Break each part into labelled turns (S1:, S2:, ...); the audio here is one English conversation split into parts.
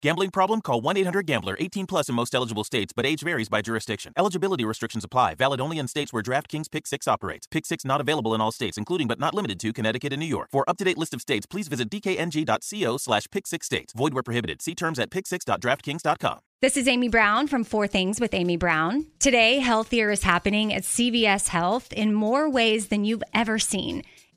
S1: Gambling problem? Call 1 800 Gambler. 18 plus in most eligible states, but age varies by jurisdiction. Eligibility restrictions apply. Valid only in states where DraftKings Pick 6 operates. Pick 6 not available in all states, including but not limited to Connecticut and New York. For up to date list of states, please visit dkng.co slash pick 6 states. Void where prohibited. See terms at pick6.draftkings.com.
S2: This is Amy Brown from Four Things with Amy Brown. Today, healthier is happening at CVS Health in more ways than you've ever seen.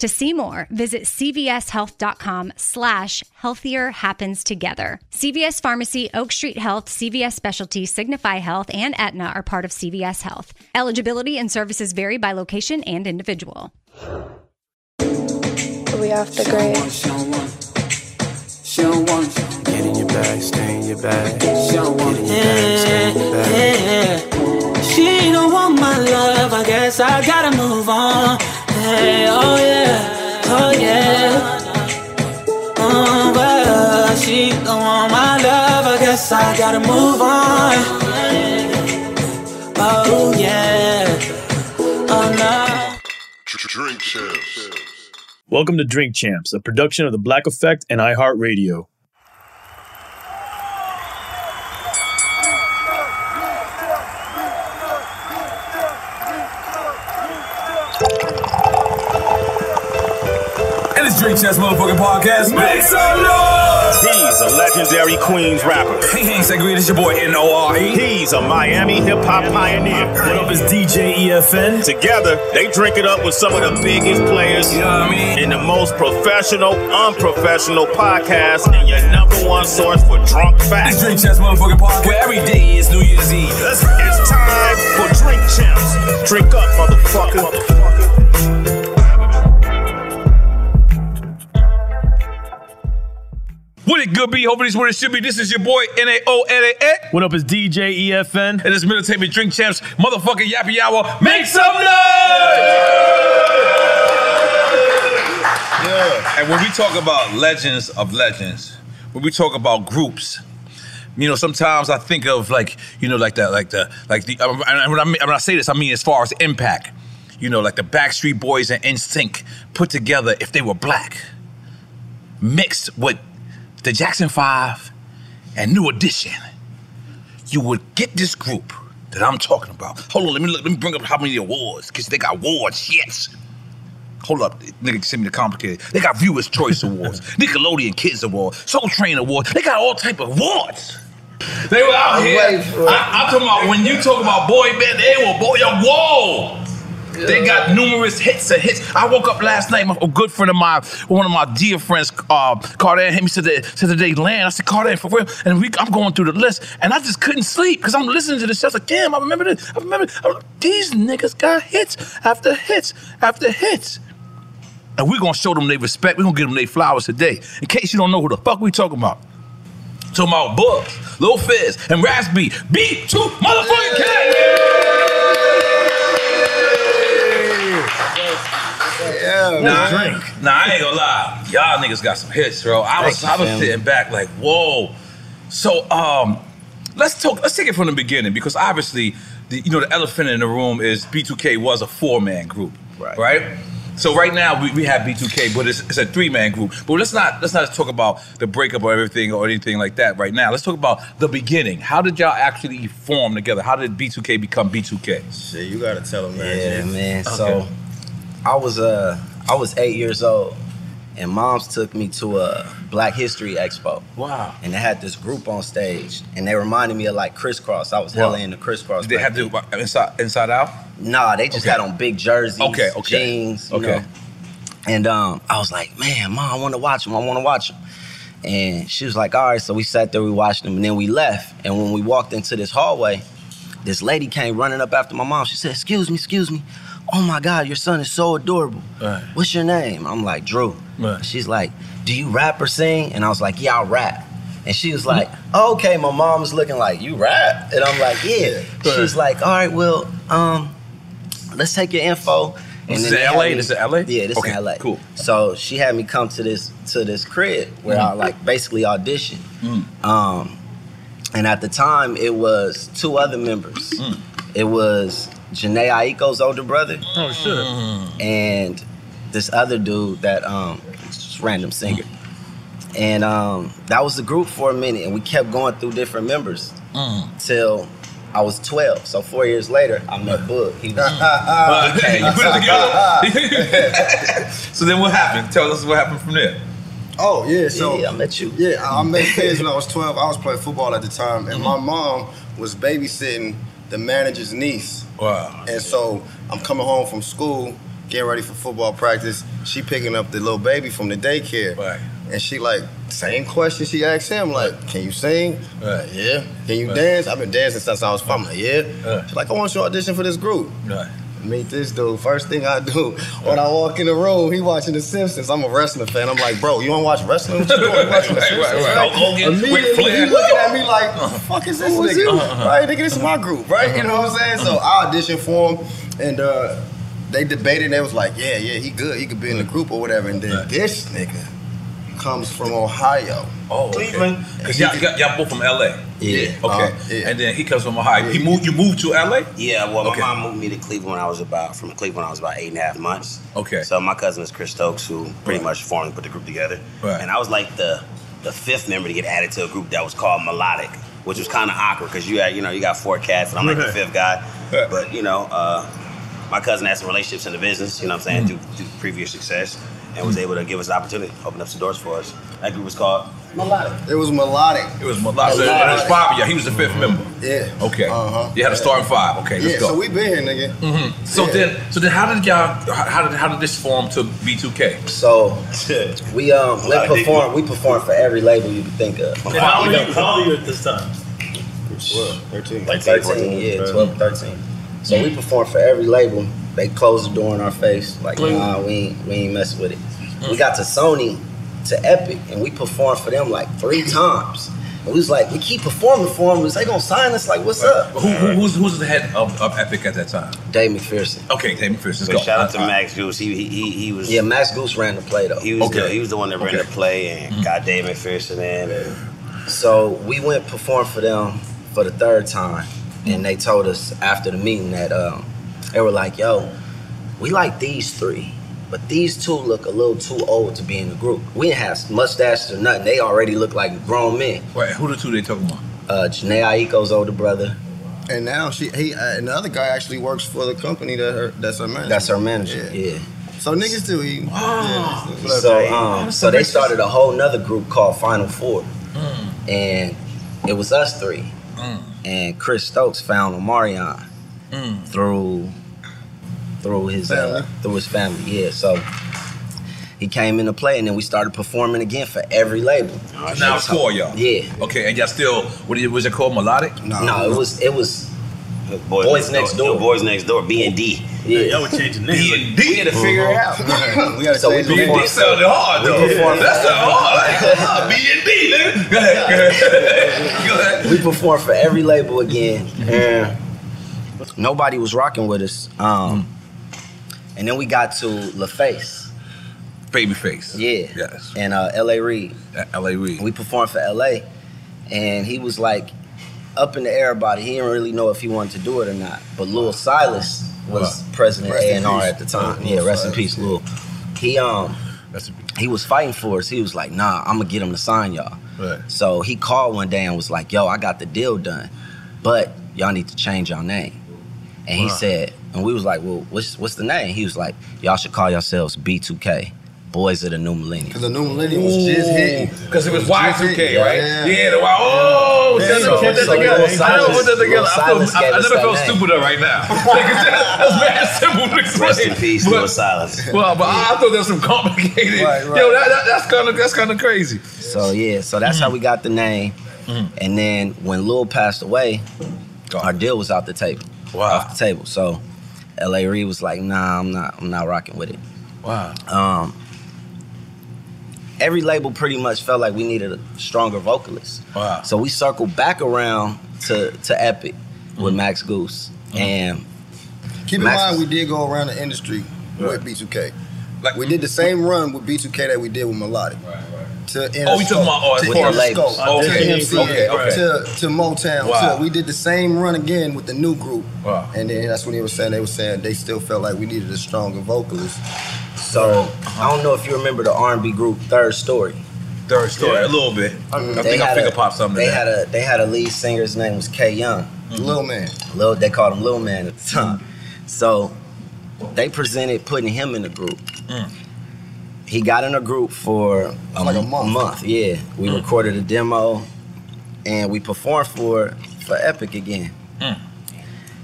S2: To see more, visit cvshealth.com slash healthier happens together. CVS Pharmacy, Oak Street Health, CVS Specialty, Signify Health, and Aetna are part of CVS Health. Eligibility and services vary by location and individual.
S3: We off the grid.
S4: Get in your bag, stay in your bag. Get in your bag, stay in your bag.
S5: She don't want my love, I guess I gotta move on. Hey, oh yeah, oh yeah. Um, well, she don't want my love, I guess I gotta move on. Oh yeah, oh no.
S6: Drink champs.
S7: Welcome to Drink Champs, a production of The Black Effect and iHeartRadio.
S8: And it's Drink Chess Motherfucking Podcast. Make some noise! He's a legendary Queens rapper. Hey, hey, Segreed, it's your boy N.O.R.E. He's a Miami hip hop pioneer. E. What up is DJ EFN? Together, they drink it up with some of the biggest players. You know what I mean? In the most professional, unprofessional podcast, and your number one source for drunk facts. It's Drink Chess Motherfucking Podcast. Where every day is New Year's Eve. It's time for Drink Champs. Drink up, motherfucker.
S9: What it good be? Hopefully, it's what it should be. This is your boy N A O N A N.
S7: What up is DJ EFN?
S9: And it's Entertainment Drink Champs, motherfucking Yappy Hour. Make some noise! Yeah. And when we talk about legends of legends, when we talk about groups, you know, sometimes I think of like, you know, like the, like the, like the. And when I, mean, when I say this, I mean as far as impact. You know, like the Backstreet Boys and NSYNC put together if they were black, mixed with the Jackson Five and New Edition. You would get this group that I'm talking about. Hold on, let me look, let me bring up how many awards because they got awards. Yes, Hold up, nigga, send me the complicated. They got Viewers Choice Awards, Nickelodeon Kids Award, Soul Train Award. They got all type of awards. They were out here. I, I'm talking about when you talk about boy band, they were boy. Yo, whoa. They got numerous hits and hits. I woke up last night. My, a good friend of mine, one of my dear friends, uh, Cardan, hit me said that said that they land. I said Cardan for real. And we, I'm going through the list, and I just couldn't sleep because I'm listening to this. I was like, damn, I remember this. I remember I- these niggas got hits after hits after hits. And we're gonna show them they respect. We're gonna give them their flowers today. In case you don't know who the fuck we talking about. Talking about Books, Lil Fizz, and Raspy. Beat two motherfucking
S10: Yeah,
S9: Nah, nah, I ain't gonna lie. Y'all niggas got some hits, bro. I was,
S10: Thank you,
S9: I was
S10: family.
S9: sitting back like, whoa. So, um, let's talk. Let's take it from the beginning because obviously, the, you know, the elephant in the room is B2K was a four-man group, right? So right now we, we have B2K, but it's, it's a three-man group. But let's not let's not talk about the breakup or everything or anything like that right now. Let's talk about the beginning. How did y'all actually form together? How did B2K become B2K?
S11: Shit, you gotta tell him, man.
S9: Yeah,
S11: man.
S9: Okay.
S11: So I was uh I was eight years old, and moms took me to a Black History Expo.
S9: Wow.
S11: And they had this group on stage, and they reminded me of like crisscross. I was
S9: Wow.
S11: hella into crisscross.
S9: Did they have to uh, inside inside out?
S11: Nah, they just
S9: Okay.
S11: had on big jerseys,
S9: Okay, okay.
S11: jeans, you
S9: Okay.
S11: know. And um, I was like, man, mom, I want to watch them. I want to watch them. And she was like, all right. So we sat there, we watched them, and then we left. And when we walked into this hallway, this lady came running up after my mom. She said, excuse me, excuse me. Oh my God, your son is so adorable. What's your name? I'm like, Drew. She's like, do you rap or sing? And I was like, yeah, I rap. And she
S9: Mm-hmm.
S11: was like, "Oh, okay, my mom's looking like, you rap? And I'm like, yeah.
S9: Right.
S11: She's like, all right, well, um, let's take your info.
S9: This is
S11: then they
S9: LA?
S11: had me-
S9: This is LA?
S11: Yeah, this
S9: Okay,
S11: is LA.
S9: cool.
S11: So she had me come to this to this crib where I
S9: Mhm.
S11: like basically auditioned.
S12: Mm,
S11: Um, and at the time it was two other members.
S9: Mm.
S11: It was Janae Aiko's older brother.
S9: Oh shit.
S11: And this other dude that um just random singer.
S9: Mm.
S11: And um, that was the group for a minute, and we kept going through different members till I was 12. So four years later, I met Boog. He
S10: Uh,
S11: was. he
S9: Okay,
S11: came
S9: Uh, you put
S11: to-
S9: it together. so then what happened? Tell us what happened from there.
S10: Oh yeah, so
S11: I met you.
S10: Yeah, I I met Fizz when I was twelve. I was playing football at the time, and my mom was babysitting the manager's niece.
S9: Wow.
S10: And so I'm coming home from school, getting ready for football practice. She picking up the little baby from the daycare. Right. And she like same question she asked him like, "Can you sing?" I'm like, yeah. Can you
S9: Right.
S10: dance? I've been dancing since I was five. I'm like, yeah.
S9: Right. Uh.
S10: She's like, "I want you to audition for this group."
S9: Right.
S10: Meet this dude. First thing I do when I walk in the room, he watching The Simpsons. I'm a wrestling fan. I'm like, bro, you don't watch wrestling? What you doing? You watching The
S9: Right, right,
S10: Simpsons?
S9: right. Hulk
S10: oh,
S9: Hogan, Ric
S10: Immediately,
S9: Flair.
S10: he looking at me like, the fuck is this
S9: Who is
S10: nigga?
S9: you?
S10: Right, nigga, this is my group, right?
S9: Uh-huh.
S10: You know what I'm saying? So I auditioned for him, and uh, they debated. They was like, yeah, yeah, he good. He could be in the group or whatever. And then this nigga comes from Ohio.
S9: Oh, Cleveland. Cause y'all, y'all- y'all both from LA.
S10: Yeah.
S9: Okay.
S10: Uh,
S9: And then he comes from Ohio. He moved. You moved to LA.
S11: Yeah, well, my
S9: Okay.
S11: mom moved me to Cleveland when I was about from Cleveland. When I was about eight and a half months.
S9: Okay.
S11: So my cousin is Chris Stokes, who pretty much formed put the group together.
S9: Right.
S11: And I was like the the fifth member to get added to a group that was called Melodic, which was kind of awkward because you had you know you got four cats and I'm like the
S9: Right.
S11: fifth guy. But you know, uh, my cousin had some relationships in the business. You know what I'm saying?
S9: Mm-hmm.
S11: Through, through previous success, and was able to give us an opportunity, open up some doors for us. That group was called
S10: Melodic. It was melodic.
S9: It was Melodic. So it
S10: Melodic.
S9: was five of y'all. He was the fifth member.
S10: Yeah.
S9: Okay.
S11: Uh-huh.
S9: You had a starting five. Okay. Let's
S10: yeah,
S9: go.
S10: so we been here, nigga.
S9: hmm So
S10: Yeah.
S9: then, so then, how did y'all? How how did how did this form to B2K?
S11: So we um
S9: lot of
S11: we
S9: dick
S11: perform we perform for every label you can think of.
S9: And how old are you- how
S11: old are you at this time? Well,
S10: 13.
S11: Like 13, yeah, 12, 13. So we perform for every label. They close the door in our face, like nah, we ain't we ain't messing with it. We got to Sony, to Epic, and we performed for them like three times. And we was like, we keep performing for them. Is they gonna sign us? Like, what's up?
S9: Who, who, who's who's the head of, of Epic at that time?
S11: Dave McPherson.
S9: Okay, Dave McPherson. Let's
S11: So
S9: go.
S11: shout out to
S9: Uh,
S11: Max Goose. He, he he he was. Yeah, Max Goose ran the play though. He was the,
S9: Okay.
S11: he was the one that ran
S9: Okay. Mm.
S11: the play and got Dave McPherson in. So we went perform for them for the third time, and they told us after the meeting that um, they were like, "Yo, we like these three, but these two look a little too old to be in the group. We didn't have mustaches or nothing. They already look like grown men."
S9: Wait, who the two they talking about?
S11: Uh, Janae Aiko's older brother.
S10: And now she, he, uh, and the other guy actually works for the company that her, that's her manager.
S11: That's her manager. Yeah.
S10: So niggas still eating.
S9: Ah.
S10: Yeah, niggas still-
S11: So um, so they started a whole nother group called Final Four,
S9: Mm,
S11: and it was us three. And Chris Stokes found Omarion
S9: mm.
S11: through through his uh, through his family. Yeah, so he came into play, and then we started performing again for every label.
S9: now it's four, y'all.
S11: Yeah.
S9: Okay, and y'all still what is- was it called? Melodic?
S11: No, it was it was Boys, Next Door.
S13: Boys Next Door, B and D.
S11: Yeah,
S13: y'all would change the name.
S9: B and D.
S13: We had to figure it out.
S10: we gotta
S13: so
S10: change the
S13: performed-
S10: name.
S9: sounded hard
S13: We
S9: though.
S13: performed-
S9: That's the hard. B and D, nigga. Go ahead, go ahead. Go ahead.
S11: we performed for every label again, and nobody was rocking with us. Um,
S9: Mm.
S11: and then we got to LaFace.
S9: Babyface.
S11: Yeah.
S9: Yes.
S11: And uh, L.A. Reid.
S9: L.A. Reid.
S11: We performed for L.A. And he was like up in the air about it. He didn't really know if he wanted to do it or not. But Lil Silas was
S9: Wow.
S11: president of
S9: Rest in
S11: A&R
S9: peace.
S11: at the time.
S9: Lil
S11: yeah, rest in
S9: Silas.
S11: peace, Lil. He um, he was fighting for us. He was like, Nah, I'm gonna get him to sign y'all.
S9: Right.
S11: So he called one day and was like, "Yo, I got the deal done, but y'all need to change y'all name." And he
S14: Wow.
S11: said, and we was like, "Well, what's what's the name?" He was like, "Y'all should call yourselves B2K, Boys of the New Millennium." Because
S10: the New Millennium was just hitting.
S9: Because it was Y2K, right?
S11: Yeah.
S9: Yeah, the Y. Oh,
S11: Yeah,
S9: yeah,
S11: so-
S9: put that
S11: so
S9: together.
S11: Lil
S9: I never put
S11: Silas-
S9: that together.
S11: Lil
S9: I, feel,
S11: Silas
S9: I,
S11: gave
S9: I
S11: us
S9: never
S11: that
S9: felt
S11: name.
S9: stupider right now. Like, that's mad simple to explain.
S13: Rest in peace,
S9: but,
S13: Lil Silas.
S9: Well, but I, I thought that was some complicated. Yo, that, that, that's kind of that's kind of crazy. Mm-hmm.
S11: So yeah, so that's how we got the name. And then when Lil passed away, our deal was off the table. Off the table. So LA Reid was like, nah, I'm not I'm not rocking with it.
S9: Wow.
S11: Um every label pretty much felt like we needed a stronger vocalist.
S9: Wow.
S11: So we circled back around to to Epic with
S9: Mm-hmm.
S11: Max Goose. And
S10: Keep in
S11: Max-
S10: mind, we did go around the industry
S11: Right.
S10: with B2K. Like we did the same run with B2K that we did with Melodic. Right, right. To
S9: Oh, we talking about, oh,
S10: to
S9: as far as
S10: Interscope,
S9: labels.
S10: to
S9: Okay,
S10: MCA,
S9: okay, okay.
S10: to to Motown.
S9: Wow.
S10: So we did the same run again with the new group.
S9: Wow.
S10: And then that's what they were saying. They were saying they still felt like we needed a stronger vocalist.
S11: so I don't know if you remember the R and B group Third Story.
S9: Third Story, a little bit. I, I think I figure pop something.
S11: They
S9: in there. Mm-hmm.
S11: had a they had a lead singer's name was K Young.
S10: Lil Man.
S11: Lil they called him Lil Man at the time. So they presented putting him in the group. He got in a group for a,
S10: Like a
S11: m-
S10: month.
S11: Yeah, we
S9: Mm.
S11: recorded a demo and we performed for for Epic again.
S9: Mm.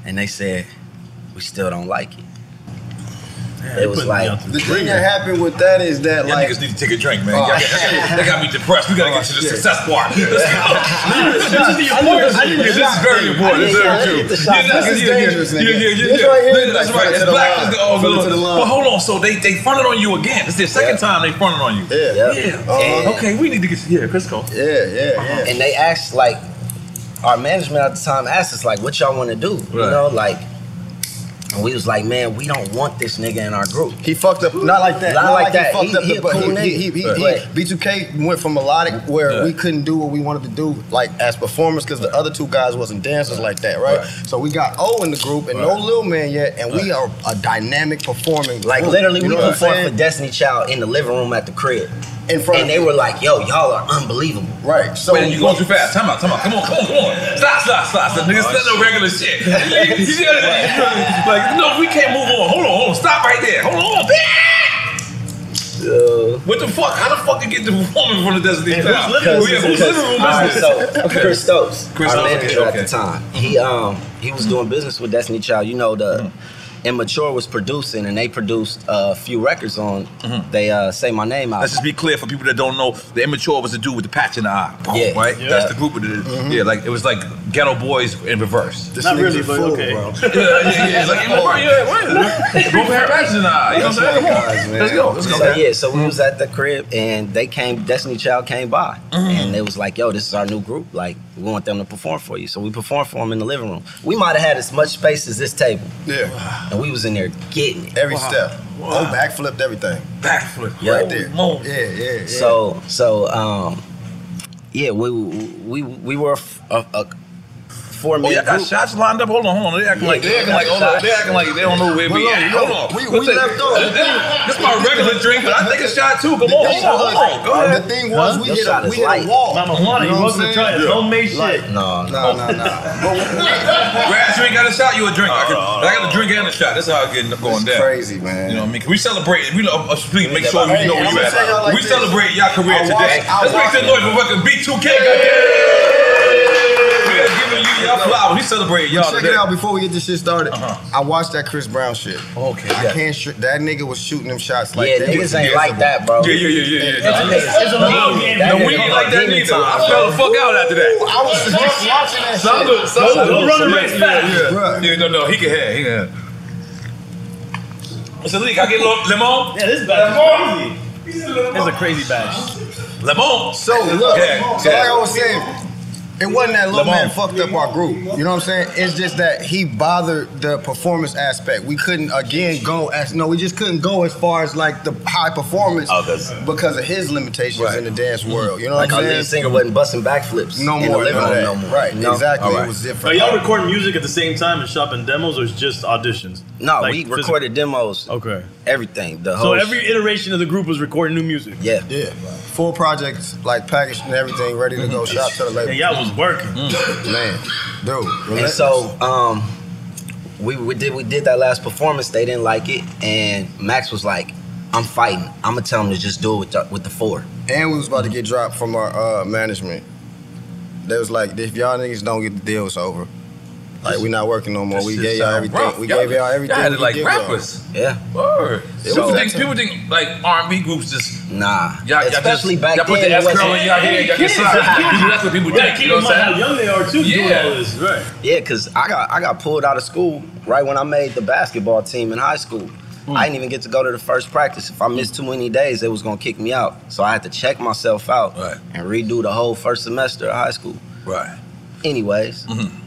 S11: And they said we still don't like it.
S10: they
S11: it was
S10: putting me
S11: like
S10: out The thing that happened with that is that
S9: Y'all
S10: like
S9: niggas need to take a drink, man.
S10: Oh.
S9: Y'all- that, that got me depressed. We gotta get to the success part. Let's go. This is
S10: I need a
S9: the
S10: shot.
S9: important
S10: I need a
S9: shit. This is
S10: shot.
S9: very important.
S10: I
S9: It's
S10: need- I
S9: very
S10: need
S9: true.
S10: the shot.
S9: Yeah,
S10: This is
S9: yeah, yeah,
S10: dangerous,
S9: yeah,
S10: nigga.
S9: yeah, yeah,
S10: This
S9: yeah.
S10: right here, like,
S9: That's right.
S10: front
S9: It's
S10: to the
S9: black.
S10: line.
S9: It's the- oh,
S10: Front to the line.
S9: Lord. But hold on. So they they fronted on you again. It's the second time they fronted on you. Yeah.
S11: Yeah.
S9: Yeah. Okay, we need to get yeah, Crisco.
S10: Yeah,
S9: yeah.
S11: And they asked like our management at the time asked us like, what y'all want to do? You
S10: Right.
S11: know, like, and we was like, man, we don't want this nigga in our group.
S10: He fucked up, not like that.
S11: Not, like, that.
S10: He fucked
S11: he,
S10: up
S11: he
S10: the
S11: a cool
S10: but
S11: nigga.
S10: he, he, he, he,
S11: But-
S10: B2K went from melodic where
S11: Yeah.
S10: we couldn't do what we wanted to do, like as performers, because the other two guys wasn't dancers like that, right?
S11: Right.
S10: So we got O in the group and no
S11: Right.
S10: Lil Man yet, and we are a dynamic performing.
S11: Like
S10: group.
S11: literally,
S10: You
S11: we
S10: know what I'm
S11: performed
S10: saying?
S11: for Destiny Child in the living room at the crib,
S10: In front
S11: and
S10: of-
S11: they were like, "Yo, y'all are unbelievable."
S10: Right.
S9: So Wait, you going too fast. Time out, time out. Come on, come on, come on. Stop, stop, stop. stop. Niggas, that's no regular shit. You see what I mean? like, no, we can't move on. Hold on, hold on. Stop right there. Hold on. What the fuck? How the fuck you get the woman from the Destiny
S11: Yeah,
S9: Child? Yeah, whose living room
S11: all
S9: is
S11: right,
S9: this?
S11: so Chris Stokes,
S9: Chris
S11: our
S9: Stokes,
S11: manager
S9: okay,
S11: at
S9: okay.
S11: the time, he um he was doing business with Destiny Child. You know the
S9: Mm-hmm.
S11: Immature was producing, and they produced uh, a few records on.
S9: Mm-hmm.
S11: They uh, say my name out.
S9: Let's just be clear for people that don't know. The immature was the dude with the patch in the eye. Boom,
S11: Yeah. Mm-hmm.
S9: right.
S11: Yeah.
S9: That's the group of the. Yeah, like it was like ghetto boys in reverse.
S10: This Not nigga's really, a but fool, okay.
S9: yeah, yeah, yeah. Like, hey,
S11: Oh,
S9: bro, yeah, what? Group had patches in the eye. You know what I'm saying? Come on. Let's go. Let's go.
S11: So, yeah, so we was at the crib and they came, Destiny Child came by.
S9: Mm-hmm.
S11: And they was like, yo, this is our new group. Like, we want them to perform for you. So we performed for them in the living room. We might have had as much space as this table.
S10: Yeah.
S11: And we was in there getting it.
S10: Every step. O backflipped everything.
S9: Backflip.
S10: Right there. Yeah, yeah, yeah.
S11: So, so, um, yeah, we we we were a, a four
S9: Oh,
S11: man
S9: y'all got
S11: group.
S9: shots lined up. Hold on, hold on. They acting like they acting like hold on, they acting like they don't know where we
S11: Well,
S9: at.
S11: no,
S9: Hold
S11: no,
S9: on.
S11: we-
S9: Let's
S11: we
S9: take-
S11: left off.
S9: This, this- this my regular drink, but I take a shot too. Come on,
S11: The
S9: hold on,
S11: thing
S9: hold on.
S11: was-
S9: Go ahead.
S11: the thing was, we Huh? hit a- Shot is we hit a light. wall. Mama Juana, You know you what I'm wasn't saying? trying to homemade shit. Light. No,
S9: no, no, no. Grass, you ain't got a shot, you a drink. I, can, I got a drink and a shot. That's how I get going down.
S10: crazy, man.
S9: You know what I mean? Can we celebrate? We uh, uh, please make sure we
S10: Hey,
S9: know
S10: I'm
S9: where
S10: gonna
S9: you at.
S10: tell y'all like
S9: we
S10: this.
S9: celebrate y'all
S10: I
S9: career today.
S10: watched- I
S9: Let's make some noise
S10: watched-
S9: for fucking B2K. goddamn. We are giving you y'all flowers. We celebrate y'all Uh-huh.
S10: Check
S9: today.
S10: it out before we get this shit started. I watched that Chris Brown shit. Okay. I can't. Sh- that nigga was shooting them shots like
S11: Yeah,
S10: that.
S11: niggas ain't like that, bro.
S9: Yeah, yeah, yeah, yeah, yeah.
S10: That nigga-
S11: It's a long game.
S9: No, we ain't like that neither. I fell the fuck out after that.
S10: Ooh, I was just watching that
S9: Some
S10: shit.
S9: of- some of-
S10: Don't run the race
S9: yeah,
S10: back.
S9: Yeah, yeah. yeah, no, no, he can have. He can have. Mr. Lee, can I get a little lemon? Yeah, this
S7: batch
S9: is crazy. It's a crazy batch. Lemon.
S10: So look,
S9: Yeah,
S10: so
S9: yeah.
S10: like I was saying, it wasn't that little
S9: Lamar.
S10: man fucked up our group. You know what I'm saying? It's just that he bothered the performance aspect. We couldn't again go as no, we just couldn't go as far as like the high performance because of his limitations in the dance world. You know
S11: Oh, like
S10: what
S11: our
S10: I'm
S11: lead
S10: saying?
S11: singer wasn't busting backflips.
S10: No
S11: in the
S10: more,
S11: living
S10: none of
S11: room
S10: that.
S11: no more.
S10: Right,
S11: No.
S10: exactly.
S11: All
S10: It
S11: right.
S10: was
S7: Are y'all recording music at the same time and shopping demos, or it's just auditions?
S11: No,
S7: Like,
S11: we
S7: physical-
S11: recorded demos.
S7: Okay.
S11: Everything. The
S7: So
S11: whole
S7: every iteration of the group was recording new music.
S11: Yeah.
S10: Yeah. Full projects, like packaged and everything, ready to
S11: Mm-hmm.
S10: go. Shop to the label.
S7: Yeah, Mm-hmm. y'all was working.
S10: Man, dude.
S11: Mm. And
S10: relentless.
S11: so um, we, we did we did that last performance. They didn't like it, and Max was like, "I'm fighting. I'm gonna tell them to just do it with the, with the four.
S10: And we was about to get dropped from our uh, management. They was like, if y'all niggas don't get the deal, it's over. Like we not working no more.
S9: This
S10: We
S9: shit
S10: gave y'all
S9: sound
S10: everything.
S9: rough.
S10: We
S9: Y'all-
S10: gave y'all everything.
S9: y'all had
S10: we
S9: it
S10: could
S9: like
S10: give y'all.
S9: rappers.
S11: Yeah.
S9: Word.
S10: It
S9: People
S10: was-
S9: think, people think like R&B groups just
S11: nah.
S9: Y'all, y'all
S11: Especially
S9: just,
S11: back
S9: y'all put
S11: then,
S9: the
S11: it
S9: S curl
S11: wasn't-
S9: in y'all hair, y'all get
S11: Kids,
S9: signed.
S11: kids.
S9: That's what people do.
S11: Right,
S9: You
S11: keep
S9: know
S11: in
S9: what I'm
S11: mind
S9: saying?
S11: how young they are, too,
S9: Yeah.
S11: doing all this.
S7: Right.
S11: Yeah, cause I got I got pulled out of school right when I made the basketball team in high school.
S9: Hmm.
S11: I didn't even get to go to the first practice. If I missed too many days, they was gonna kick me out. So I had to check myself out and redo the whole first semester of high school.
S9: Right.
S11: Anyways,
S9: Mm-hmm.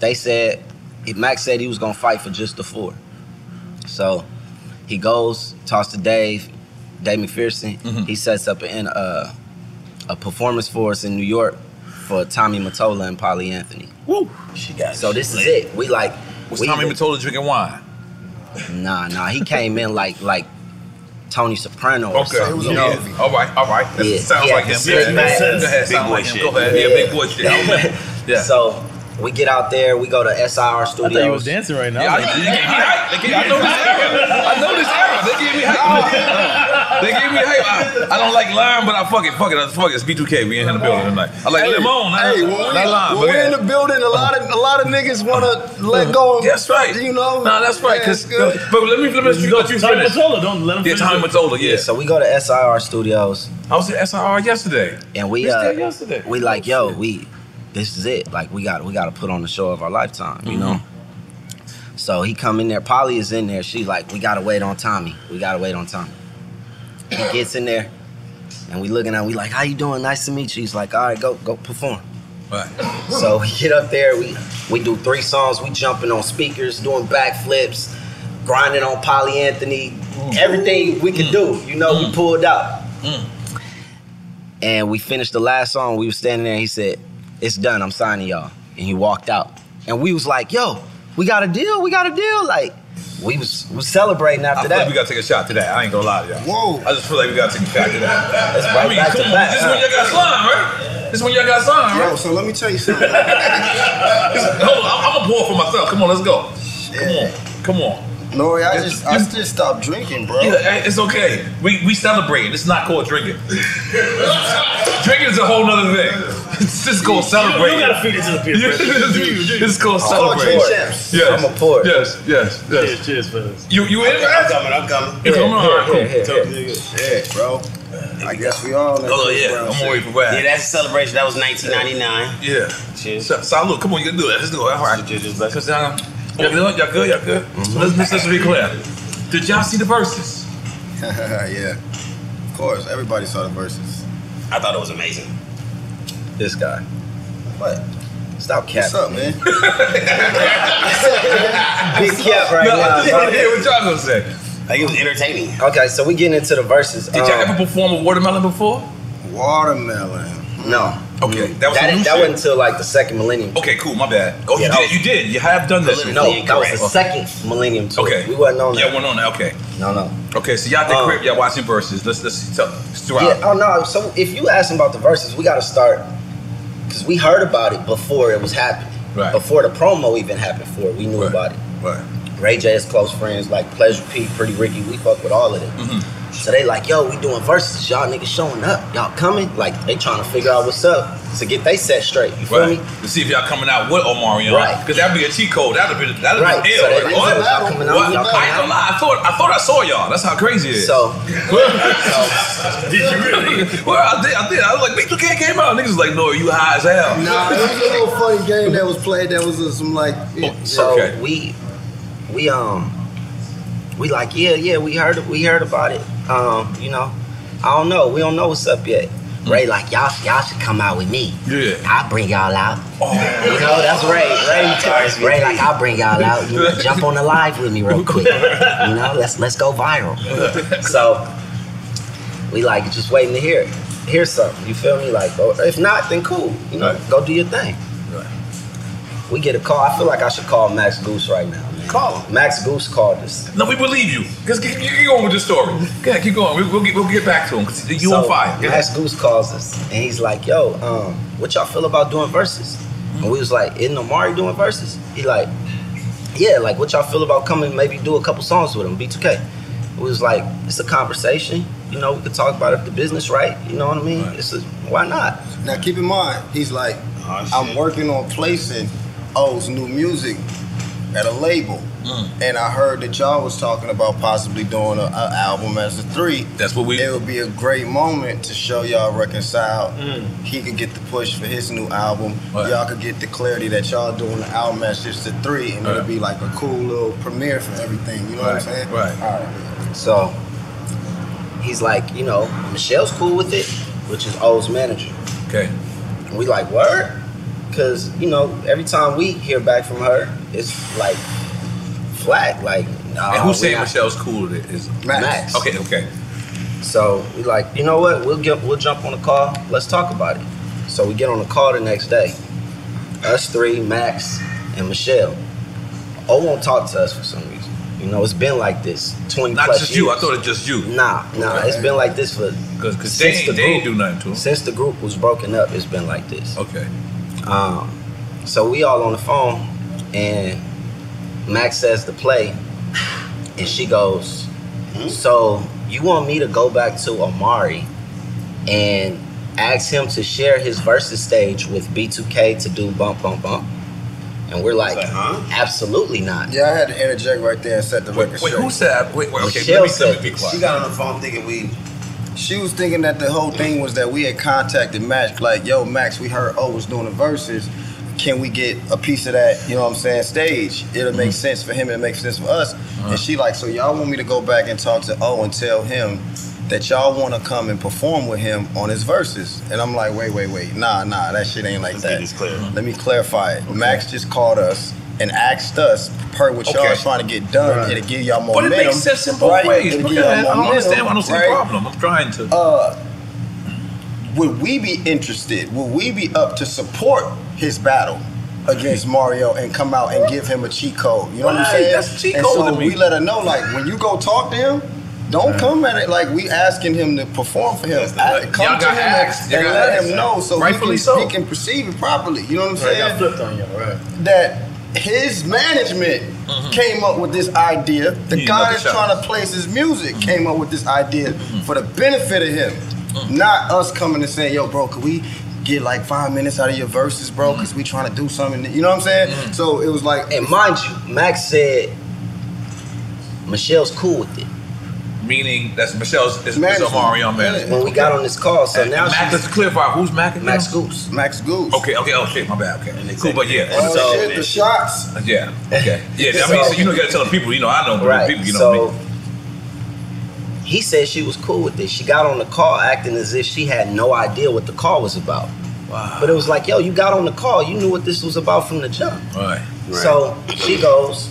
S11: they said if Max said he was gonna fight for just the four. So he goes, talks to Dave, Dave McPherson.
S9: Mm-hmm.
S11: He sets up an uh, a performance for us in New York for Tommy Matola and Polly Anthony.
S7: Woo!
S11: She got so this is it. We like
S9: Was
S11: we
S9: Tommy
S11: even-
S9: Mottola drinking wine?
S11: Nah, nah. He came in like like Tony Soprano. Or
S9: Okay.
S11: something, you know?
S9: Yeah. All right, all right. That
S11: Yeah,
S9: sounds
S11: yeah,
S9: like him.
S11: it's
S9: Yeah,
S11: big
S9: yeah.
S11: sense.
S9: Go ahead,
S11: Big
S9: sounds
S11: boy
S9: like him.
S11: shit.
S9: Go ahead. Yeah, big boy shit. I remember. Yeah.
S11: So we get out there. We go to SIR Studios.
S7: I thought you was dancing right now.
S11: Yeah,
S7: I was
S11: I-
S7: like,
S11: they gave me hype.
S9: They gave- I know this era. I know this era. They gave me hype. They gave me hype. I, I don't like lime, but I fuck it. Fuck it. Fuck it. It's B2K. We in the building tonight. I like limon. I-
S10: Hey, when we,
S9: not lime.
S10: when
S9: but
S10: we
S9: yeah.
S10: in the building, a lot of a lot of niggas wanna let go. Of,
S9: That's right.
S10: You know.
S9: No, that's right.
S10: Yeah,
S9: Cause,
S10: it's good.
S9: but let me let me you let you
S11: Tommy
S9: finish.
S7: Mottola, don't let him.
S9: Yeah, Tommy Mottola. Yeah.
S11: So we go to SIR Studios.
S9: I was at SIR yesterday.
S11: And we
S9: Just
S11: uh,
S9: there yesterday. Oh,
S11: we like, yo, we this is it. Like we got we got to put on the show of our lifetime, you know. So he come in there. Polly is in there. She's like, we gotta wait on Tommy. We gotta wait on Tommy. He gets in there, and we looking at. him. We like, how you doing? Nice to meet you. He's like, all right, go go perform.
S9: Right.
S11: So we get up there. We we do three songs. We jumping on speakers, doing backflips, grinding on Polly Anthony. Everything we could do, you know, we pulled out. And we finished the last song. We was standing there. And he said, "It's done. I'm signing y'all." And he walked out. And we was like, "Yo, we got a deal. We got a deal." Like we was we celebrating
S9: I
S11: after
S9: feel like
S11: that.
S9: we gotta take a shot to that. I ain't gonna lie to y'all. Whoa. I just feel like we gotta take a shot to that.
S11: That's
S9: I mean, come on. this is when y'all got slime, right? This is when y'all got slime, right?
S10: Yo, so let me tell you something.
S9: Hold on, I'm, I'm gonna pour for myself. Come on, let's go. Come on, come on.
S10: No, I just I just stopped drinking, bro.
S9: Yeah, hey, it's okay. We we celebrating. It's not called drinking. drinking is a whole nother thing. It's just called celebrating.
S7: You gotta feed it to the people.
S9: It's called
S7: Oh,
S9: celebrating.
S7: drink champs.
S9: Yes.
S7: I'm a pour.
S9: Yes, yes, yes.
S7: Cheers, fellas.
S9: You you in?
S10: I'm coming. I'm coming.
S9: You coming? All right, cool.
S10: Yeah, bro. I guess we all. know
S9: Oh
S10: Chris
S9: yeah,
S10: Brown
S9: I'm
S10: shit.
S9: worried for Brad.
S13: Yeah, that's a celebration. That was 1999.
S9: Yeah. Cheers. So, so look, come on, you can do it. Let's do it. All right. Cause y'all, y'all good, y'all good, y'all good. Let's, let's let's be clear. Did y'all see the verses?
S10: yeah. Of course, everybody saw the verses.
S13: I thought it was amazing.
S11: This guy.
S10: What?
S11: Stop capping.
S10: What's up, man?
S11: Big cap right
S9: No,
S11: now.
S9: yeah, yeah, what y'all gonna say?
S11: Like it was entertaining. Okay, so we getting into the verses.
S9: Did y'all
S11: Um,
S9: ever perform a watermelon before?
S10: Watermelon.
S11: No.
S9: Okay, that was
S11: that,
S9: some
S11: that
S9: new shit?
S11: wasn't until like the second millennium.
S9: Okay, cool. My bad. Oh,
S11: Yeah,
S9: you,
S11: that
S9: did,
S11: was-
S9: you did. You have done this.
S11: No, that was the second millennium. Too.
S9: Okay,
S11: we wasn't on that.
S9: Yeah, we went on that. Okay.
S11: No, no. Um,
S9: Okay, so y'all at the crib, y'all watching verses. Let's let's tell. Let's throw
S11: Yeah.
S9: out.
S11: Oh no. So if you asking about the verses, we got to start because we heard about it before it was happening. Right. Before the promo even happened for it, we knew about it.
S9: Right.
S11: Ray J is close friends like Pleasure P, Pretty Ricky. We fuck with all of them. So they like, yo, we doing verses. Y'all niggas showing up. Y'all coming? Like they trying to figure out what's up to get they set straight. You feel
S9: Right.
S11: me?
S9: To see if y'all coming out with Omarion.
S11: Right.
S9: Because that'd be a cheat code. That'd be that'd
S11: Right.
S9: be ill.
S11: So they
S9: Like,
S11: like,
S9: what?
S11: y'all coming out,
S9: What?
S11: y'all coming
S9: I ain't gonna lie. I thought I thought I saw y'all. That's how crazy it is.
S11: So-
S9: did you really? well, I did. I did. I was like, B2K came out. Niggas was like, no, you high as hell.
S10: Nah, it was a little funny game that was played. That was uh, some like.
S11: So we we um we like yeah yeah we heard we heard about it. Um you know I don't know we don't know what's up yet. Ray like y'all y'all should come out with me. Yeah. I'll bring y'all out. You know that's Ray. Ray Ray like I'll bring y'all out. You know, jump on the live with me real quick. You know let's let's go viral. So we like just waiting to hear it. Hear something. You feel me? Like or if not then cool. You know go do your thing. We get a call. I feel like I should call Max Goose right now. Man. Call him. Max Goose called us.
S9: No, we believe you. Just keep, keep going with this story. Yeah, keep going. We, we'll get we'll get back to him. 'cause You on
S11: So,
S9: fire. Yeah.
S11: Max Goose calls us and he's like, "Yo, um, what y'all feel about doing verses?" And we was like, "Isn't Amari doing verses?" He like, "Yeah, like what y'all feel about coming? Maybe do a couple songs with him, B2K." We was like, "It's a conversation. You know, we could talk about if the business right. You know what I mean? It's a, why not?"
S10: Now keep in mind, he's like,
S13: Oh,
S10: I'm working on placing O's new music at a label,
S12: mm.
S10: and I heard that y'all was talking about possibly doing an album as a three.
S9: That's what we.
S10: It would be a great moment to show y'all reconcile.
S11: Mm.
S10: He could get the push for his new album. Y'all could get the clarity that y'all doing the album as just a three, and it'll
S11: Right.
S10: be like a cool little premiere for everything. You know what I'm saying?
S11: So he's like, you know, Michelle's cool with it, which is O's manager.
S9: Okay.
S11: And we like, word? Because, you know, every time we hear back from her, it's like flat. Like, nah.
S9: and who's
S11: we
S9: saying
S11: not-
S9: Michelle's cool with it is
S11: Max.
S9: Okay, okay.
S11: So we like, you know what? We'll get, we'll jump on a call. Let's talk about it. So we get on the call the next day. Us three, Max and Michelle. O won't talk to us for some reason. You know, it's been like this twenty
S9: Not
S11: plus
S9: just you. I
S11: years.
S9: thought it's just you.
S11: Nah, nah, it's been like this for
S9: Because they, ain't- they ain't do nothing to him.
S11: Since the group was broken up, it's been like this.
S9: Okay.
S11: Um, so we all on the phone, and Max says the play, and she goes, "So you want me to go back to Amari and ask him to share his versus stage with B2K to do bump bump bump?" And we're like, "Absolutely not."
S10: Yeah, I had to interject right there and set the record
S11: wait,
S10: straight.
S11: who said- wait, wait, okay, Michelle let me- let me be said- quiet.
S10: She got on the phone thinking we. She was thinking that the whole thing was that we had contacted Max, like, yo, Max, we heard O was doing the verses. Can we get a piece of that, you know what I'm saying, stage? It'll make sense for him, it'll make sense for us. And she like, so y'all want me to go back and talk to O and tell him that y'all want to come and perform with him on his verses. And I'm like, wait, wait, wait. Nah, nah, that shit ain't like that. Let me clarify it. Max just called us and asked us, per what y'all
S9: Okay.
S10: trying to get done,
S9: Right.
S10: it'll give y'all more
S9: But it
S10: momentum,
S9: makes sense in both
S10: right?
S9: ways.
S10: It'll
S9: Look
S10: give
S9: at
S10: y'all
S9: that. I don't
S10: momentum,
S9: understand. I don't see the
S10: right?
S9: problem. I'm trying to.
S10: Uh, would we be interested? Would we be up to support his battle against Mario and come out and give him a cheat code? You know what I'm
S9: Right,
S10: saying?
S9: that's a cheat
S10: and
S9: code
S10: so
S9: to me.
S10: we let her know, like, when you go talk to him, don't come at it like we asking him to perform for him. I- come
S9: Y'all
S10: to
S9: got
S10: him
S9: asked.
S10: and,
S9: Y'all
S10: and
S9: got
S10: let
S9: asked.
S10: him know so
S9: Rightfully
S10: he, can,
S9: so.
S10: he can perceive it properly. You know what I'm
S7: Right, y'all
S10: saying?
S7: flipped on you, right?
S10: that his management came up with this idea. The
S7: Yeah,
S10: guy
S7: another
S10: that's
S7: shot.
S10: trying to place his music came up with this idea for the benefit of him, not us coming and saying, "Yo, bro, could we?" Get like five minutes out of your verses, bro, because we trying to do something. You know what I'm saying? So it was like,
S11: and mind you, Max said Michelle's cool with it.
S9: Meaning that's Michelle's is, is Omarion manager.
S11: When we got on this call, so
S9: And-
S11: now
S9: and Max,
S11: she's-
S9: let's clarify who's Mac. again?
S11: Max Goose.
S10: Max Goose.
S9: Okay, okay, oh shit, my bad. Okay, cool, but yeah.
S11: Oh,
S9: So-
S11: shit, the
S10: shots.
S9: Yeah, okay, yeah. I mean, so, you know, you gotta tell the people. You know, I know but the
S11: Right.
S9: people. You know
S11: so
S9: what I mean?
S11: he said she was cool with it. She got on the call acting as if she had no idea what the call was about. Wow. But it was like, yo, you got on the call. You knew what this was about from the jump.
S9: Right.
S11: So she goes,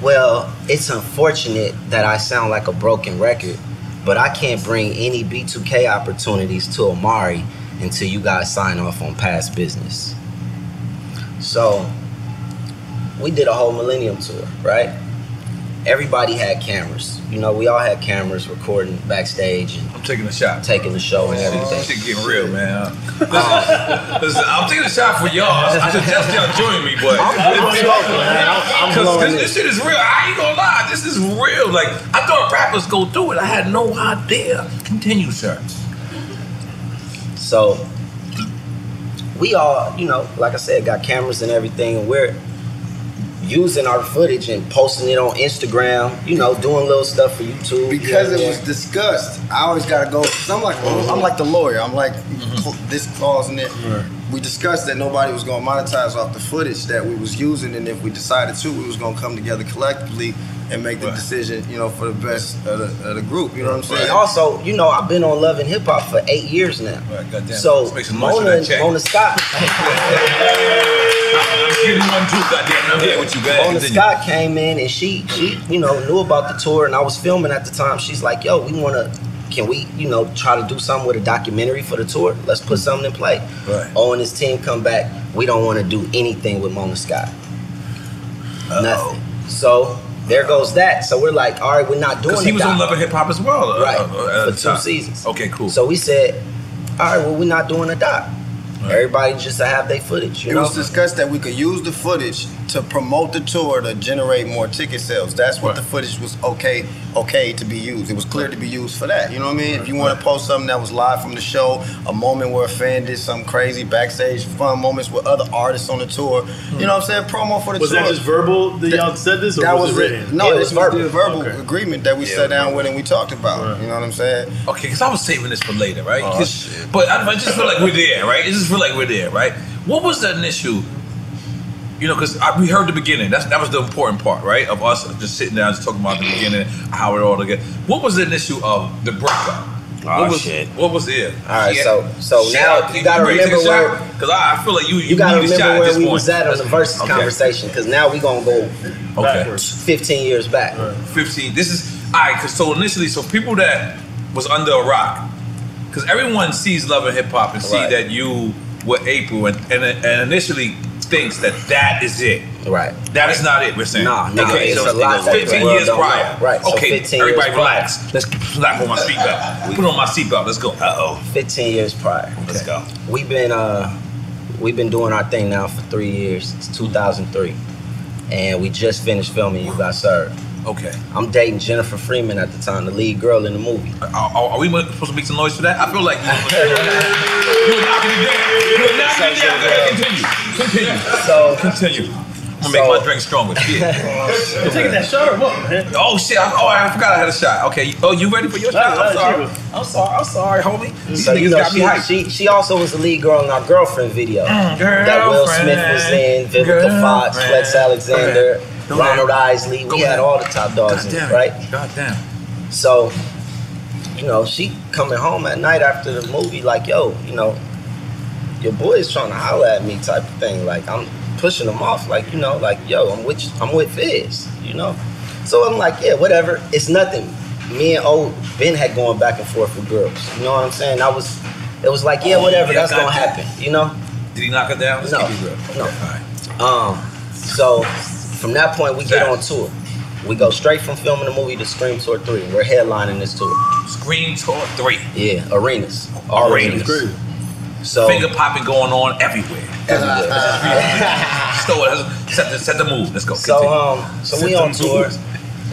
S11: Well, it's unfortunate that I sound like a broken record, but I can't bring any B2K opportunities to Amari until you guys sign off on past business. So we did a whole millennium tour, right? Everybody had cameras. You know, we all had cameras recording backstage. And I'm
S9: taking a shot.
S11: Taking the show and everything.
S9: This shit getting real, man. Listen, listen, I'm taking a shot for y'all. I suggest y'all join me, boy.
S11: I'm- I'm smoking, man. I'm- I'm
S9: Cause
S11: blowing
S9: this, this shit is real. I ain't gonna lie. This is real. Like I thought rappers go through it. I had no idea. Continue, sir.
S11: So we all, you know, like I said, got cameras and everything, and we're using our footage and posting it on Instagram. You know, doing little stuff for YouTube
S3: because it was discussed. I always gotta go. 'cause I'm like, I'm like the lawyer. I'm like, cl- this clause and that. We discussed that nobody was gonna monetize off the footage that we was using, and if we decided to, we was gonna come together collectively and make the decision, you know, for the best of the, of the group. You know what I'm saying?
S11: And also, you know, I've been on Love and Hip Hop for eight years now.
S9: goddamn.
S11: So
S9: Let's make some noise for
S11: Mona,
S9: that check.
S11: Mona Scott,
S9: I'm getting one too, goddamn. I'm here with you guys.
S11: Mona
S9: Continue.
S11: Scott came in and she, she, you know, knew about the tour, and I was filming at the time. She's like, "Yo, we want to, can we, you know, try to do something with a documentary for the tour? Let's put something in play."
S9: Right.
S11: Oh, and his team come back. We don't want to do anything with Mona Scott. Nothing. So there goes that. So we're like, all right, we're not doing.
S9: Because he
S11: the
S9: was on
S11: doc."
S9: Love and Hip Hop as well. uh,
S11: Right.
S9: uh, at
S11: For
S9: the
S11: two
S9: time.
S11: seasons.
S9: Okay, cool.
S11: So we said, all right, well, we're not doing a doc. Everybody just to have their footage. You
S3: it
S11: know?
S3: was discussed that we could use the footage to promote the tour to generate more ticket sales. That's what the footage was okay, okay to be used. It was clear to be used for that. You know what I mean? If you want to post something that was live from the show, a moment where a fan did something crazy, backstage fun moments with other artists on the tour. You know what I'm saying? Promo for the
S15: Was
S3: tour.
S15: that just verbal that y'all said this, or
S3: that
S15: was it
S3: was
S15: written?
S3: No,
S15: It
S3: this
S15: was
S3: was the
S15: verbal.
S3: verbal agreement that we
S9: Yeah, it
S3: sat
S9: was
S3: down
S9: verbal.
S3: with and we talked about. You know what I'm saying?
S9: Okay, because I was saving this for later, right?
S11: Oh,
S9: 'Cause- but I, I just feel like we're there, right? It just feel like we're there, right? What was that issue? You know, because we heard the beginning. That's that was the important part, right? Of us just sitting down, just talking about the beginning, how it all together. What was the issue of the breakup?
S11: Oh,
S9: what was,
S11: shit.
S9: What was it?
S11: All right, so- so now you gotta remember where-
S9: because I, I feel like you you,
S11: you gotta
S9: need a shot
S11: remember
S9: at
S11: where
S9: this
S11: we
S9: point.
S11: was at on the versus
S9: Okay.
S11: conversation, because now we gonna go
S9: Backwards.
S11: 15 years back.
S9: 15. This is all right. Cause so initially, so people that was under a rock, because everyone sees Love and Hip Hop and see
S11: Right.
S9: that you were April, and, and and initially thinks that that is it.
S11: Right.
S9: That is not it. We're saying.
S11: Nah, nah,
S9: okay,
S11: it's a
S9: so
S11: lot that the
S9: 15
S11: world
S9: years
S11: don't know.
S9: prior.
S11: Right, so
S9: Okay,
S11: 15 years
S9: everybody
S11: prior.
S9: relax. Let's slap on my seatbelt. Put on my seatbelt. Let's go. Uh oh.
S11: 15 years prior.
S9: Let's go.
S11: We've been uh, we've been doing our thing now for three years. It's 2003, and we just finished filming. You got served.
S9: Okay.
S11: I'm dating Jennifer Freeman at the time, the lead girl in the movie.
S9: Are, are- are Oh, we supposed to make some noise for that? I feel like you're knocking it down. You're knocking it down. Go ahead, continue. Continue.
S11: So
S9: continue. I'm gonna make my drink stronger. Shit.
S15: You're taking that shot or what, man?
S9: Oh shit! I, oh, I forgot I had a shot. Okay. Oh, you ready for your shot? I'm sorry. I'm sorry. I'm sorry, homie. These
S11: So
S9: niggas
S11: you know,
S9: got me hyped.
S11: she, she, she also was the lead girl in our girlfriend video
S9: Mm,
S11: that Will Smith
S9: girlfriend.
S11: was in, Vivica Fox,
S9: Girlfriend.
S11: Flex Alexander,
S9: Go ahead.
S11: Ronald Isley. We had all the top dogs, in,
S9: damn
S11: it,
S9: it.
S11: right?
S9: God damn.
S11: So, you know, she coming home at night after the movie, like, yo, you know, your boy is trying to holler at me, type of thing. Like, I'm pushing him off, like, you know, like, yo, I'm with, I'm with Fizz, you know. So I'm like, yeah, whatever. It's nothing. Me and old Ben had going back and forth with girls. You know what I'm saying? I was, it was like, yeah,
S9: Oh,
S11: whatever.
S9: yeah,
S11: that's gonna
S9: goddamn.
S11: happen, you know.
S9: Did he knock her down? Let's
S11: No,
S9: keep it real.
S11: no.
S9: Okay, all right.
S11: Um, so from that point, we get on tour. We go straight from filming the movie to Scream Tour 3. We're headlining this tour.
S9: Scream Tour 3.
S11: Yeah, arenas. All
S9: Arenas.
S11: arenas. So-
S9: finger popping going on everywhere. Everywhere. Stow it. Set the, set the move. Let's go.
S11: So
S9: Continue.
S11: um, so
S9: Set
S11: we
S9: the
S11: on
S9: move.
S11: tour.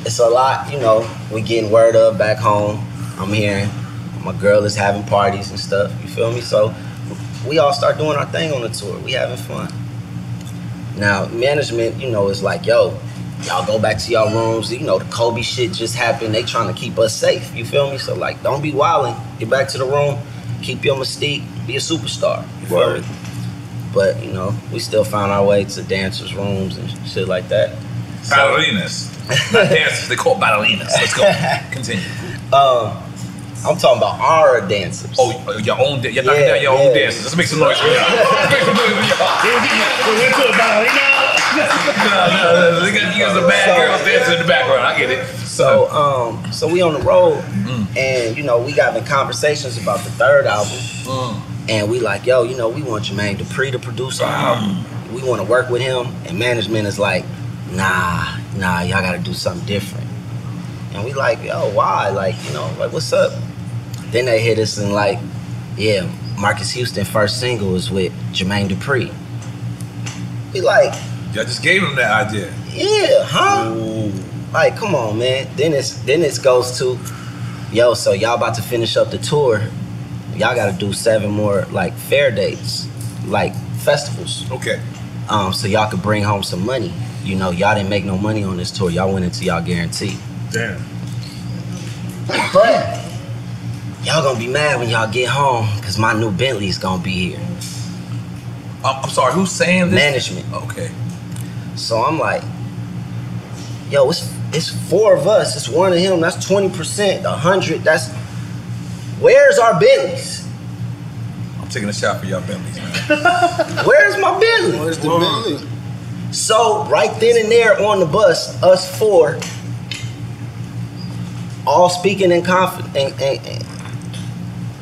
S11: It's a lot, you know. We getting word of back home. I'm hearing my girl is having parties and stuff. You feel me? So we all start doing our thing on the tour. We having fun. Now management, you know, is like, yo, y'all go back to y'all rooms. You know, the Kobe shit just happened. They trying to keep us safe. You feel me? So like, don't be wilding. Get back to the room. Keep your mystique. Be a superstar. You feel me? But you know, we still found our way to dancers' rooms and shit like that.
S9: Ballerinas. Not dancers. They call it ballerinas. Let's go. Continue.
S11: Um, I'm talking about our dancers.
S9: Oh, your own, da- you're knocking down your own dancers. Let's make some noise for y'all. Let's make some noise for y'all. no, no, no. You guys are bad girls dancing in the background. I get it. Mm.
S11: So, um,
S9: Mm.
S11: so we on the road, and you know, we got in conversations about the third album. and we like, yo, you know, we want Jermaine Dupri to produce our
S9: Mm.
S11: album. We want to work with him, and management is like, nah, nah, y'all got to do something different. And we like, yo, why? Like, you know, like what's up? Then they hit us and like, yeah, Marcus Houston first single is with Jermaine Dupri. We like,
S9: Y'all just gave him that idea.
S11: yeah, huh? Like, come on, man. Then it's then it goes to, yo, so y'all about to finish up the tour. Y'all gotta do seven more like fair dates, like festivals.
S9: Okay.
S11: Um, so y'all could bring home some money. You know, y'all didn't make no money on this tour. Y'all went into y'all guarantee.
S15: Damn.
S11: But y'all gonna be mad when y'all get home, cause my new Bentley's gonna be here.
S9: Uh, I'm, I'm sorry, who's saying this?
S11: Management.
S9: Okay.
S11: So I'm like, yo, it's it's four of us. It's one of him. That's twenty percent. A hundred. That's where's our Bentleys?
S9: I'm taking a shot for y'all Bentleys.
S11: Where's my Bentley? Where's the Bentley? So right then and there on the bus, us four, all speaking in confidence. And, and, and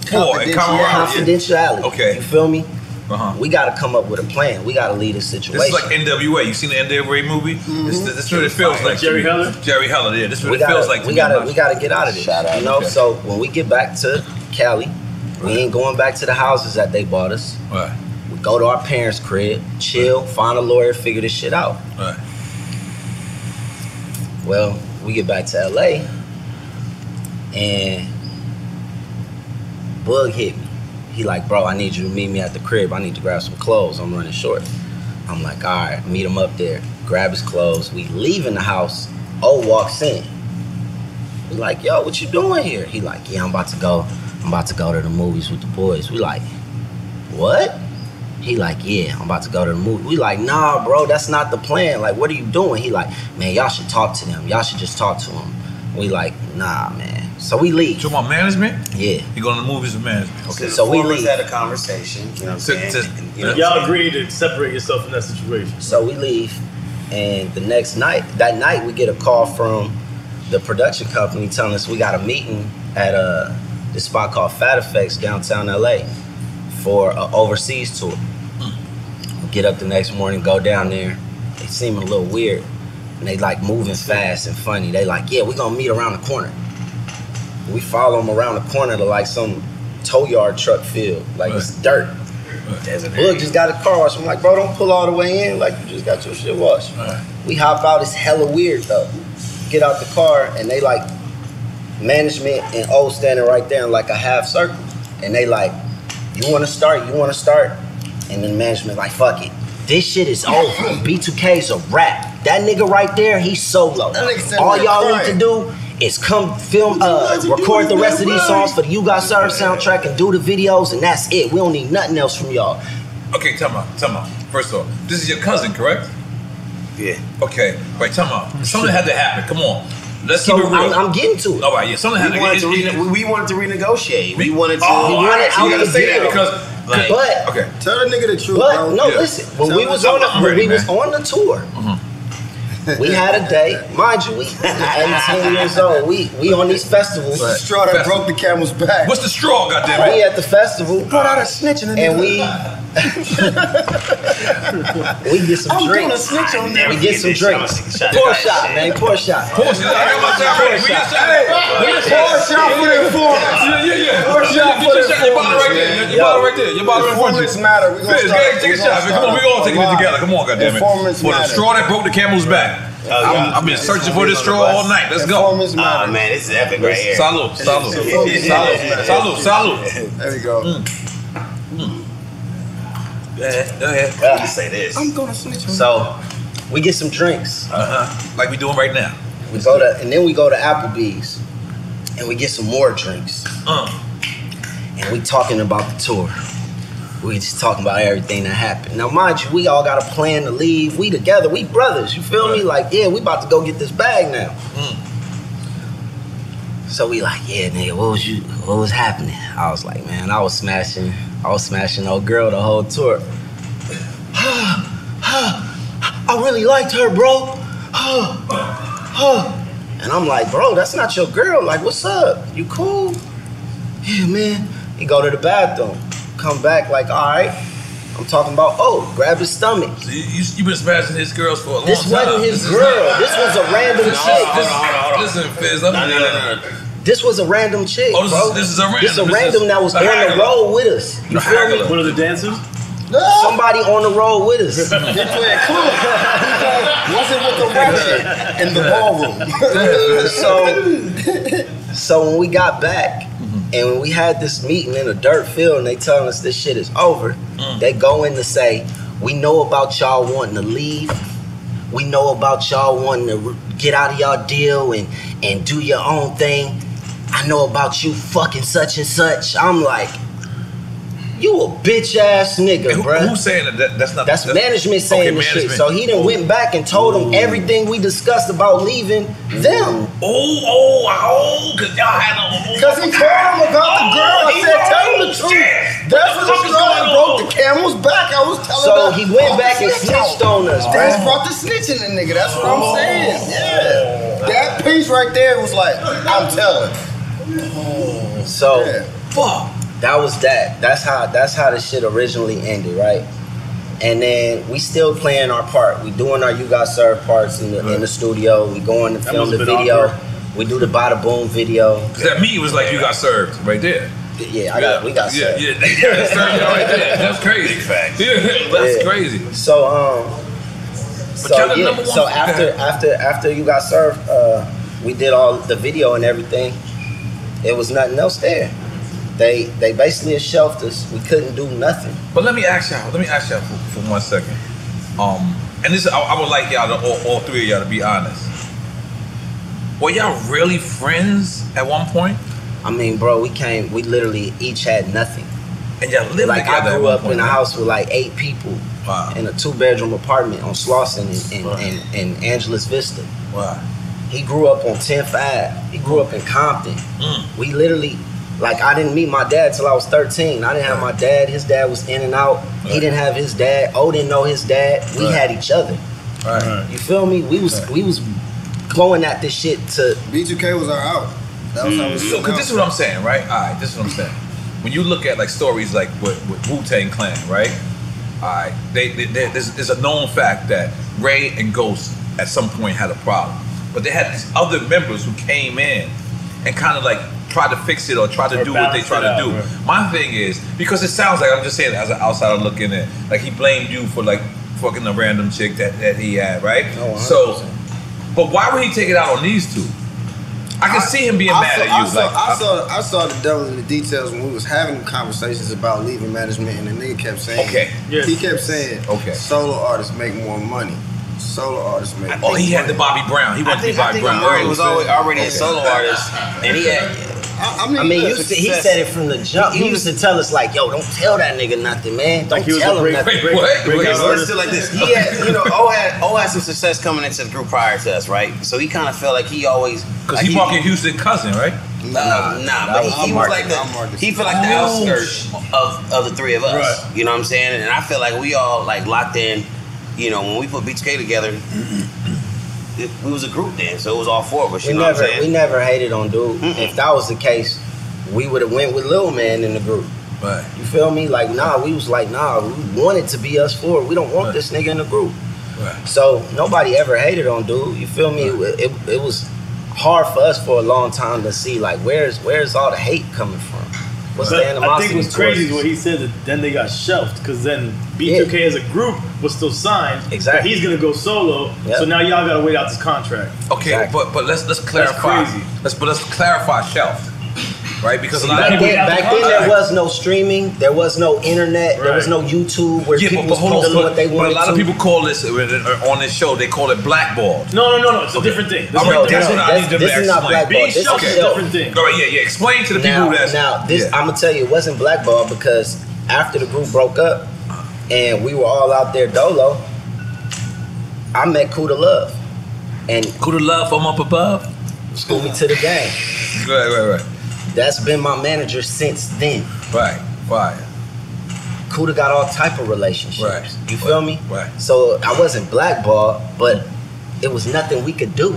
S9: Four, in confidentiality.
S11: confidentiality.
S9: Okay.
S11: You feel me?
S9: Uh-huh.
S11: We got to come up with a plan. We got to lead this situation.
S9: This is like NWA. You seen the NWA movie? This, this is what it feels like.
S11: Mm-hmm.
S9: to
S11: Jerry
S9: me.
S11: Heller?
S9: Jerry Heller. Yeah, this is what
S11: we
S9: it
S11: gotta,
S9: feels like. To
S11: we
S9: me.
S11: gotta, we gotta get out of this.
S9: out,
S11: you know,
S9: okay.
S11: so when we get back to Cali, we ain't going back to the houses that they bought us.
S9: Right.
S11: We go to our parents' crib, chill, find a lawyer, figure this shit out.
S9: Right.
S11: Well, we get back to LA, and Bug hit me. He like, bro, I need you to meet me at the crib. I need to grab some clothes. I'm running short. I'm like, all right, meet him up there. Grab his clothes. We leaving the house. O walks in. We like, yo, what you doing here? He like, yeah, I'm about to go. I'm about to go to the movies with the boys. We like, what? He like, yeah, I'm about to go to the movie. We like, nah, bro, that's not the plan. Like, what are you doing? He like, man, y'all should talk to them. Y'all should just talk to them. We like, nah, man. So we leave.
S9: To my management?
S11: Yeah.
S9: You going to the movies with management?
S11: Okay, so we leave.
S10: had a conversation. You know what I'm
S9: To-
S10: saying?
S9: to-
S10: And, you know what I'm
S15: Y'all
S10: saying?
S15: agreed to separate yourself from that situation.
S11: So we leave, and the next night, that night, we get a call from the production company telling us we got a meeting at uh this spot called Fat Effects downtown LA for an overseas tour.
S9: Hmm.
S11: We get up the next morning, go down there. They seem a little weird, and they like moving fast and funny. They like, yeah, we gonna meet around the corner. We follow them around the corner to like some tow yard truck field, like it's dirt. Look, just got a car wash. I'm like, bro, don't pull all the way in. Like, you just got your shit washed. We hop out. It's hella weird though. Get out the car, and they like management and O standing right there in like a half circle, and they like, you want to start? You want to start? And then management like, fuck it. This shit is over. B2K's a rap. That nigga right there, he's solo.
S10: That nigga said
S11: All
S10: we're
S11: y'all need
S10: crying.
S11: to do is come film, uh, record the rest of these songs for the You Got Served soundtrack and do the videos, and that's it. We don't need nothing else from y'all.
S9: Okay, tell me, tell me. First off, this is your cousin, correct?
S10: Yeah.
S9: Okay, wait, tell me. Something had to happen. Come on. Let's
S10: So,
S9: keep it real.
S10: I'm- I'm
S11: getting to it.
S9: All right, yeah, something had
S10: we,
S9: to
S10: wanted to
S9: it- it-
S10: rene- we wanted to renegotiate. We wanted to.
S9: Oh, all right, so you gotta
S10: the
S9: say that
S10: deal.
S9: because-
S10: Like,
S11: but
S9: okay,
S10: tell the nigga the truth.
S11: But
S13: Oh,
S10: bro.
S11: no,
S10: Yeah.
S11: listen. When
S10: Tell
S11: we
S10: him-
S11: was on the
S10: I'm
S11: when
S10: ready,
S11: we was
S10: man.
S11: on the tour, we had a day. Mind you, we 18 years old. We we on these festivals.
S10: What's the straw that Festival.
S11: broke the camel's back.
S9: What's the straw? Goddamn
S11: We at the festival. Put out a
S10: snitch in the nigga.
S11: and we we get some
S10: I'm gonna
S11: drinks.
S10: snitch on them.
S11: We get some drinks. Pour shot, man. Pour shot.
S9: Pour shot. I got my shot ready. We just- hey, we just- Yeah, yeah, yeah.
S10: Pour shot
S9: Get
S10: for
S9: your
S10: the
S9: shot. Your bottle right
S10: informers,
S9: there.
S10: man.
S9: Your bottle right there. Your bottle right in front of
S10: Informants
S9: you.
S10: matter. We gonna
S9: Fizz,
S10: start-
S9: take- Take
S10: we
S9: a
S10: gonna
S9: shot. man. Come on, we
S10: start
S9: all taking it
S10: alive.
S9: together. Come on, goddamn it.
S10: Informants
S9: For the
S10: matter.
S9: straw that broke the camel's back. I'm- I've been searching for this straw all night. Let's go. Ah,
S10: Oh man, this is epic right here.
S9: Salud, salud, salud, salud, salud.
S10: There we go.
S9: Go ahead, go ahead.
S10: say this.
S9: I'm
S10: gonna switch.
S11: So we get some drinks.
S9: Uh huh. Like we doing right now.
S11: We go to and then we go to Applebee's and we get some more drinks.
S9: Uh.
S11: And we talking about the tour. We just talking about everything that happened. Now mind you, we all got a plan to leave. We together, we brothers, you feel me? Like, yeah, we about to go get this bag now. So we like, yeah, nigga, what was you what was happening? I was like, man, I was smashing, I was smashing old girl the whole tour. I really liked her, bro. and I'm like, bro, that's not your girl. Like, what's up? You cool? Yeah, man. He go to the bathroom, come back like, all right, I'm talking about, oh, grab his stomach.
S9: So you, you, you been smashing his girls for a long
S11: This
S9: time.
S11: wasn't his
S9: is
S11: girl.
S9: not-
S11: This was a random
S9: This is-
S11: chick.
S9: this- Listen, Fizz, let me
S11: No, no, no, This was a random chick.
S9: Oh, this
S11: bro.
S9: is- this is a random-
S11: This a
S9: this is
S11: random that was
S9: a
S11: on the
S9: regular.
S11: road with us. You
S9: A
S11: feel me?
S9: regular. One
S11: of the dancers? Somebody on the road with us.
S9: They playing
S11: Was it with the ratchet in the ballroom? so, so when we got back and when we had this meeting in a dirt field and they telling us this shit is over, they go in to say, we know about y'all wanting to leave. We know about y'all wanting to re- get out of y'all deal and, and do your own thing. I know about you fucking such and such. I'm like, you a bitch ass nigga, bro.
S9: Who's saying that? that? That's not.
S11: That's management saying
S9: okay,
S11: the shit.
S9: management.
S11: So he done went back and told them everything we discussed about leaving them.
S9: Oh, oh, oh, cause y'all had no.
S11: Cause he told him about the girl.
S10: I said, tell him the truth. That's what the girl that broke the camel's back. I was telling her.
S11: So he went
S10: Brought
S11: back
S10: the
S11: and
S10: snitch
S11: snitched
S10: out.
S11: on us,
S10: That's
S11: bruh.
S10: brought the snitch in the nigga. That's what I'm saying. Yeah. That piece right there was like, I'm telling.
S9: Oh,
S11: So fuck. That was that. That's how that's how the shit originally ended, right? And then we still playing our part. We doing our you got served parts in the, in the studio. We going to
S9: That
S11: film
S9: must've
S11: the
S9: been
S11: video.
S9: awkward.
S11: We do the bada boom video.
S9: Cause that meat was like you got served right there.
S11: Yeah, I got. We got.
S9: Yeah,
S11: served.
S9: yeah, yeah, they served y'all right there. That's crazy. Yeah, that's
S11: Yeah.
S9: crazy.
S11: So um,
S9: y'all
S11: so
S9: the
S11: yeah,
S9: number one-
S11: so after after after you got served, uh, we did all the video and everything. It was nothing else there. They they basically shelved us. We couldn't do nothing.
S9: But let me ask y'all. Let me ask y'all for, for one second. Um, and this I, I would like y'all to all, all three of y'all to be honest. Were y'all really friends at one point?
S11: I mean, bro, we came. We literally each had nothing.
S9: And y'all lived
S11: like
S9: together
S11: I
S9: at
S11: grew
S9: one
S11: up
S9: point,
S11: in a
S9: right?
S11: house with like eight people in a two bedroom apartment on Slauson in, in, in, in Angeles Vista.
S9: Wow.
S11: He grew up on 10th Ave. He grew up in Compton. We literally, like, I didn't meet my dad till I was 13. I didn't have my dad. His dad was in and out. He didn't have his dad. O didn't know his dad. We
S9: Right.
S11: had each other.
S9: Right.
S11: You feel me? We was we was going at this shit to
S10: B2K was our out.
S15: Mm-hmm.
S10: That was Mm-hmm. how we
S9: Mm. So, 'cause this is what I'm saying, right? All right, this is what I'm saying. When you look at like stories like with, with Wu Tang Clan, right? All right, they, they, they, there's, there's a known fact that Ray and Ghost at some point had a problem, but they had these other members who came in and kind of like tried to fix it or tried to
S15: Or
S9: do what they
S15: balanced
S9: tried
S15: it out,
S9: to do.
S15: right.
S9: My thing is because it sounds like I'm just saying as an outsider looking in, like he blamed you for like fucking a random chick that, that he had, right?
S10: Oh,
S9: so, but why would he take it out on these two? I can see him being
S10: I
S9: mad
S10: saw,
S9: at you.
S10: I saw,
S9: like,
S10: I, saw, I saw the devil in the details when we was having conversations about leaving management, and the nigga kept saying,
S9: Okay. Yes.
S10: he kept saying, okay, solo artists make more money. Solo artists make.
S9: Oh, he had the Bobby Brown. He wanted to be Bobby Brown.
S10: He
S9: Okay.
S11: and he had.
S10: I,
S11: I
S10: mean,
S11: mean,
S10: he
S11: you
S10: was
S11: said, he
S10: successful.
S11: said it from the jump. He,
S10: He
S11: used to tell us like, "Yo, don't tell that nigga nothing, man. Don't tell him nothing."
S10: Let's do it like this. He had, you know, O had, O had some success coming into the group prior to us, right?
S13: So he kind of felt like he always
S9: Because uh, he walking Houston cousin, right?
S13: Nah, nah, but he, he was like the he felt like the
S9: Oh,
S13: outskirts of, of the three of us. You know what I'm saying? And I feel like we all like locked in. You know, when we put BTK together, it, we was a group then, so it was all four of us. You
S11: We
S13: know
S11: never,
S13: what I'm saying?
S11: we never hated on dude. If that was the case, we would have went with Lil Man in the group.
S9: Right.
S11: You feel me? Like, nah, we was like, nah, we wanted to be us four. We don't want this nigga in the group.
S9: Right.
S11: So nobody ever hated on dude. You feel me? It, it, it was hard for us for a long time to see like where's where's all the hate coming from? What's
S15: But
S11: the animosity?
S15: I think what's
S11: towards
S15: crazy is
S11: us?
S15: what he said that then they got shelved because then B2K as a group was still signed. Exactly. He's gonna go solo.
S9: Yeah.
S15: So now y'all gotta wait out this contract.
S9: Okay, but but let's let's clarify. Let's but let's clarify shelf, right? Because
S11: See,
S9: a lot
S11: back,
S9: of people
S11: then, back then there was no streaming, there was no internet, there was no YouTube where
S9: Yeah,
S11: people was
S9: but, but hold on.
S11: posting what
S9: But,
S11: they
S9: but
S11: wanted.
S9: a lot of
S11: to.
S9: people call this uh, uh, on this show. They call it blackballed.
S15: No, no, no, no. It's a different thing. This
S9: All
S15: is
S9: right,
S15: what
S9: that's
S15: I'm
S9: what I
S15: doing.
S9: need to
S11: This
S9: explain.
S11: is not blackball. This is
S9: okay.
S11: shelf.
S9: All right, yeah, yeah. Explain to the people
S11: now,
S9: that's
S11: now this.
S9: Yeah.
S11: I'm gonna tell you, it wasn't blackball because after the group broke up and we were all out there dolo, I met Kuda Love and
S9: Kuda Love from up above
S11: schooled me to the game.
S9: Right, right, right.
S11: That's been my manager since then.
S9: Right, right.
S11: Kuda got all type of relationships.
S9: Right.
S11: You feel me?
S9: Right.
S11: So I wasn't blackballed, but it was nothing we could do.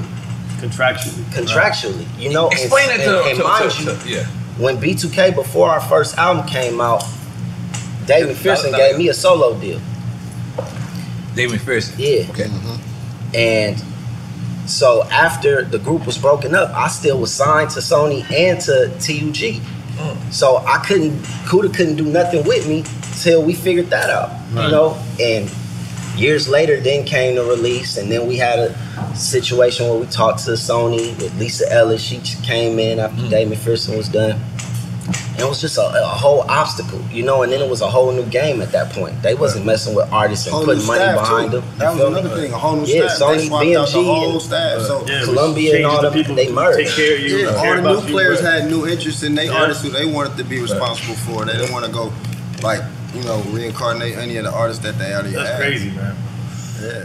S15: Contractually.
S11: Contractually. You know, and-
S9: Explain that
S11: and-
S9: to,
S11: and
S9: to,
S11: mind
S9: to,
S11: you,
S9: to- yeah.
S11: when B2K before our first album came out, Dave McPherson
S13: no.
S11: gave me a solo deal.
S9: Dave McPherson.
S11: Yeah. Okay. And so after the group was broken up, I still was signed to Sony and to TUG. So I couldn't, Kuda couldn't do nothing with me till we figured that out,
S5: Right.
S11: you know. And years later, then came the release, and then we had a situation where we talked to Sony with Lisa Ellis. She just came in after
S9: Hmm.
S11: Dave McPherson was done. And it was just a, a whole obstacle, you know. And then it was a whole new game at that point. They wasn't messing with artists and
S10: Whole
S11: putting
S10: new
S11: money
S10: staff,
S11: behind
S10: too.
S11: them. you
S10: That was
S11: feel me?
S10: another thing, a whole new
S11: yeah,
S10: staff. They
S11: Sony,
S10: swapped out
S11: BMG,
S10: the whole
S11: and,
S10: staff, so-
S11: uh, Columbia, and all them. they merged.
S10: Yeah, all the new players had new interests in they artists who they wanted to be responsible for. They didn't want to go, like, you know, reincarnate any of the artists that they already
S15: That's
S10: had.
S15: crazy, man.
S10: Yeah.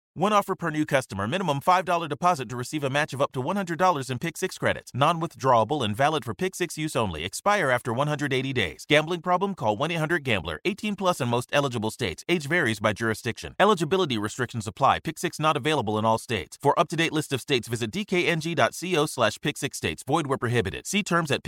S1: One offer per new customer. Minimum $5 deposit to receive a match of up to $100 in Pick 6 credits. Non withdrawable and valid for Pick 6 use only. Expire after 180 days. Gambling problem? Call 1 800 Gambler. 18 plus in most eligible states. Age varies by jurisdiction. Eligibility restrictions apply. Pick 6 not available in all states. For up to date list of states, visit dkng.co slash pick 6 states. Void where prohibited. See terms at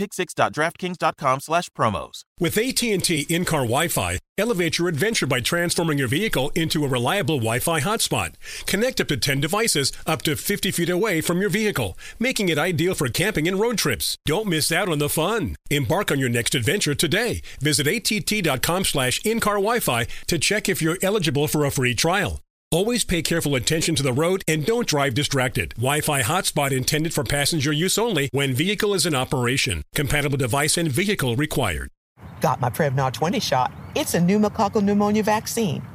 S1: pick6.draftkings.com slash promos.
S16: With AT&T in-car Wi-Fi, elevate your adventure by transforming your vehicle into a reliable Wi-Fi hotspot. Connect up to 10 devices up to 50 feet away from your vehicle, making it ideal for camping and road trips. Don't miss out on the fun. Embark on your next adventure today. Visit att.com slash in-car Wi-Fi to check if you're eligible for a free trial. Always pay careful attention to the road and don't drive distracted. Wi Fi hotspot intended for passenger use only when vehicle is in operation. Compatible device and vehicle required.
S17: Got my Prevnar 20 shot. It's a pneumococcal pneumonia vaccine.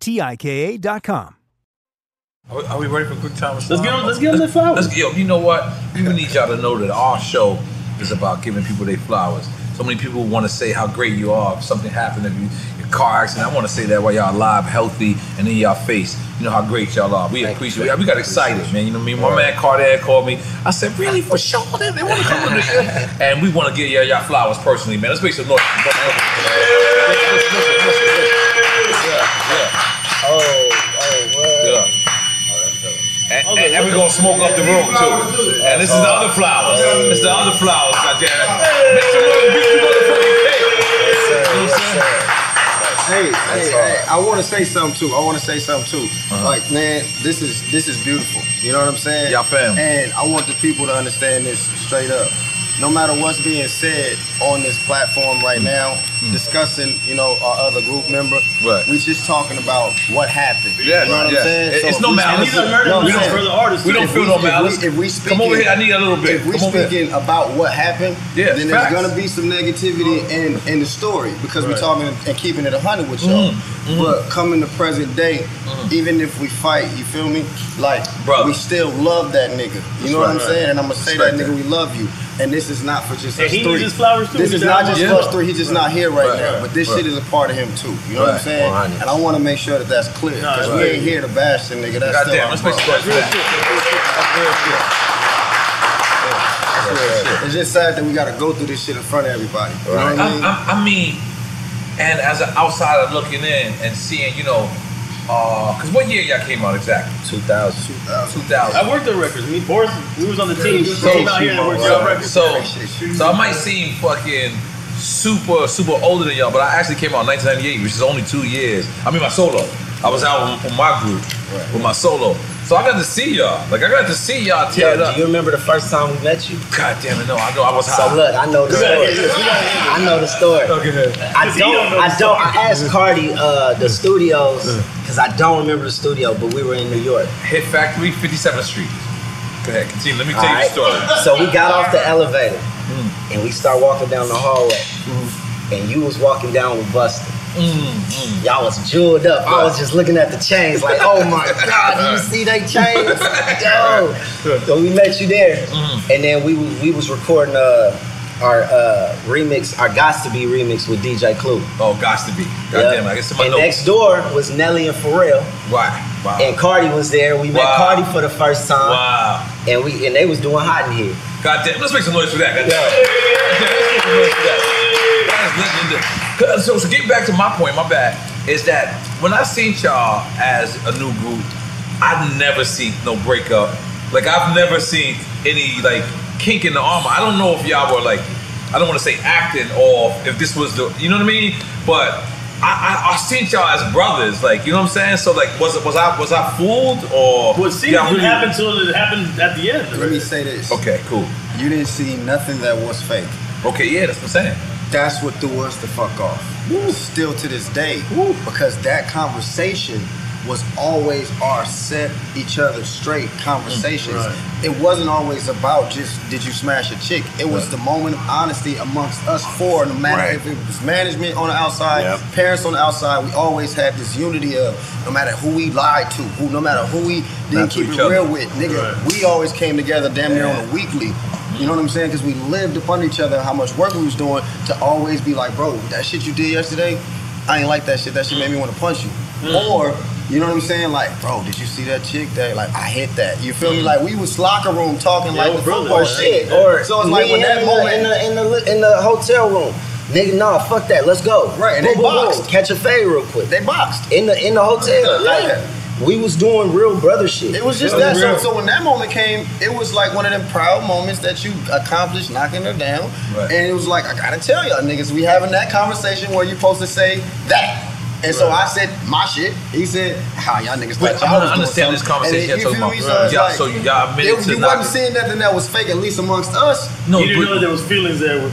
S18: T I K A dot com.
S9: Are we, are we ready for quick time?
S18: Let's get on- let's get on the flowers.
S9: Let's, yo, you know what? We need y'all to know that our show is about giving people their flowers. So many people want to say how great you are. If something happened, if you your car accident, I want to say that while y'all alive, healthy, and in y'all face. You know how great y'all are. We appreciate. We, we got excited, man. You know what I mean? My man Carter called me. I said, "Really, for sure? They, they want to come to the and we want to give y'all, y'all flowers personally, man. Let's make some noise.
S10: Oh, oh, what?
S9: Yeah. And, and, and we're gonna smoke up the room too. And this is the other flowers. It's the other flowers, goddamn it. Make some noise, beat you motherfucking
S10: Hey, hey, hey, I want to say something too. I want to say something too.
S9: Uh-huh.
S10: Like, man, this is this is beautiful. You know what I'm saying?
S9: Y'all fam.
S10: And I want the people to understand this straight up. No matter what's being said on this platform right
S9: Mm.
S10: now, discussing, you know, our other group member,
S9: Right.
S10: we just talking about what happened.
S9: Yes,
S10: you know what
S9: yes.
S10: I'm saying?
S9: It- it's no
S10: if we-
S9: malice. And these are murder
S10: No, I'm
S9: we don't-
S10: saying,
S9: for the artists, we don't
S10: if
S9: feel
S10: if
S9: no
S10: we-
S9: malice.
S10: If we speaking,
S9: Come over here, I need a little bit.
S10: If we
S9: Come over here.
S10: speaking about what happened,
S9: Yeah,
S10: then
S9: facts.
S10: there's gonna be some negativity in in the story because
S9: Right.
S10: we're talking and keeping it a hundred with y'all.
S9: Mm, mm.
S10: But coming to present day, even if we fight, you feel me? Like we still love that nigga. You
S9: That's
S10: know
S9: right.
S10: what I'm saying? And I'm gonna say
S9: Respect
S10: that nigga, we
S9: that.
S10: love you. And this is not for just
S9: And
S10: us
S9: he needs
S10: three.
S9: his flowers too.
S10: This
S9: He
S10: is
S9: said,
S10: not
S9: "I
S10: just
S9: want
S10: us
S9: you."
S10: three. He's just not here right,
S9: Right,
S10: now.
S9: right,
S10: but this
S9: right.
S10: shit is a part of him too. You know what I'm
S9: Right.
S10: saying?
S9: 100.
S10: And I want to make sure that that's clear because we
S9: Right.
S10: ain't here to bash the nigga. That's still
S9: Goddamn,
S10: our
S9: let's make some
S10: bro.
S9: noise for that.
S10: It's just sad that we gotta go through this shit in front of everybody. You know what I mean?
S9: I, I, I mean, and as an outsider looking in and seeing, you know, because what year y'all came out exactly?
S10: 2000.
S9: 2000.
S15: I worked the records. Me, Boris, we was on the team.
S9: So,
S15: came out here and worked
S9: so,
S15: the records.
S9: so, so I might seem fucking super, super older than y'all, but I actually came out in 1998, which is only two years. I mean, my solo. I was out with, with my group, with my solo. So I got to see y'all. Like, I got to see y'all tear it
S11: Yo,
S9: up.
S11: do you remember the first time we met you?
S9: God damn it, no, I know I was high.
S11: So look, I know the
S9: We gotta hear
S11: story.
S9: this, we gotta hear this.
S11: I know the story. I
S9: Because he
S11: don't.
S9: don't know
S11: I
S9: the Mm.
S11: don't. I asked Cardi uh, the studios because I don't remember the studio, but we were in New York.
S9: Hit Factory, 57th Street. Go ahead, continue. Let me tell you the story.
S11: Alright, So we got off the elevator and we start walking down the hallway.
S9: Mm-hmm.
S11: And you was walking down with Buster.
S9: Mm.
S11: Mm. Y'all was jeweled up. I was just looking at the chains like, oh my God, do you see they chains? Yo. So we met you there.
S9: Mm.
S11: And then we was- we was recording uh, our uh, remix, our Gots to Be remix with DJ Clue.
S9: Oh, Gots to Be. God damn it, I guess somebody
S11: And
S9: knows.
S11: next door was Nelly and Pharrell.
S9: Right. Wow.
S11: And Cardi was there. We met
S9: Wow.
S11: Cardi for the first time.
S9: Wow.
S11: And we and they was doing hot in here.
S9: God damn, let's make some noise for that. God damn. That is legendary. 'Cause- So, so getting back to my point, my bad, is that when I seen y'all as a new group, I've never seen no breakup. Like I've never seen any like kink in the armor. I don't know if y'all were like, I don't want to say acting or if this was the, you know what I mean? But I, I, I seen y'all as brothers, like you know what I'm saying. So like, was it was I was I fooled or
S15: What seemed
S9: y'all
S15: to
S9: really-
S15: happen till it happened at the end.
S10: Let me say this.
S9: Okay, cool.
S10: You didn't see nothing that was fake.
S9: Okay, yeah, that's what I'm saying.
S10: That's what threw us the fuck off. Still to this day, because that conversation was always our set each other straight conversations.
S9: Mm, right.
S10: It wasn't always about just did you smash a chick. It was the moment of honesty amongst us four, no matter
S9: Right.
S10: if it was management on the outside, parents on the outside. We always had this unity of no matter who we lied to, who no matter who we
S9: Not
S10: didn't
S9: to
S10: keep
S9: each
S10: it
S9: other.
S10: real with, nigga.
S9: Right.
S10: We always came together damn near on a weekly. You know what I'm saying? Because we lived upon each other, how much work we was doing to always be like, bro, that shit you did yesterday, I ain't like that shit. That shit made me want to punch you.
S9: Mm.
S10: Or, you know what I'm saying? Like, bro, did you see that chick that like I hit that? You feel me?
S9: Mm.
S10: Like we was locker room talking like the football shit.
S11: Or
S10: so it's like
S11: me
S10: when
S11: and
S10: that
S11: him
S10: moment
S11: in the, in the in the in the hotel room. Nigga, nah, fuck that. Let's go. Right,
S10: and they boxed.
S11: Catch a fade real quick.
S10: They boxed
S11: in the in the hotel.
S10: Yeah.
S11: Like we was doing real brother shit.
S10: It was just that. So, so when that moment came, it was like one of them proud moments that you accomplished knocking her down.
S9: Right.
S10: And it was like, I gotta tell y'all niggas, we having that conversation where you supposed to say that. And so I said my shit. He said, how y'all niggas
S9: Wait,
S10: thought
S9: I'm
S10: y'all
S9: gonna
S10: was
S9: understand
S10: doing
S9: this
S10: something."
S9: conversation
S10: And
S9: you're
S10: you feel
S9: talking
S10: me?
S9: about.
S10: it's
S9: Y'all-
S10: like,
S9: so y'all admitted
S10: it-
S9: to
S10: You
S9: knocking-
S10: wasn't seeing nothing that was fake, at least amongst us.
S9: No, You didn't but- know there uh,
S15: was feelings there.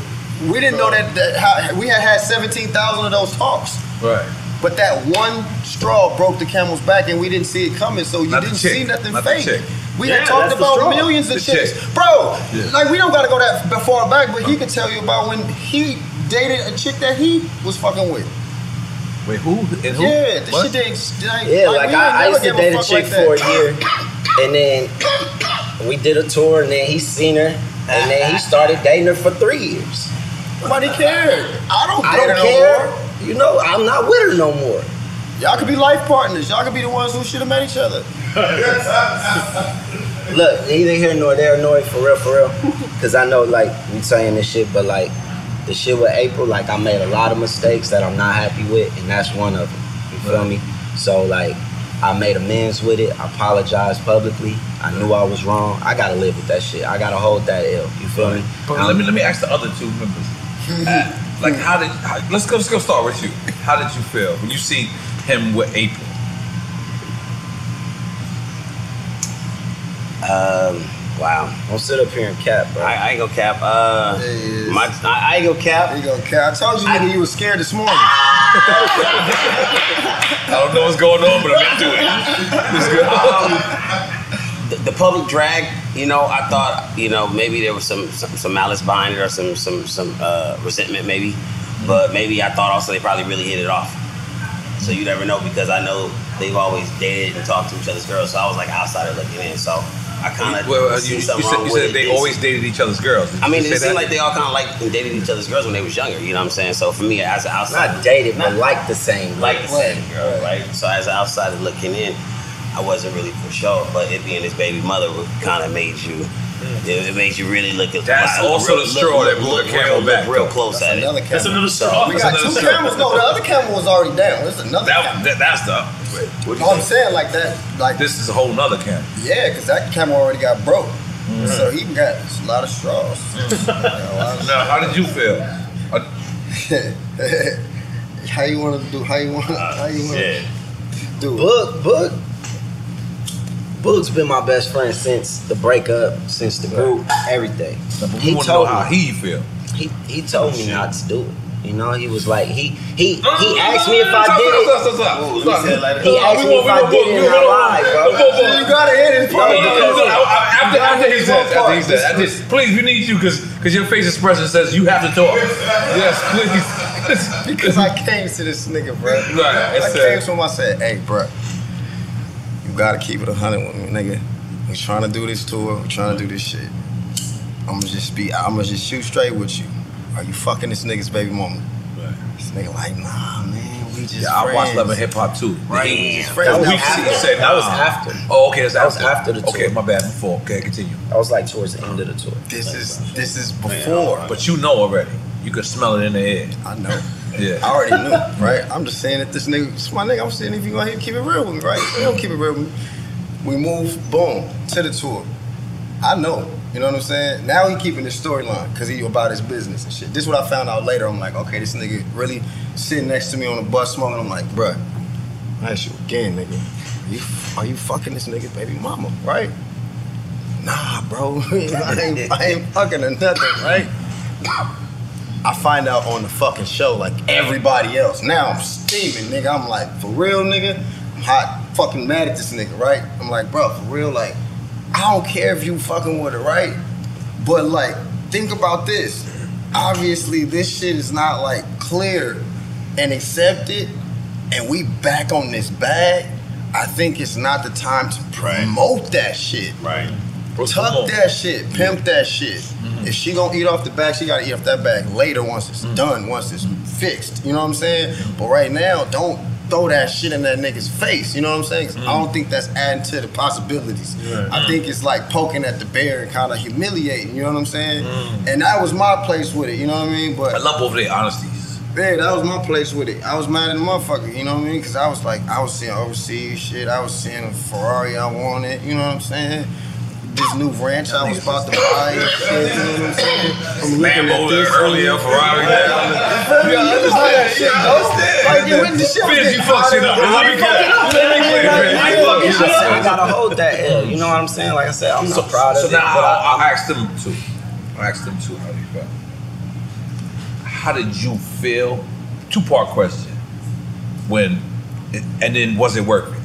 S10: We didn't know that, that how, we had had 17,000 of those talks.
S9: Right.
S10: But that one straw broke the camel's back, and we didn't see it coming. So you didn't see nothing
S9: Not the
S10: fake.
S9: chick.
S10: We
S9: Yeah,
S10: had talked
S9: that's the
S10: about
S9: straw.
S10: millions of
S9: The
S10: chicks,
S9: chick.
S10: bro.
S9: Yeah.
S10: Like we don't gotta go that b- far back, but he could tell you about when he dated a chick that he was fucking with.
S9: Wait, who? And who?
S10: Yeah, this
S9: What?
S10: shit didn't. Like,
S11: Yeah,
S10: like,
S11: like,
S10: we ain't
S11: I, I
S10: never
S11: used to
S10: give
S11: date a
S10: fuck
S11: chick
S10: like that.
S11: for a year, and then we did a tour, and then he seen her, and
S10: Ah,
S11: then he started dating her for three years.
S10: Nobody cared. I don't
S11: I
S10: care.
S11: don't
S10: no
S11: care.
S10: more.
S11: You know, I'm not with her no more.
S10: Y'all could be life partners. Y'all could be the ones who should have met each other.
S11: Look, neither here nor there, nor for real, for real. Because I know, like, we saying this shit, but like, the shit with April, like, I made a lot of mistakes that I'm not happy with, and that's one of them. You feel me? So like, I made amends with it. I apologized publicly. I knew I was wrong. I gotta live with that shit. I gotta hold that ill. You feel me?
S9: But let me let me ask the other two members. Uh, like, how did? How, let's go. Let's go start with you. How did you feel when you seen him with April?
S13: Um, wow.
S11: Don't sit up here and cap, bro.
S13: I, I ain't gonna cap. Uh, my, I, I ain't gonna cap. You
S10: gonna cap? I told you, nigga, you was scared this morning.
S9: I don't know what's going on, but I'm into it. It's good.
S13: the, the public drag, you know, I thought, you know, maybe there was some some, some malice behind it or some some some uh, resentment, maybe. But maybe I thought also they probably really hit it off. So you never know because I know they've always dated and talked to each other's girls. So I was like outsider looking in. So I kind of
S9: Well, uh, you,
S13: see
S9: you
S13: something
S9: said,
S13: wrong with
S9: you said
S13: it.
S9: they
S13: Didn't-
S9: always dated each other's girls. Did
S13: I
S9: you
S13: mean,
S9: say
S13: it
S9: that?
S13: seemed like they all kind of liked and dated each other's girls when they was younger. You know what I'm saying? So for me, as an outsider,
S11: Not dated, but liked the same.
S13: like the
S11: Right.
S13: same girl, right? So as an outsider looking in, I wasn't really for sure. But it being his baby mother kind of made you. It, it made you really look at.
S9: That's
S13: look
S9: also
S13: real-
S9: the straw
S13: look-
S9: that blew
S13: look
S9: the camel
S13: real- look
S9: back,
S13: Real
S9: though.
S13: close
S9: That's
S13: at it.
S9: another camel. That's another straw.
S10: We got
S9: That's
S10: two
S9: another
S10: cameras. No, the other camera was already down. There's another
S9: That, that, that's the.
S10: No, I'm saying like that, like
S9: this is a whole nother camp.
S10: Yeah, because that camera already got broke.
S9: Mm-hmm.
S10: So he got a lot of straws.
S9: Now, how did you feel?
S10: how you want to do? How you want? to
S9: Uh,
S10: how you want? to do?
S11: Book, book. Book's been my best friend since the breakup, since the group, everything.
S9: we wanna know how he feel.
S11: He he told me not to do it. You know, he was like he he
S9: No, no,
S11: he
S9: no,
S11: asked
S9: no,
S11: me
S9: no,
S11: if
S9: no,
S11: I
S9: Uh, stop,
S11: did it.
S9: stop, stop, stop,
S11: He
S9: stop. No,
S11: asked
S9: we
S11: me
S9: want-
S11: if
S9: we
S11: I did
S9: want book,
S11: it,
S9: we
S11: and I
S9: want-
S11: lied, bro.
S9: we want book. You gotta hit his part. No, no, no, no, I- I- after- after he says- after he says- after he- Please, we need you because your face expression says you have to talk. yes, please.
S10: because I came to this nigga, bro.
S9: Right,
S10: I
S9: it's, uh,
S10: came to him. I said, "Hey, bro, you gotta keep it a hundred with me, nigga. We trying to do this tour. We trying to do this shit. I'ma just be. I'ma just shoot straight with you. Are you fucking this nigga's baby mama? This nigga like, nah, man. We just.
S9: Yeah, I watched
S10: friends."
S9: Love and Hip Hop too.
S10: Right.
S9: Yeah.
S10: That
S9: That
S10: was
S9: was
S10: after.
S9: said,
S10: That was
S9: nah.
S10: after.
S9: Oh, okay, that's
S10: That was
S9: after.
S10: after the
S9: Okay,
S10: tour.
S9: my bad. My fault. Okay, continue.
S11: I was like towards the end of the tour.
S10: This is this is before.
S9: but you know already. You can smell it in the air.
S10: I know.
S9: Yeah.
S10: I already knew, right? I'm just saying that this nigga, this my nigga, I'm saying if you want him, keep it real with me, right? He don't keep it real with me. We move, boom, to the tour. I know, you know what I'm saying? Now he keeping his storyline because he about his business and shit. This is what I found out later. I'm like, okay, this nigga really sitting next to me on the bus smoking. I'm like, bruh, I ask you again, nigga. Are you, are you fucking this nigga baby mama, right? Nah, bro. I, ain't, I ain't fucking or nothing, right? I find out on the fucking show like everybody else. Now I'm steaming, nigga. I'm like, for real, nigga? I'm hot fucking mad at this nigga, right? I'm like, bro, for real, like, I don't care if you fucking with it, right? But like, think about this. Obviously, this shit is not like clear and accepted, and we back on this bag. I think it's not the time to promote that shit.
S9: Right.
S10: Tuck that shit, pimp that shit. If she gonna eat off the bag, she gotta eat off that bag later once it's done, once it's fixed. You know what I'm saying? But right now, don't throw that shit in that nigga's face. You know what I'm saying? 'Cause I don't think that's adding to the possibilities. I think it's like poking at the bear and kind of humiliating. You know what I'm saying? And that was my place with it. You know what I mean? But
S9: I love over there, honesty.
S10: yeah, that was my place with it. I was mad at the motherfucker, you know what I mean? Because I was like, I was seeing overseas shit. I was seeing a Ferrari I wanted, you know what I'm saying? This new ranch I was about to buy and shit, you know what I'm saying? I'm looking
S9: Lambo
S10: at this.
S9: there earlier, Ferrari there.
S10: Yeah, I understand. Yeah, I understand. Like, you went to shit.
S9: Fizz, you fuck shit up. Let me clear. Let me clear.
S11: I
S9: man.
S11: fucking shit up. I gotta hold that L. You know what I'm saying? Like I said, I'm
S9: So,
S11: not proud of
S9: so
S11: it.
S9: now
S11: but I-
S9: I, I, asked them too. I asked them too how they felt. How did you feel? Two part question. When, and then was it working?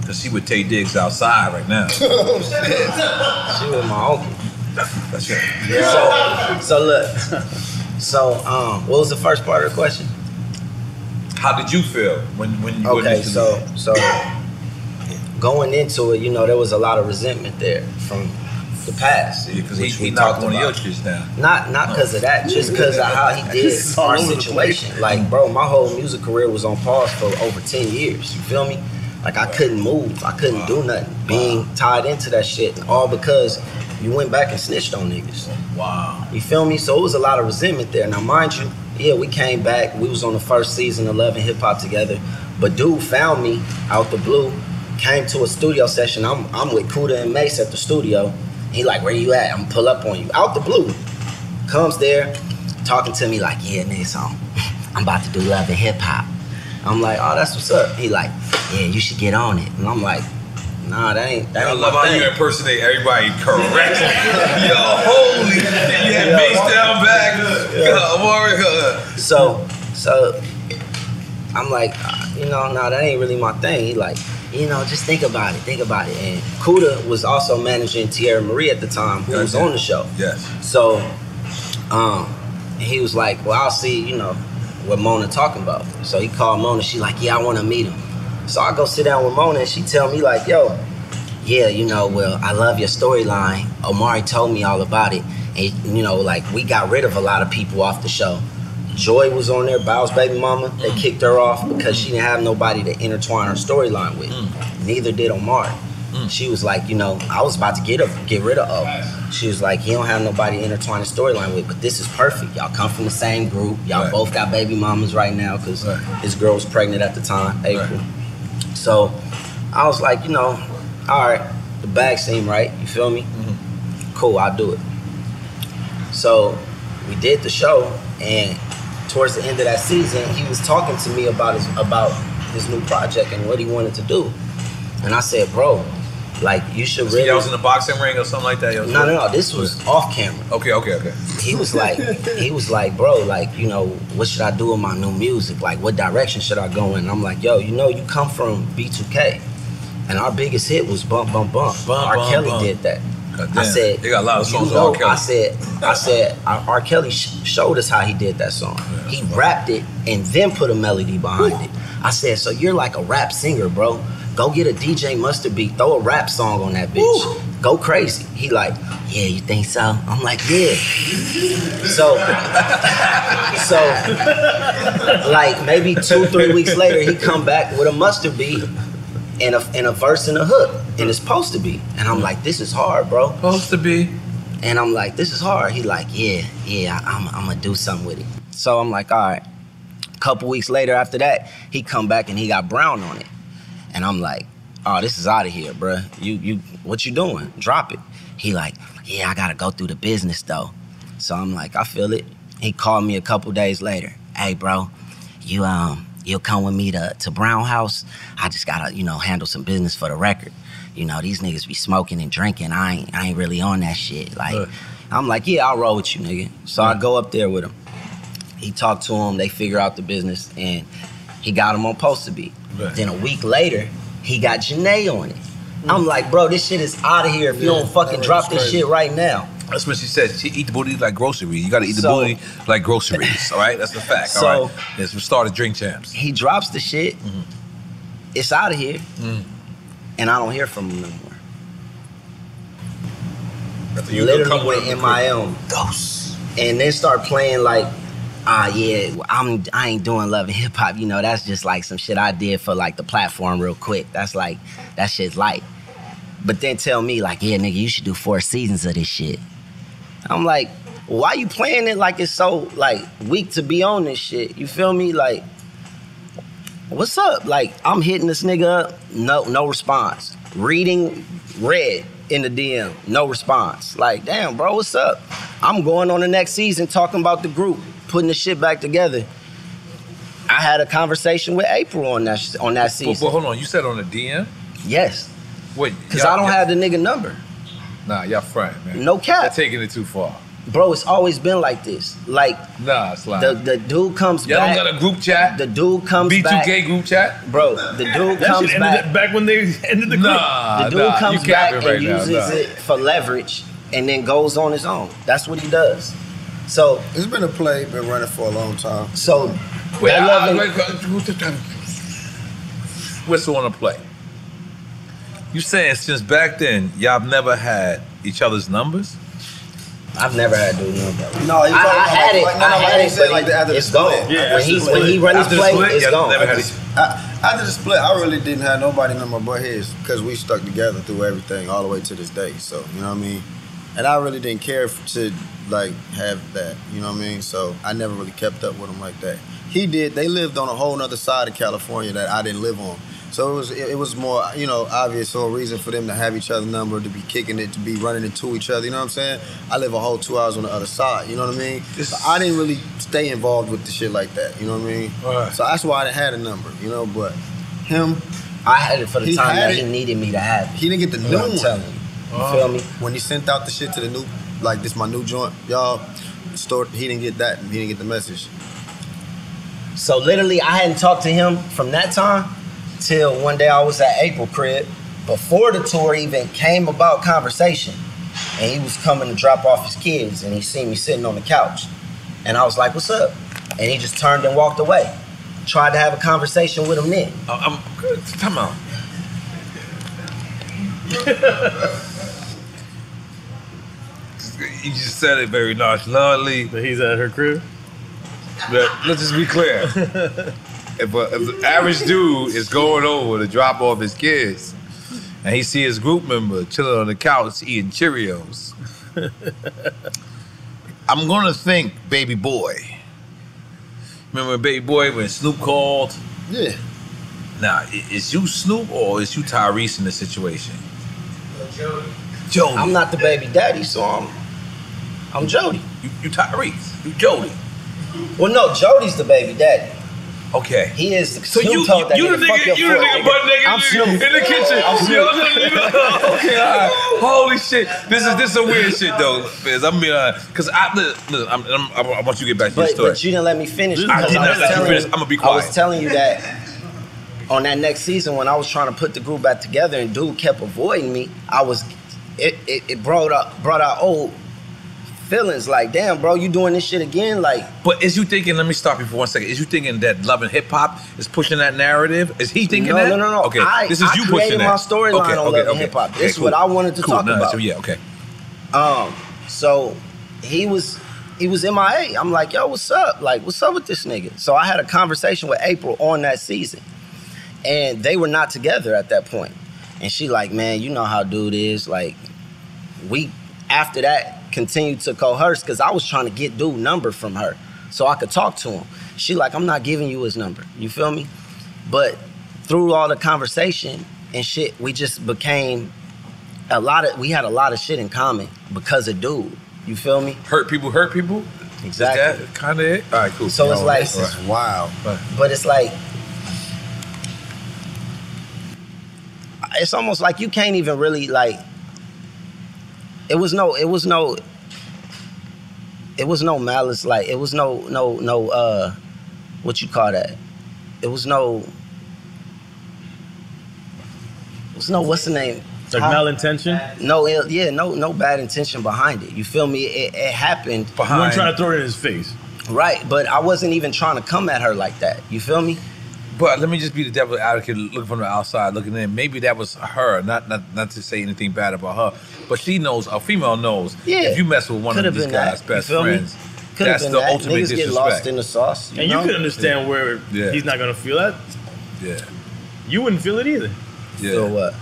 S9: Because she would take digs outside right now.
S11: Oh, shit. She was my uncle.
S9: That's it.
S11: So, so look. So, um, what was the first part of the question?
S9: How did you feel when when you
S11: Okay,
S9: witnessed
S11: so so going into it, you know, there was a lot of resentment there from the past.
S9: Because
S11: which
S9: he,
S11: we
S9: he knocked
S11: talked
S9: one of your
S11: about.
S9: chicks down.
S11: Not not because of that, just because of how he did
S9: It's all
S11: our
S9: over the
S11: situation. Like, bro, my whole music career was on pause for over ten years. You feel me? Like I couldn't move, I couldn't do nothing, being tied into that shit, and all because you went back and snitched on niggas.
S9: Wow.
S11: You feel me? So it was a lot of resentment there. Now, mind you, yeah, we came back. We was on the first season of Love and Hip Hop together. But dude found me out the blue, came to a studio session. I'm I'm with Kuda and Mace at the studio. He like, where you at? I'm pull up on you. Out the blue. Comes there, talking to me like, yeah, nigga, so I'm about to do Love and Hip Hop. I'm like, oh, that's what's up. He like, yeah, you should get on it. And I'm like, Nah, that ain't. That
S9: I
S11: ain't
S9: love
S11: my
S9: how you
S11: thing.
S9: impersonate everybody correctly. Yo, holy shit, you had bass down back. God, Warwick,
S11: So, so I'm like, uh, you know, no, that ain't really my thing. He like, you know, just think about it, think about it. And Kuda was also managing Tierra Marie at the time, who was on the show.
S9: Yes.
S11: So, um, he was like, well, I'll see, you know, what Mona talking about. So he called Mona. She like, yeah, I want to meet him. So I go sit down with Mona, and she tell me like, yo, yeah, you know, well, I love your storyline. Omari told me all about it. And, you know, like, we got rid of a lot of people off the show. Joy was on there, Bow's baby mama. They kicked her off because she didn't have nobody to intertwine her storyline with. Neither did Omari. She was like, you know, I was about to get her, get rid of her. She was like, you don't have nobody to intertwine the storyline with, but this is perfect. Y'all come from the same group. Y'all all
S9: Right.
S11: both got baby mamas right now because his girl was pregnant at the time, April. So I was like, you know, all right, the bag seemed right. You feel me?
S9: Mm-hmm.
S11: Cool, I'll do it. So we did the show, and towards the end of that season, he was talking to me about his about his new project and what he wanted to do. And I said, bro, like you should
S9: So
S11: really.
S9: y'all was in the boxing ring or something like that? Y'all was-
S11: No, no, no. This was off camera.
S9: Okay, okay, okay.
S11: He was like, he was like, bro, like you know, what should I do with my new music? Like, what direction should I go in? And I'm like, yo, you know, you come from B2K, and our biggest hit was Bump Bump Bump.
S9: Bump,
S11: R.
S9: Bump,
S11: Kelly
S9: Bump.
S11: did that.
S9: God
S11: I
S9: damn.
S11: said,
S9: They got a lot of
S11: you
S9: songs with
S11: know,
S9: R. Kelly.
S11: I said, I said, R. R. Kelly sh- showed us how he did that song. he rapped it and then put a melody behind it. I said, so you're like a rap singer, bro. Go get a DJ Mustard beat, throw a rap song on that bitch. Go crazy. He like, yeah, you think so? I'm like, yeah. so, so, like maybe two, three weeks later, he come back with a mustard beat and a, and a verse and a hook, and it's supposed to be. And I'm like, this is hard, bro. Supposed to be. And I'm like, this is hard. He like, yeah, yeah, I- I'm, I'm gonna do something with it. So I'm like, all right. A couple weeks later after that, he come back and he got brown on it, and I'm like, oh, this is out of here, bruh. You you what you doing? Drop it. He like, yeah, I gotta go through the business though. So I'm like, I feel it. He called me a couple days later. Hey, bro, you um you'll come with me to to Brown House. I just gotta you know handle some business for the record. You know these niggas be smoking and drinking. I ain't I ain't really on that shit. Like I'm like yeah I'll roll with you nigga. So I go up there with him. He talked to him. They figure out the business and he got him on poster beat.
S9: Right.
S11: Then a week later he got Janae on it. I'm like bro this shit is out of here if you don't fucking drop this shit right now.
S9: That's what she said. She eat the booty like groceries. You gotta eat the
S11: So-
S9: booty like groceries. All right, that's a fact. all
S11: So-
S9: right, let's start a drink champs.
S11: He drops the shit. It's out of here. And I don't hear from him no more.
S9: you
S11: Literally went MIL. Ghosts. And then start playing like, ah yeah, well, I'm I ain't doing love and hip hop. You know, that's just like some shit I did for like the platform real quick. That's like that shit's light. But then tell me like, yeah, nigga, you should do four seasons of this shit. I'm like, why you playing it like it's so like weak to be on this shit? You feel me? Like, what's up? Like, I'm hitting this nigga up, no, no response. Reading red in the DM, no response. Like, damn, bro, what's up? I'm going on the next season talking about the group, putting the shit back together. I had a conversation with April on that sh- on that
S9: But,
S11: season.
S9: but hold on, you said on the DM.
S11: Yes.
S9: Wait,
S11: Cause I don't have the nigga number.
S9: Nah, y'all frying, man.
S11: No cap.
S9: You're taking it too far.
S11: Bro, it's always been like this. Like
S9: Nah, it's like
S11: the, the dude comes
S9: Y'all
S11: back.
S9: don't got a group chat.
S11: The dude comes
S9: B2K
S11: back.
S9: group chat,
S11: bro. The dude
S9: That
S11: comes
S9: shit ended
S11: back.
S9: up
S11: back when they ended
S9: the group. Nah,
S11: the dude
S9: nah,
S11: comes
S9: you
S11: back
S9: capping
S11: and
S9: right now,
S11: uses
S9: nah.
S11: it for leverage, and then goes on his own. That's what he does. So
S10: it's been a play, been running for a long time.
S11: So
S9: Wait,
S10: that
S9: I-
S10: love
S9: I-
S10: and-
S9: wait, wait, whistle on a play. You saying since back then y'all have never had each other's numbers?
S11: I've never had dude number.
S10: No,
S11: I, I had it.
S10: like,
S11: I had it, but
S10: like
S11: he-
S10: the, after
S11: it's
S10: the split.
S11: gone. when he when he run his play, it's gone.
S10: I- After the split, I really didn't have nobody number but his because we stuck together through everything all the way to this day. So you know what I mean. And I really didn't care f- to like have that. You know what I mean. So I never really kept up with him like that. He did. They lived on a whole nother side of California that I didn't live on. So it was it, it was more you know obvious or a reason for them to have each other's number to be kicking it to be running into each other. You know what I'm saying? I live a whole two hours on the other side. You know what I mean? So I didn't really stay involved with the shit like that. You know what I mean? So that's why I didn't had a number. You know, but him,
S11: I had it for the
S10: He
S11: time
S10: had
S11: that
S10: it.
S11: he needed me to have. it.
S10: He didn't get the
S11: What
S10: new
S11: I'm
S10: one.
S11: telling you. You
S9: Oh.
S11: feel me?
S10: When he sent out the shit to the new, like this my new joint, y'all. Store, he didn't get that. He didn't get the message.
S11: So literally, I hadn't talked to him from that time till one day I was at April Crib before the tour even came about conversation. And he was coming to drop off his kids, and he seen me sitting on the couch, and I was like, "What's up?" And he just turned and walked away. Tried to have a conversation with him then.
S9: I'm good. Come on. You just said it very nonchalantly. That he's at her crib. But let's just be clear. if, a, if the average dude is going over to drop off his kids, and he see his group member chilling on the couch eating Cheerios, I'm gonna think Baby Boy. Remember Baby Boy when Snoop called?
S10: Yeah.
S9: Now, i- is you Snoop or is you Tyrese in this situation? Jody.
S11: I'm not the baby daddy, so I'm I'm Jody.
S9: You, you Tyrese. You Jody.
S11: Well, no, Jody's the baby daddy.
S9: Okay.
S11: He is the
S9: So
S11: Snoop
S9: you-
S11: told that
S9: you the
S11: fuck
S9: nigga-
S11: your
S9: you the
S11: foot,
S9: nigga butt nigga
S11: I'm Snoop.
S9: in the kitchen.
S11: I'm
S9: You
S11: Snoop.
S9: know what I'm saying? okay, all right. Holy shit. This is this is some weird shit though, Fizz. I'm being uh, cause I look, look I'm, I'm, I want- I want you to get back to your
S11: But,
S9: story.
S11: but you didn't let me finish.
S9: I
S11: because
S9: did not
S11: was
S9: let you
S11: telling
S9: finish. I'ma be
S11: I was
S9: quiet.
S11: telling you that on that next season when I was trying to put the group back together and dude kept avoiding me, I was it it, it brought up brought out old feelings like, damn, bro, you doing this shit again? Like
S9: but is you thinking? Let me stop you for one second. Is you thinking that loving hip hop is pushing that narrative? Is he thinking
S11: no,
S9: that?
S11: No, no, no.
S9: Okay,
S11: I,
S9: this is
S11: I
S9: you
S11: created
S9: pushing
S11: my
S9: that.
S11: storyline
S9: okay,
S11: on
S9: okay,
S11: Love
S9: okay.
S11: and Hip Hop.
S9: Okay,
S11: This is
S9: cool.
S11: what I wanted to
S9: Cool,
S11: talk
S9: no,
S11: about.
S9: So yeah, okay.
S11: Um, so he was he was MIA. I'm like, yo, what's up? Like, what's up with this nigga? So I had a conversation with April on that season, and they were not together at that point. And she like, man, you know how dude is. Like, we after that continued to coerce because I was trying to get dude number from her so I could talk to him. She like, I'm not giving you his number. You feel me? But through all the conversation and shit, we just became a lot of we had a lot of shit in common because of dude. You feel me?
S9: Hurt people, hurt people.
S11: Exactly.
S9: Kind of it. All right, cool.
S11: So it's
S9: No,
S11: like
S9: this is
S10: wild,
S11: but it's like it's almost like you can't even really like. It was no. It was no. It was no malice. Like it was no no no. uh What you call that? It was no. It was no. What's the name?
S15: Like
S11: How-
S15: malintention?
S11: No, ill yeah, no, no bad intention behind it. You feel me? It, it happened.
S15: You weren't trying to throw it in
S9: his face.
S11: Right, but I wasn't even trying to come at her like that. You feel me?
S9: But let me just be the devil advocate, looking from the outside, looking in. Maybe that was her. Not not not to say anything bad about her, but she knows. A female knows.
S11: Yeah.
S9: If you mess with one
S11: Could've
S9: of these
S11: been
S9: guys'
S11: that. You
S9: best
S11: feel me?
S9: friends,
S11: Could've
S9: that's
S11: been
S9: the
S11: that.
S9: ultimate
S11: Niggas
S9: disrespect.
S11: get lost in the sauce, you
S15: and you
S11: know?
S15: can understand
S11: Yeah.
S15: where
S11: Yeah.
S15: he's not gonna feel that.
S9: Yeah.
S15: You wouldn't feel it either.
S9: Yeah.
S11: So what?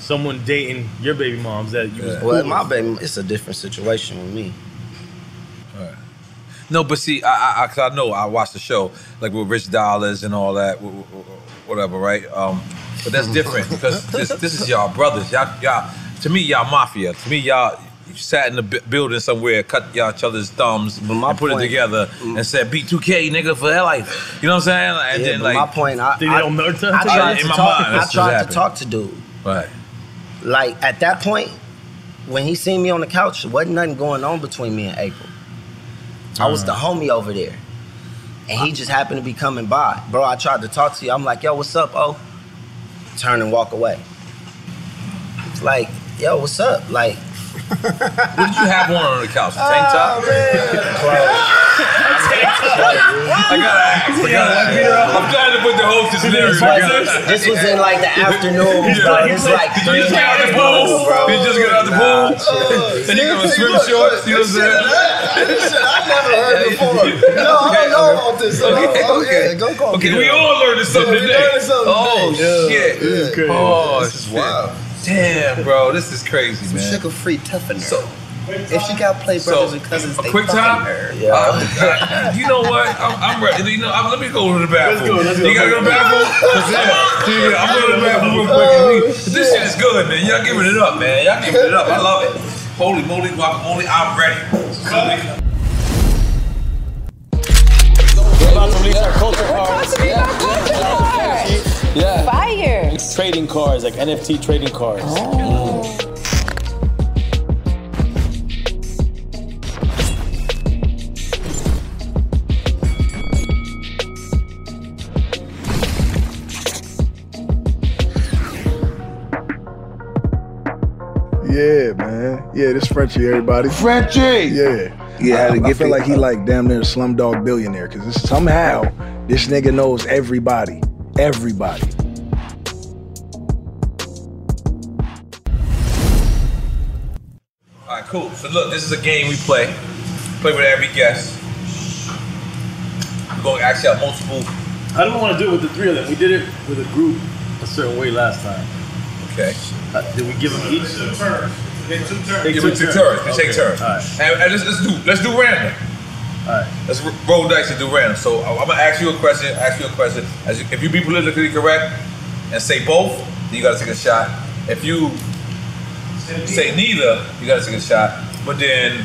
S15: Someone dating your baby moms that you was cool
S11: Well,
S15: with.
S11: my baby, it's a different situation with me.
S9: No, but see, I, I, I, 'cause I know I watched the show like with Rich Dollars and all that, wh- wh- wh- whatever, right? Um, but that's
S11: Mm-hmm.
S9: different because this, this is y'all brothers. Y'all, y'all, to me, y'all mafia. To me, y'all sat in the bu- building somewhere, cut y'all each other's thumbs, and put
S11: point- Mm.
S9: it together, and said "B2K, nigga, for their life." You know what I'm saying? And
S11: Yeah,
S9: then
S11: but
S9: like
S11: my point, I, I, I
S9: Uh,
S11: tried, to
S9: in my
S11: talk,
S9: mind,
S11: I
S9: that's what's
S11: tried to
S9: happening.
S11: talk to dude.
S9: Right.
S11: Like at that point, when he seen me on the couch, there wasn't nothing going on between me and April. I was the
S9: Uh-huh.
S11: homie over there, and he just happened to be coming by, bro. I tried to talk to you. I'm like, yo, what's up, oh? Turn and walk away. It's like, yo, what's up? Like,
S9: what did you have on on the couch? A tank top?
S11: Oh,
S9: I gotta ask. I gotta ask. I'm trying to put the whole scenario together.
S11: this was in like the afternoon, bro. It's like
S9: Did you just get out the pool? Did you just get out the pool? and you come in swim shorts? You know what I'm saying?
S10: This shit I never heard before. No, I don't know about this.
S9: Okay,
S10: Oh,
S9: okay.
S10: yeah, go call
S9: Okay,
S10: me.
S9: we all learning something
S10: Yeah, we
S9: today.
S10: learning something
S9: oh
S10: today.
S9: shit!
S10: Yeah, yeah.
S9: Oh
S10: This is
S9: shit.
S10: wild.
S9: Damn, bro, this is crazy, man.
S10: Sugar free toughener. if she got play brothers and cousins, they
S9: Quick
S10: fucking
S9: time.
S10: her.
S9: Uh, you know what? I'm, I'm ready. You know, I'm, let me go to the bathroom.
S10: Let's go, let's go.
S9: You gotta go to the bathroom. Yeah, yeah, I'm going to the bathroom real quick. and leave. this shit is good, man. Y'all giving it up, man. Y'all giving it up. I love it. Holy moly, guacamole! I'm ready.
S19: Yeah.
S20: Fire.
S19: It's trading cards, like NFT trading cards.
S11: Oh.
S13: Yeah, man. Yeah, this Frenchie, everybody. Frenchie. Yeah.
S21: Yeah, I had to
S13: I
S21: get
S13: feel
S21: that
S13: like he
S21: up.
S13: like damn near slumdog billionaire because somehow this nigga knows everybody, everybody.
S9: All right, cool. So look, this is a game we play. Play with every guest. We're going to actually have multiple.
S7: I don't want to do it with the three of them. We did it with a group a certain way last time.
S9: Okay.
S7: Uh, did we give them each?
S9: Take two
S7: turns.
S9: Take two turns. We take
S7: Okay,
S9: turns.
S7: all right.
S9: And, and let's, let's do let's do random.
S7: All right.
S9: Let's r- roll dice and do random. So I- I'm gonna ask you a question. Ask you a question. As you, if you be politically correct and say both, then you gotta take a shot. If you say neither, you gotta take a shot. But then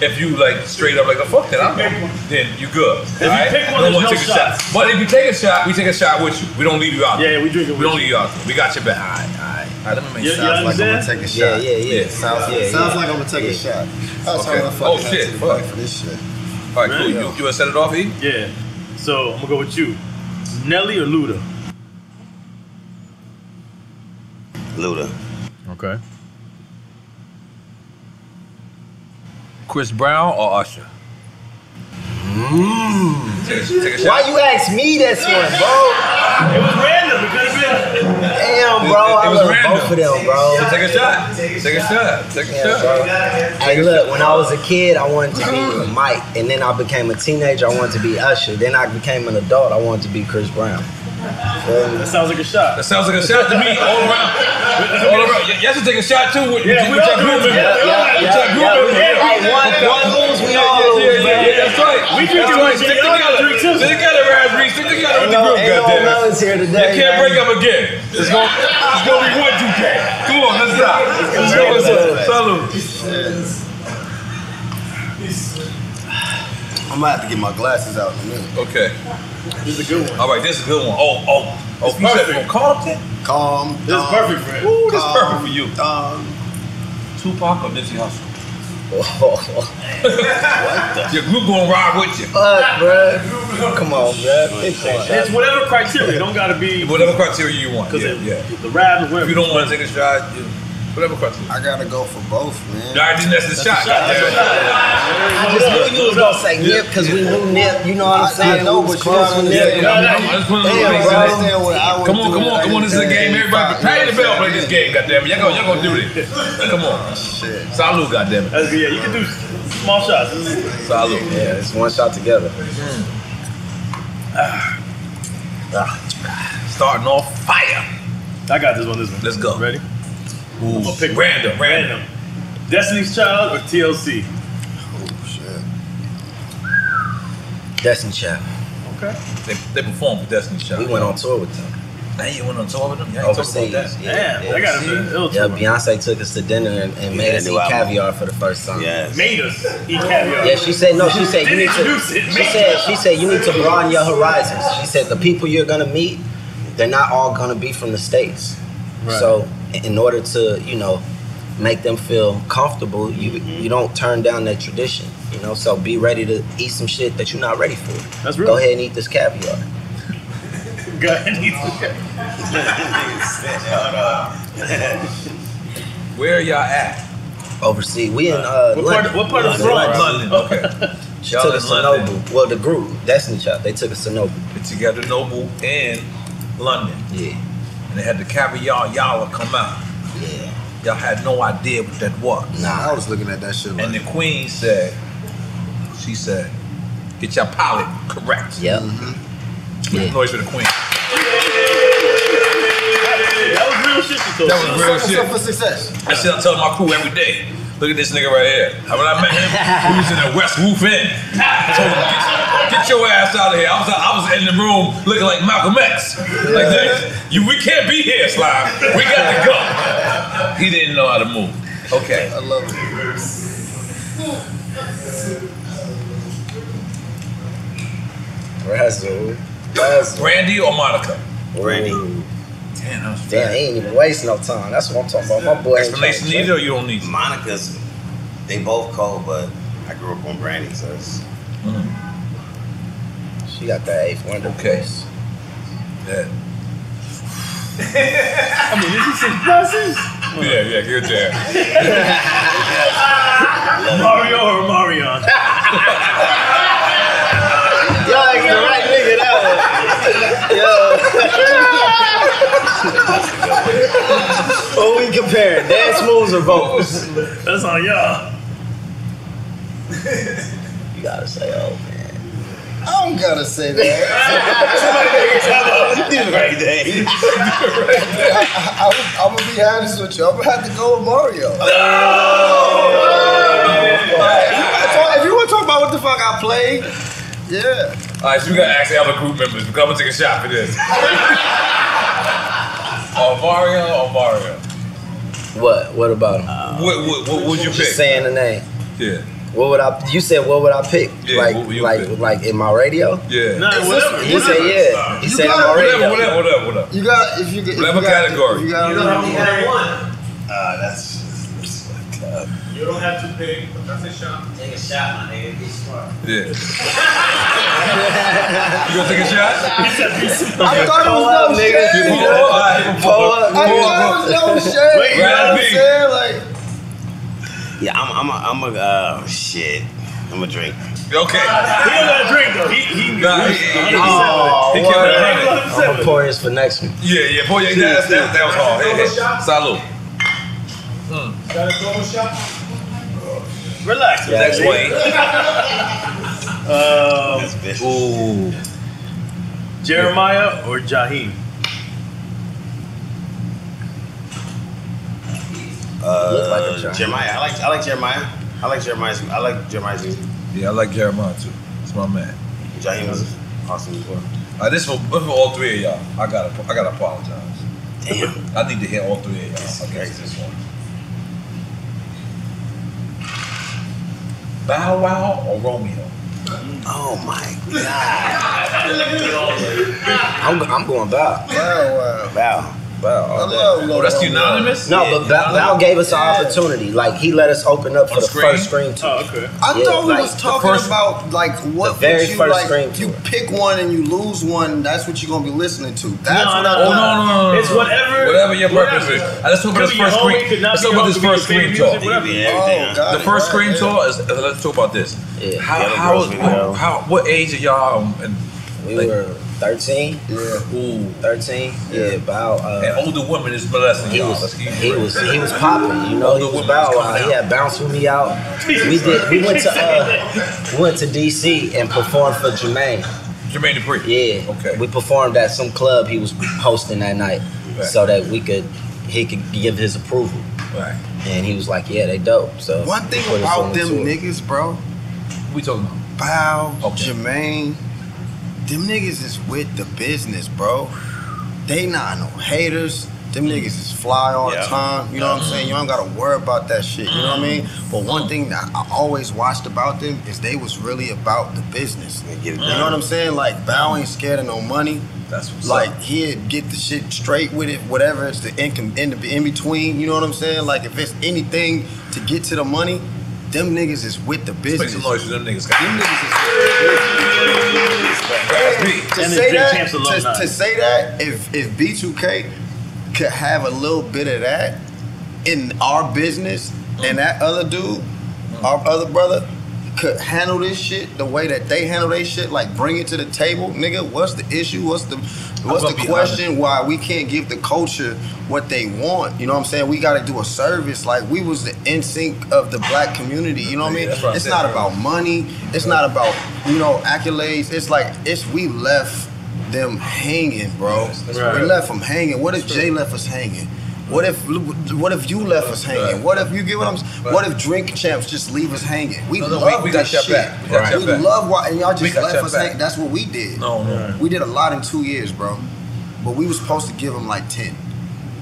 S9: if you like straight up like the fuck that I'm on, then you good. If
S7: you pick one, there's no shots.
S9: But if you take a shot, we take a shot with you. We don't leave you out.
S7: Yeah,
S9: there.
S7: yeah, we drink it
S9: We
S7: with
S9: don't
S7: you.
S9: leave you out. there. We got your back. All right, all right. All right, let me make
S10: Yeah,
S9: sure.
S10: you Sounds like I'm gonna understand? take a shot.
S9: Yeah, yeah, yeah.
S10: Sounds-
S9: yeah,
S10: sounds
S9: yeah.
S10: like I'm gonna take a shot. That's how
S9: okay.
S10: I fucking
S9: Oh
S10: had
S9: shit!
S10: to
S9: Fuck.
S10: for this shit.
S9: All right, cool. You, you wanna set it off, E?
S7: Yeah. So I'm gonna go with you, Nelly or Luda.
S11: Luda.
S9: Okay. Chris Brown or Usher? Take a, take a shot.
S11: Why you ask me this one, bro?
S7: It was random. It could have been.
S11: Damn, bro.
S9: It- it- it
S11: I
S9: was
S11: love
S9: random.
S11: both of them, bro.
S9: So take a shot. Take a shot. Take a shot.
S11: bro.
S9: Take
S11: Hey,
S9: a
S11: look,
S9: shot.
S11: when I was a kid, I wanted to be Mike, and then I became a teenager, I wanted to be Usher. Then I became an adult, I wanted to be Chris Brown.
S7: That sounds like a shot.
S9: That sounds like a shot to me all around. all around. Y- Y'all should take a shot too with,
S7: Yeah,
S9: with,
S7: we
S9: with
S7: all
S9: your
S7: do
S9: group
S7: it.
S9: members.
S7: Yeah,
S9: With
S7: yeah, yeah,
S9: your group
S7: yeah,
S9: members.
S7: yeah. Hey, one- one lose, we all
S9: yeah,
S7: lose,
S9: Yeah, yeah,
S7: man.
S9: yeah, that's right.
S7: We drink
S9: that's
S7: it
S9: right.
S7: with
S9: Stick
S7: you. Y'all
S9: together.
S7: drink too.
S9: Stick together, Raspberry. Stick together with the
S7: Ain't no-
S9: group,
S7: ain't no
S9: goddamn.
S7: melons here today,
S9: You can't
S7: man.
S9: break up again. It's gonna, it's gonna be one 2K. Come on, let's stop. Let's go. Let's go. Salute.
S10: I'm gonna have to get my glasses out in a minute.
S9: Okay.
S7: This is a good one.
S9: All right, this is a good one. Oh, oh, oh. You said from Compton?
S11: Um,
S10: Calm.
S9: This is perfect for him. Ooh, this is perfect for you. Um, Tupac or Nipsey Hussle? what the? Your group gonna ride with you.
S11: Fuck, bro. Come on, bro.
S7: It's whatever criteria. It don't gotta be
S9: whatever criteria you want.
S7: 'Cause
S9: yeah,
S7: it-
S9: yeah.
S7: the rap is whatever.
S9: If you don't want to take a shot, you- whatever criteria.
S10: I gotta go for both, man.
S9: All right, then that's the
S10: That's
S9: shot.
S10: the shot. That's
S9: goddamn it.
S10: the shot.
S11: I just knew you was gonna say Nip because we knew Nip. You know what I'm saying?
S10: I know,
S11: We
S10: but
S11: was
S10: you
S11: close with
S10: understand-
S11: Nip.
S10: Yeah, yeah, yeah. I just wanna know what they
S11: Damn,
S10: said.
S11: bro.
S10: I would
S9: Come on,
S10: do
S9: come
S10: it.
S9: on, come on. This is a game. Everybody, pay the bell play this game, goddammit. Y'all gonna, y'all gonna do this. Come
S11: Oh,
S9: on. Shit. Salute, goddammit.
S7: That's good. Yeah, you can do small shots. Hmm.
S9: Salute.
S11: Yeah, it's one shot together.
S9: Ah, Starting off fire.
S7: I got this one. This one.
S9: Let's go.
S7: Ready?
S9: I'm
S7: gonna pick
S9: random,
S7: random. Destiny's Child or TLC?
S11: Oh, Destiny Child.
S7: Okay.
S9: They, they performed with Destiny Child.
S11: We went on tour with them.
S9: Now you went on tour with them? Y'all ain't talking
S11: Overseas.
S9: about
S11: Yeah,
S9: that. Damn, I gotta be
S11: overseas.
S9: ill
S11: Yeah,
S9: tour.
S11: Beyonce took us to dinner and, and made
S9: Yeah,
S11: us
S9: new
S11: eat
S9: album.
S11: caviar for the first time. Yes.
S7: Made us eat caviar.
S11: Yeah, she said no. She said you
S7: Didn't
S11: need to.
S7: introduce it.
S11: She
S7: Made
S11: said
S7: us.
S11: she said you need to broaden your horizons. She said the people you're gonna meet, they're not all gonna be from the states.
S22: Right.
S11: So in order to you know make them feel comfortable, you you don't turn down their tradition. You know, so be ready to eat some shit that you're not ready for.
S7: That's real.
S11: Go ahead and eat this caviar.
S7: Go ahead and eat
S13: "Oh,
S7: the
S9: Where y'all at?
S11: Overseas. We in uh,
S9: What part-
S11: London.
S9: what part of London? London, okay.
S11: she
S9: Y'all
S11: took
S9: in
S11: us to
S9: London.
S11: Nobu. Well, the group Destiny Child, they took us to Nobu.
S9: together Noble and London.
S11: Yeah.
S9: And they had the caviar y'all come out.
S11: Yeah.
S9: Y'all had no idea what that was.
S10: Nah, I was looking at that shit. Like,
S9: And the queen said, she said, get your pilot correct.
S11: Yep.
S10: Mm-hmm.
S9: Make noise for the queen.
S7: That was real shit she told
S9: That
S7: us.
S9: was real shit.
S10: for success.
S9: That shit I tell my crew every day. Look at this nigga right here. When I met him, we was in the West Roof Inn. I told him, get, get your ass out of here. I was I was in the room looking like Malcolm X. Like this. You, we can't be here, Slime. We got to go. He didn't know how to move. Okay.
S10: I love it.
S11: Razzle.
S9: Brandy or Monica?
S11: Brandy.
S9: Damn, that was
S11: Damn, he ain't even waste no time. That's what I'm talking about. My boy. ain't
S13: Explanation
S11: trying to
S13: needed or
S11: play.
S13: you don't need Monica's, they both cold, but I grew up on Brandy, so it's.
S11: She got that eighth wonder. Okay.
S9: Yeah.
S5: I mean, this is some blessings.
S9: Yeah, yeah, good jam.
S15: Mario or Marion?
S5: Y'all ain't the right nigga that one. Yo.
S11: What we compare? Dance moves or vocals?
S15: That's on y'all.
S11: You gotta say, oh man.
S10: I don't gotta say that.
S11: Somebody make a job. Do the right thing.
S10: I, am gonna be honest with you. I'm gonna have to go with Mario. If you want to talk about what the fuck I played, yeah.
S9: All right, so we gotta ask the other group members. We come and take a shot for this. oh, Mario, oh Mario.
S11: What? What about him?
S9: Uh, what, what, what would you
S11: Just
S9: pick?
S11: saying the name.
S9: Yeah.
S11: What would I? You said what would I pick?
S9: Yeah,
S11: like
S9: what would you
S11: like
S9: pick?
S11: like in my radio?
S9: Yeah.
S10: Nah, whatever,
S11: He
S10: whatever.
S11: said yeah. He
S10: You
S11: said in
S10: got
S11: my
S10: it.
S11: radio.
S10: Whatever,
S9: whatever, whatever.
S10: You got if you get if
S9: Whatever
S10: you got,
S9: category.
S10: If you, got, Ah,
S9: You don't
S10: have
S9: have to pick
S13: Uh, that's. that's fucked up.
S15: You don't have to pick, but that's a shot.
S13: Take a shot, my nigga. Be smart.
S9: Yeah. You gonna take a shot? I
S10: thought it was Pull up, no nigga. shade.
S9: You pull up? All right, pull up.
S10: I
S9: Pull
S10: thought
S9: up.
S10: it was no shade.
S9: Wait,
S10: you know what I'm saying? Like,
S13: Yeah, I'm. I'm. A, I'm. A, uh, shit. I'm a drink. He
S9: Okay.
S13: don't got a drink though. He. He. Nah, he, he, oh,
S9: He kept it running.
S11: I'm gonna pour this for next one.
S9: Yeah, yeah, boy, yeah, that, that, that was hard. Hey, hey, salute.
S15: Got a double shot? Relax.
S9: Yeah, Next
S15: way.
S9: ooh.
S15: Um, Jeremiah or Jaheim?
S13: Uh, Jeremiah. I like. I like Jeremiah. I like Jeremiah's. I like Jeremiah's music.
S9: Yeah, I like Jeremiah too. It's my man.
S13: Jaheim was awesome as well.
S9: Uh, this for this for all three of y'all. I gotta I gotta apologize. Damn. I need to hear all three of y'all. Okay, this one. Bow Wow or Romeo?
S11: Oh my I'm, I'm going Val.
S10: Wow,
S11: Val. Val.
S9: I love Lil Oh, that's Romeo. unanimous?
S11: No,
S9: Yeah,
S11: but Val,
S9: unanimous.
S11: Val gave us an opportunity. Like he let us open up for the first screen tour.
S15: Oh, okay.
S10: I
S11: Yeah,
S10: thought we
S11: like,
S10: was
S11: the
S10: talking
S11: first-
S10: about like what
S11: the very
S10: would you
S11: first
S10: like.
S11: screen
S10: You pick one and you lose one. That's what you're gonna be listening to. That's
S9: No,
S10: what
S9: no,
S10: I
S9: Oh, no,
S10: thought.
S9: no, no, no, It's no. whatever- Whatever your purpose whatever. is. Now, let's talk about Could this be your first homie, screen- could not let's be talk your about this homie, first could be your screen favorite talk. music, whatever.
S10: Oh, God.
S9: the first screen tour is. uh, Let's talk about this. How
S11: Yellow
S9: how,
S11: Girls
S9: is-
S11: Video.
S9: how what age are y'all? um, And
S11: We were 13.
S10: Yeah.
S9: Ooh.
S11: 13. Yeah, Bow. Uh,
S9: and older women is blessing
S11: He
S9: y'all.
S11: was
S9: Let's keep it
S11: he
S9: real.
S11: was he was popping, you know. He was Bow Wow. He had bounce with me out. We did. We went to uh, we went to DC and performed for Jermaine.
S9: Jermaine Dupri.
S11: Yeah. Okay. We performed at some club he was hosting that night,
S9: Right.
S11: so that we could he could give his approval.
S9: Right.
S11: And he was like, "Yeah, they dope." So
S10: One
S11: we
S10: thing
S11: put us
S10: about
S11: on the
S10: them
S11: tour.
S10: niggas, bro.
S9: We talking about
S10: Bow, Jermaine. Them niggas is with the business, bro. They not no haters. Them
S9: Mm.
S10: niggas is fly all
S13: Yeah.
S10: the time. You know what I'm saying? You don't gotta worry about that shit. You know what I mean? But
S9: Mm.
S10: one thing that I always watched about them is they was really about the business.
S13: get
S10: You
S13: it
S10: know
S13: done.
S10: what I'm saying? Like Bow ain't scared of no money.
S9: That's what's
S10: like
S9: up.
S10: he'd get the shit straight with it, whatever it's the income in, the, in between. You know what I'm saying? Like if it's anything to get to the money, them niggas is with the
S9: Let's
S10: business.
S9: Make some noise for them niggas. guys.
S10: to
S9: And
S10: say
S9: the Drink
S10: that,
S9: Champs
S10: to,
S9: alumni.
S10: to say that, if if B2K could have a little bit of that in our business, and that other dude, our other brother, could handle this shit the way that they handle their shit, like bring it to the table, nigga. What's the issue? What's the what's
S9: gonna
S10: the
S9: be
S10: question? Why we can't give the culture what they want? You know what I'm saying? We got to do a service. Like we was the in sync of the black community. You know what I mean?
S9: That's what I'm
S10: It's
S9: saying,
S10: not
S9: bro.
S10: about money. It's not about you know accolades. It's like it's we left them hanging, bro.
S9: right.
S10: We left them hanging. What if Jay left us hanging? What if what if you left us hanging? What if you get what I'm? What if drink champs just leave us hanging? We
S9: No, no, we-
S10: love
S9: we got
S10: that
S9: your
S10: shit.
S9: back. We got your
S10: We
S9: back.
S10: love why and y'all
S9: We
S10: just
S9: got
S10: left
S9: your
S10: us
S9: back.
S10: hanging. That's what we did.
S9: No, no.
S10: We did a lot in two years, bro. But we was supposed to give them like ten.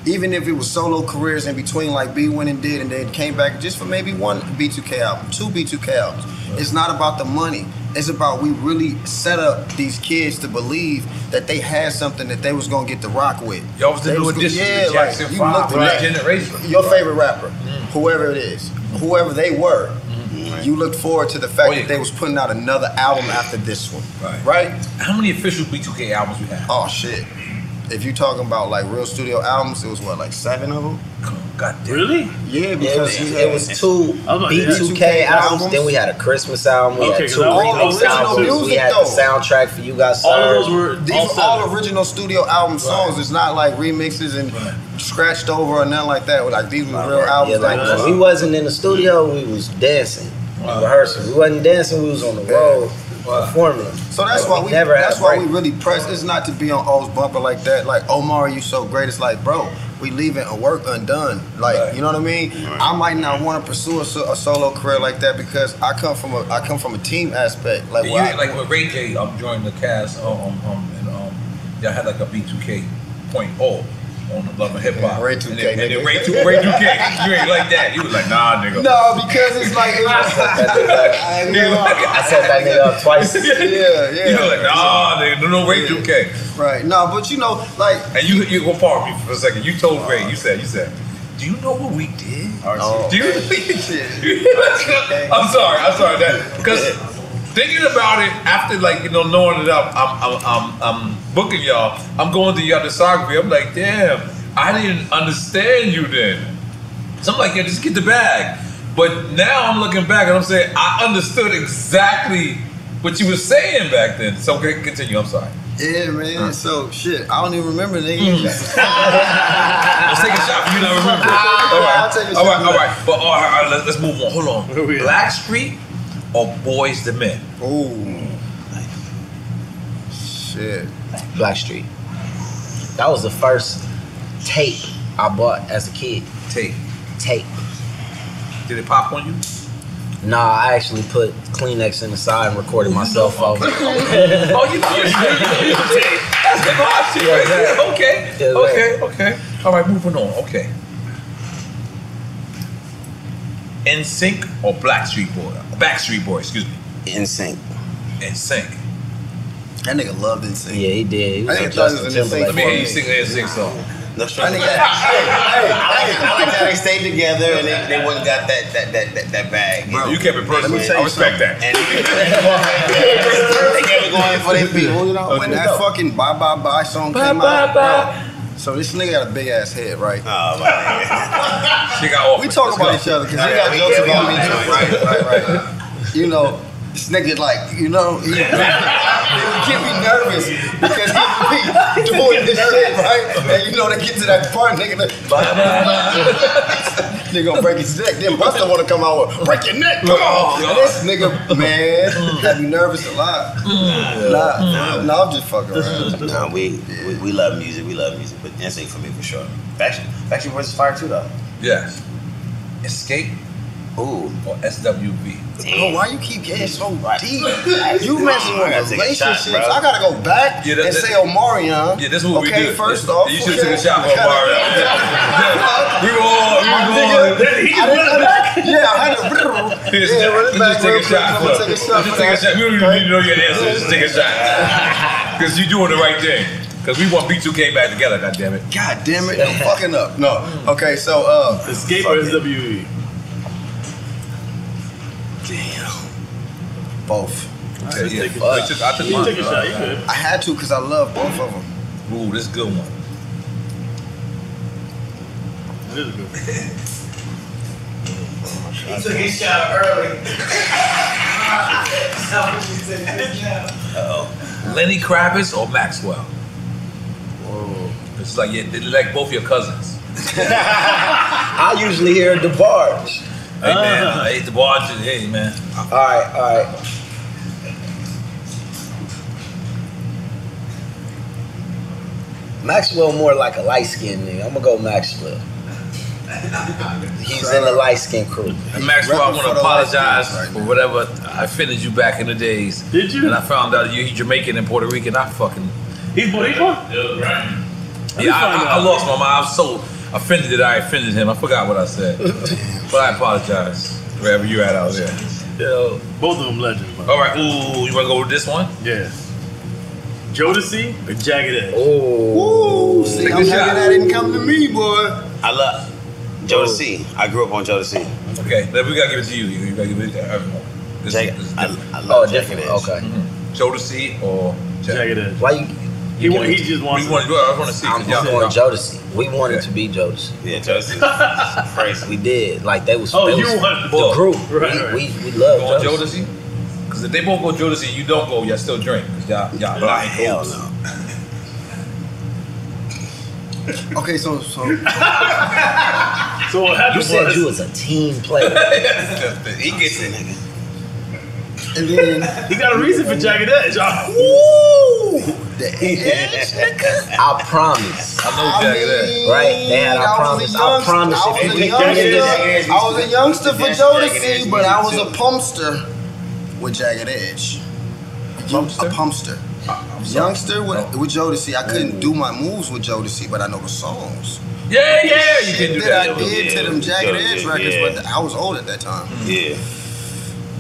S10: Even if it was solo careers in between, like B went and did, and then came back just for maybe one B2K album, two B2K albums. It's not about the money. It's about we really set up these kids to believe that they had something that they was gonna get to rock with.
S9: Y'all was the
S10: They
S9: new
S10: gonna-
S9: addition to
S10: Yeah,
S9: the
S10: like
S9: Jackson
S10: you
S9: Five,
S10: looked
S9: right?
S10: at
S9: Generation. Mm.
S10: your favorite rapper, whoever it is, whoever they were.
S9: Mm-hmm.
S10: You looked forward to the
S9: Oh,
S10: fact that they was putting out another album after this one, right?
S9: How many official B2K albums we have?
S10: Oh shit! If you talking about like real studio albums, it was what like seven of them.
S9: God damn.
S10: Really? Yeah, because
S11: it was,
S10: he
S11: it
S10: had-
S11: was two B2K albums. Then we had a Christmas album. We
S10: Okay,
S11: had
S10: 'cause
S11: two
S10: all
S11: remix
S10: original
S11: albums. we
S10: music,
S11: had the
S10: though.
S11: soundtrack for you guys.
S10: these are all original studio album songs. It's not like remixes and scratched over or nothing like that. Like these were real
S11: Yeah,
S10: albums.
S11: like
S10: that was-
S11: when we wasn't in the studio, we was dancing, rehearsing. We wasn't dancing. We was on the road performing.
S10: So that's
S11: Like,
S10: why we.
S11: never had
S10: that's
S11: a
S10: why
S11: break.
S10: we really press. It's not to be on O's bumper like that. Like Omar, you so great. It's like, bro, we leaving a work undone. Like, you know what I mean? I might not want to pursue a, so- a solo career like that because I come from a I come from a team aspect. Like,
S9: Like,
S10: where I-
S9: you, like with Ray J, um, joined the cast. Um, um, um, and, um, y'all had like a B2K point oh on the Love and Hip Hop. Ray 2K, and then, and then Ray, 2, Ray 2K, you ain't like that. You was like, nah, nigga.
S10: No, because it's like I,
S11: set that nigga up twice.
S10: Yeah, yeah.
S9: You know, like, nah, nigga, no, no, Ray 2K.
S10: Right. No, but you know, like.
S9: And you, you, well, pardon me for a second. You told Ray, you said, you said, do you know what we did?
S10: Oh.
S9: Do you? I'm sorry, I'm sorry. That because thinking about it after, like you know, knowing it up, I'm, I'm, I'm, I'm booking y'all. I'm going to y'all discography. I'm like, damn, I didn't understand you then. So I'm like, yeah, just get the bag. But now I'm looking back and I'm saying I understood exactly what you were saying back then. So okay, continue. I'm sorry.
S10: Yeah, man. So shit, I don't even remember nigga.
S9: Mm. Let's take a shot. You not remember. all right,
S10: I'll take a shot.
S9: all right, all right. But all right, all right, let's, let's move on. Hold on. Black Street or Boys the Men?
S10: Ooh. Shit.
S11: Black Street. That was the first tape I bought as a kid.
S9: Tape.
S11: Tape.
S9: Did it pop on you?
S11: Nah, I actually put Kleenex in the side and recorded myself off.
S9: oh, you know, that's the hot shit right there. Okay,
S11: Yeah,
S9: okay, okay. All right, moving on. Okay. In Sync or Black Street Boy? Backstreet Boy, excuse me.
S11: In Sync.
S9: In Sync.
S10: That nigga loved In Sync.
S11: Yeah, he did. He
S9: I
S11: was
S9: think
S11: on
S9: it does
S11: Justin
S9: it in
S11: Timberlake.
S9: sync. Let me hear you sing the In Sync song.
S10: I
S13: think that, hey, I, like, I like how they stayed together and they, they wouldn't got that that that that, that bag.
S9: Bro, you kept it personal. I respect that.
S10: they kept it going for their people, you know. When that fucking bye bye bye song
S9: Bye,
S10: came
S9: bye,
S10: out, bro, so this nigga got a big ass head, right? Oh my
S9: She got off.
S10: We talk about each other because we got jokes about me too, right? Right, right. You know, this nigga like, you know, he, he can't be nervous because he be doing this shit, right? And you know, they get to that part, nigga, they- nigga gonna break his neck. Then Buster wanna come out with break your neck. Come on, And this nigga, man, got me nervous a lot.
S13: Mm.
S10: Mm. Nah, nah, I'm just fucking around.
S13: Nah, we, we we love music. We love music, but instinct for me for sure. Faction Faction Boys is fire too though.
S9: Yes. Escape.
S13: Ooh.
S9: Or SWV.
S10: Bro, why you keep getting so deep? You
S13: Nah,
S10: mentioned
S13: I gotta take a shot,
S10: relationships.
S13: bro.
S10: I gotta go back
S9: Yeah,
S10: and
S9: that- that-
S10: say Omarion.
S9: Yeah, this is what we
S10: okay,
S9: do.
S10: first
S9: This-
S10: off,
S9: you should have
S10: okay.
S9: took a shot for Omarion. Yeah. we were all, we
S10: My
S9: were all.
S10: nigga, I didn't- Yeah, I had to.
S9: Just,
S10: Yeah, run it
S9: just
S10: back
S9: take
S10: real
S9: a
S10: quick. I'm
S9: shot.
S10: gonna
S9: Look,
S10: take a
S9: Just
S10: shot for
S9: take a
S10: that.
S9: shot. We don't even need to know your answer. Just take a shot. Because you're doing the right thing. Because we want B2K back together, goddammit.
S10: God damn it, I'm fucking up. No. Okay, so uh
S15: Escape or SWE?
S10: Both.
S9: Okay, yeah, fuck. I took- I took
S15: You
S9: mine.
S15: took a shot, you good.
S10: I had to because I love both of them.
S9: Ooh, this good one.
S15: This is good.
S13: He took his shot early.
S9: Uh-oh. Lenny Kravitz or Maxwell? Whoa. It's like, yeah, they're like both your cousins.
S11: I usually hear DeBarge.
S9: Hey, man. uh, Hey, the watch it. Hey, man.
S11: All right, all right. Maxwell more like a light skinned nigga. I'm gonna go Maxwell. He's in the light skinned crew.
S9: And Maxwell, I want to apologize for whatever I offended you back in the days. Did you? And I found out you he's Jamaican and Puerto Rican. I fucking
S15: He's Boricua? Yeah,
S9: yeah, I, I, I lost my mind. I was so offended that I offended him. I forgot what I said, but I apologize wherever you're at out there.
S15: Uh, both of them legends. All
S9: right. Ooh, you want to go with this one?
S15: Yeah. Jodeci or Jagged Edge?
S10: Ooh.
S15: Ooh,
S10: See, I'm happy that didn't come to me, boy.
S13: I love Jodeci. I grew up on Jodeci.
S9: Okay, but we gotta give it to you. You gotta give it to everyone. This,
S13: Jack-
S9: this is
S13: I-
S9: different.
S13: I love Oh, Jagged different. Edge. Okay.
S9: Mhm. Jodeci or
S15: Jagged Edge?
S11: Why you?
S9: He want- he just wants-
S11: We
S9: wanted- well, I wanna see, 'cause
S11: I'm
S9: y'all-
S11: going
S9: y'all-
S11: Jodeci. We wanted to be Jodeci.
S13: Yeah, Jodeci. Crazy.
S11: We did. Like they was.
S9: Oh,
S11: they
S9: you
S11: was
S9: wanted-
S11: the
S9: Well,
S11: group.
S9: right,
S11: we,
S9: right.
S11: we we love
S9: You
S11: Jodeci.
S9: want Jodeci. Because if they both go Jodeci, you don't go. Y'all still drink. 'Cause Y'all, y'all, y'all ain't
S13: hell
S9: cool.
S10: Okay, so
S15: so
S10: so
S15: what happened
S11: You said
S10: was-
S11: you was a team player.
S9: he gets it.
S10: And then
S15: he got a reason for Jagged Edge.
S10: Woo! The
S11: edge, I promise.
S9: I
S11: know
S10: Jagged Edge.
S11: Right? They had I, promise. I promise.
S10: I
S11: if
S10: was
S11: you
S10: a
S11: pick Jagged Edge-
S10: youngster. I was a youngster for
S11: That's Jagged Edge
S10: Jodeci, but I was a
S11: too.
S10: pumpster with Jagged Edge. A pumpster. A pumpster. Youngster with,
S11: Oh.
S10: with Jodeci. I couldn't do my moves with Jodeci, but I know the songs.
S9: Yeah, yeah, you can do
S10: that.
S9: that.
S10: I did
S9: Yeah,
S10: to them Jagged
S9: yeah,
S10: Edge records,
S9: yeah.
S10: but I was old at that time.
S13: Yeah.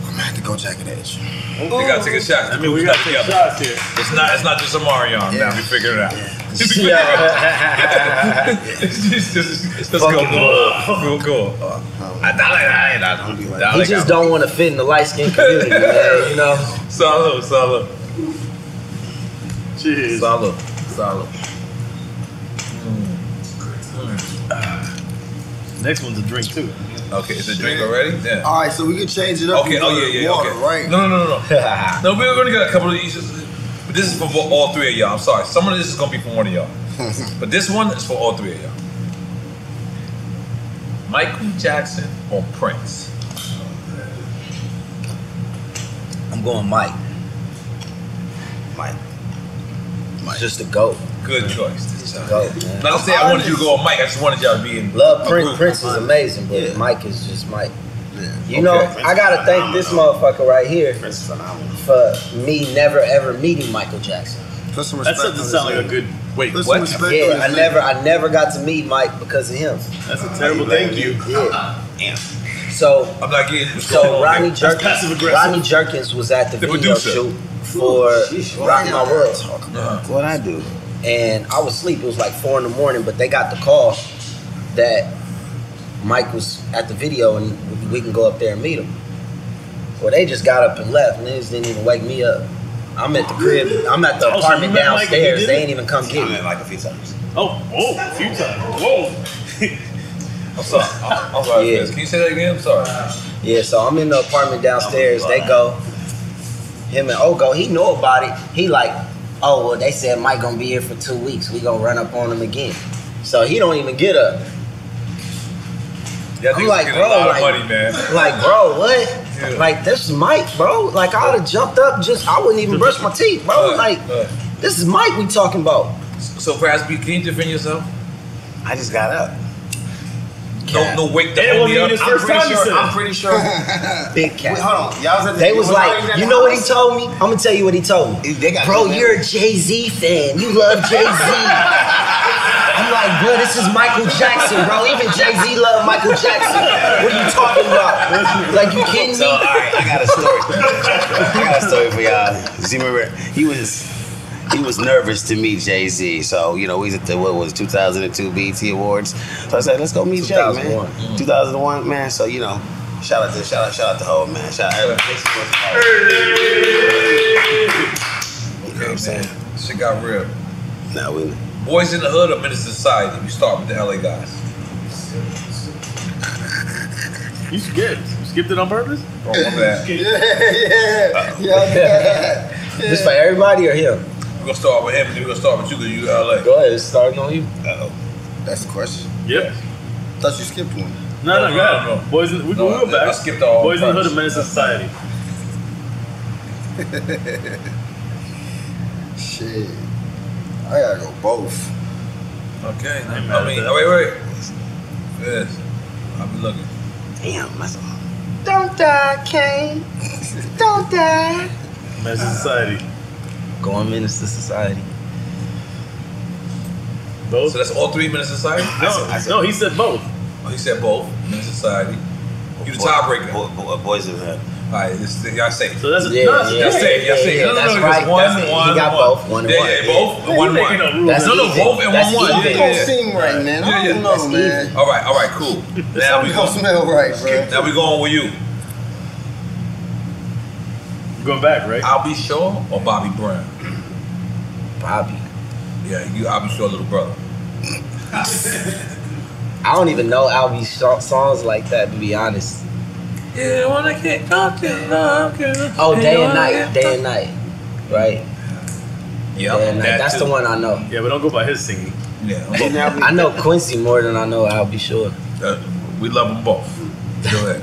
S10: I'm gonna have to go Jagged Edge.
S9: We gotta take a shot. I mean, we gotta take
S15: shots here.
S9: It's not. It's not just a Mario. Now we figure it out.
S15: Yeah.
S9: Just- just- Let's go. Cool, cool. I I like that. I don't like that.
S11: He just don't want to fit in the light skinned community, man. You know.
S9: Salud, salud.
S15: Cheers.
S9: Salud, salud.
S15: Next one's a drink too.
S9: Okay, it's a drink already. Yeah.
S10: All right, so we can change it up.
S9: Okay.
S10: and
S9: Oh
S10: go
S9: yeah,
S10: to
S9: yeah.
S10: water,
S9: okay.
S10: Right.
S9: No, no, no, no. no, we're gonna get a couple of these. But this is for all three of y'all. I'm sorry. Some of this is gonna be for one of y'all. But this one is for all three of y'all. Michael Jackson or Prince?
S11: I'm going Mike. Mike. Just a goat.
S9: Good choice. Just
S11: a goat, man.
S9: Not to say I wanted you to go on Mike. I just wanted y'all to be in.
S11: Love Prince. Prince is amazing, but Mike is just Mike. You know, I gotta thank this motherfucker right here for me never ever meeting Michael Jackson.
S10: Put some
S15: That doesn't sound like a good.
S9: Wait,
S15: Put some
S11: what?
S15: respect on
S11: Yeah,
S15: his
S11: I
S15: name.
S11: never, I never got to meet Mike because of him.
S15: That's a terrible thing.
S11: you. Yeah. So
S9: I'm not getting.
S11: So Ronnie
S15: That's passive
S11: Jerkins,
S15: aggressive.
S11: Ronnie Jerkins was at the,
S15: The
S11: video
S15: producer.
S11: shoot for Rock My World.
S9: Uh-huh.
S13: What I do?
S11: And I was asleep. It was like four in the morning, but they got the call that Mike was at the video and we can go up there and meet him. Well, they just got up and left. Niggas didn't even wake me up. I'm at the crib. I'm at the
S15: Oh, so you
S11: apartment
S15: met Mike and he
S11: downstairs. They
S15: didn't?
S11: ain't even come get me.
S13: Like a few times.
S15: Oh, oh, a few times. Whoa.
S9: I'm sorry. I'm, I'm sorry.
S11: Yeah.
S9: Can you say that again? I'm sorry.
S11: Yeah, so I'm in the apartment downstairs. They go, him and Ogo, he know about it. He like, oh well, they said Mike gonna be here for two weeks. We gonna run up on him again. So he don't even get up.
S9: Yeah,
S11: I'm like,
S9: getting
S11: bro,
S9: a lot
S11: like,
S9: of money, man.
S11: like, bro, what? Like this is Mike, bro. Like I would have jumped up, just I wouldn't even brush my teeth, bro. Like this is Mike we talking about.
S9: So Crasby, can you defend yourself?
S13: I just got up.
S9: No, no, wake the
S13: It
S9: homie
S13: wasn't even
S9: up.
S13: his
S9: I'm
S13: first
S9: pretty
S13: time he
S9: sure-
S13: said it.
S9: I'm pretty sure.
S11: Big cat.
S9: Wait, hold on. Y'all was at the-
S11: they was
S9: was y'all even
S11: like,
S9: at
S11: you
S9: the
S11: know what he
S9: house?"
S11: told me? I'm gonna tell you what he told me.
S13: got
S11: Bro,
S13: no
S11: you're a Jay Z fan. You love Jay Z. I'm like, bro, this is Michael Jackson, bro. Even Jay Z love Michael Jackson. What are you talking about? Like, you kidding me?
S13: So, all right, I got a story. I got a story for y'all. Zimmer, uh, he was he was nervous to meet Jay Z. So you know, we was at the what was it, 2002 BET E Awards. So I said, let's go meet Jay, man. 2001, man. So you know, shout out to shout out shout out to whole man. Shout out.
S9: Okay, man. Shit got real.
S13: Now we
S9: Boys in the Hood or Menace to Society? We start with the LA guys.
S15: You skipped. You skipped it on purpose.
S9: Oh, my bad.
S10: Yeah, yeah, yeah.
S11: This for everybody or him?
S9: We're gonna start with him, and then we're gonna start with you because you LA.
S11: Go ahead, starting on you.
S9: Uh-oh.
S10: That's the question.
S15: Yep.
S10: Thought you skipped one.
S15: No, no,
S9: No,
S15: go
S9: no,
S15: ahead. Boys, in, we,
S9: No,
S15: we
S9: I-
S15: were back.
S9: I skipped all
S15: Boys in the Hood
S9: parts.
S15: of Menace to Society.
S10: Shit. I gotta go both.
S9: Okay. I
S10: mad at
S9: mean,
S10: that.
S9: oh, wait, wait. Yes. I'll be looking.
S13: Damn, that's a
S5: Don't die, Kane. Don't die.
S15: Menace to Society.
S11: Going Menace to Society.
S15: Both.
S9: So that's all three Menace to Society?
S15: No, no, he said both.
S9: Oh, he said both. Menace to Society. You the tiebreaker.
S13: Boys in the Hood.
S9: All right, this, y'all safe.
S15: So that's-
S9: yeah,
S15: no, that's-
S9: yeah, y'all
S15: yeah,
S9: safe.
S15: yeah,
S9: Y'all safe.
S15: yeah,
S9: No, no,
S15: that's
S9: no,
S15: right.
S9: just one,
S15: That's- he
S9: one,
S15: got
S9: one.
S15: both, one and
S9: yeah,
S15: one.
S9: Yeah, both,
S15: Yeah.
S9: one,
S15: You're
S9: one.
S15: making up rules. That's
S9: no, no,
S15: easy.
S9: both and
S15: That's
S9: one,
S15: easy.
S9: one. Yeah,
S15: That
S9: yeah,
S15: don't
S9: yeah.
S15: seem right, man. I
S9: Yeah,
S15: don't
S9: yeah.
S15: know, man.
S9: All right, all right, cool. Now we
S15: don't
S9: going.
S15: smell right, bro.
S9: Now we going with you.
S15: Going back, right?
S9: I'll be Shaw or Bobby Brown. Bobby. Yeah, you. I'll be Shaw, little brother.
S11: I don't even know Albie's sh- songs like that, to be honest.
S9: Yeah, when I can't talk to love,
S11: Oh, day and night, day and night, right?
S9: Yeah,
S11: day and night.
S15: that
S11: That's
S15: too.
S11: the one I know.
S15: Yeah, but don't go by his singing.
S9: Yeah,
S11: I know Quincy more than I know Albie Sure.
S15: Uh,
S9: we love them both. Go ahead.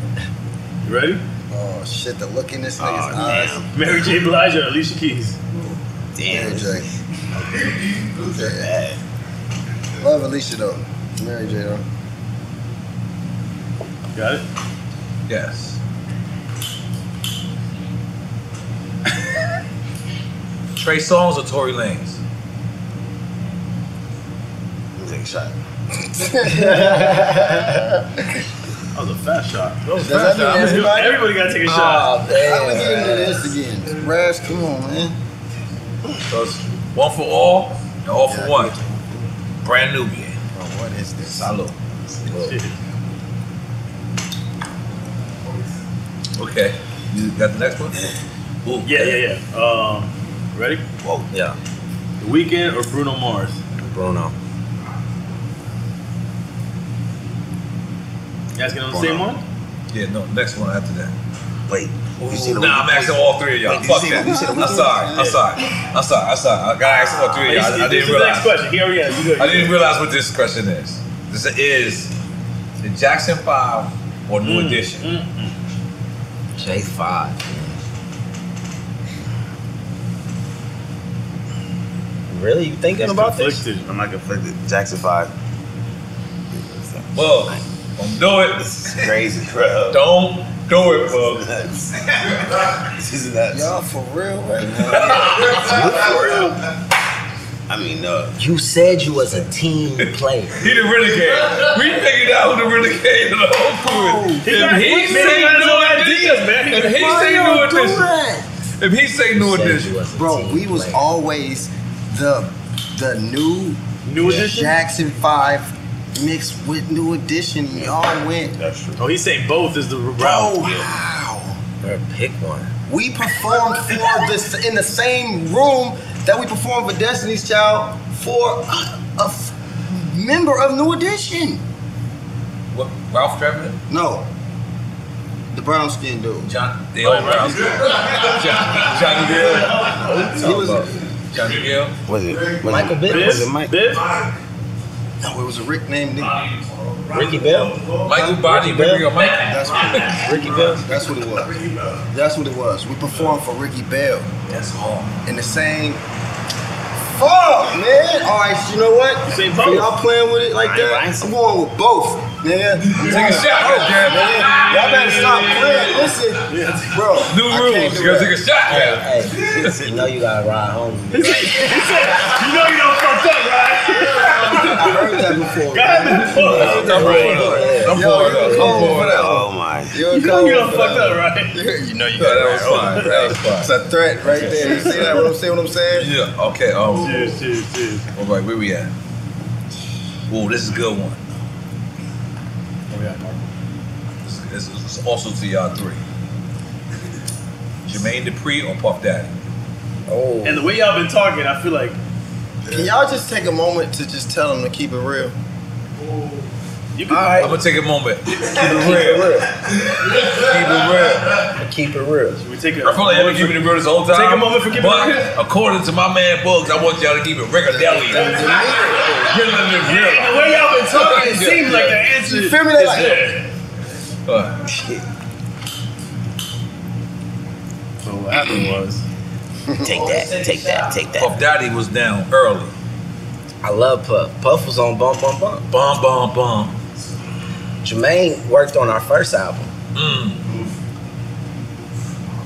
S15: You ready?
S10: Oh shit! The look in this nigga's eyes.
S15: Mary J. Blige or Alicia Keys?
S10: Mary J. Yeah. Love Alicia though. Mary J. Though.
S15: Got it.
S9: Yes. Trey Songz or Tory Lanez?
S10: Take a shot.
S15: That was a fast shot. That was a fast
S10: Does that
S15: shot.
S10: mean
S15: I'm gonna do-
S10: everybody?
S15: Everybody got to take a shot.
S10: How we getting into this again? Raz, come on, man.
S9: So it's one for all and all for one. Brand new man. what is this? Salud. Okay. You got the next one? Ooh,
S15: Yeah, yeah, yeah. Um, ready?
S9: Whoa. Yeah.
S15: The Weekend or Bruno Mars?
S11: Bruno.
S15: You asking on the same one?
S9: Yeah, no, next one after that.
S13: Wait.
S9: Ooh,
S15: see the-
S9: nah, I'm asking all three of y'all.
S15: Wait, you
S9: Fuck
S15: see-
S9: that.
S15: you see the-
S9: I'm sorry. I'm sorry. I'm sorry. I'm sorry. I gotta ask all three of y'all. I, I
S15: This is
S9: didn't
S15: the
S9: realize.
S15: next question. Here we go. You good.
S9: I didn't realize what this question is. This is the Jackson Five or New
S11: Mm,
S9: Edition.
S11: J Five. Really? You thinking about this?
S13: I'm not conflicted. Jackson Five.
S9: Well, don't do it. This
S13: is crazy, bro.
S9: Don't do it, bro.
S13: this is nuts.
S10: Y'all for real right
S13: now. I mean, uh,
S11: You said you was a team player.
S9: He the renegade. We figured out who the renegade of the whole
S15: Oh,
S9: crew is.
S11: He got-
S9: If he
S11: man, he
S9: say
S11: got his
S9: no
S11: own
S9: ideas,
S11: ideas,
S9: man.
S11: man.
S9: If he
S11: Why
S9: say
S11: you
S9: no
S11: don't do
S9: edition.
S11: that?
S9: If he say new
S11: Said you
S9: edition.
S10: Bro, we was always the the new
S15: New Edition?
S10: Jackson Five mixed with New Edition. We all went.
S15: That's true. Oh, he's saying both is the route.
S10: Bro,
S11: Pick one.
S10: We performed for this in the same room that we performed for Destiny's Child for a, a f- member of New Edition.
S9: What, Ralph Trevor?
S10: No. The brown skinned dude.
S9: John. They all brown skin. John, Johnny Gill.
S10: He was a-
S9: Johnny Gill.
S13: Was it
S10: Michael Bibb?
S9: Was it
S10: Mike?
S15: Bibb?
S10: No, it was a Rick named Nick.
S11: Ricky Bell?
S9: Michael Body, Ricky or Mike?
S10: That's what, Ricky Bell? That's what it was. That's what it was. We performed for Ricky Bell.
S9: That's all.
S10: In the same. Fuck, man. All right, you know what?
S15: both.
S10: Y'all playing with it like that? I'm going with both, nigga.
S9: Take a shot,
S10: Both,
S9: goddamn.
S10: nigga. Y'all better stop playing. Listen, bro.
S9: New
S10: I
S9: rules.
S10: can't do
S9: You
S10: that.
S9: gotta take a shot.
S11: Hey, hey, you know you gotta ride home. with me, right?
S15: You know you don't fucked up, right?
S10: I heard that before.
S9: I'm bored of it. I'm bored of it. I'm bored of
S13: oh my.
S10: You know
S15: you done fucked up, right?
S10: You know you
S9: it.
S10: got Oh,
S9: That was fine. That was fine.
S10: It's a threat right there. You see that? What I'm saying? What I'm saying?
S9: Yeah. Okay. Um,
S15: Cheers, cheers, cheers.
S9: all right. Where we at? Ooh, this is a good one.
S15: Where we at, Mark?
S9: This, this is also to y'all three. Jermaine Dupri or Puff Daddy?
S11: Oh.
S15: And the way y'all been talking, I feel like
S10: Can y'all just take a moment to just tell them to keep it real?
S15: you can.
S9: I'm gonna take a moment. Keep it real. Keep it real.
S11: Keep it real.
S15: We take a
S9: I feel like I've been keeping it real this whole time.
S15: Take a moment for keeping
S9: but
S15: it real.
S9: according to my man Bugs, I want y'all to keep it Rickadelli. You're living it real.
S15: And the way y'all been talking, it seems like the answer
S10: You feel me? They
S15: is
S10: like-
S15: there.
S9: Uh,
S15: So what happened was,
S13: Take that. Take that. Take that.
S9: Puff Daddy was down early.
S11: I love Puff. Puff was on Bump Bump Bump.
S9: Bum, bum, bum.
S11: Jermaine worked on our first album.
S9: Mm.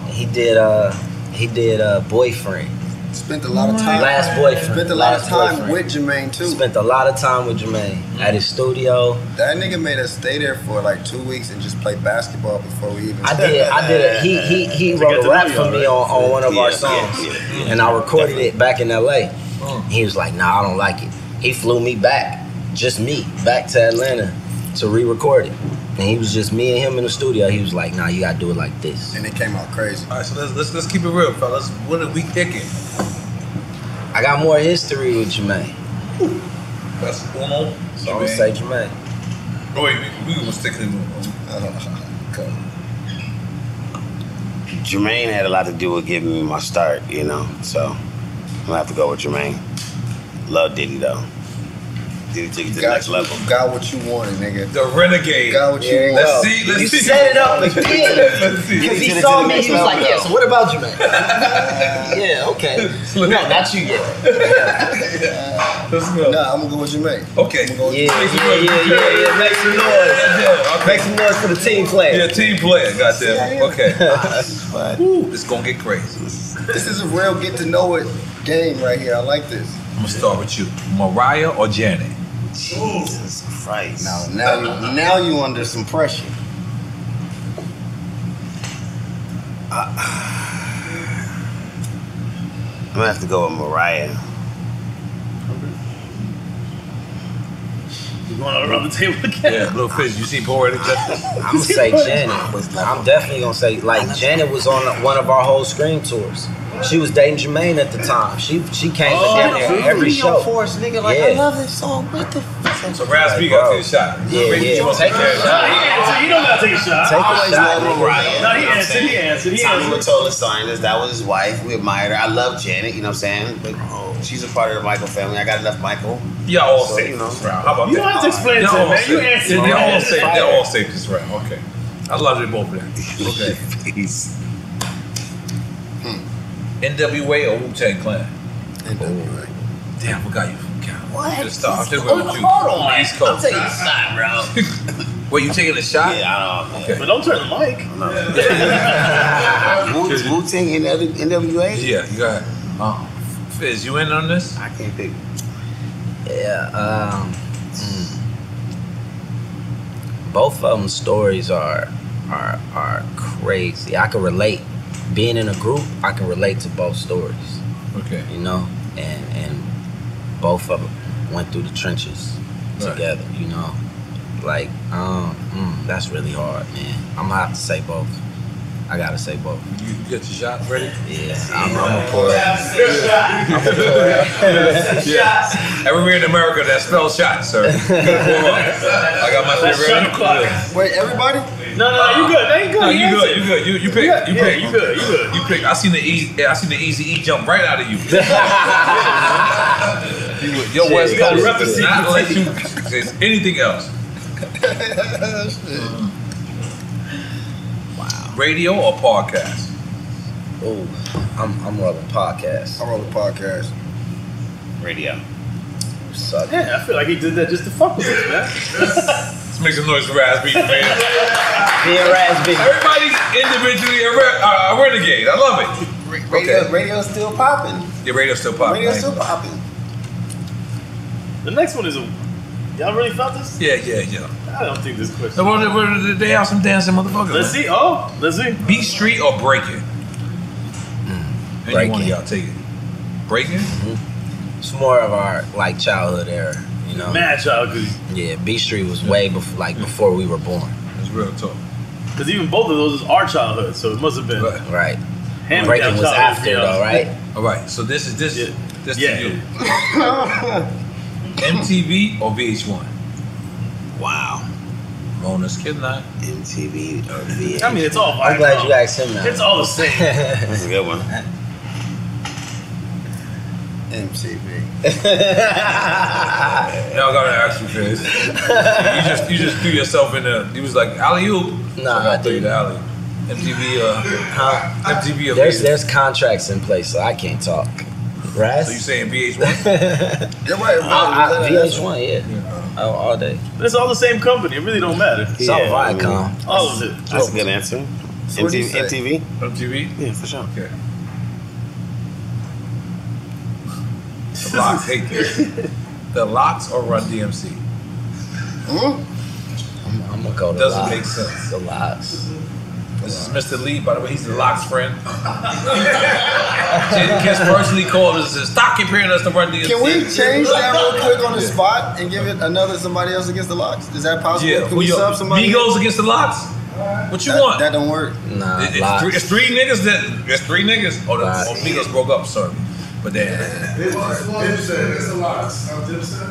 S11: He did uh he did uh Boyfriend.
S10: Spent a lot of time.
S11: Last boyfriend.
S10: Spent a lot of
S11: Last
S10: time
S11: boyfriend.
S10: with Jermaine too.
S11: Spent a lot of time with Jermaine at his studio.
S10: That nigga made us stay there for like two weeks and just play basketball before we even.
S11: I did. I did. A, he he he wrote a rap for me on, on one of our
S10: Yeah,
S11: songs,
S10: yeah, yeah. Mm.
S11: and I recorded it back in L.A. He was like, "Nah, I don't like it." He flew me back, just me, back to Atlanta to re-record it, and he was just me and him in the studio. He was like, "Nah, you gotta do it like this."
S10: And it came out crazy.
S9: All right, so let's let's, let's keep it real, fellas. What are we kicking?
S11: I got more history with Jermaine.
S9: That's Uno.
S11: So I'm gonna say Jermaine.
S9: Oh, wait, we, we were sticking. I don't know.
S13: Jermaine had a lot to do with giving me my start, you know. So I'm gonna have to go with Jermaine. Love Diddy though. Diddy took it to the next level.
S10: Got what you wanted, nigga.
S9: The renegade.
S10: Got what
S13: There
S10: you
S13: you
S10: wanted.
S13: go. You set it up again. Because he saw me, he was like, "Yeah, so what about you, man?"
S11: yeah, okay.
S13: No, not you yet.
S9: Let's go.
S10: Nah, I'm gonna go with Jermaine.
S9: Okay.
S11: Yeah, yeah, yeah, yeah, yeah. Make some noise. Make some noise for the team player.
S9: Yeah, team player. Goddamn. Okay. Woo, it's gonna get crazy.
S10: This is a real get to know it game right here. I like this.
S9: I'm gonna start with you, Mariah or Janet.
S10: Jesus
S13: Christ.
S10: Now, now, you, now you under some pressure.
S13: I'm gonna have to go with Mariah.
S15: You're going around the table again.
S9: Yeah, little fish. You see poetic justice.
S11: I'm gonna say Janet. was- I'm definitely gonna say like Janet was on one of our whole screen tours. She was dating Jermaine at the time. She she came
S13: Oh,
S11: down there every show.
S13: nigga.
S11: like, I Yeah.
S13: love this song. What the
S9: So Raspy got to the shot.
S11: Yeah, yeah.
S9: Take that
S15: answered. You don't gotta take a shot.
S13: Take
S15: Always
S13: a shot,
S15: love
S13: nigga. Mariah.
S15: No, he
S13: You know what I'm
S15: answered, he
S13: saying?
S15: answered, he
S13: Tommy
S15: answered.
S13: Mottola signed us. That was his wife. We admired her. I love Janet. You know what I'm saying? But she's a part of the Michael family. I got enough Michael.
S9: Yeah, all
S13: So,
S9: safe
S13: you know.
S9: this round. How about
S13: You
S9: that?
S13: don't have to explain
S9: They're
S13: to him,
S9: all
S13: man.
S9: safe.
S13: You answered.
S9: They're all
S13: That's
S9: safe.
S13: fire.
S9: They're all safe this round. Okay. I love you both of them. Okay. Hmm. NWA or Wu Tang Clan?
S10: NWA.
S9: Damn, I forgot you from Cali.
S13: What?
S9: Should've started. I should've
S13: Hold
S9: went with you.
S13: on.
S9: East Coast.
S13: I'm taking a shot, bro.
S9: Wait, you taking a shot?
S13: Yeah, I don't.
S9: Okay.
S15: But don't turn the mic.
S13: Wu Tang in other NWA?
S9: Yeah, you got. Uh, Fizz, you in on this?
S13: I can't pick.
S11: Yeah. Um, both of them stories are are are crazy. I can relate. Being in a group, I can relate to both stories.
S9: Okay.
S11: You know, and and both of them went through the trenches
S9: Right.
S11: together. You know, like um, mm, that's really hard, man. I'm gonna have to say both. I gotta say both.
S9: You got your shot ready?
S11: Yeah, I'm, I'm gonna pour it.
S9: yeah. Everywhere in America that spells shot, sir. I got my
S15: That's
S9: shit ready.
S15: shot o'clock.
S10: Wait, everybody?
S15: No, no, no, you good. That ain't good.
S9: No,
S15: He
S9: you
S15: answered.
S9: good. You good. You you pick.
S15: Yeah,
S9: you
S15: yeah,
S9: pick.
S15: you good, you good.
S9: You pick. I seen the easy. Yeah, I seen the easy E jump right out of you. you your
S15: Shit,
S9: West
S15: you gotta
S9: Coast
S15: rep the
S9: does not let you say anything else. Radio or podcast?
S11: Ooh, I'm I'm rolling podcast.
S10: I roll a podcast.
S13: Radio.
S11: Suck.
S15: Yeah, I feel like he did that just to fuck with us, man.
S9: Let's make some noise for Raspy, man.
S11: Being Raspy.
S9: Everybody's individually a, re- uh, a renegade. I love it.
S10: Radio, radio's still popping.
S9: Your radio's still popping.
S10: Radio's
S9: man.
S10: still popping.
S15: The next one is a. Y'all really felt this?
S9: Yeah, yeah, yeah.
S15: I don't think this question.
S9: So what, are- what, are- they are some dancing motherfuckers.
S15: Let's
S9: man.
S15: see. Oh, let's see.
S9: Beat Street or Break It? Any
S11: Break
S9: one of
S11: It.
S9: y'all take it. Break It?
S15: Mm-hmm.
S11: It's more of our like childhood era, you know.
S15: Mad child, because
S11: Yeah, B Street was way before, like before we were born.
S9: It's real talk.
S15: even both of those is our childhood, so it must have been.
S9: Right.
S11: Right.
S15: Hand me
S11: Breaking
S15: down
S11: was
S15: childhood,
S11: after
S15: yeah.
S11: though, right?
S9: All right. So this is this this
S15: Yeah.
S9: to you.
S10: Oh,
S9: MTV or VH1?
S13: Wow.
S9: Mona's Kidnap.
S13: MTV or VH.
S15: I mean, it's all.
S11: I'm glad you asked him that.
S15: It's all the same.
S13: That's a good one.
S10: MTV.
S9: Now I gotta ask you this. you just you just threw yourself in there. You was like alley oop.
S11: Nah, I
S9: threw you the
S11: didn't.
S9: alley. MTV uh
S11: Huh?
S9: MTV or
S11: There's
S9: VH1?
S11: there's contracts in place, so I can't talk.
S9: So you
S11: Raz?
S9: saying VH1?
S10: You're right.
S11: Uh, I- I-
S10: everybody.
S11: VH1, yeah. Oh, all day.
S15: But it's all the same company. It really don't matter.
S11: It's all
S13: Yeah, I mean-
S11: Viacom.
S15: All of it.
S13: That's a good answer.
S10: So what do you
S13: MTV,
S10: say?
S13: MTV?
S9: MTV?
S13: Yeah, for sure.
S9: Okay. The locks hate this. The locks or Run DMC.
S11: I'm, I'm gonna go to
S9: Doesn't
S11: Locks.
S9: make sense.
S11: The locks.
S9: This is Mr. Lee, by the way. He's the locks friend. Jada Kiss personally called us and said, "Stop comparing us to Run DMC."
S10: Can we change that real quick on the spot and give it another somebody else against the locks? Is that possible?
S9: Yeah,
S10: Can
S9: who
S10: we
S9: you-
S10: sub somebody?
S9: Migos against the Locks? What you
S10: That-
S9: want?
S10: That don't work.
S11: Nah,
S9: It- it's, three, it's three niggas that. It's three niggas. Oh, the oh, Migos broke up. Sorry, but then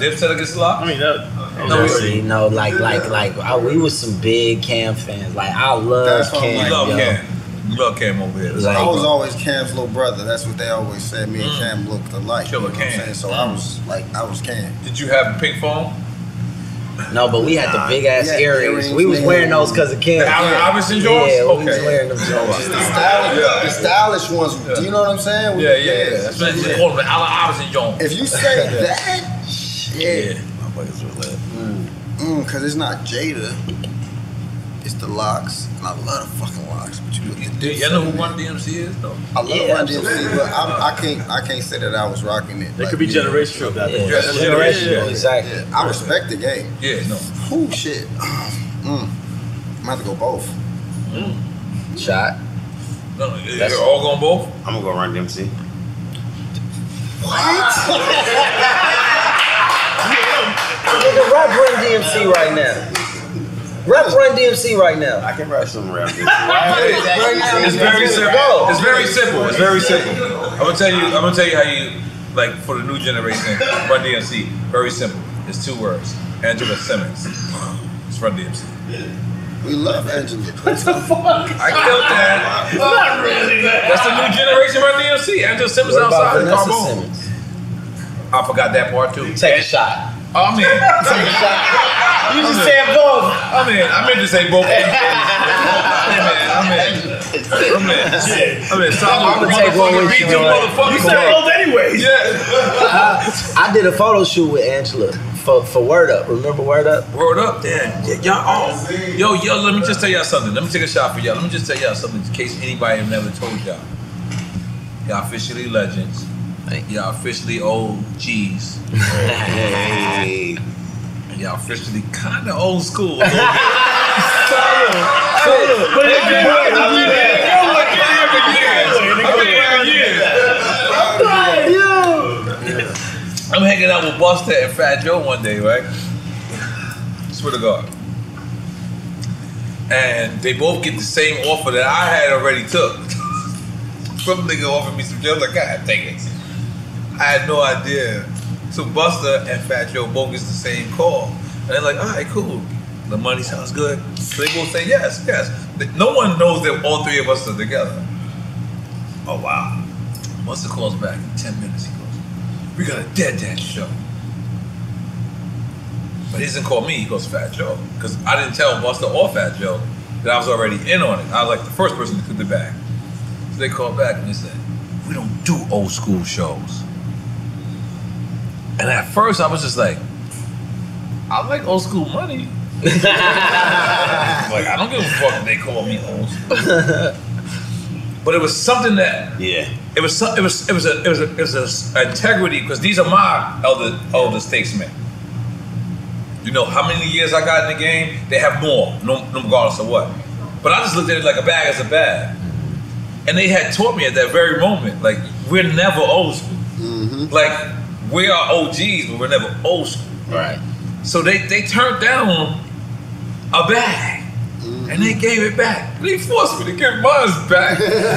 S9: Dipset against the locks.
S15: I mean, that,
S11: No, you know, like, like, like, I, we was some big Cam fans. Like, I love Cam.
S9: You love
S11: yo.
S9: Cam. You love Cam over here.
S11: Like-
S10: I was always Cam's little brother. That's what they always said. Me and
S9: Mm.
S10: Cam looked alike. Killer Cam. So I was like, I was Cam.
S9: Did you have a pink phone?
S11: No, but we had the
S10: Nah,
S11: big ass
S10: yeah,
S11: earrings.
S10: earrings,
S11: We was
S10: man.
S11: wearing those because of Cam.
S9: The Allen Iverson joints?
S11: Yeah, we was
S9: Okay.
S11: wearing them joints.
S10: The stylish, the stylish ones. Do you know what I'm saying?
S9: Yeah, yeah, yeah. That's what they call them, the Allen Iverson joint.
S10: If you say
S9: Yeah.
S10: that, shit.
S9: Yeah.
S10: Mm, cause it's not Jada. It's the locks. And I love the fucking locks. But you look at
S9: Do
S10: this.
S9: you know who
S10: man.
S9: Run DMC is though?
S10: I love Run DMC, but I'm, I can't. I can't say that I was rocking it.
S15: They could be generational. That
S9: Yeah, that's generational, exactly.
S10: Yeah, I respect the game.
S9: Yeah, no.
S10: Who shit? Mm. I'm about to go both.
S11: Shot.
S9: No, no, you're all going both.
S13: I'm gonna go run DMC.
S11: Nigga, rap Run DMC right now. Rap Run DMC right now. I
S13: can rap some rap.
S9: It's very simple. It's very simple. It's very simple. I'm gonna tell you. I'm gonna tell you how you like for the new generation. Run DMC. Very simple. It's two words. Angela Simmons. It's Run DMC.
S10: We love Angela. What
S9: the fuck? I killed that.
S15: Not really that.
S9: That's the new generation Run DMC. Angela Simmons
S15: What about
S9: outside the
S15: Vanessa
S9: Carbone. I forgot that part too. Oh,
S11: Take a shot.
S9: I'm in. Take a shot. You just said both. I'm in. I meant to say both. I'm in. I'm in. I'm in. I'm
S11: I'm
S9: in. Solid
S11: gonna take one
S9: motherfucker.
S11: with you,
S9: Beat you,
S11: all right?
S9: motherfucker.
S11: You said both
S9: anyways. Yeah.
S11: I, I did a photo shoot with Angela for, for Word Up. Remember Word Up?
S9: Word up, then. Y- Y'all, all- yo, yo, let me just tell y'all something. Let me take a shot for y'all. Let me just tell y'all something in case anybody have never told y'all. Y'all officially legends. Y'all officially OGs.
S13: Hey.
S9: Y'all officially kind of old school.
S15: But it's been working. I've been here.
S9: I'm hanging out with Buster and Fat Joe one day, right? Swear to God. And they both get the same offer that I had already took. Some nigga offered me some jail. I was like, God dang it. I had no idea. So Buster and Fat Joe both gets the same call. And they're like, all right, cool. The money sounds good. So they both say yes, yes. No one knows that all three of us are together. Oh wow. Buster calls back in 10 minutes. He goes, We got a dead dad show. But he doesn't call me, he goes Fat Joe. Because I didn't tell Buster or Fat Joe that I was already in on it. I was like the first person to the back. So they called back and they said, We don't do old school shows. And at first I was just like, I like old school money. like, I don't give a fuck if they call me old school. But it was something that
S13: yeah,
S9: it was some, it was it was a it was a, it was a s- integrity because these are my elder elder statesmen. You know how many years I got in the game? They have more, no, no regardless of what. But I just looked at it like a bag is a bag, and they had taught me at that very moment, like we're never old school. Like we are OGs, but we're never old school. Right. So they they turned down a bag, and they gave it back. They forced me to give mine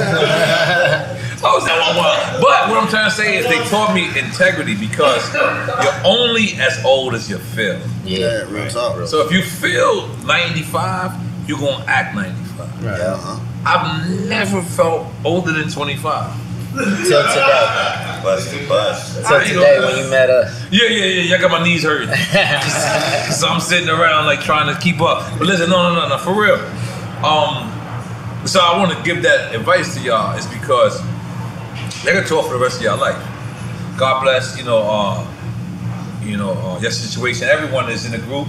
S9: back. I was at one one. But what I'm trying to say is they taught me integrity because you're only as old as you feel.
S10: Yeah, real talk. Real
S9: So if you feel 95, you're gonna act 95.
S10: Right. Yeah, uh-huh.
S9: I've never felt older than 25. Till
S11: today.
S9: Bust to bust.
S11: So today when you met us.
S9: Yeah, yeah, yeah. Y'all got my knees hurting. so I'm sitting around like trying to keep up. But listen, no, no, no, no, for real. Um, so I want to give that advice to y'all is because they're gonna talk for the rest of y'all life. God bless, you know, uh, you know, uh, your situation. Everyone is in a group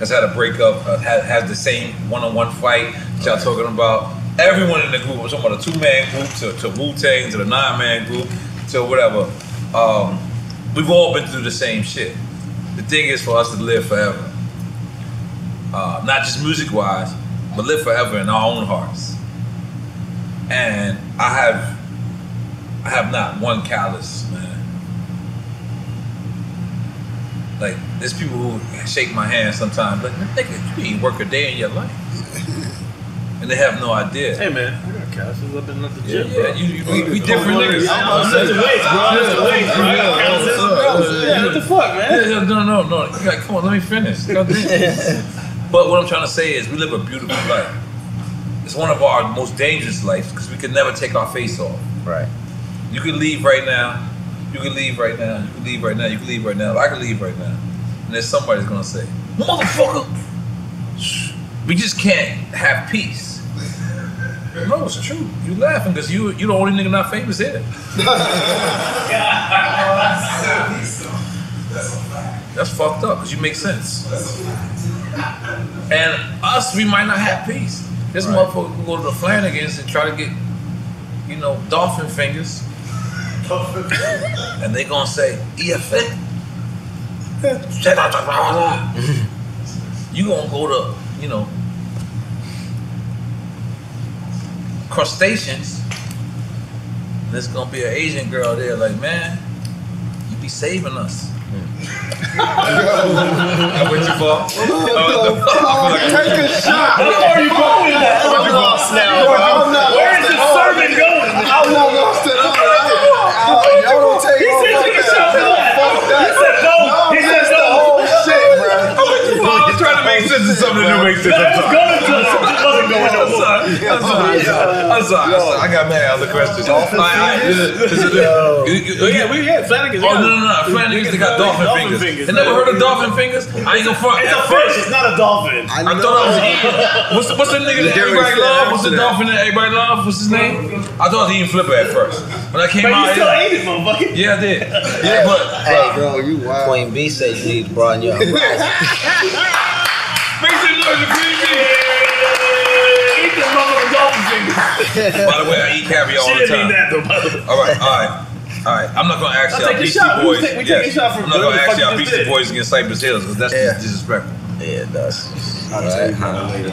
S9: has had a breakup, uh, has, has the same one-on-one fight that y'all talking about. Everyone in the group, I'm talking about a two-man group to, to Wu-Tang, to the nine-man group, to whatever. Um, we've all been through the same shit. The thing is for us to live forever, uh, not just music wise, but live forever in our own hearts. And I have, I have not one callous, man. Like there's people who shake my hand sometimes, like nigga, you ain't work a day in your life, and they have no idea.
S15: Hey man, I got calluses up in the
S9: Yeah,
S15: gym,
S9: yeah,
S15: bro.
S9: you- you- we- we different niggas.
S15: I'm about to say, weights, bro. I'm about to say, weights, bro. I got calluses, bro. Yeah, what the fuck, man?
S9: Yeah, yeah, no, no, no. You got- come on, let me finish. God damn. but what I'm trying to say is, we live a beautiful life. It's one of our most dangerous lives because we can never take our face off.
S11: Right.
S9: You can leave right now. You can leave right now. You can leave right now. You can leave right now. I can leave right now. And then somebody's gonna say, "Motherfucker, we just can't have peace." No, it's true. You laughing because you you the only nigga not famous here. That's fucked up because you make sense. And us, we might not have peace. This motherfucker can go to the Flanagan's and try to get, you know, dolphin fingers. and they gonna say, E EFN. you gonna go to, you know, crustaceans. There's gonna be an Asian girl there, like, man, you be saving us. I went too far. Oh,
S10: Take a shot.
S9: How far you going with that?
S10: I'm lost now.
S9: bro.
S10: I'm not
S9: Where
S10: lost
S9: is the
S10: at all.
S9: sermon going?
S10: I'm not lost at all. Uh, Y'all don't take
S9: He
S10: all fuck
S9: said take a
S10: that.
S9: shot to that.
S10: Fuck that.
S9: He said no. He
S10: Y'all
S9: said
S10: missed
S9: no.
S10: the whole shit, bro.
S9: I was trying to make sense of something that didn't make sense. I'm sorry. I'm sorry. I'm sorry. I'm sorry. I'm sorry. I'm sorry. I got mad at the questions. Dolphin fingers? Yeah, we had Flanagan's. Oh, no, no, no. Flanagan's, they got dolphin fingers. They never heard of dolphin fingers? I ain't gonna front.
S15: It's a
S9: At
S15: fish.
S9: first-
S15: It's not a dolphin.
S9: I, thought I was eating. What's the, what's the nigga that
S15: Gary
S9: everybody
S15: said
S9: love? What's the
S15: after that.
S9: dolphin that everybody love? What's his name? I thought I was eating flipper at first. When I came
S15: But you
S9: out,
S15: still
S9: yeah.
S15: ate it, motherfucker.
S9: Yeah, I did.
S11: Yeah,
S9: but
S11: hey, bro, you wild. Queen B said you need to broaden your horizon.
S9: Make some noise for Queen B. Eat the motherfucking dolphin fingers. By the way, I eat caviar all the
S15: She didn't
S9: time.
S15: need that, though, by the
S9: All right, all right. All right, I'm not gonna ask
S15: I'll
S9: y'all
S15: take a
S9: Beastie
S15: shot. We
S9: Boys.
S15: take- we take a shot from
S9: I'm not gonna
S15: whoever the
S9: ask
S15: fuck
S9: y'all
S15: just did.
S9: Beastie Boys against Cypress Hills because that's disrespectful. Yeah, it does. All right.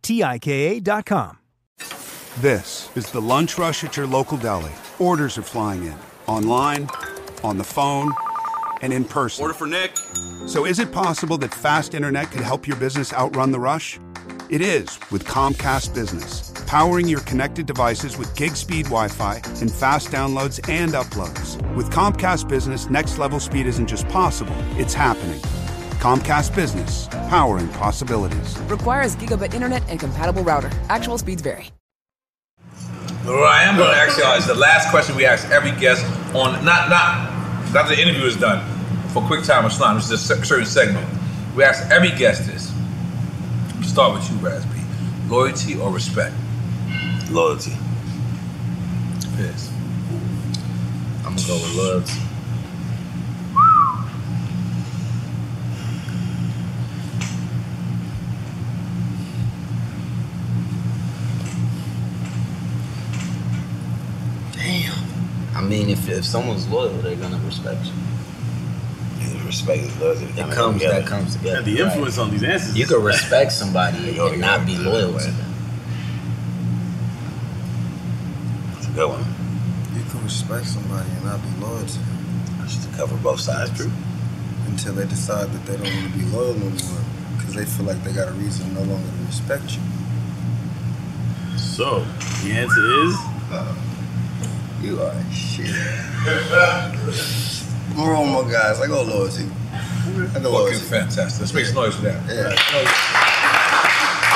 S18: T-I-K-A dot com.
S23: This is the lunch rush at your local deli. Orders are flying in online, on the phone, and in person. Order for Nick. So, is it possible that fast internet could help your business outrun the rush? It is with Comcast Business. powering your connected devices with gig speed Wi-Fi and fast downloads and uploads. With Comcast Business, next level speed isn't just possible, it's happening. Comcast Business, powering possibilities.
S4: Requires gigabit internet and compatible router. Actual speeds vary.
S9: Well, I am going to ask y'all is the last question we ask every guest on not not not the interview is done for quick time or slime. It's just a certain segment. We ask every guest this. Start with you, Raspy. Loyalty or respect?
S13: Loyalty.
S9: Yes.
S13: I'm gonna go with loyalty.
S11: I mean, if, if someone's loyal, they're gonna respect you.
S13: Respect is loyalty.
S11: That
S13: It kinda
S11: comes,
S13: together.
S11: that comes together.
S13: And the influence
S11: on these answers. You can respect somebody and not be loyal to them.
S13: That's a good one. You can respect somebody and not be loyal to them. That's to cover both sides. That's true.
S10: until they decide that they don't want to be loyal no more because they feel like they got a reason no longer to respect you.
S15: So the answer is
S10: you are shit. More on my guys. I go loyalty. I go loyalty.
S9: fantastic. Let's make some noise for that.
S10: Yeah.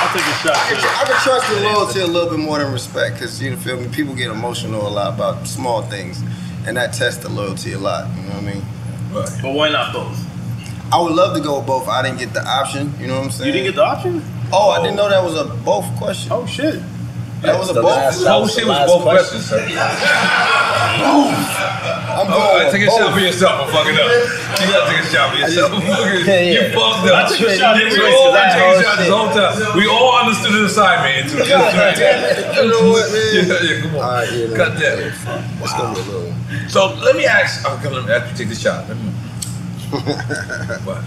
S15: I'll take a shot.
S10: I can, I can trust the loyalty a little bit more than respect because you feel me. People get emotional a lot about small things, and that tests the loyalty a lot. You know what I mean? But,
S15: why not both?
S10: I would love to go with both. I didn't get the option. You know what I'm saying?
S15: You didn't get the option?
S10: Oh, I didn't know that was a both question.
S15: Oh shit.
S10: That was a
S9: The
S10: both.
S9: last- that was the last question.
S10: I'm
S9: All right,
S10: going.
S9: take a
S10: both.
S9: shot for yourself for fucking up. You gotta take a shot for yourself.
S10: Yeah, yeah.
S9: You fucked up.
S10: I took a shot anyways,
S9: We all
S10: 'cause I
S9: took a
S10: heard shit.
S9: shot this whole time. We all understood the assignment. until this
S10: God
S9: right.
S10: damn it. You know what, man?
S9: Yeah, yeah, come on. God damn it. Wow. So let me ask. Oh, come on, let me ask you to take the shot. Let me- What?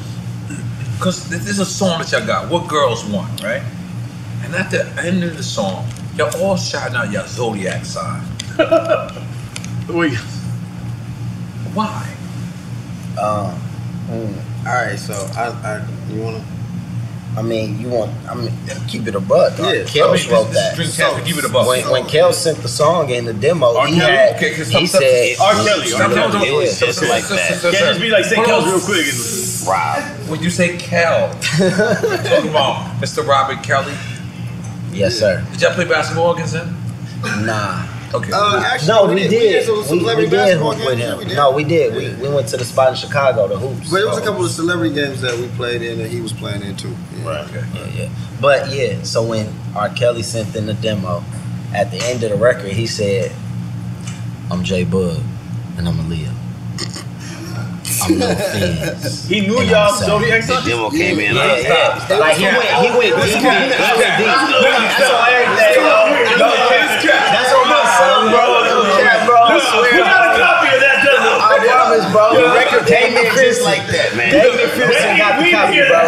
S9: Because th- there's a song that y'all got, What Girls Want, right? And at the end of the song, y'all all shouting out y'all zodiac sign.
S15: Wait.
S9: Why?
S11: Um, All right, so I, I you want to? I mean, you want? I mean, keep it a buck. Yeah,
S9: I mean,
S11: Kels
S9: this-
S11: wrote
S9: this
S11: that.
S9: is Dreamcast, but keep it a buck.
S11: When, when Kels sent the song in the demo,
S9: R.
S11: he
S9: Kelly?
S11: had
S9: Okay, 'cause
S11: he
S9: some-
S11: said
S9: some- R. Kelly, R. Kelly.
S11: Yeah,
S9: Don't-
S11: it's
S9: don't-
S11: like
S9: don't-
S11: that.
S9: don't- Can't just be like, say Kels real quick
S11: Wow.
S9: When you say Cal, talking about Mr. Robert Kelly.
S11: Yes, sir.
S9: Did y'all play basketball against him?
S11: Nah.
S9: Okay.
S10: Uh,
S11: no, Uh, we did. We, we did hoop with him. No, we did. We, we went to the spot in Chicago, the hoops.
S10: But it was a
S11: So-
S10: couple of celebrity games that we played in and he was playing in too. Yeah. Right.
S11: Yeah, yeah. But yeah, so when R. Kelly sent in the demo, at the end of the record, he said, "I'm Jay Bug, and I'm a Leo. I'm no fans."
S15: He knew
S11: And
S15: y'all
S11: I'm sad.
S15: zodiac signs? The demo came in
S11: Yeah,
S15: nonstop.
S11: yeah. Like he went, he went deep. He went deep. That's on everything. No, That's on my son, bro. Yeah, bro. I swear.
S15: We got a copy of that, doesn't it?
S11: I promise, bro. The record came in just like that, man. David Pearson got the copy, bro.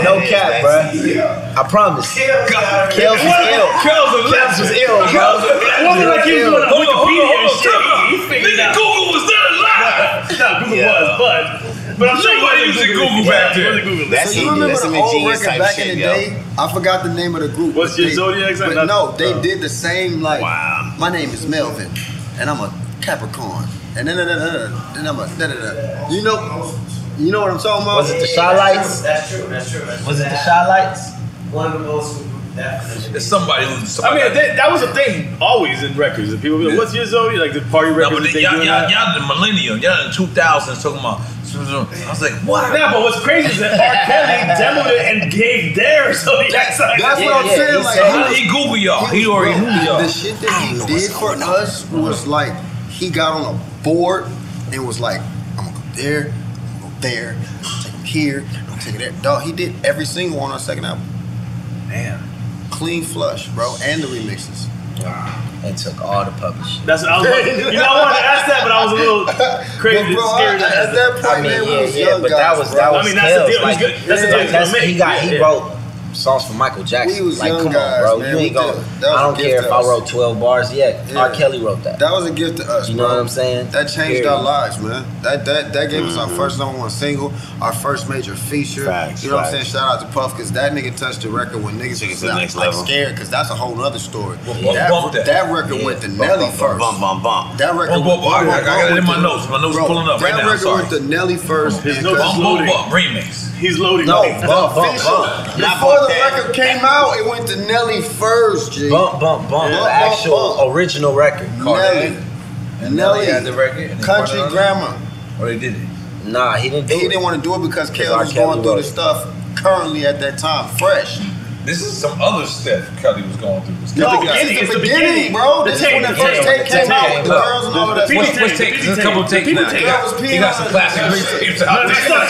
S11: No cap, bro. I promise. Kels was ill.
S9: Kels was
S11: Kels was ill, bro.
S15: It wasn't like he was doing a
S9: Hold on, hold on,
S15: Wikipedia
S9: hold
S15: and
S9: on,
S15: shit.
S9: time out.
S15: He figured it
S9: Nigga,
S15: out.
S9: Google was not alive.
S15: Nah, Google
S9: Yeah.
S15: was, but but I'm sure
S9: Nobody
S15: he
S9: used to
S15: wasn't
S9: Google
S15: Google
S9: back
S15: it.
S9: then.
S15: He wasn't Googling.
S10: so you remember the old record back in the day? I forgot the name of the group.
S15: What's
S10: but
S15: your
S10: they-
S15: zodiac sign?
S10: But no,
S15: Not-
S10: they
S15: oh.
S10: did the same like my name is Melvin and I'm a Capricorn. And then then- then- then then I'm a da da da. You know you know what I'm talking about?
S11: Was it the Shy Lights?
S10: That's true, that's true.
S11: Was it the Shy Lights?
S15: One of the most. It's
S9: somebody.
S15: I mean, that, that was a thing always in records. And people, be like, what's your zodiac? Like the party
S9: No,
S15: records.
S9: but
S15: that they
S9: y'all,
S15: doing
S9: y'all,
S15: now.
S9: y'all the millennium. Y'all in 2000s talking about. I was like, what?
S15: Nah, but what's crazy is that R. Kelly demoed it and gave theirs. So that's,
S10: That's what I'm saying. Like,
S9: how did he Google y'all? He
S10: was
S9: already
S10: broke.
S9: knew y'all.
S10: The shit that he did for us was like he got on a board and was like, I'm gonna go there, I'm gonna go there, I'm gonna take it here, I'm gonna take it there. Dog, he did every single one on our second album.
S11: Man.
S10: Clean flush, bro, and the remixes.
S11: And took all the publishing.
S15: That's what I was. Like, you know, I wanted to ask that, but I was a little crazy,
S11: But bro,
S15: scared. to
S11: I-
S15: ask
S11: at that point, I mean, man, we yeah, was yeah, young but that guys, was- that bro.
S15: I
S11: was
S15: mean, that's the
S11: Kells,
S15: deal. He's
S11: like,
S15: good. That's the
S11: yeah,
S15: deal. he's
S11: that's-
S15: gonna
S11: he
S15: make.
S11: got- he wrote songs for Michael Jackson.
S10: We was
S11: like,
S10: young
S11: come
S10: guys,
S11: on, bro.
S10: man.
S11: you
S10: We
S11: ain't going.
S10: did it. That was a
S11: I don't
S10: gift
S11: care if
S10: to
S11: I
S10: us.
S11: wrote twelve bars. Yeah, R. Kelly wrote that.
S10: That was a gift to us.
S11: You
S10: bro.
S11: know what I'm saying?
S10: That changed
S11: Period. Mm-hmm.
S10: our lives, man. That that that gave us our first number one single, our first major feature.
S11: Facts,
S10: you know what I'm saying?
S11: facts.
S10: Shout out to Puff because that nigga touched the record when niggas was
S13: to the
S10: not,
S13: next
S10: like
S13: level.
S10: scared because that's a whole other story.
S13: bump,
S10: that,
S13: bump that.
S10: record
S13: Yeah.
S10: went to
S13: Bump,
S10: Nelly
S13: bump,
S10: first.
S13: bump, bump, bump.
S10: That record.
S13: Bump, bump,
S10: went-
S13: bump. I got it in
S10: went to-
S13: my notes. My notes
S10: Bro,
S13: pulling up
S10: That
S13: right now. I'm
S10: record
S13: sorry.
S10: went to Nelly first.
S13: His
S10: and
S13: notes
S10: Cuz-
S13: is loading. Bump, bump, remix.
S15: He's loading.
S13: No,
S10: Official.
S13: bump, bump, bump. Not
S10: Before
S13: bump
S10: the
S13: that.
S10: record came out, it went to Nelly first, G.
S11: Bump, bump, bump.
S10: Yeah.
S11: The actual original record.
S10: Nelly.
S11: And
S10: Nelly
S11: had the record. and they
S10: Country
S11: brought it on.
S10: Grammar.
S11: Or they did it. Nah, he didn't do
S10: He
S11: it.
S10: didn't want to do it because Kelly
S11: R.
S10: was
S11: Kelly
S10: going through
S11: wrote
S10: the
S11: it.
S10: stuff currently at that time, fresh.
S9: This is some other stuff Kelly was going through. This
S10: No,
S9: Kelly got-
S10: this is the beginning, bro.
S9: The
S10: This is when Oh, the
S9: tape,
S10: first
S9: yeah,
S10: tape came out with the
S9: Look,
S10: girls and all
S9: the
S10: that.
S9: What's what's tape? There's a couple of tapes now. He got- He got some classic tapes out there.
S10: Girls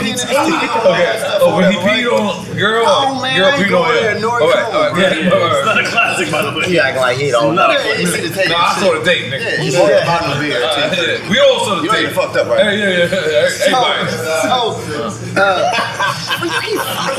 S10: peeing in the towel.
S9: Okay, oh, when he peed on girl,
S10: Oh, man, I
S9: girl
S10: ain't
S9: peed on
S10: going there,
S9: him.
S10: nor
S9: All right,
S10: going,
S9: all right,
S10: bro.
S9: yeah, yeah, all right.
S10: It's not a classic, by the way. He acting like he don't
S9: It's not
S10: know.
S9: a
S10: Yeah, he see the tape.
S9: No, I saw the tape, nigga.
S10: Yeah, he
S9: You saw
S10: said
S9: it.
S10: bottom of the beer,
S9: Uh,
S10: too.
S9: yeah, We all saw the
S10: You
S9: tape.
S10: ain't fucked up, right?
S9: Yeah, yeah, yeah.
S10: So- so,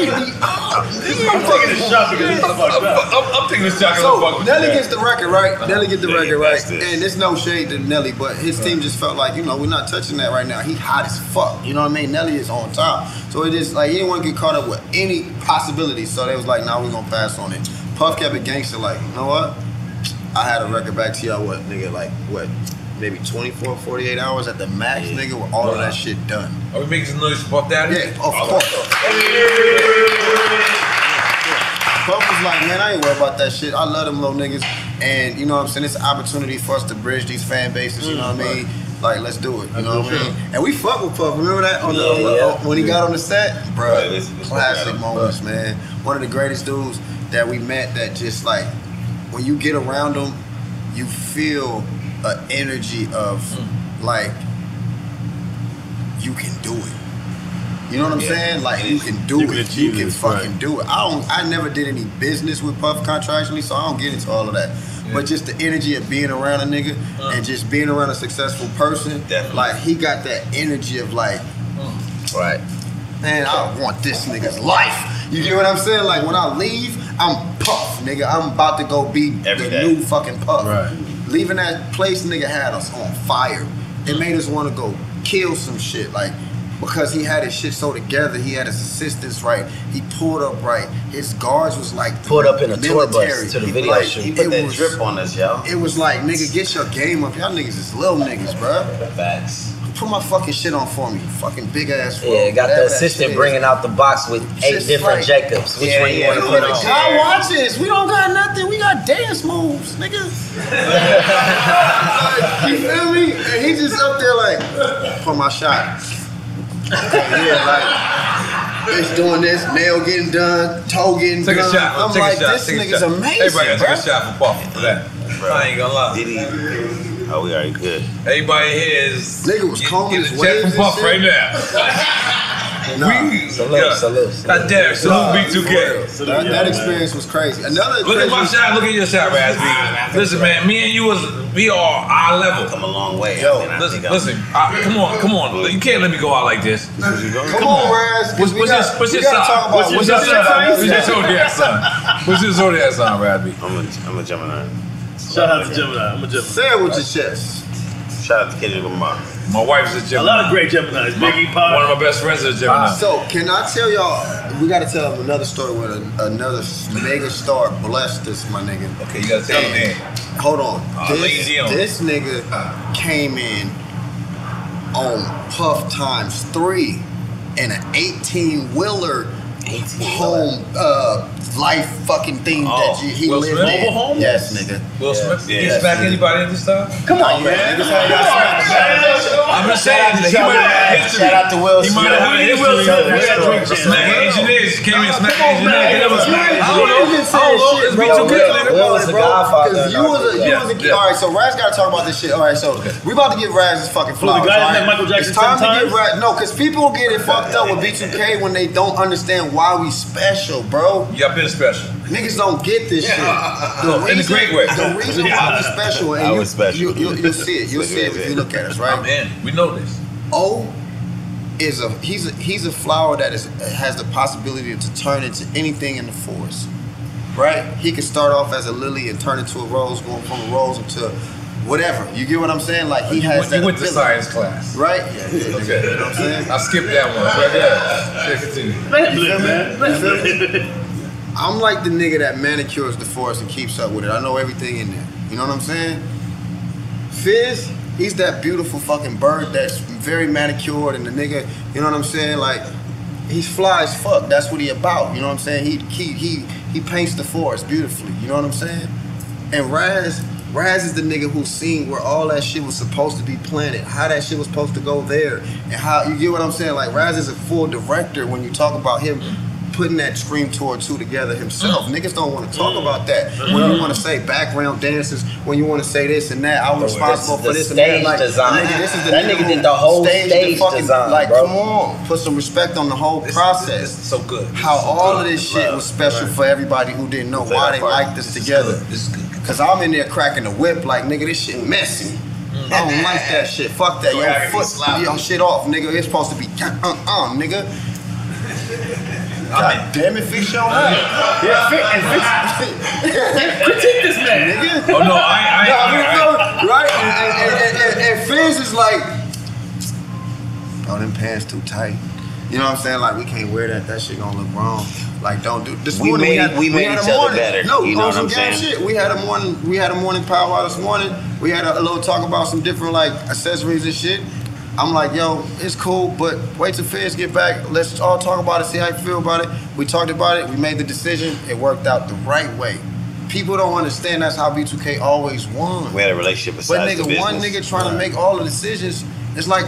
S9: I'm taking a shot because it's fucked up. I'm, I'm taking a shot because I'm fucked
S10: So
S9: with
S10: Nelly
S9: you.
S10: gets the record right. Nelly get the
S9: Uh-huh. Yeah,
S10: record right,
S9: that's this.
S10: and it's no shade to Nelly, but his team just felt like you know we're not touching that right now. He hot as fuck. You know what I mean? Nelly is on top, so it is like he didn't want to get caught up with any possibilities. So they was like, nah, we're gonna pass on it. Puff kept it gangster. Like you know what? I had a record back to y'all. What nigga? Like what? Maybe 24, 48 hours at the max, nigga, with all of that shit done.
S9: Are we making some noise about that?
S10: Yeah, of course. Puff was like, man, I ain't worried about that shit. I love them little niggas. And you know what I'm saying? It's an opportunity for us to bridge these fan bases, you know what I mean? Like, let's do it. You know what I mean? And we fuck with Puff. Remember that on the, on the-
S11: Yeah, yeah.
S10: when he got on the set? Bro,
S11: Right, this- this
S10: classic
S11: guy.
S10: moments, man. One of the greatest dudes that we met that just like when you get around them, you feel an energy of like you can do it. You know what I'm
S6: Yeah.
S10: saying? Like
S6: Yeah.
S10: you can do
S6: You
S10: it.
S6: can
S10: you
S6: achieve
S10: can
S6: this,
S10: fucking
S6: right.
S10: do it. I don't. I never did any business with Puff contractually, so I don't get into all of that. But just the energy of being around a nigga
S6: Uh.
S10: and just being around a successful person, like he got that energy of like, right? Man, I want this nigga's life. You get what I'm saying? Like when I leave, I'm Puff, nigga. I'm about to go be the new fucking Puff. Leaving that place, nigga had us on fire. It made us want to go kill some shit, like because he had his shit so together. He had his assistants right. He pulled up right. His guards was like
S11: Pulled up in a tour bus
S10: military.
S11: to the
S10: He
S11: video
S10: like-
S11: shoot.
S10: he-
S11: Put
S10: it
S11: that
S10: was-
S11: drip on us, yo.
S10: It was like, nigga, get your game up. Y'all niggas is little niggas, bro.
S11: Facts.
S10: Put my fucking shit on for me. you Fucking big ass.
S11: Yeah,
S10: world,
S11: got
S10: whatever
S11: the
S10: that shit
S11: assistant
S10: is.
S11: bringing out the box with eight
S10: Just
S11: different
S10: like-
S11: Jacobs. Which
S10: Yeah,
S11: one you
S10: yeah,
S11: want to
S10: yeah.
S11: put
S10: Look,
S11: on?
S10: y'all watch this. We don't got nothing. We got dance moves, nigga. Like, you feel me? And he just up there like, for my shot. Okay, yeah, like. Bitch doing this, nail getting done, toe getting
S9: Take
S10: done.
S9: a shot.
S10: I'm
S9: take
S10: like,
S9: a shot.
S10: this
S9: take a
S10: nigga's
S9: shot.
S10: amazing.
S9: Everybody gotta take
S10: bruh.
S9: a shot for Puff for that. I ain't gonna lie.
S13: Oh, we already good.
S9: Everybody here is nigga was combing his waves for
S10: and
S9: Puff
S10: shit.
S9: right now. We salute, salute. God damn,
S10: Nah,
S9: salute
S10: So
S9: B2K.
S10: that, that experience was crazy. Another
S9: Look at my
S10: experience-
S9: shot. Look at your shot, Razby. Listen, man. Me and you was we are eye level. Come a long way. Yo, listen, listen. I- come on, come on. You can't let me go out like this.
S10: Come on, Raz.
S9: What's, what's, your, what's your sign? What's your, what's your sign? What's your zodiac sign? What's your zodiac sign, Radby?
S13: I'm a, I'm a Gemini.
S15: Shout out to Gemini. I'm a Gemini.
S10: Say it with your chest.
S13: Shout out to Kendrick Lamar.
S9: My wife's a Gemini.
S15: A lot of great Geminis. Biggie Pop.
S9: One of my best friends is a Gemini.
S10: So can I tell y'all? We gotta tell them another story where an- another mega star blessed us, my nigga.
S9: Okay, you gotta tell them then.
S10: Hold on.
S9: Uh,
S10: this,
S9: lazy on.
S10: this nigga came in on puff times three in an eighteen wheeler home uh, life fucking thing that you, he
S9: Oh, Will
S10: lived
S9: Smith?
S10: in.
S9: Mobile home?
S10: Yes, nigga.
S9: Will Smith?
S10: Yeah.
S9: He smack anybody at this time?
S10: Come on, man.
S9: I'm just saying that he
S10: Shout
S9: might
S10: out
S9: have
S10: to-
S9: had a history.
S10: shout out to Will
S9: He
S10: Smith.
S9: might have had a
S10: We need
S9: history.
S10: Will Smith. We got drink champs.
S9: Smack engineers. Came in, smack
S10: Come on, man.
S9: engineers. That was- I don't
S10: You
S9: know.
S10: just
S9: I don't know.
S10: said shit,
S9: It's
S10: bro.
S9: B2K, nigga.
S10: Bro, bro, 'cause you was a, you
S9: Yeah,
S10: was a,
S9: yeah.
S10: All right, so Raz got to talk about this shit. All right, so we about to give Raz his fucking
S15: Who, the
S10: flowers.
S15: guy that
S10: all right?
S15: met Michael Jackson
S10: it's
S15: 10
S10: time to
S15: times?
S10: give Raz. No, because people get it fucked up with B2K when they don't understand why we special, bro.
S9: Y'all been special.
S10: Niggas don't get this
S9: Yeah. uh,
S10: shit.
S9: No, in a great way.
S10: The reason why
S9: Yeah.
S10: we special, and
S9: I
S10: you,
S9: was special.
S10: You, will see it. You'll see it if you look at us, right?
S9: I'm in. We know this.
S10: O is a he's a, he's a flower that is has the possibility to turn into anything in the forest. Right? He can start off as a lily and turn into a rose, going from a rose into whatever. You get what I'm saying? Like he
S9: You
S10: has
S9: went-
S10: that
S9: you went to
S10: ability.
S9: science class.
S10: right? Yeah, yeah, okay. You know what I'm saying? I
S9: skipped that one. But yeah, yeah, continue.
S10: I'm like the nigga that manicures the forest and keeps up with it. I know everything in there. You know what I'm saying? Fizz, he's that beautiful fucking bird that's very manicured and the nigga, you know what I'm saying? Like, he's fly as fuck. That's what he about. You know what I'm saying? He he he he paints the forest beautifully. You know what I'm saying? And Raz, Raz is the nigga who seen where all that shit was supposed to be planted, how that shit was supposed to go there, and how you get what I'm saying? Like Raz is a full director when you talk about him putting that Scream Tour 2 together himself. Niggas don't want to talk about that. When you want to say background dances, when you want to say this and that, I was
S11: This is
S10: responsible
S11: the
S10: for this and that.
S11: stage
S10: Like,
S11: design.
S10: nigga, this is the
S11: That nigga
S10: who
S11: did the whole
S10: staged
S11: stage design,
S10: Like,
S11: bro.
S10: come on, put some respect on the whole process.
S9: so good.
S10: How all of this shit was special
S9: Right.
S10: for everybody who didn't know why they liked this, together.
S9: This is good.
S10: Cause I'm in there cracking the whip, like nigga, this shit messy. I don't like that shit. Fuck that.
S9: Yo,
S10: Yo,
S9: I gotta be
S10: foot,
S9: sloppy.
S10: yo, shit off, nigga. It's supposed to be uh uh, nigga. God damn it, fix your hat. Yeah, fix and fix. Critique this man, nigga.
S9: Oh, no, I- I-
S10: No,
S9: I-
S10: mean,
S9: I-
S10: no, right. And, and, and, and, and Fizz is like, oh, them pants too tight. You know what I'm saying? Like we can't wear that. That shit gonna look wrong. Like don't do. This
S13: We
S10: morning
S13: made-
S10: had,
S13: we made
S10: had
S13: each
S10: a
S13: other
S10: morning.
S13: better.
S10: No,
S13: You know
S10: on
S13: what
S10: some
S13: I'm
S10: gang
S13: saying?
S10: shit. We had a morning. We had a morning power hour this morning. We had a, a little talk about some different like accessories and shit. I'm like, yo, it's cool, but wait till Fizz get back. Let's all talk about it. See how you feel about it. We talked about it. We made the decision. It worked out the right way. People don't understand that's how B2K always won.
S13: We had a relationship
S10: But
S13: besides the
S10: nigga, one
S13: business.
S10: nigga trying to make all the decisions, it's like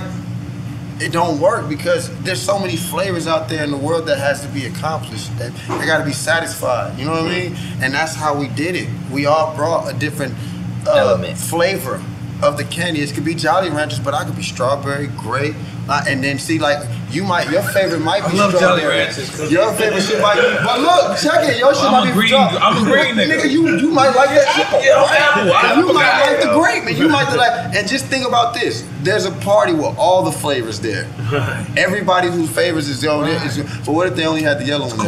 S10: it don't work because there's so many flavors out there in the world that has to be accomplished. That they gotta be satisfied. You know what I mean?
S13: Mm-hmm.
S10: And that's how we did it. We all brought a different uh, flavor of the candy. It could be Jolly Ranchers, but I could be strawberry, grape, uh, and then see like you might your favorite might be
S9: I love Jolly
S10: strawberry.
S9: Ranchers, 'cause-
S10: Your favorite shit might be. But look, check it. Your shit
S9: I'm
S10: might
S9: a
S10: be
S9: green-
S10: strawberry.
S9: I'm a green nigga.
S10: nigga, you you might like that apple.
S9: Yeah, I'm
S10: right?
S9: apple. I'm
S10: You
S9: apple
S10: might
S9: guy.
S10: like the grape, and you might like. And just think about this: there's a party with all the flavors there. Everybody whose favors is over there. Is, but what if they only had the yellow one? There?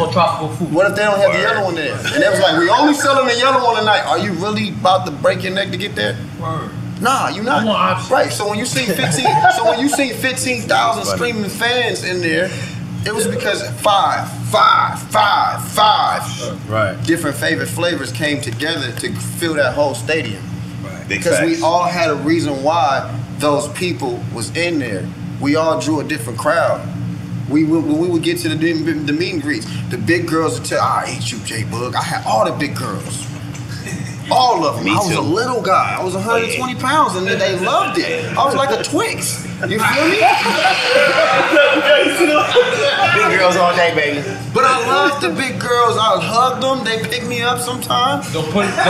S10: What if they don't have the yellow one there? And they was like, we only selling the yellow one tonight. Are you really about to break your neck to get there? Nah, you not. Right. So when you see fifteen, so when you see fifteen thousand
S9: Funny.
S10: screaming fans in there, it was because five, five, five, five
S9: Right.
S10: different favorite flavors came together to fill that whole stadium.
S13: Big
S10: Because we
S13: facts.
S10: all had a reason why those people was in there. We all drew a different crowd. We would, when we would get to the, dim- the meet and greets, the big girls would tell, I hate you, J Bug. I had all the big girls. All of them.
S13: Me
S10: I was
S13: too.
S10: a little guy. I was 120 pounds and they loved it. I was like a Twix. You feel me?
S13: Big girls all day, baby.
S10: But I loved the big girls. I hugged them. They picked me up sometimes.
S9: Don't put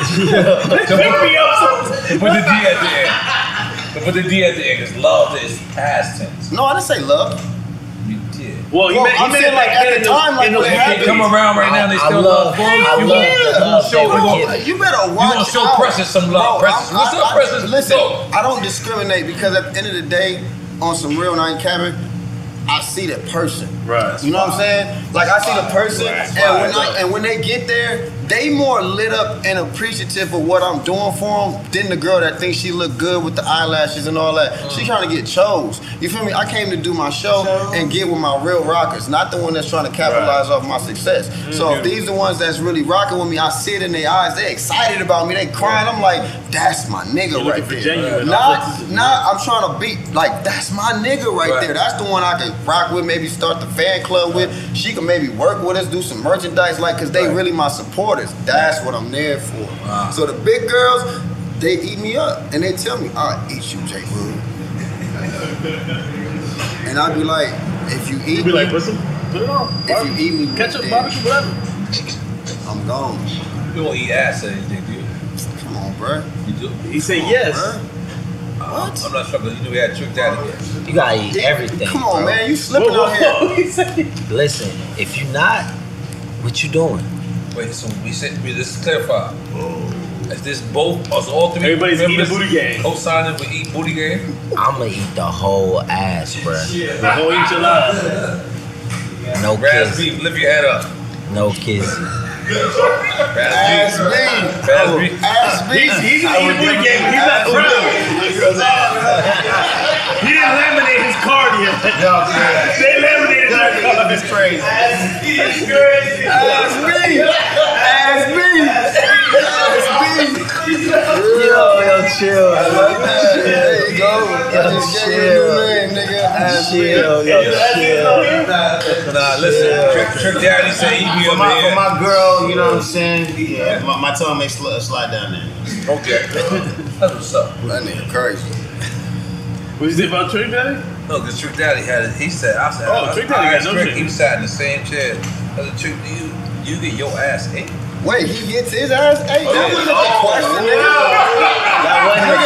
S10: Pick me up
S9: But put the D at the end. But put the D at the end. Cause love is past tense.
S10: No, I didn't say love.
S9: Yeah.
S10: Well, he Well, meant- he I'm meant saying, like, back at then the in time, those- like, in those when it
S9: they come
S10: happened.
S9: around right now, and they
S10: I- I
S9: still
S10: love-
S9: love. you.
S10: I
S9: You
S10: love
S9: gonna-
S10: the
S9: you
S10: love
S9: gonna show,
S10: they were
S9: you,
S10: getting.
S9: gonna,
S10: You better
S9: You gonna
S10: watch
S9: show
S10: out.
S9: Precious some love.
S10: Bro,
S9: Precious,
S10: I'm-
S9: what's
S10: I-
S9: up,
S10: I-
S9: Precious?
S10: Listen,
S9: Go.
S10: I don't discriminate because at the end of the day, on some real nine cabin, I see that person.
S9: Right.
S10: You know what I'm saying? Like I see the person,
S9: Right.
S10: and when I, and when they get there, they more lit up and appreciative of what I'm doing for them than the girl that thinks she look good with the eyelashes and all that. She trying to get chose. You feel me? I came to do my show and get with my real rockers, not the one that's trying to capitalize off my success.
S15: Mm-hmm.
S10: So if these the ones that's really rocking with me, I see it in their eyes. They excited about me. They crying. I'm like, that's my nigga
S15: You're looking
S10: right
S15: for
S10: there.
S15: genuine
S10: Not, not. I'm trying to beat. Like that's my nigga right, there. That's the one I can rock with. Maybe start the fan club with. She can maybe work with us, do some merchandise, like, cause they really my supporters. That's what I'm there for.
S15: Ah.
S10: So the big girls, they eat me up, and they tell me, "I'll eat you, J. Wood." and I'd be like, "If you eat
S15: be
S10: me,
S15: like, put some, put it on.
S10: if you eat me,
S15: Ketchup,
S10: then
S15: barbecue, whatever.
S10: I'm gone."
S9: You don't eat ass or anything, do you?
S10: Come on, bro.
S9: You do?
S15: He said
S9: Come on,
S15: yes.
S9: bruh. Uh, I'm not struggling. You know we had tricked out again.
S11: You gotta eat everything.
S10: Come on,
S11: bro.
S10: man, you slipping Whoa, out whoa,
S11: Listen, if you not, what you
S10: Oh.
S11: doing?
S9: Wait, so we said we, this is clarified. Is this both us all three?
S15: Everybody's eat a
S9: members
S15: booty gang.
S9: Co-signing for eat booty gang.
S11: I'ma eat the whole ass, bruh.
S15: The whole enchilada.
S11: No
S9: Razz
S11: kiss.
S9: beef, lift your head up.
S11: No kiss.
S9: Razz beef. Razz beef.
S10: Ass
S9: beef.
S15: He's, he's an eat a booty gang. He's not around. He didn't laminate his card yet. They laminated their card. It's crazy. It's crazy.
S10: Ass beef. Ass beef. Ass beef.
S11: Yo, yo, chill.
S10: I like that shit. There you go. I just gave you a new name, nigga. Ass beef.
S11: Chill, yo, chill.
S9: Nah, listen. Trick, Trick Daddy said eat me
S13: for
S9: up
S13: my,
S9: here.
S13: for my girl, you know what I'm saying? Yeah, my, my tongue may sl- slide down there.
S9: Okay. That's what's up.
S10: That nigga crazy.
S15: What you did about Oh. Trick Daddy?
S9: No, because Trick Daddy had it. He said, I said,
S15: Oh,
S9: I-
S15: Trick Daddy
S9: I
S15: got
S9: asked
S15: no
S9: Trick,
S15: shit.
S9: He was sat in the same chair. I said, Trick, do you, you get your ass ate?
S10: Wait, he gets his ass ate? That
S9: yeah.
S10: wasn't the
S9: Oh,
S10: question, nigga.
S13: That wasn't the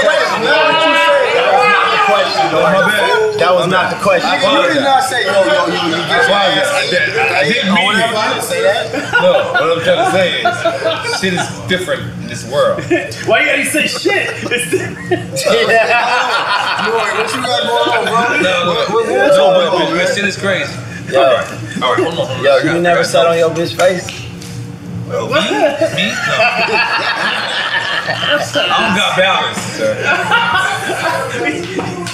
S10: Nigga,
S13: question.
S10: that's not what you said.
S13: That was not the question,
S9: Oh,
S13: though. That was not the question.
S10: Nigga, you did not say, yo, yo, yo, you get your ass
S9: I
S10: ate.
S9: did- I didn't
S10: Or
S9: mean
S10: whatever,
S9: it.
S10: I didn't say that.
S9: No, what I'm trying to say is, shit is different in this world.
S15: Why you gotta say shit? It's
S10: Boy, what you got going on, bro?
S9: No,
S10: What- what-
S9: no,
S10: what's
S9: no,
S10: going
S9: but,
S10: on,
S9: but, but
S10: man?
S9: shit is crazy.
S11: Yo.
S9: All right, all right, hold on, hold on. I
S11: Yo,
S9: got-
S11: you
S9: I
S11: never
S9: got
S11: sat on your bitch face?
S9: Me? No. I don't got balance, sir.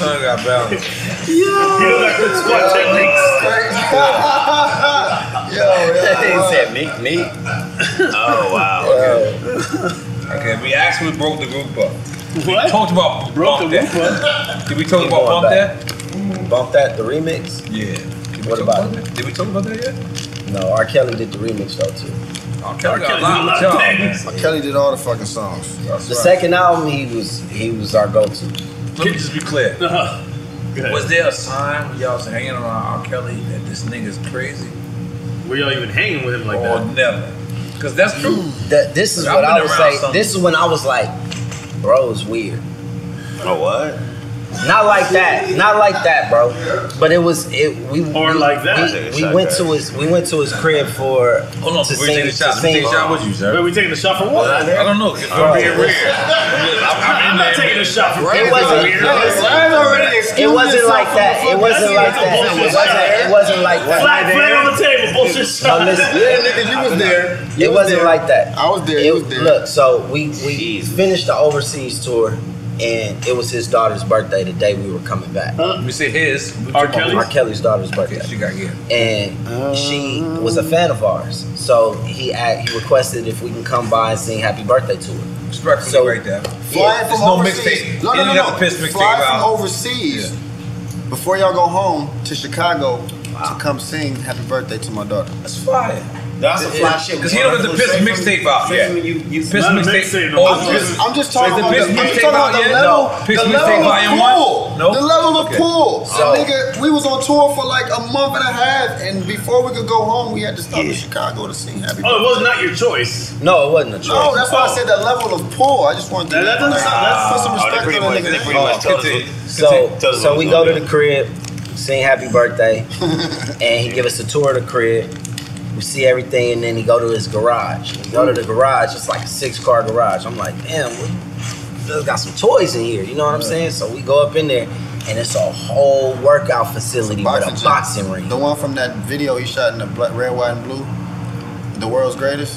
S9: I don't got balance.
S15: you don't have to squat techniques.
S13: He said, me, me. Oh, wow.
S9: Okay, we actually broke the group up. We
S15: What?
S9: talked about
S15: Broke
S9: bump
S15: the
S9: that.
S15: roof up.
S9: Did we talk
S11: Keep
S9: about
S11: going
S9: bump
S11: back.
S9: that?
S11: Bump that, the remix?
S9: Yeah. Did we
S11: What
S9: talk
S11: about
S9: that? Did we talk about that yet?
S11: No, R. Kelly did the remix though too.
S9: Oh,
S15: Kelly
S9: Kelly got a lot of
S15: did a lot of
S9: job, man.
S15: things.
S10: Kelly did all the fucking songs.
S9: That's
S11: The
S9: right.
S11: second album he was he was our go-to.
S9: Let me just be clear.
S15: Uh-huh. Go ahead.
S9: Was there a time when y'all was hanging around R. Kelly that this nigga's crazy?
S15: Were y'all even hanging with him like
S9: or
S15: that?
S9: never? Because that's true.
S11: That this is
S9: I've
S11: what
S9: been
S11: I would
S9: around
S11: say.
S9: some-
S11: This is when I was like, bro, it's weird.
S13: Oh, what?
S11: Not like that. Not like that, bro. But it was it we
S15: Or
S11: we-
S15: like that.
S11: we- We, went to his we went to his crib for
S9: Hold on,
S11: to
S9: we
S11: sing
S9: taking
S11: to
S9: a shot. Let me
S11: sing.
S9: take a shot with
S15: Wait,
S9: you, sir.
S15: we taking a shot for
S9: I
S15: what?
S9: don't know. If I'm being weird. I'm,
S15: I'm
S9: in there,
S15: not taking
S9: man.
S15: a shot for
S11: It
S15: what?
S11: wasn't-
S15: Weird.
S11: it wasn't-
S10: Ryan already excused
S11: It wasn't
S10: himself
S11: like
S10: from
S11: that.
S10: the
S11: It wasn't
S10: fucking-
S11: like that.
S15: That's a
S11: It
S15: bullshit
S11: wasn't.
S15: shot.
S11: It wasn't like that.
S15: Flat flat on the table. Bullshit shot.
S11: No, listen.
S10: Yeah, nigga, you was there. You
S11: It
S10: was
S11: wasn't
S10: there.
S11: like that.
S10: I was there.
S11: It-
S10: You was there.
S11: Look, so we we finished the overseas tour, and it was his daughter's birthday the day we were coming back.
S15: Uh,
S9: We say his. we
S15: R.
S9: talk about-
S11: R. Kelly's daughter's birthday.
S9: Okay, she got here.
S11: and she was a fan of ours. So he a he requested if we can come by and sing happy birthday to her.
S9: Respectfully,
S11: So-
S9: right there.
S10: Flying
S9: There's
S10: from
S9: no
S10: overseas.
S9: mixtape. You didn't have to piss mixtape
S10: Flying
S9: out.
S10: from overseas before y'all go home to Chicago to come sing "Happy Birthday" to my daughter.
S9: That's fire.
S13: That's a fly shit.
S9: Because he don't have to piss mixtape out
S13: Yeah.
S9: yet.
S13: You, you,
S9: Piss
S15: Not a mixtape,
S9: mixtape.
S15: no.
S9: oh,
S10: I'm just, I'm just
S9: So is
S10: talking
S9: the
S10: about the,
S9: piss
S10: I'm just
S9: mixtape
S10: talking about
S9: out
S10: the
S9: yet?
S10: level,
S9: No. Piss
S10: the
S9: mixtape
S10: level of
S9: volume one?
S10: pull,
S9: No?
S10: the level of
S9: Okay. Oh.
S10: pull. So,
S11: So-
S10: nigga, we was on tour for like a month and a half, and before we could go home, we had to stop in Chicago to sing "Happy."
S15: Oh, it
S10: Birthday.
S15: was not your choice.
S11: No, it wasn't a choice.
S10: No, that's why I said that level of pull. I just wanted to
S15: That- that doesn't
S10: like,
S15: sound- that's-
S10: put some
S9: Ah,
S13: Oh, they
S10: respect
S13: pretty
S10: on the
S13: much- they
S10: nigga.
S13: pretty much told us
S9: Continue.
S11: So
S13: Tell us
S11: so
S13: what
S11: we
S13: it's
S11: go
S13: gonna
S11: to
S13: be.
S11: the crib, sing happy birthday, and he give us a tour of the crib. We see everything, and then he go to his garage. We go to the garage. It's like a six car garage. I'm like, damn, we just got some toys in here. You know what I'm saying? So we go up in there, and it's a whole workout facility with
S10: Boxing
S11: a
S10: gym.
S11: boxing ring.
S10: The one from that video he shot in the black, red, white, and blue. The world's greatest.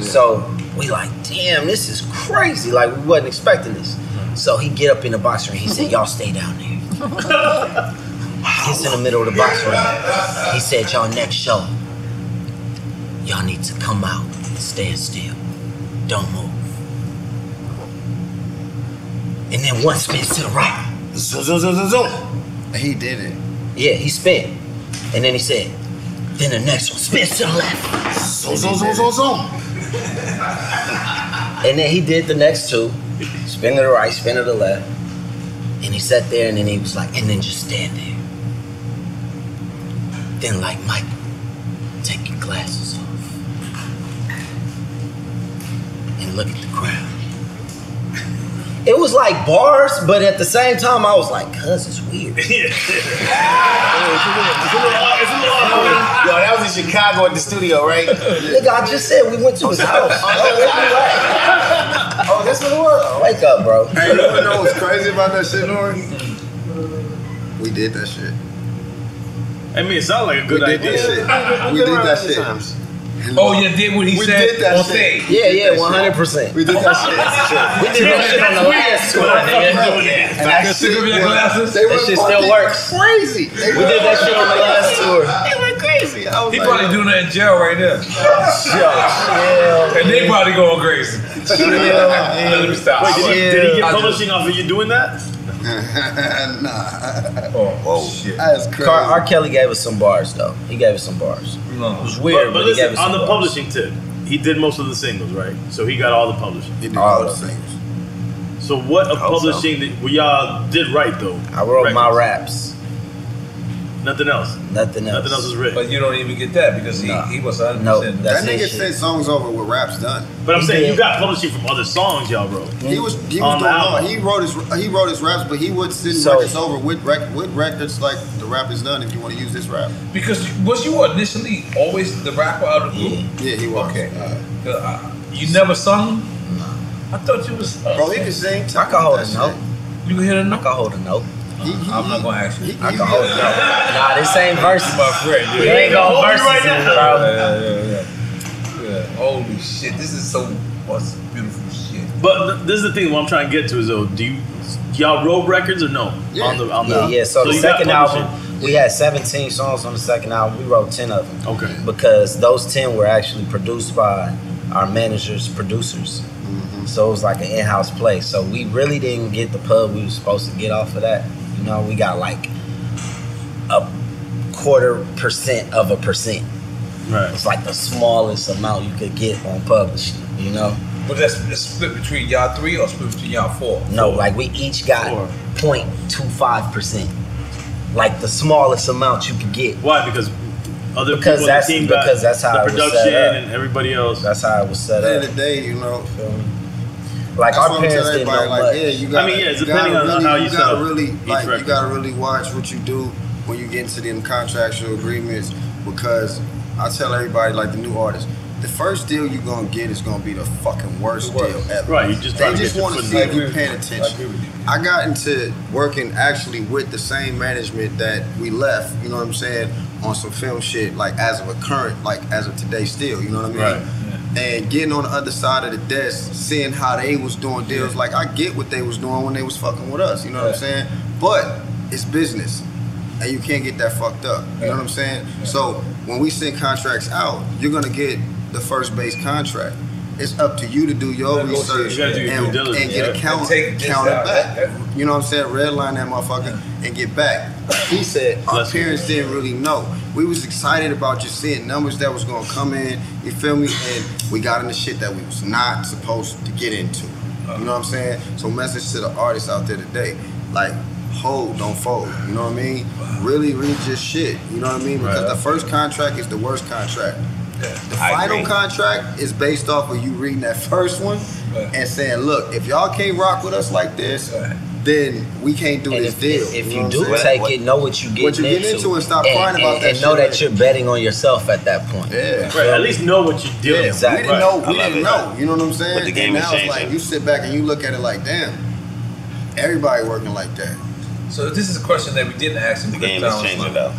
S11: So we like, damn, this is crazy. Like we wasn't expecting this.
S13: Mm-hmm.
S11: So he get up in the box ring. He said, y'all stay down there. He's in the middle of the box ring. He said, y'all next show, y'all need to come out, and stand still, don't move. And then one spin to the right.
S13: Zoom, zoom, zoom, zoom, zoom.
S10: He did it.
S11: Yeah, he spin. And then he said, then the next one spin to the left.
S13: Zoom, zoom, zoom, zoom, zoom.
S11: And then he did the next two, spin to the right, spin to the left. And he sat there and then he was like, and then just stand there. Then like Mike, take your glasses off. And look at the crowd. It was like bars, but at the same time I was like, cuz it's weird.
S13: Yo, that was in Chicago at the studio, right?
S11: Oh, Nigga, I just said we went to his house.
S13: Oh,
S10: That's what it was.
S11: Wake up, bro.
S10: Hey, you wanna know what's crazy about that shit, Nori? We did that shit.
S15: I mean, it sounds like a good
S10: we
S15: idea.
S10: did that shit. We did that shit.
S9: Oh, you did what he
S10: we
S9: said
S10: Did that
S9: on
S10: shit.
S9: stage?
S10: We
S9: Yeah,
S10: did
S9: yeah,
S10: that shit.
S9: 100%.
S10: We did that shit.
S9: We did that shit on the last squad, nigga.
S10: And that shit,
S9: Cigarette
S10: went-
S9: glasses?
S10: they
S9: That
S10: went
S9: shit still
S10: fucking
S9: works.
S10: Crazy. They
S9: We did that shit on the last tour.
S10: They went crazy. I was
S9: He
S10: like,
S9: probably doing that in jail right now.
S10: Chill,
S9: And they probably going crazy.
S10: Chill,
S9: Let me stop.
S10: Wait, did he- did he get
S9: I just-
S10: publishing
S15: off of you doing that?
S10: nah.
S9: Oh,
S11: Whoa.
S10: Shit. That's crazy.
S11: Car- R. Kelly gave us some bars, though. He gave us some bars. It was
S15: But,
S11: weird, but,
S15: but
S11: he gave
S15: listen,
S11: us
S15: on
S11: some
S15: the
S11: bars.
S15: publishing tip, he did most of the singles, right? So he got all the publishing. He
S10: did all the singles.
S15: So what of
S11: hope so.
S15: publishing that we all did right though?
S11: I wrote my raps.
S15: Nothing else.
S11: Nothing else.
S15: Nothing else is written.
S9: But you don't even get that because he, he was 100%.
S10: that nigga sent songs over with raps done.
S15: But I'm saying you got publishing from other songs, y'all, bro.
S10: He was he
S15: On the
S10: was doing all.
S15: album.
S10: He wrote his he wrote his raps, but he would send
S15: So-
S10: records over with rec- with records like the rap is done. If you want to use this rap,
S9: Because was you initially always the rapper out of the group?
S10: Yeah, he was.
S9: Okay. Uh, I- you never sung? I thought you was.
S10: Bro, he can sing. I
S11: can hold a note.
S9: You can hit a note? I
S11: can hold a note.
S9: I'm not gonna ask you.
S11: I can hold a note. Nah, this ain't verses.
S9: My friend, yeah.
S11: You ain't gonna verses in it, bro.
S9: Yeah, yeah, yeah, yeah. Holy shit, this is so what's beautiful shit.
S15: But th- this is the thing. What I'm trying to get to is though, do you y'all wrote records or no? On the on
S11: Yeah,
S15: the
S11: yeah. So, the
S15: you got
S11: second
S15: publishing.
S11: album, we had 17 songs on the second album. We wrote 10 of them.
S15: Okay.
S11: Because those 10 were actually produced by our managers, producers.
S15: Mm-hmm.
S11: So it was like an in-house play. So we really didn't get the pub we were supposed to get off of that. You know, we got like a quarter percent of a percent.
S15: Right.
S11: It's like the smallest amount you could get on publishing. You know.
S9: But that's it's split between y'all three or split between y'all four?
S11: No, like we each got 0.25 percent, like the smallest amount you could get.
S15: Why? Because other
S11: because
S15: people on
S11: that's
S15: the team got
S11: because that's how
S15: the
S11: it was
S15: production
S11: set up.
S15: and everybody else.
S11: That's how it was set
S10: At the
S11: up.
S10: end of the day, you know.
S11: Like,
S10: that's
S11: our
S10: what I'm
S11: parents
S10: telling
S11: didn't
S10: everybody,
S11: know
S10: like,
S11: much.
S10: Yeah, you gotta,
S11: I mean, yeah, it's
S10: you
S11: depending
S10: gotta
S11: on
S10: really,
S11: how you set
S10: gotta
S11: up
S10: really,
S11: each
S10: like, you
S11: record.
S10: gotta really watch what you do when you get into them contractual agreements because I tell everybody, like the new artists, the first deal you gonna get is gonna be the fucking worst, deal ever.
S15: Right, you just
S10: they
S15: trying to
S10: just
S15: get your
S10: want to
S15: foot in
S10: see
S15: the
S10: if
S15: door.
S10: you paying attention.
S15: I agree with you.
S10: I got into working actually with the same management that we left, you know what I'm saying, on some film shit, like as of a current, like as of today still, you know what I mean?
S15: Right.
S10: And getting on the other side of the desk, seeing how they was doing deals, like I get what they was doing when they was fucking with us, you know what I'm saying? But it's business. And you can't get that fucked up. You know what I'm saying? So when we send contracts out, you're gonna get the first base contract. It's up to you to do your
S9: Negotiate.
S10: research
S9: You gotta do your
S10: and,
S9: due diligence,
S10: and get
S9: yeah.
S10: a count,
S9: And take this
S10: count it
S9: out,
S10: back.
S9: that-
S10: You know what I'm saying? Redline that motherfucker and get back. He said our parents didn't really know. We was excited about just seeing numbers that was gonna come in. You feel me? And we got into shit that we was not supposed to get into. You know what I'm saying? So message to the artists out there today, like hold, don't fold. You know what I mean? Really, really just shit. You know what I mean? Because
S9: Right.
S10: the first contract is the worst contract. The
S9: I
S10: final
S9: agree.
S10: contract is based off of you reading that first one and saying, look, if y'all can't rock with us like this, then we can't do this deal.
S11: If
S10: know
S11: you
S10: what
S11: do
S10: I'm saying?
S11: take it, know what you get
S10: What you getting into and stop crying about that
S11: and know
S10: shit.
S11: that you're betting on yourself at that point.
S10: Yeah,
S15: Right, at least know what you're dealing
S10: Yeah,
S15: with.
S10: we didn't know. We didn't know. You know what I'm saying?
S13: But the game
S10: and
S13: is
S10: now it's like
S13: changing.
S10: you sit back and you look at it like, damn, everybody working like that.
S9: So this is a question that we didn't ask him. The
S13: game is changing, though.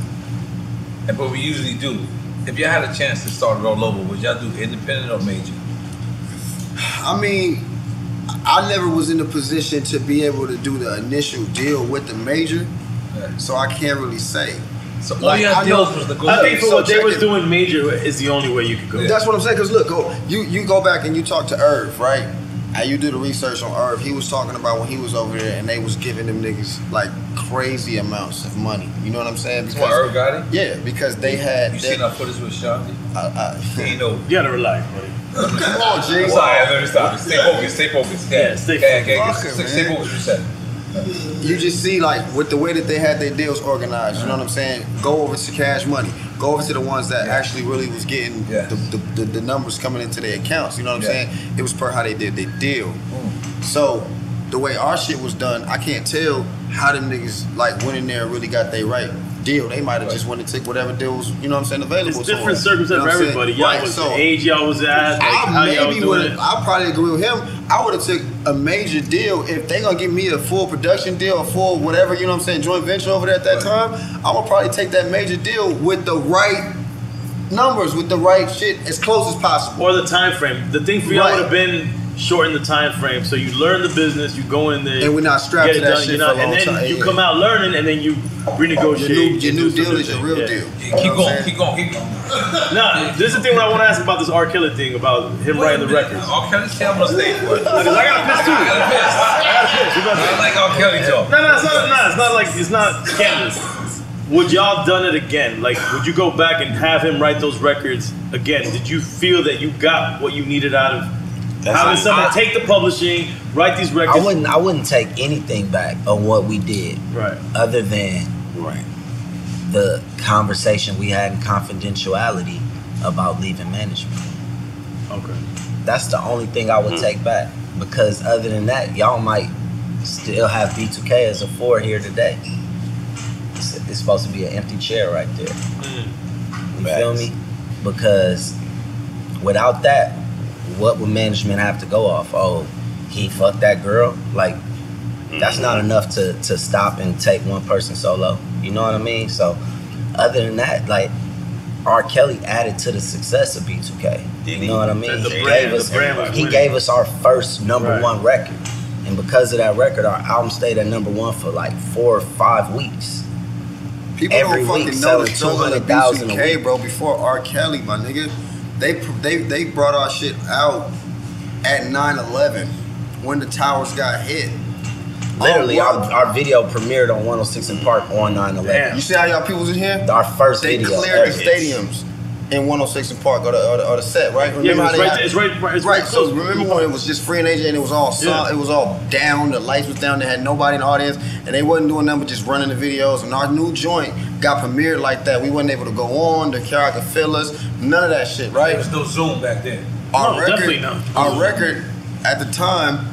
S9: And but we usually do. If y'all had a chance to start it all over, would y'all do independent or major?
S10: I mean, I never was in a position to be able to do the initial deal with the major, so I can't really say.
S9: So
S10: Oh,
S15: all y'all deals was negotiated. I think for what they was doing major is the only way you could go.
S10: That's what I'm saying. Cause look, go, you you go back and you talk to Irv, right? And you do the research on Irv. He was talking about when he was over there, and they was giving them niggas like crazy amounts of money. You know what I'm saying?
S9: That's why Irv got it.
S10: Yeah, because they had.
S9: You
S10: they-
S9: seen our footage with Shanti?
S10: I, I,
S9: he know.
S15: You gotta relax, buddy.
S10: Come on, G.
S9: Sorry, I learned stop. Stay focused. Stay focused. Yeah,
S15: stay
S9: focused. Yeah,
S10: focused.
S9: stay, stay focused. You said.
S10: you just see like with the way that they had their deals organized. You know what I'm saying? Go over to cash money. Go over to the ones that actually really was getting the, the, the, the numbers coming into their accounts. You know what I'm
S9: Yeah.
S10: saying? It was per how they did their deal. So the way our shit was done, I can't tell how them niggas like went in there and really got they right deal. They might have just wanted to take whatever deals, you know what I'm saying, available.
S7: It's
S10: to
S7: different
S10: them.
S7: circumstances
S10: You know
S7: for
S10: what I'm saying?
S7: everybody. Y'all was- the age y'all was at, like,
S10: I
S7: how y'all
S10: maybe
S7: doing
S10: would've-
S7: it.
S10: I probably agree with him. I would have took a major deal if they gonna give me a full production deal, a full whatever, you know what I'm saying, joint venture over there at that time. I would probably take that major deal with the right numbers, with the right shit, as close as possible.
S7: Or the time frame. The thing for y'all
S10: Right.
S7: would have been shorten the time frame. So you learn the business, you go in there,
S10: And we're not strapped
S7: get it
S10: to that
S7: done,
S10: shit
S7: you're not-
S10: for a long
S7: and then
S10: time,
S7: you
S10: yeah.
S7: come out learning, and then you renegotiate.
S10: Your new-
S7: you
S10: your
S7: do
S10: new
S7: some
S10: deal
S7: new
S10: is your
S7: thing.
S10: real
S7: Yeah.
S10: deal.
S9: Keep going, keep going, keep going.
S7: Nah, this is the thing what I want to ask about this R. Kelly thing about him writing the records.
S9: R. Kelly shit, I'm gonna stay for it.
S7: I got pissed too.
S9: I like R. Kelly talk.
S7: No, no, it's not. No, it's not like it's not scandalous. Would y'all have done it again? Like, would you go back and have him write those records again? Did you feel that you got what you needed out of
S11: That's
S7: having
S11: it.
S7: someone
S11: I-
S7: take the publishing, write these records?
S11: I wouldn't. I wouldn't take anything back on what we did,
S7: right?
S11: Other than right the conversation we had in confidentiality about leaving management.
S7: Okay,
S11: that's the only thing I would
S7: Mhm.
S11: take back because other than that, y'all might still have B2K as a four here today. It's, it's supposed to be an empty chair right there.
S7: Mm.
S11: You feel me? Because without that, what would management have to go off? Oh, he fucked that girl. Like that's not enough to to stop and take one person solo. You know what I mean? So other than that, like R. Kelly added to the success of B2K. you know what I mean?
S7: And the
S11: he
S7: brand-
S11: gave us
S7: the brand was
S11: he
S7: winning.
S11: gave us our first number
S7: Right.
S11: one record, and because of that record, our album stayed at number one for like four or five weeks.
S10: People don't
S11: Every week
S10: fucking know
S11: selling
S10: this those are the
S11: 200,000 a
S10: BCK,
S11: week.
S10: bro. Before R. Kelly, my nigga, they they they brought our shit out at 9/11 when the towers got hit.
S11: Literally,
S10: Oh, wow.
S11: our, our video premiered on 106 and Park on 9 11.
S10: You see how y'all people's in here?
S11: Our first
S10: they
S11: video.
S10: cleared the
S11: ever.
S10: stadiums in 106 and Park or the, or the, or the set, right?
S11: Yeah,
S10: Remember how
S11: but it's
S10: they
S11: right
S10: had-
S11: there- it's right- right- it's right
S10: so
S11: close.
S10: remember when it was just free and agent and it was all sol-
S11: Yeah.
S10: it was all down, the lights was down, they had nobody in the audience, and they wasn't doing nothing but just running the videos. And our new joint got premiered like that. We wasn't able to go on, the crowd could feel us, none of that shit, right?
S9: There was no Zoom back then.
S10: Our record, Our record at the time,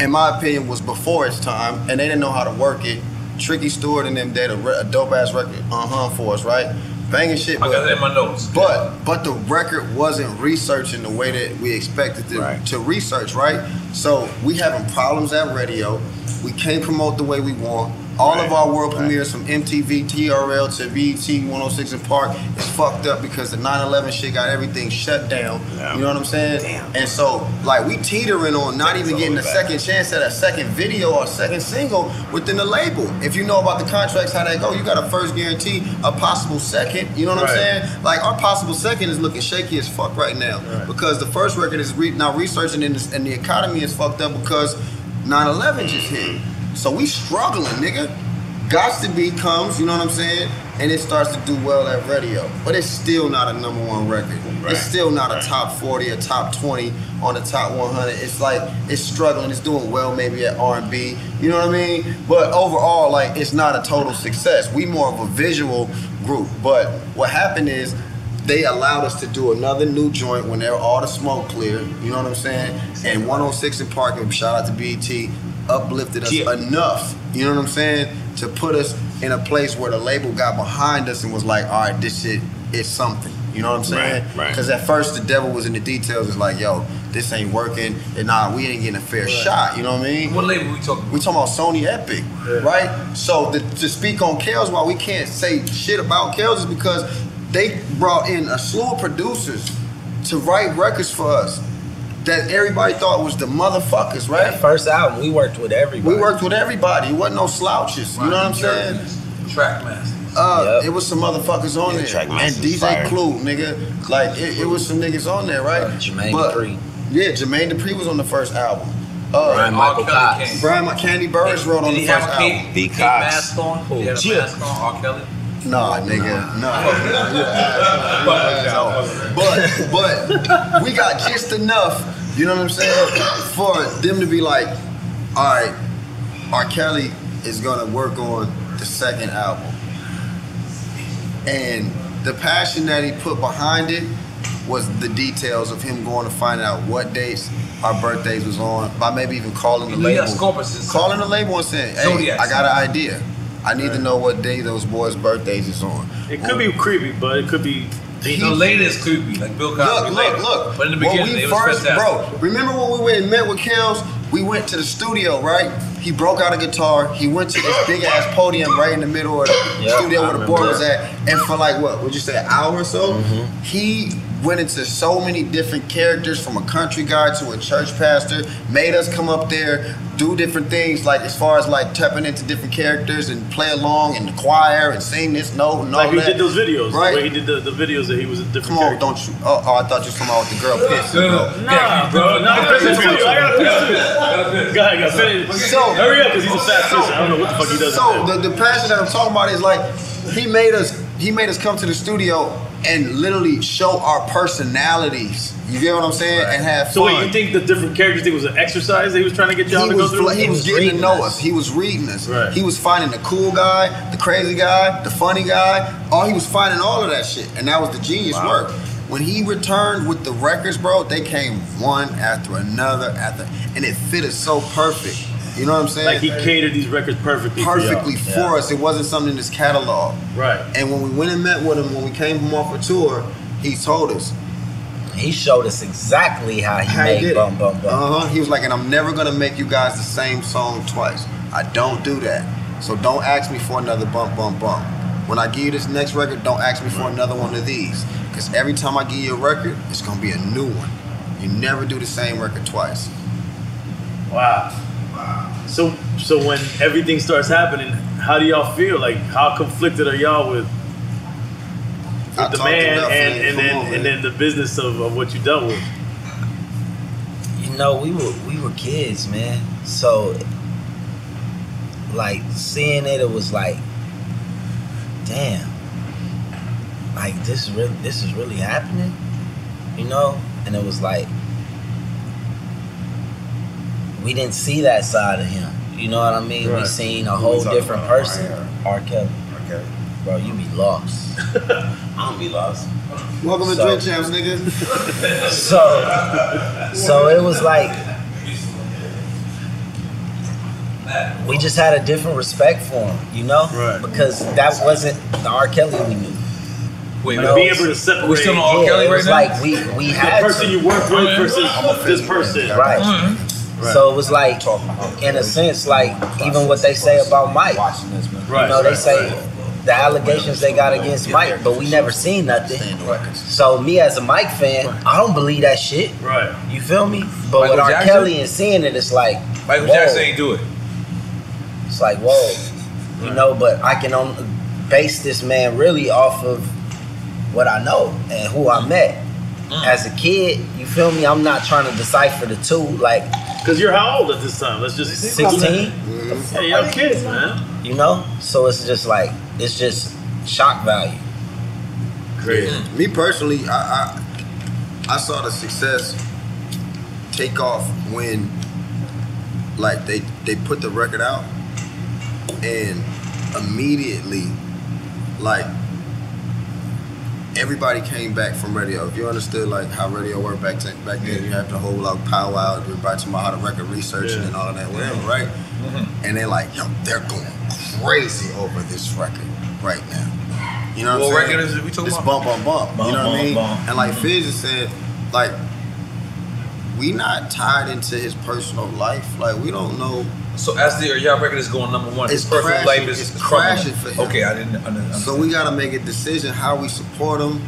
S10: in my opinion, was before its time, and they didn't know how to work it. Tricky Stewart and them did a, re- a dope ass record, uh huh, for us, right? Banging shit.
S9: I got that in my notes.
S10: But but the record wasn't researching the way that we expected to, to research, right? So we having problems at radio. We can't promote the way we want. All of our world premieres from MTV, TRL to VT 106 and Park is fucked up because the 9/11 shit got everything shut down. You know what I'm saying? And so like we teetering on not even getting a second chance at a second video or a second single within the label. If you know about the contracts, how that go, you got a first guarantee, a possible second. You know what I'm
S6: Right.
S10: saying? Like our possible second is looking shaky as fuck right now because the first record is re- now researching and, this, and the economy is fucked up because 9/11 just hit. So we struggling, nigga. Got to be comes, you know what I'm saying? And it starts to do well at radio, but it's still not a number one record.
S6: Right.
S10: It's still not a top 40 or top 20 on the top 100. It's like it's struggling. It's doing well maybe at R&B. You know what I mean? But overall, like it's not a total success. We more of a visual group. But what happened is they allowed us to do another new joint when they were all the smoke clear. You know what I'm saying? And 106 in Parking, shout out to BET, uplifted us enough. You know what I'm saying? To put us in a place where the label got behind us and was like, all right, this shit is something. You know what I'm saying?
S6: Right, right.
S10: Because at first the devil was in the details. It's like, yo, this ain't working, and nah, we ain't getting a fair shot. You know what I mean? What
S9: label we talking?
S10: We talking about Sony Epic, right? So to, to speak on Kels, why we can't say shit about Kels is because they brought in a slew of producers to write records for us that everybody thought was the motherfuckers, right?
S11: first album, we worked with everybody.
S10: We worked with everybody. It wasn't no slouches. You know what I'm saying?
S9: Trackmaster.
S10: Uh, It was some motherfuckers on
S9: Yeah,
S10: there.
S9: Trackmaster
S10: And
S9: was
S10: DJ
S9: fire.
S10: Clue, nigga. Like, it, it was some niggas on there, right?
S11: Uh, Jermaine Dupri.
S10: Yeah, Jermaine Dupri was on the first album. Uh,
S11: Brian Michael
S10: R. Kelly
S11: Cox.
S10: came. Brian Mike Candy Burris wrote on
S9: Did
S10: the
S9: he
S10: first
S9: have a cape,
S10: album.
S9: cape mask on? He had a
S10: Yeah.
S9: mask on, R. Kelly.
S10: Nah, nigga, nah. But but we got just enough, you know what I'm saying, for them to be like, all right, R. Kelly is gonna work on the second album, and the passion that he put behind it was the details of him going to find out what dates our birthdays was on by maybe even calling the
S9: knew you had
S10: label,
S9: Scorpius and
S10: calling the label and saying, hey,
S9: Zodiacs.
S10: I got an idea. I need to know what day those boys' birthdays is on.
S7: It could be creepy, but it could be.
S10: He- The latest
S7: creepy, like Bill
S10: Look, look, look. when we first, bro, remember when we went and met with Kels? We went to the studio, right? He broke out a guitar. He went to this big ass podium right in the middle of the
S3: Yeah,
S10: studio
S3: I
S10: where the board
S3: remember
S10: was
S3: that.
S10: at. And for like what, would you say, an hour or so?
S3: Mhm.
S7: Mm-hmm.
S10: He went into so many different characters from a country guy to a church pastor, made us come up there, do different things, like as far as like tapping into different characters and play along in the choir and sing this note and all
S7: Like he
S10: that.
S7: did those videos,
S10: Right.
S7: right? Where he did the, the videos that he was a
S10: Come
S7: different.
S10: on, don't you? Oh, oh, I thought you was talking about with the girl pissing, bro.
S7: Nah, bro, nah, I gotta piss too. I gotta piss too. Go ahead, go ahead. Finish.
S10: So
S7: hurry up, cause he's a fat fish. I don't know what the fuck he does.
S10: So the, the passion that I'm talking about is like he made us he made us come to the studio and literally show our personalities. You get what I'm saying? And have
S7: So
S10: fun.
S7: wait, you think the different characters thing was an exercise that he was trying to get y'all
S10: he
S7: to go
S10: was,
S7: through?
S10: fl- he was getting to know us. He was reading us. He was finding the cool guy, the crazy guy, the funny guy. All he was finding all of that shit, and that was the genius
S3: Wow.
S10: work. When he returned with the records, bro, they came one after another after, and it fit us so perfect. You know what I'm saying?
S7: Like he catered these records perfectly. for y'all.
S10: perfectly for,
S7: Yeah.
S10: us. It wasn't something in his catalog.
S7: Right.
S10: And when we went and met with him, when we came from off a tour, he told us.
S11: He showed us exactly how he Uh-huh. made Bum Bum Bum.
S10: Uh huh. He was like, and I'm never gonna make you guys the same song twice. I don't do that. So don't ask me for another bump, bump, bump. When I give you this next record, don't ask me for another one of these. Because every time I give you a record, it's gonna be a new one. You never do the same record twice.
S7: Wow. So so when everything starts happening, how do y'all feel? Like how conflicted are y'all with with
S10: I
S7: the
S10: talked
S7: man
S10: enough,
S7: and,
S10: man.
S7: and
S10: Come
S7: then
S10: on, man.
S7: and then the business of, of what you dealt with?
S11: You know, we were we were kids, man. So like seeing it, it was like, damn, like this is really this is really happening, you know. And it was like we didn't see that side of him. You know what I mean? We
S13: Right.
S11: seen a
S13: Who we
S11: whole
S13: talking
S11: different
S13: about?
S11: person. R. Kelly. Bro, you be lost.
S13: I don't be lost.
S10: Welcome to
S11: So-
S10: Drink Champs, nigga.
S11: so so it was like we just had a different respect for him, you know, right. because that wasn't the R. Kelly we knew.
S9: Wait,
S11: You
S9: but
S11: know?
S9: being able to separate- We still on R.
S11: Yeah,
S9: Kelly
S11: it was
S9: right now?
S11: Like we we
S9: The
S11: had
S9: person
S11: to.
S9: you worked with versus I'm a this fan. person.
S11: right?
S9: Mhm.
S11: So it was like, in a sense, like even what they say about Mike,
S9: Right,
S11: you know, they
S9: right,
S11: say the allegations they got against Mike, but we never seen nothing. So me as a Mike fan, I don't believe that shit.
S7: Right.
S11: You feel me? But
S9: Michael
S11: with R.
S9: Jackson?
S11: Kelly and seeing it, it's like
S9: Michael
S11: whoa.
S9: Jackson ain't do it.
S11: It's like whoa, you know. But I can only base this man really off of what I know and who I met.
S9: Mm.
S11: As a kid, you feel me? I'm not trying to decipher the two, like.
S7: Cause you're how old at this time? Let's just
S11: sixteen.
S7: Hey, y'all kids, man.
S11: You know, so it's just like it's just shock value.
S10: Yeah. Mm-hmm. Me personally, I, I I saw the success take off when like they they put the record out and immediately like everybody came back from radio. If you understood like how radio worked back then, back then, you had the whole like powwow, everybody talking about how to record research and all of that, whatever, right? And they're like, yo, they're going crazy over this record right now. You know what,
S9: What
S10: I'm saying?
S9: record is it we talking
S10: This
S9: about?
S10: bump on bump.
S9: Bump
S10: you know what
S9: on
S10: I mean?
S9: bump.
S10: And like
S7: Mm-hmm.
S9: Mhm.
S10: Fizz just said, like we not tied into his personal life. Like we don't know.
S9: So as the y'all record is going number one,
S10: It's
S9: his personal
S10: crashing-
S9: life is
S10: it's crashing for him.
S9: Okay, I didn't. I didn't
S10: So we gotta make a decision how we support him,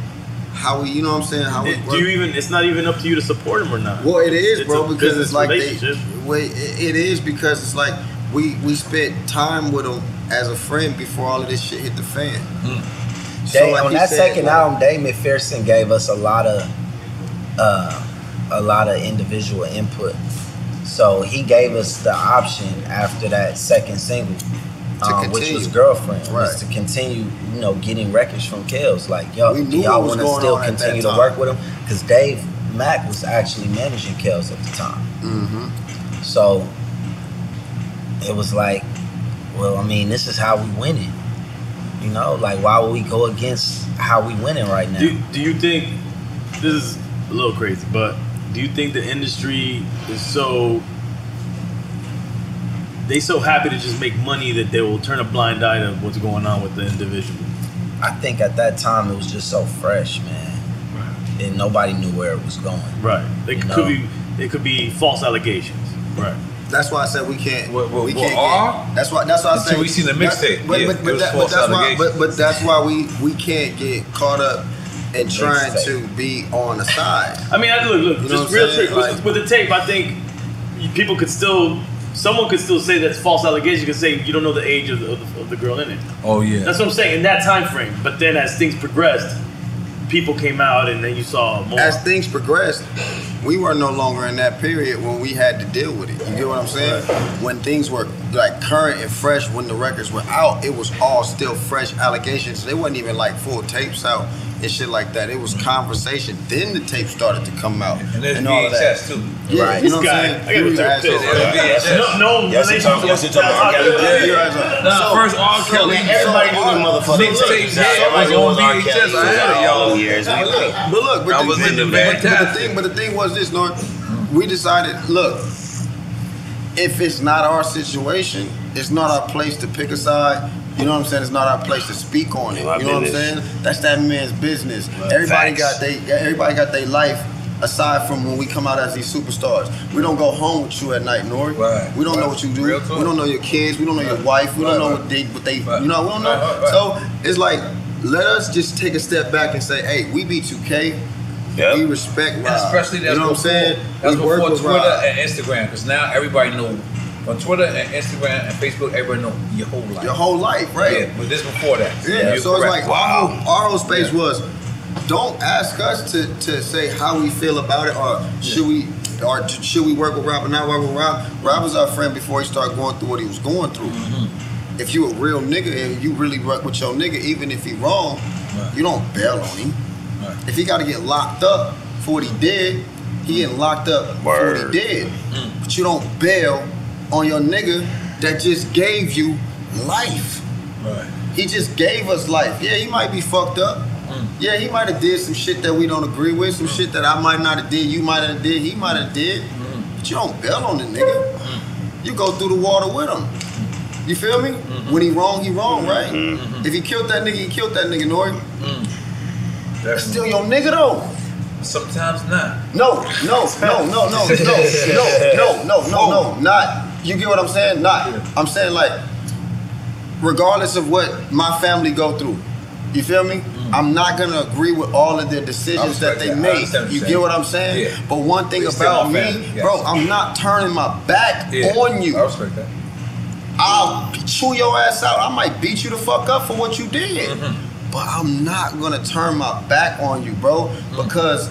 S10: how we, you know what I'm saying, how we.
S7: Do you even? It's not even up to you to support him or not.
S10: Well, it is,
S7: It's
S10: bro,
S7: a
S10: because
S7: business
S10: it's like they,
S7: relationship.
S10: wait, it it is because it's like we we spent time with him as a friend before all of this shit hit the fan.
S7: Hmm.
S10: So
S11: They,
S10: like
S11: on
S10: he
S11: that
S10: said,
S11: second
S10: like-
S11: album, Dave McPherson gave us a lot of uh, a lot of individual input. So he gave us the option after that second single, um, which was
S10: continue.
S11: Girlfriend,
S10: Right.
S11: was to continue, you know, getting records from Kels. Like, yo,
S10: We
S11: do
S10: knew
S11: y'all
S10: what was
S11: want to
S10: going
S11: still
S10: on at that
S11: continue to
S10: time.
S11: work with him? Because Dave Mack was actually managing Kels at the time. Mm-hmm. So it was like, well, I mean, this is how we winning. You know, like why would we go against how we winning right now?
S7: Do, do you think this is a little crazy, but do you think the industry is so they so happy to just make money that they will turn a blind eye to what's going on with the individual.
S11: I think at that time it was just so fresh, man. And nobody knew where it was going.
S7: Right. They
S11: You
S7: could
S11: know?
S7: be. They could be false allegations. Right.
S10: That's why I said we can't. we
S7: well,
S10: can't.
S7: are?
S10: Get, that's why. That's why I
S7: Until
S10: said
S7: we see the
S10: that's-
S7: mixtape.
S10: But,
S7: Yeah,
S10: but,
S7: it
S10: but,
S7: was
S10: that, but
S7: false
S10: that's why. But,
S7: allegations.
S10: but that's why we we can't get caught up in trying to be on the side.
S7: I mean, I look, look,
S10: You know
S7: just
S10: what I'm
S7: real
S10: saying?
S7: quick with- with the tape. I think people could still, someone could still say that's false allegation. Could say you don't know the age of the, of the, of the girl in it.
S9: Oh yeah.
S7: That's what I'm saying in that time frame. But then as things progressed, people came out, and then you saw more.
S10: As things progressed, we were no longer in that period when we had to deal with it. You get what I'm saying? When things were like current and fresh, when the records were out, it was all still fresh allegations. They wasn't even like full tapes out and shit like that. It was conversation. Then the tapes started to come out and,
S9: there's
S10: all of that.
S9: VHS too.
S10: Yeah,
S9: Right.
S10: you know
S9: This
S10: what
S9: guy,
S10: I'm saying?
S9: I gotta
S10: You
S9: tell
S10: guys
S9: you
S10: are-
S9: this, yeah, VHS. No- no Yes, it's relationship. talking- yes, it's talking R. Kelly. Yeah,
S10: You guys are-
S9: Nah,
S10: so-
S9: first R.
S10: so
S9: Kelly.
S10: we-
S9: Everybody
S10: so
S9: knew them
S10: R.
S9: motherfuckers.
S10: So look,
S9: Mixtapes, yeah,
S10: everybody
S9: it was on
S10: knows R.
S9: VHS.
S10: Kelly.
S9: I had it,
S10: All
S9: y'all.
S10: them years.
S9: Nah,
S10: But look, but look,
S9: I
S10: but
S9: was
S10: the-
S9: in the
S10: but- but
S9: fantastic.
S10: the thing, but the thing was this, North. We decided, look, if it's not our situation, it's not our place to pick a side. You know what I'm saying? It's not our place to speak on it. You know
S3: My
S10: what I'm saying?
S3: business.
S10: That's that man's business. Everybody
S3: Facts.
S10: got they everybody got their life aside from when we come out as these superstars. We don't go home with you at night, Nori. We don't know what you do. We don't know your kids. We don't know your wife. We don't know what they what they you know, we don't know. So it's like let us just take a step back and say, hey, we be 2K. We respect Rob.
S9: And especially that's
S10: you know what I'm
S9: before,
S10: saying?
S9: That's
S10: we
S9: before
S10: work with
S9: Twitter
S10: Rob.
S9: and Instagram, because now everybody know on Twitter and Instagram and Facebook, everybody know your whole life.
S10: Your whole life, right.
S9: Yeah, but this before that.
S10: Yeah,
S9: You're
S10: so it's
S9: correct.
S10: like our, whole, our whole space was don't ask us to, to say how we feel about it or should we or t- should we work with Rob or not work with Rob. Rob was our friend before he started going through what he was going through.
S9: Mm-hmm.
S10: If you a real nigga and you really work with your nigga, even if he wrong, you don't bail on him. If he got to get locked up for what he did, he getting locked up for what
S3: Word.
S10: he did.
S9: Mm.
S10: But you don't bail on your nigga that just gave you life. He just gave us life. Yeah, he might be fucked up. Yeah, he might have did some shit that we don't agree with, some shit that I might not have did, you might have did, he might have did. But you don't bail on the nigga. You go through the water with him. You feel me? When he wrong, he wrong, right? If he killed that nigga, he killed that nigga, Nori. That's still your nigga though.
S9: Sometimes not.
S10: No, no, no, no, no, no, no, no, no, no, no, not. You get what I'm saying? Not. I'm saying like, regardless of what my family go through, you feel me? I'm not gonna agree with all of their decisions that they
S9: that. Mm. I
S10: made.
S9: understand what
S10: You
S9: you're
S10: get
S9: saying.
S10: what I'm saying?
S9: Yeah.
S10: But one thing
S9: We still
S10: about
S9: our
S10: me,
S9: family, yes.
S10: bro, I'm not turning my back
S9: Yeah,
S10: on you.
S9: I respect that.
S10: I'll chew your ass out. I might beat you the fuck up for what you did.
S9: Mm-hmm.
S10: But I'm not gonna turn my back on you, bro,
S9: Mm.
S10: because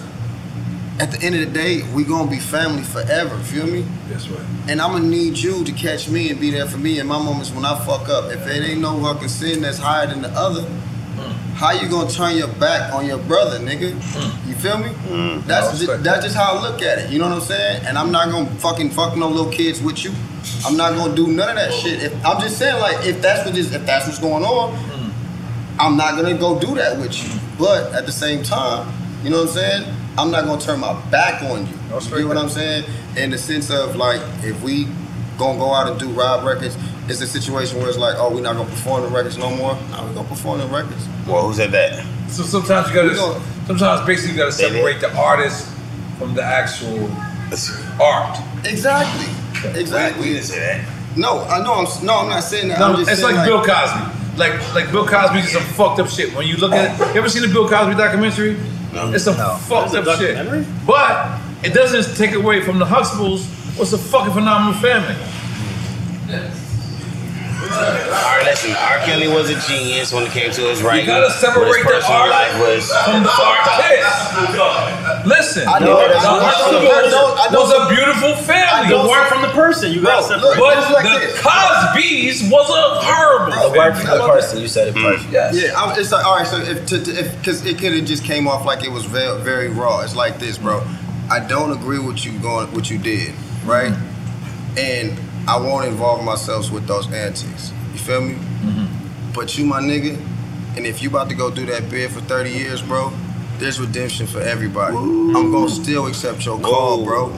S10: at the end of the day, we gonna be family forever. Feel me?
S9: That's right.
S10: And I'm gonna need you to catch me and be there for me in my moments when I fuck up. If it ain't no fucking sin that's higher than the other, how you gonna turn your back on your brother, nigga? You feel me?
S9: I
S10: That's
S9: respect
S10: just, that's just how I look at it. You know what I'm saying? And I'm not gonna fucking fuck no little kids with you. I'm not gonna do none of that shit. If, I'm just saying like if that's what is if that's what's going on,
S9: Mm-hmm.
S10: I'm not gonna go do that with you. But at the same time, you know what I'm saying? I'm not gonna turn my back on you. You get what I'm saying? In the sense of like, if we gonna go out and do Rob records, it's a situation where it's like, oh, we're not gonna perform the records no more. No, we're gonna perform the records.
S13: Well, who said that?
S9: So sometimes you gotta,
S10: We gonna-
S9: sometimes basically you gotta separate the artist from the actual art.
S10: Exactly. Exactly.
S13: We didn't say that.
S10: No, I know. I'm s- no, I'm not saying that.
S9: No,
S10: I'm just
S9: it's
S10: saying,
S9: like, Bill Cosby. Like like Bill Cosby did some fucked up shit. When you look at you ever seen the Bill Cosby documentary? No. It's some fucked up shit. But it doesn't take away from the Huxtables was a fucking phenomenal family.
S13: All right, listen. R. Kelly was a genius when it came to his writing.
S9: gotta separate
S13: but his
S9: the
S13: personal
S9: art
S13: life was
S9: from the artist. Listen,
S13: I know
S9: the
S13: that's- I know- I know- I
S9: Huxtables
S13: know-
S9: was a beautiful family.
S13: The work from
S7: the person, you gotta
S13: separate.
S9: But
S13: it's like
S9: the Cosby's was a horrible.
S11: Oh,
S10: The work from the person,
S11: you said it
S7: Mm.
S11: perfect.
S10: Yeah, I, it's like all right. So if to, to, if because it could have just came off like it was very, very raw. It's like this, bro. I don't agree with you going what you did, right? And I won't involve myself with those antics. You feel me? But you my nigga, and if you about to go do that bid for thirty years, bro, there's redemption for everybody. I'm gonna still accept your call, bro.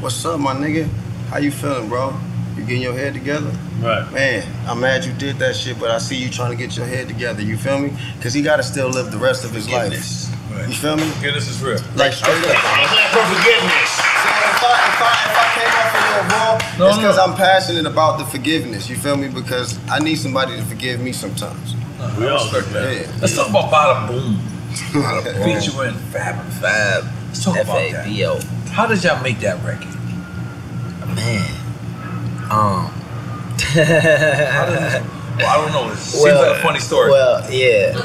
S10: What's up, my nigga? How you feeling, bro? you getting your head together. Right. Man, I'm mad you did that shit, but I see you trying to get your head together. You feel me? Because he got to still live the rest of his life. You feel me?
S9: Forgiveness is real.
S10: Like straight up.
S15: for forgiveness.
S10: So if I, if I, if I came up for your ball, it's because I'm passionate about the forgiveness. You feel me? Because I need somebody to forgive me sometimes.
S9: We all respect that.
S10: Yeah.
S9: Let's talk about Bada Boom. Bada Boom.
S10: Boom.
S9: Featuring Fab Fab. Let's talk about that.
S11: F.A.B.O..
S9: How did y'all make that record?
S11: Man. Um.
S9: How did this- well, I don't know. It seems like a funny story.
S11: Well, yeah.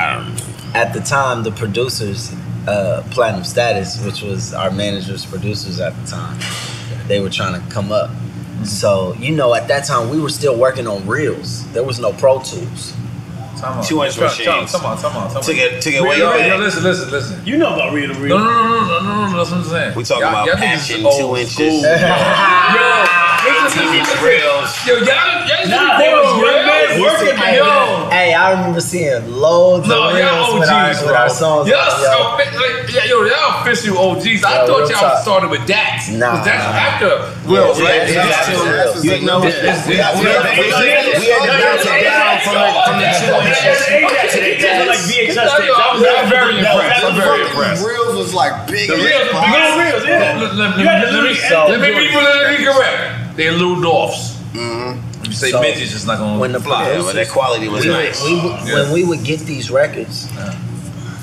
S11: Um, At the time, the producers, uh, Platinum Status, which was our manager's producers at the time, they were trying to come up.
S9: Mm-hmm.
S11: So, you know, at that time, we were still working on reels. There was no Pro Tools.
S9: Time out.
S11: Two inch
S9: Time- time-
S11: machines.
S9: Time out, time out, time out.
S11: Took it- took it
S9: Yo,
S11: way
S9: yo,
S11: back.
S9: Yo, listen, listen, listen.
S7: You know about real to real.
S9: No, no, no, no, no, no, no. That's what I'm saying.
S13: We talking
S9: Y'all-
S13: about
S9: y'all niggas
S13: passion,
S9: is old
S13: two inches.
S9: school. yo, listen, listen,
S13: 18 inch
S9: listen.
S13: reels.
S9: Yo, y'all, y'all
S11: Nah, they was young
S9: real
S11: niggas.
S9: working,
S11: Hey,
S9: yo.
S11: Hey, I remember seeing loads
S9: No,
S11: of reels
S9: y'all
S11: with our,
S9: OGs,
S11: with our
S9: bro.
S11: songs.
S9: Y'all,
S11: on,
S9: so, like, yeah, yo, y'all official OGs. I
S11: Yo,
S9: thought
S11: real
S9: y'all
S11: talk.
S9: started with Dax. 'cause
S11: Nah.
S9: That's after
S11: Yeah,
S9: Will,
S11: yeah,
S9: right?
S11: yeah,
S9: That's
S11: yeah,
S9: after
S11: yeah.
S9: Will.
S11: You ain't know-
S9: This- this-
S11: We had- we had-
S9: Mm.
S11: we had- we had knocked it down from the- from the two inches.
S7: These are like VHS tapes. I was
S9: I'm very
S7: that was-
S9: impressed.
S7: that
S9: I'm
S7: was
S9: very
S7: fucking
S9: impressed.
S10: Reels was like big.
S9: The
S10: as
S9: real,
S10: fuck.
S7: reels, yeah.
S9: Let, let,
S7: You
S9: let,
S7: had
S9: let,
S7: to
S9: me,
S7: literally
S9: let me
S7: edit
S9: be
S7: it.
S9: politically correct. They're little dwarfs. Mm-hmm. If you say
S11: So,
S9: midgets, it's not gonna
S11: when the
S9: fly.
S11: producers- we would- we would- When we would get these records,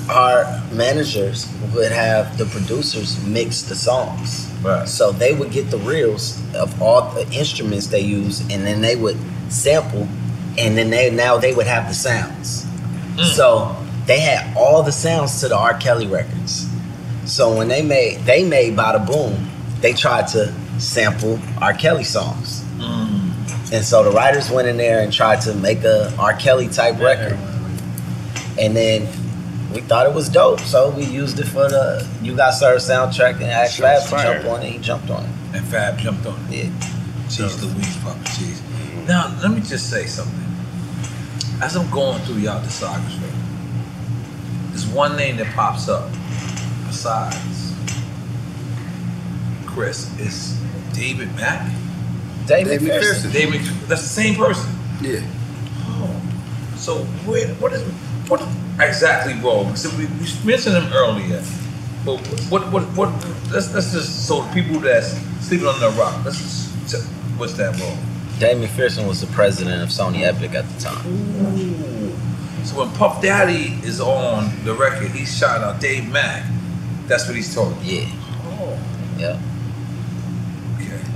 S11: our managers would have the producers mix the songs. Right. So they would get the reels of all the instruments they use, and then they would sample, and then they now they would have the sounds. Mm. So they had all the sounds to the R. Kelly records. So when they made they made Bada Boom, they tried to sample R. Kelly songs.
S8: Mm.
S11: And so the writers went in there and tried to make a R. Kelly type record. And then we thought it was dope, so we used it for the You Got Served soundtrack and asked Fab to
S9: fire.
S11: jump on it. He jumped on it.
S9: And Fab jumped on
S11: it.
S9: Yeah. Cheese Louise, Papa Cheese. Now, let me just say something. As I'm going through y'all discography, there's one name that pops up besides Chris is David Mack.
S11: David David McPherson. McPherson.
S9: David, that's the same person.
S10: Yeah.
S9: Oh. So where, what is what exactly wrong? So we, we mentioned him earlier, but what what what? Let's let's just so the people that's sleeping on the rock. Let's just t- what's that role?
S11: Dave McPherson was the president of Sony Epic at the time.
S9: So when Puff Daddy is on the record, he's shouting out Dave Mack. That's what he's talking.
S11: Yeah.
S9: Oh.
S11: Yep.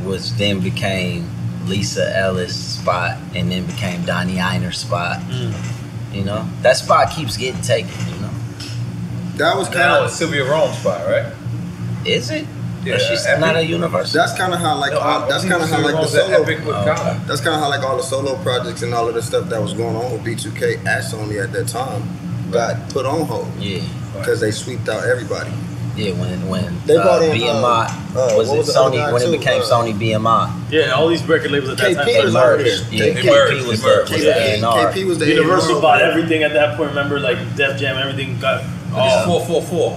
S11: Which then became Lisa Ellis spot and then became Donnie Einer spot. You know? That spot keeps getting taken, you know.
S10: That was
S9: kind of Sylvia Rome spot, right?
S11: Is it?
S9: Yeah,
S11: But she's
S9: Epic.
S11: not a university.
S10: That's kind of how like all, that's kind of how like the
S9: was at
S10: solo.
S9: Epic with
S11: Uh,
S9: Kanye.
S10: That's kind of how like all the solo projects and all of the stuff that was going on with B2K at Sony at that time got put on hold.
S11: Yeah.
S10: Because they sweeped out everybody.
S11: Yeah, when when
S10: They brought
S11: uh,
S10: in, uh, uh,
S11: BMI was
S10: what
S11: it
S10: was the other guy
S11: Sony when
S10: too?
S11: it became
S10: Uh,
S11: Sony BMI.
S7: Yeah, all these record labels at that time.
S11: KP
S7: started
S11: merged.
S7: merging.
S11: Yeah, They KP merged, was they the- merged. was the A&R. KP was the
S7: Universal
S11: A&R.
S7: bought everything at that point. Remember, like Def Jam, everything got.
S9: Oh. Four four four.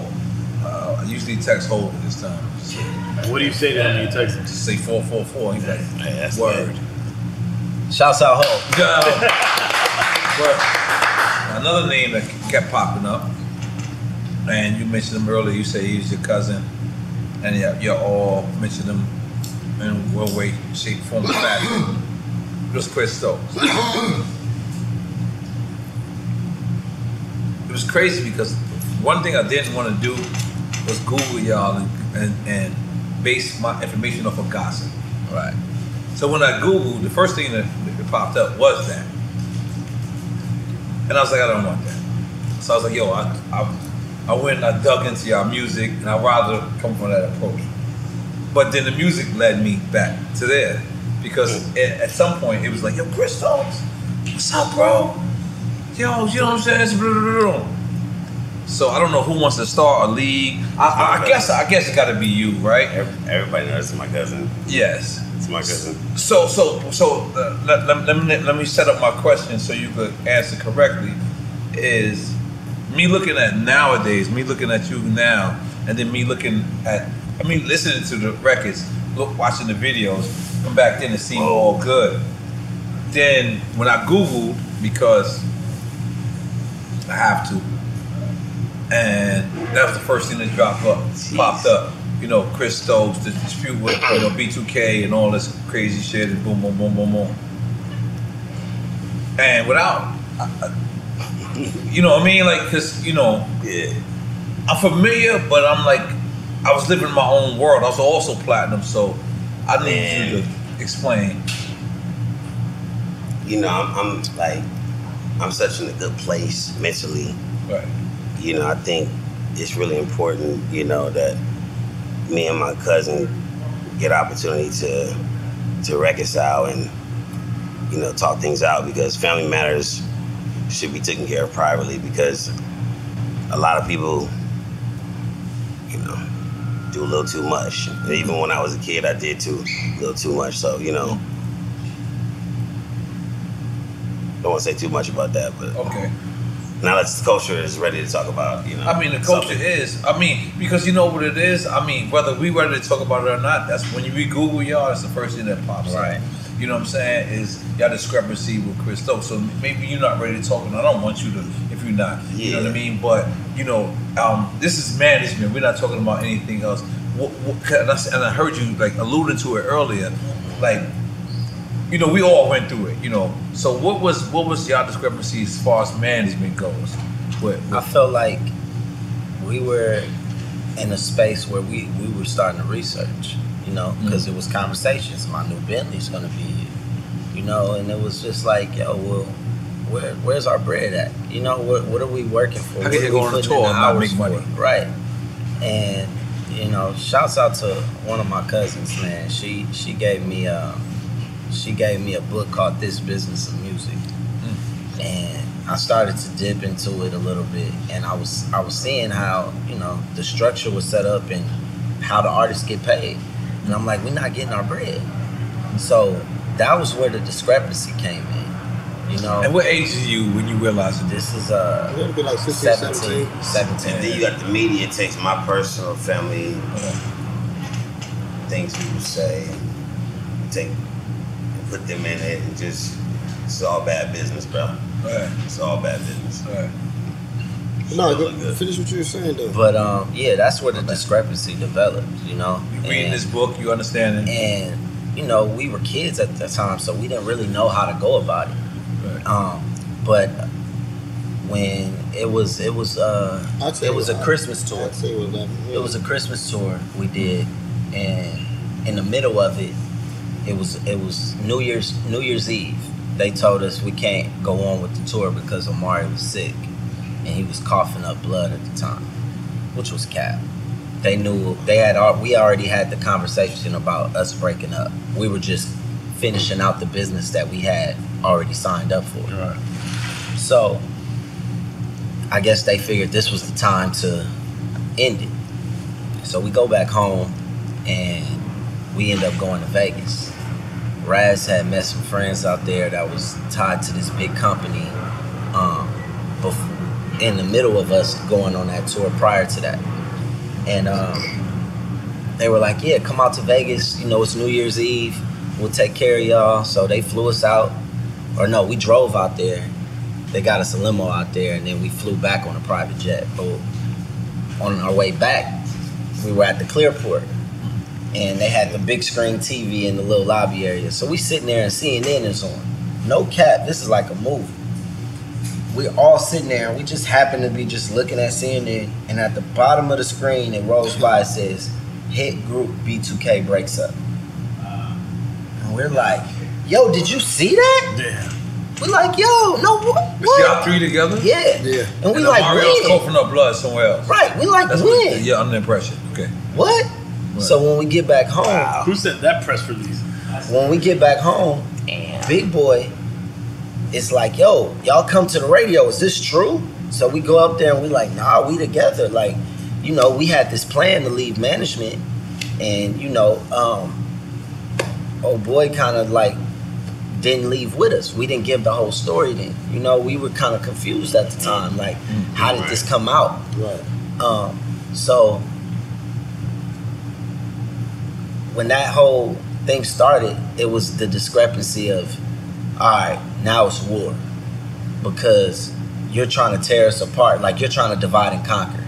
S9: Uh, I usually text Holden this time.
S7: What do you say to him when you text him?
S9: Just say four four four. He's like, word.
S11: Shouts out Ho.
S9: Go. But another name that kept popping up, and you mentioned him earlier. You say he's your cousin, and yeah, you all mentioned him in one way, shape, form, or fashion. It was Chris Stokes. it was crazy because one thing I didn't want to do was Google y'all and, and, and base my information off of gossip. Right. So when I Googled, the first thing that, that popped up was that. And I was like, I don't want that. So I was like, yo, I, I, I went and I dug into y'all music and I'd rather come from that approach. But then the music led me back to there because at, at some point it was like, yo, Chris Stones, what's up, bro? Yo, you know what I'm saying? It's blah, blah, blah. So I don't know who wants to start a league. I, I, I guess I guess it got to be you, right?
S13: Everybody knows it's my cousin.
S9: Yes.
S13: It's my cousin.
S9: So, so, so, uh, let, let, let me let me set up my question so you could answer correctly. Is me looking at nowadays, me looking at you now, and then me looking at, I mean, listening to the records. look, watching the videos from back then, it seemed all good. Then when I Googled, because I have to, and that was the first thing that dropped up, popped up. You know, Chris Stokes, the dispute with you know, B2K and all this crazy shit, and boom, boom, boom, boom, boom. And without, I- I- you know what I mean? Like, cause you know, yeah. I'm familiar, but I'm like, I was living in my own world. I was also platinum, so I need you to explain.
S13: you know, I'm, I'm like, I'm such in a good place mentally.
S9: Right.
S13: You know, I think it's really important, you know, that me and my cousin get opportunity to to reconcile and you know talk things out because family matters should be taken care of privately because a lot of people, you know, do a little too much. And even when I was a kid, I did too a little too much. So you know. don't want to say too much about that, but
S9: okay.
S13: Now that the culture is ready to talk about, you know.
S9: I mean, the culture is. I mean, because you know what it is. I mean, whether we ready to talk about it or not, that's when you re Google y'all. That's the first thing that pops right. up. You know what I'm saying? Is y'all discrepancy with Chris Stokes? So maybe you're not ready to talk, and I don't want you to if you're not. You know what I mean? But you know, um, this is management. We're not talking about anything else. What, what, and, I, s- and I heard you like alluding to it earlier, like you know, we all went through it, you know. So what was what was y'all discrepancy as far as management goes? What,
S11: I felt like we were in a space where we, we were starting to research, you know,
S9: Mm-hmm.
S11: because it was conversations. My new Bentley's going to be here, you know, and it was just like, yo, well, where, where's our bread at? You know, what, what are we working for?
S9: How
S11: What
S9: can
S11: are
S9: you
S11: we
S9: go on a
S11: putting
S9: tour
S11: in
S9: and not
S11: hours
S9: make money?
S11: for? Right. And, you know, shouts out to one of my cousins, man. She she gave me a, she gave me a book called This Business of Music
S9: Mm-hmm.
S11: and I started to dip into it a little bit, and I was I was seeing how you know the structure was set up and how the artists get paid, and I'm like, we're not getting our bread. So that was where the discrepancy came in, you know.
S9: And what age are you when you realize
S11: this is uh
S13: It'll be like
S11: 16, 17. 17.
S13: And then you got the media takes my personal family uh, things people say and take and put them in it and just it's all bad business, bro.
S9: Right.
S13: It's all bad business.
S9: Right.
S13: No,
S11: finish what you were saying though. But um, yeah, that's where the discrepancy developed, you know. You
S9: reading this book, you understand it.
S11: And you know, we were kids at the time, so we didn't really know how to go about it. Um, but when it was it was uh
S6: I'll tell
S11: it
S6: you
S11: was
S6: what
S11: a
S6: I-
S11: Christmas tour. It was a Christmas tour we did, and in the middle of it, it was it was New Year's New Year's Eve. They told us we can't go on with the tour because Amari was sick, and he was coughing up blood at the time, which was cap. They knew they had al- we already had the conversation about us breaking up. We were just finishing out the business that we had already signed up for. So I guess they figured this was the time to end it. So we go back home and we end up going to Vegas. Raz had met some friends out there that was tied to this big company um, bef- in the middle of us going on that tour prior to that. And um, they were like, yeah, come out to Vegas. You know, it's New Year's Eve. We'll take care of y'all. So they flew us out. Or no, we drove out there. They got us a limo out there and then we flew back on a private jet. But on our way back, we were at the Clearport and they had the big screen TV in the little lobby area. So we sitting there and CNN is on. No cap, this is like a movie. We're all sitting there and we just happen to be just looking at CNN and at the bottom of the screen it rolls by it says hit group B2K breaks up. And we're like, yo, did you see that?
S9: Damn.
S11: We're like, yo, no what?
S9: Is y'all three together?
S11: Yeah. Yeah. And we like,
S9: Mario's
S11: when?
S9: coughing up blood somewhere else.
S11: Right, we like,
S9: That's what-
S11: when?
S9: yeah, I'm the impression. Okay.
S11: What? So when we get back home,
S7: who sent that press release?
S11: When we get back home, Big Boy, it's like, yo, y'all come to the radio. Is this true? So we go up there and we like, nah, we together. Like, you know, we had this plan to leave management, and you know, um, oh boy, kind of like didn't leave with us. We didn't give the whole story then. You know, we were kind of confused at the time. Like, how did this come out? Right. Um, so when that whole thing started, it was the discrepancy of, all right, now it's war, because you're trying to tear us apart, like you're trying to divide and conquer.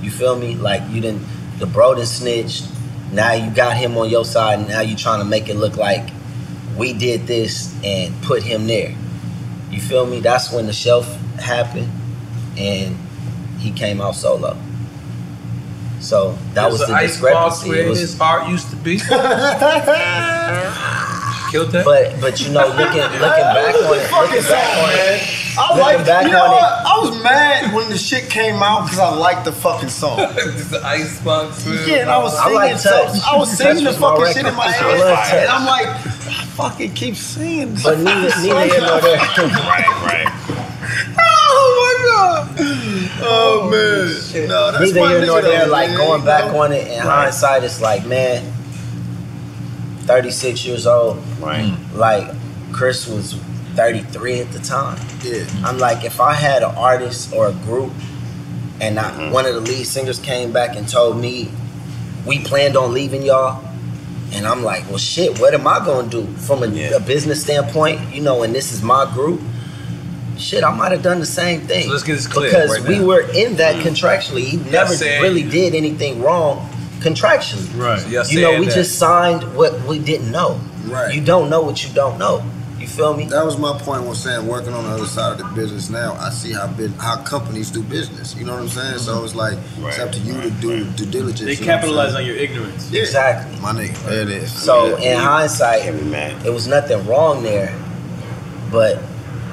S11: You feel me? Like you didn't, the bro did snitched. Now you got him on your side, and now you trying to make it look like we did this and put him there. You feel me? That's when the shelf happened, and he came out solo. So that was
S9: There's
S11: the
S9: an ice box
S11: discrepancy.
S9: where
S11: It was-
S9: his heart used to be. Killed that.
S11: But but you know, looking looking back on it, looking back on it,
S10: I
S11: looking
S10: like
S11: back
S10: you know
S11: on
S10: what?
S11: it.
S10: I was mad when the shit came out because I liked the fucking song.
S9: the ice box.
S10: Yeah, and I was
S11: I
S10: singing.
S11: like
S10: so-
S11: Touch.
S10: I was singing the
S11: Touch was my
S10: fucking shit
S11: record.
S10: in my
S11: I
S10: head,
S11: love Touch.
S10: and I'm like, I fucking keep singing. this
S11: But neither-
S10: fucking
S11: neither here nor
S10: song.
S11: there.
S9: right, right.
S10: Oh my god. Oh man. No, that's
S11: Neither
S10: my
S11: here
S10: nigga
S11: nor there.
S10: though,
S11: Like
S10: man.
S11: going back on it in hindsight, it's like man, thirty six years old. Right. Like Chris was thirty three at the time. Yeah. I'm like, if I had an artist or a group, and I,
S9: Mm.
S11: one of the lead singers came back and told me, we planned on leaving y'all. And I'm like, well, shit, what am I gonna do from a, a business standpoint? You know, and this is my group. Shit, I might have done the same thing.
S9: So let's get this clear
S11: because
S9: right
S11: we
S9: now.
S11: were in that
S9: Mm.
S11: contractually. He never
S9: saying-
S11: really did anything wrong contractually.
S9: Right. So y'all
S11: you know,
S9: saying
S11: we
S9: that-
S11: just signed what we didn't know. Right. You don't know what you don't know. You feel me?
S10: That was my point when saying working on the other side of the business now, I see how bus- how companies do business. You know what I'm saying?
S11: Mm-hmm.
S10: So it's like it's up to you to do due diligence.
S13: They
S10: you know what I'm
S13: capitalize
S10: saying?
S13: on your ignorance.
S10: Yeah.
S11: Exactly.
S10: My nigga. There it is.
S11: So
S10: Yeah.
S11: in hindsight, it was nothing wrong there. But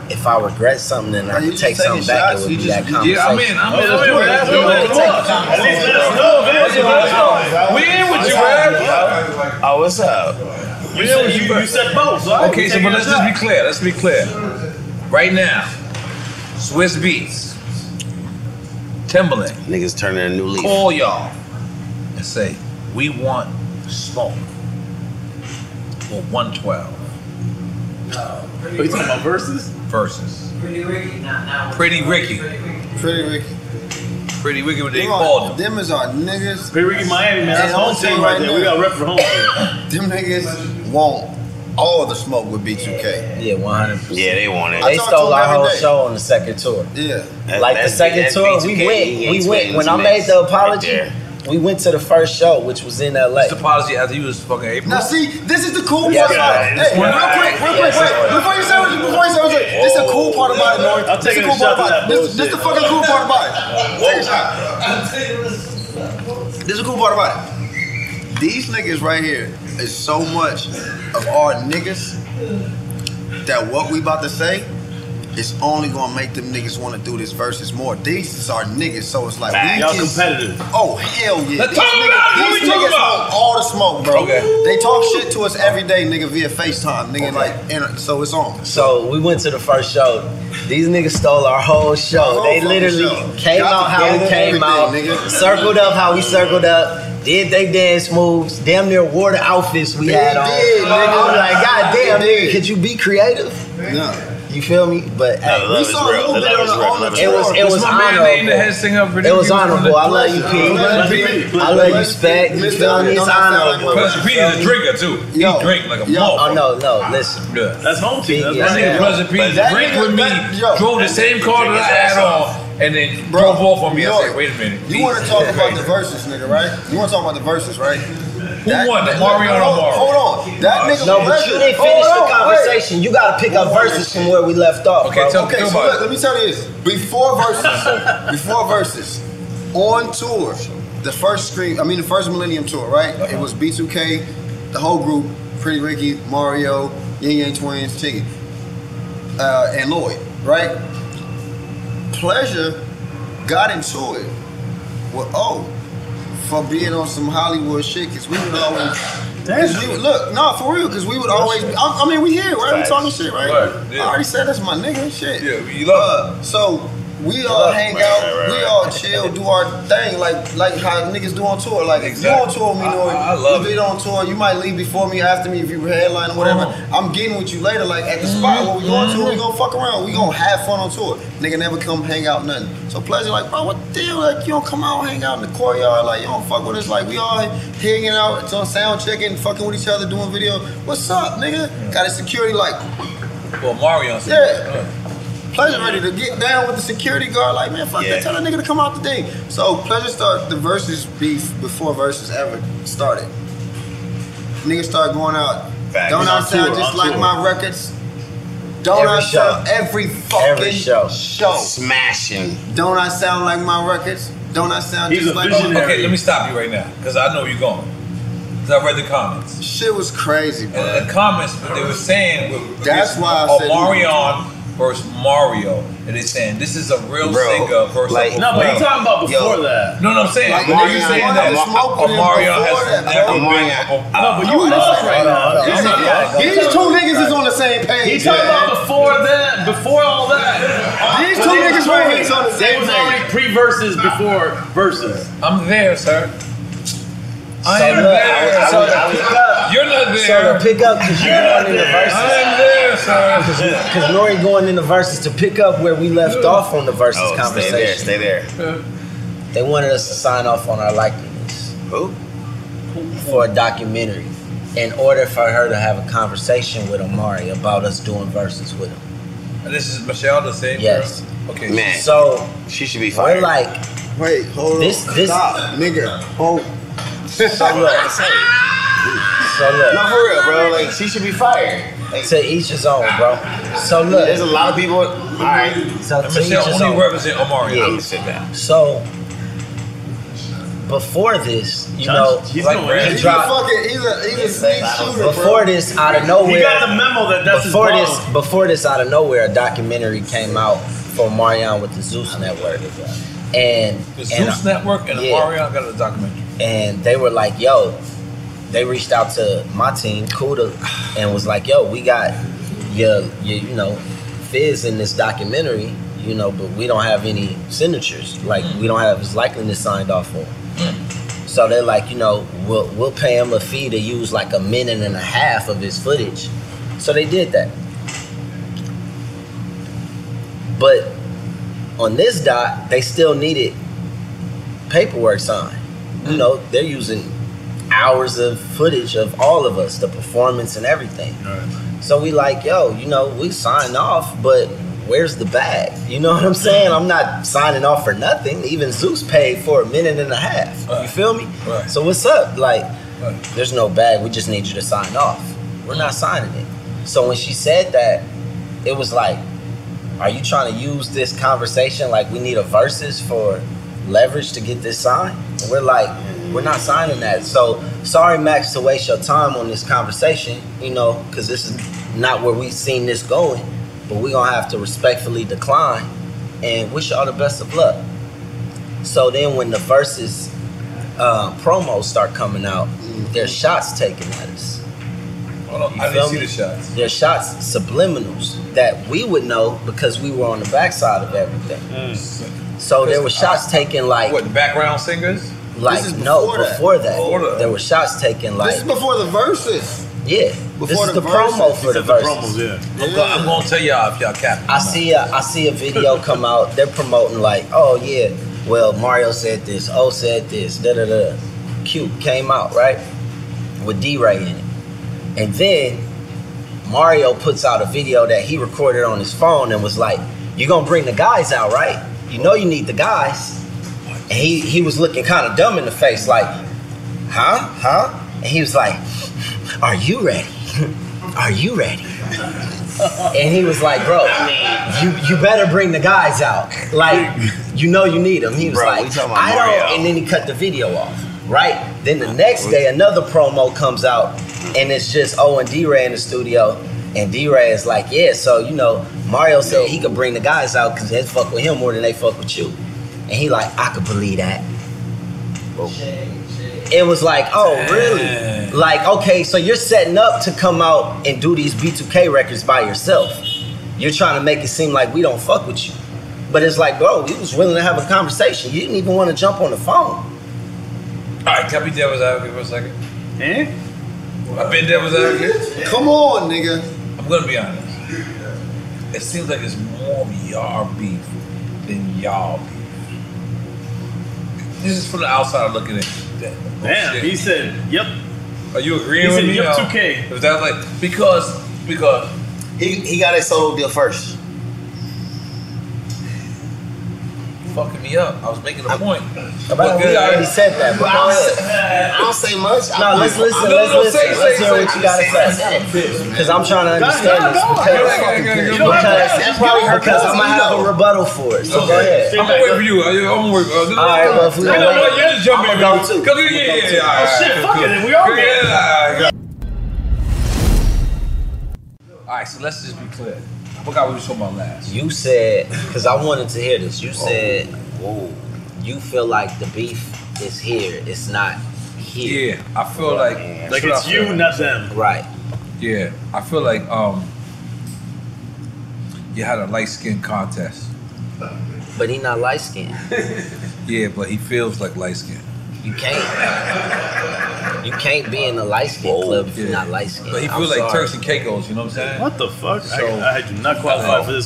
S11: if I regret something and I
S10: Are you
S11: could take
S10: just taking
S11: something back,
S10: shots?
S11: it would
S10: You
S11: be
S10: just-
S11: that conversation.
S9: Yeah, I'm in. I'm in. I'm in. with that.
S11: You
S9: Come
S11: could take
S9: on.
S11: the
S9: At least let us
S11: conversation.
S9: know, man. Let us know. We in with you, man.
S11: Oh, what's up?
S9: You said, you, you
S13: said both, so I
S9: Okay,
S13: ain't
S9: so but
S13: taking
S9: let's
S13: a
S9: just be
S13: shot.
S9: clear. Let's be clear. Right now, Swiss Beats, Timberland,
S11: niggas turning a new leaf.
S9: call y'all and say, we want smoke for 112.
S13: Are you talking about verses?
S9: Verses.
S13: Pretty Ricky, not now.
S9: Pretty Ricky.
S10: Pretty Ricky.
S9: Pretty Ricky with the
S10: Them,
S9: ball.
S10: are, them is our niggas.
S13: Pretty Ricky Miami, man.
S10: And
S13: That's
S10: I'm
S13: home
S10: saying
S13: team right there. We
S10: now,
S13: got rep for home team.
S10: Them niggas want all the smoke with B2K.
S11: Yeah, 100%.
S10: Yeah, they want it. I
S11: They
S10: talk to
S11: stole
S10: them
S11: our
S10: every
S11: whole
S10: day.
S11: show on the second tour.
S10: Yeah.
S11: like the second tour, we went. We went. When I made the apology, we went to the first show, which was in L.A.
S9: It's the policy after you was fucking April.
S10: Now see, this is the cool
S11: Yes,
S10: part about it.
S11: guys.
S10: Hey, real quick, real quick,
S11: Yes,
S10: wait.
S11: guys.
S10: Before you say what you, before you say what you, this is the cool part about it, North.
S13: I'm
S10: This is
S13: taking
S10: the
S13: a
S10: cool
S13: shot
S10: part
S13: to that
S10: about it. This, this is the fucking cool part about it. Take a shot. This is the cool part about it. These niggas right here is so much of our niggas that what we about to say is only gonna make them niggas want to do this versus more. These is our niggas, so it's like
S13: Facts.
S10: we
S13: Y'all
S10: can-
S13: competitive.
S10: Oh hell yeah!
S13: Let's
S10: These
S13: talk about it. What
S10: these
S13: we talking
S10: niggas
S13: about?
S10: want all the smoke, bro.
S11: Okay.
S10: They talk shit to us every day, nigga, via FaceTime, nigga. Like, and, so it's on.
S11: So we went to the first show. These niggas stole our whole show.
S10: Our whole
S11: they
S10: fucking
S11: literally
S10: show.
S11: came
S10: Got
S11: out how we
S10: together,
S11: came
S10: everything,
S11: out,
S10: nigga.
S11: circled up how we circled up, did they dance moves, damn near wore the outfits we had on.
S10: did, nigga.
S11: I'm like, God damn,
S10: They
S11: nigga, could you be creative?
S10: No.
S11: You feel me? But hey,
S10: love is real. The love is real. The love is
S11: it
S10: real.
S11: was it
S10: What's
S11: was
S10: my man
S11: honorable.
S10: name, the head singer of Pretty
S11: It was
S10: Ricky?
S11: honorable. I love you,
S10: Bless you,
S11: P.
S10: Pete.
S11: I love you,
S10: Bless you,
S11: Spec.
S10: Pete.
S11: You feel me? It's
S10: Don't sound like
S11: honorable.
S10: my brother.
S9: Pete is a drinker too. He drink like a
S11: yo,
S9: motherfucker.
S11: Oh no, no, listen.
S9: Yeah.
S13: That's home team. That's
S9: That
S13: right.
S9: nigga Pleasant Pete drank with me, drove the same car that I had on, and then drove off on me. I said, wait a minute.
S10: You want to talk about the verses, nigga, right? You want to talk about the verses, right? Who
S9: won, the Mario or
S10: hold,
S9: Mario?
S10: Hold on, that nigga.
S11: No, but you didn't finish the
S10: Hold on, wait.
S11: conversation. You gotta pick up verses from where we left off. bro.
S10: okay, so look, let me tell you this. Before verses, before verses, on tour, the first screen, I mean the first Millennium tour, right?
S9: Uh-huh.
S10: It was B2K, the whole group, Pretty Ricky, Mario, Yin Yang Twins, Chicken, uh, and Lloyd, right? Pleasure got into it with O for being on some Hollywood shit, cause we would always. 'cause we would- look, no, for real, cause we would always. I, I mean, we here, right? We talking shit, right?
S9: Right, yeah.
S10: I already said that's my nigga. Shit.
S9: Yeah, you love
S10: Uh, so we all
S3: Right,
S10: hang
S3: right,
S10: out,
S3: right, right,
S10: we
S3: right.
S10: all chill, do our thing, like like how niggas do on tour. Like if you on tour, me know I, love you been on tour, you might leave before me, after me, if you headline or whatever. I'm getting with you later, like at the spot where we going to, we gonna fuck around, we gonna have fun on tour. Nigga never come hang out nothing. So pleasure, like bro, what the deal? Like you don't come out, hang out in the courtyard, like you don't fuck with us. Like we all hanging out, it's on sound checking, fucking with each other, doing video. What's up, nigga? Got a security like.
S9: Well, Mario.
S10: Yeah. Pleasure ready to get down with the security guard, like, man, fuck that, tell that nigga to come out the thing. So Pleasure start the verses beef before verses ever started. Niggas start going out.
S13: Facts.
S10: Don't I
S13: On
S10: sound
S13: tour,
S10: just
S13: on
S10: like
S13: tour.
S10: my records? Don't
S13: Every
S10: I
S13: show.
S10: sound every fucking
S13: Every show.
S10: show.
S13: Smashing.
S10: Don't I sound like my records? Don't I sound just like
S9: Okay, let me stop you right now because I know where you're going. Because I read the comments.
S10: Shit was crazy, bro.
S9: And the comments, what they were saying, were-
S10: That's
S9: was
S10: why I said-
S9: Omarion versus Mario, and they saying this is a real
S10: Bro,
S9: singer versus.
S10: like- No, but you talking about before Yo. that.
S9: No, no, I'm saying.
S10: Like,
S9: but
S10: Omarion-
S9: you saying
S10: Omarion
S9: that
S10: was smoking him
S9: Omarion
S10: before
S9: has
S10: that, bro.
S9: never
S10: Omarion-
S9: been.
S10: No, but you
S9: Hold
S10: lost
S9: on,
S10: right
S9: hold
S10: now.
S9: on,
S10: These
S9: hold on.
S10: niggas-
S9: Hold on.
S10: these two niggas is on the same page,
S7: He talking
S10: man.
S7: about before that, before all that.
S10: These
S7: But
S10: two
S7: they
S10: niggas
S7: was
S10: right
S7: already-
S10: here is on the
S7: They
S10: same
S7: was
S10: page.
S7: already pre verses before verses.
S9: I'm there, sir. I am
S7: look,
S9: there.
S7: I was- I was- I was-
S9: You're not
S11: So
S9: there.
S11: to pick up because you're
S9: You're not
S11: going in the
S9: there.
S11: verses.
S9: I'm there, sir.
S11: Because Nori going in the verses to pick up where we left off on the verses
S13: Oh, stay
S11: conversation.
S13: there, stay there.
S11: They wanted us to sign off on our likeliness.
S13: Who?
S11: For a documentary. In order for her to have a conversation with Omari about us doing verses with him.
S9: And This is Michelle the same.
S11: Yes.
S9: Girl? Okay.
S11: So
S13: she should be
S11: We're like,
S10: wait, hold on.
S11: This, this,
S10: Stop, nigga. Hold.
S11: So look, so look.
S13: No, for real, bro. Like she should be fired.
S11: to each his own, bro. So look,
S13: There's a lot of people. All right.
S11: So
S13: And
S11: to
S13: Michelle
S11: each his
S13: only
S11: own.
S13: represent Omari.
S11: Yeah.
S13: I'm gonna sit down.
S11: So before this, you
S13: John-
S11: know,
S13: he's
S11: like,
S13: going in.
S11: he
S13: He's
S11: dropped.
S10: Fucking, he's a, he's a sneak shooter, bro.
S11: Before this, out of
S10: He
S11: nowhere,
S10: got the memo that that's his
S11: before
S10: bomb.
S11: this, before this, out of nowhere, a documentary came out for Marion with the Zeus Network, and
S9: The Zeus Network and Omarion got a documentary.
S11: and they were like, "Yo," they reached out to my team, Kuda, and was like, "Yo, we got your, your you know, Fizz in this documentary, you know, but we don't have any signatures. Like, we don't have his likeliness signed off on." So they're like, you know, we'll we'll pay him a fee to use like a minute and a half of his footage. So they did that. But on this dot, they still needed paperwork signed. You know, they're using hours of footage of all of us, the performance and everything. So we like, yo, you know, we signed off, but where's the bag? You know what I'm saying? I'm not signing off for nothing. Even Zeus paid for a minute and a half. You feel me? So what's up? Like, there's no bag. We just need you to sign off. We're not signing it. So when she said that, it was like, are you trying to use this conversation like we need a versus for leverage to get this signed? And we're like, we're not signing that. So sorry, Max, to waste your time on this conversation, you know, because this is not where we've seen this going, but we're going to have to respectfully decline and wish y'all the best of luck. So then when the versus uh, promos start coming out, there's shots taken at us.
S9: Hold on,
S11: You
S9: I didn't
S11: feel
S9: see
S11: me?
S9: the shots.
S11: Their shots, subliminals that we would know because we were on the backside of everything. So there were shots taken like what
S9: background singers?
S11: Like
S10: This is
S11: no,
S10: before that.
S11: before that,
S10: Before that.
S11: there were shots taken like
S10: this is before the verses.
S11: yeah. this
S10: before
S11: is
S10: the
S11: the, promo
S10: verses.
S11: for the
S10: These are the
S11: verses.
S9: I'm, Gonna, I'm gonna tell y'all if y'all cap.
S11: I see a I see a video come out. They're promoting like, oh yeah, well Mario said this, O said this, da da da. Cute came out right with D Ray in it, and then Mario puts out a video that he recorded on his phone and was like, "You're gonna bring the guys out, right? You know you need the guys." And he he was looking kind of dumb in the face, like, "Huh, huh?" And he was like, "Are you ready? Are you ready?" and he was like, "Bro, you you better bring the guys out. Like, you know you need them." He was
S13: Bro, we
S11: like,
S13: talking about
S11: "I
S13: Mario.
S11: don't." And then he cut the video off. Right then, the next day, another promo comes out, and it's just O and D Ray in the studio, and D Ray is like, "Yeah, so you know, Mario said he could bring the guys out because they fuck with him more than they fuck with you," and he like, "I could believe that." it was like, oh, really? Like, okay, so you're setting up to come out and do these B2K records by yourself. You're trying to make it seem like we don't fuck with you. But it's like, bro, you was willing to have a conversation. You didn't even want to jump on the phone.
S9: All right, can I be devil's advocate for a second? Eh? I've been devil's advocate.
S13: Come on, nigga.
S9: I'm gonna be honest. It seems like it's more y'all beef than y'all beef. This is from the outside looking in. Oh,
S7: Damn, he said, "Yep."
S9: Are you agreeing
S7: He
S9: with
S7: said,
S9: me?
S7: "Yep,
S9: or-
S7: 2K."
S9: If that's like because because
S11: he he got his solo deal first.
S9: Fucking me up. I was making a point.
S11: But we already said that. but go ahead.
S13: I don't say much.
S11: No, let's listen.
S13: No,
S11: let's
S13: no,
S11: listen.
S13: say-
S11: let's hear
S13: say- say-
S11: what you gotta say. Because I'm trying to
S13: No,
S11: understand
S13: no,
S11: this.
S13: no,
S11: Because,
S13: I gotta- I gotta-
S11: because,
S13: you don't have to ask.
S11: because,
S13: You don't
S11: I'm
S13: have to
S11: gonna
S13: ask.
S11: have a rebuttal for it. So
S9: Okay.
S11: go ahead.
S9: I'm gonna wait for you. I- I'm gonna wait. Uh,
S11: All right, well, if we
S9: you
S11: gonna
S9: know
S11: wait-
S9: what? You just jump in.
S11: I'ma go too.
S9: Cause we- yeah, yeah, yeah. all right,
S11: shit,
S9: cool.
S11: fuck it, we all
S9: Cool,
S11: go.
S9: yeah, all right, go. All right, so let's just be clear. I forgot what we were talking about last.
S11: You said because I wanted to hear this. You
S9: Oh,
S11: said, "Whoa, you feel like the beef is here. It's not here."
S9: Yeah, I feel like
S11: Like, it's you,
S9: not them.
S11: Right.
S9: Yeah, I feel like um, you had a light skin contest.
S11: But he not light skinned.
S9: yeah, but he feels like light skin.
S11: You can't. You can't be in the light skin club if you're not light skinned.
S9: But he
S11: I'm
S9: feel like
S11: sorry.
S9: Turks and Caicos, you know what I'm saying?
S7: What the fuck? I, I had you not qualified for this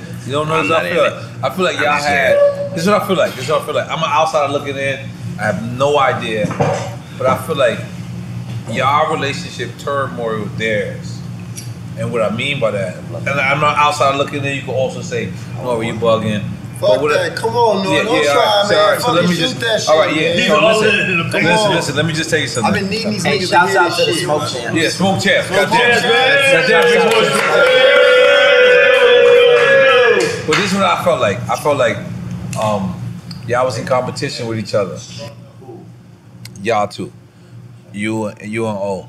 S9: Yeah, you don't know what I feel like. I feel like y'all had. This is what I feel like. This is what I feel like. I'm an outsider looking in. I have no idea, but I feel like y'all relationship turmoil with theirs. And what I mean by that, and I'm not outside looking in. You can also say, "Oh, you bugging."
S13: Fuck that. Come on, Norm. Don't try,
S9: alright,
S13: man.
S9: all right,
S13: Fucking
S9: let me
S13: shoot
S9: just,
S13: that shit,
S9: All right,
S13: man.
S9: yeah. so
S13: Leave it all in
S9: listen,
S13: the
S9: listen,
S13: paint. Come
S9: listen,
S13: on.
S9: Let me just tell you something.
S13: I've been needing these
S11: Hey,
S13: niggas
S11: shouts
S13: hear
S11: out
S13: this
S11: to the
S13: shit,
S11: smoke
S13: man.
S11: champs.
S9: Yeah, smoke champs. Goddamn.
S13: champs, man.
S9: Goddamn, big
S13: Shout
S9: boys.
S13: out
S9: But this is what I felt like. I felt like um, y'all was in competition with each other. Y'all two. You and you and O.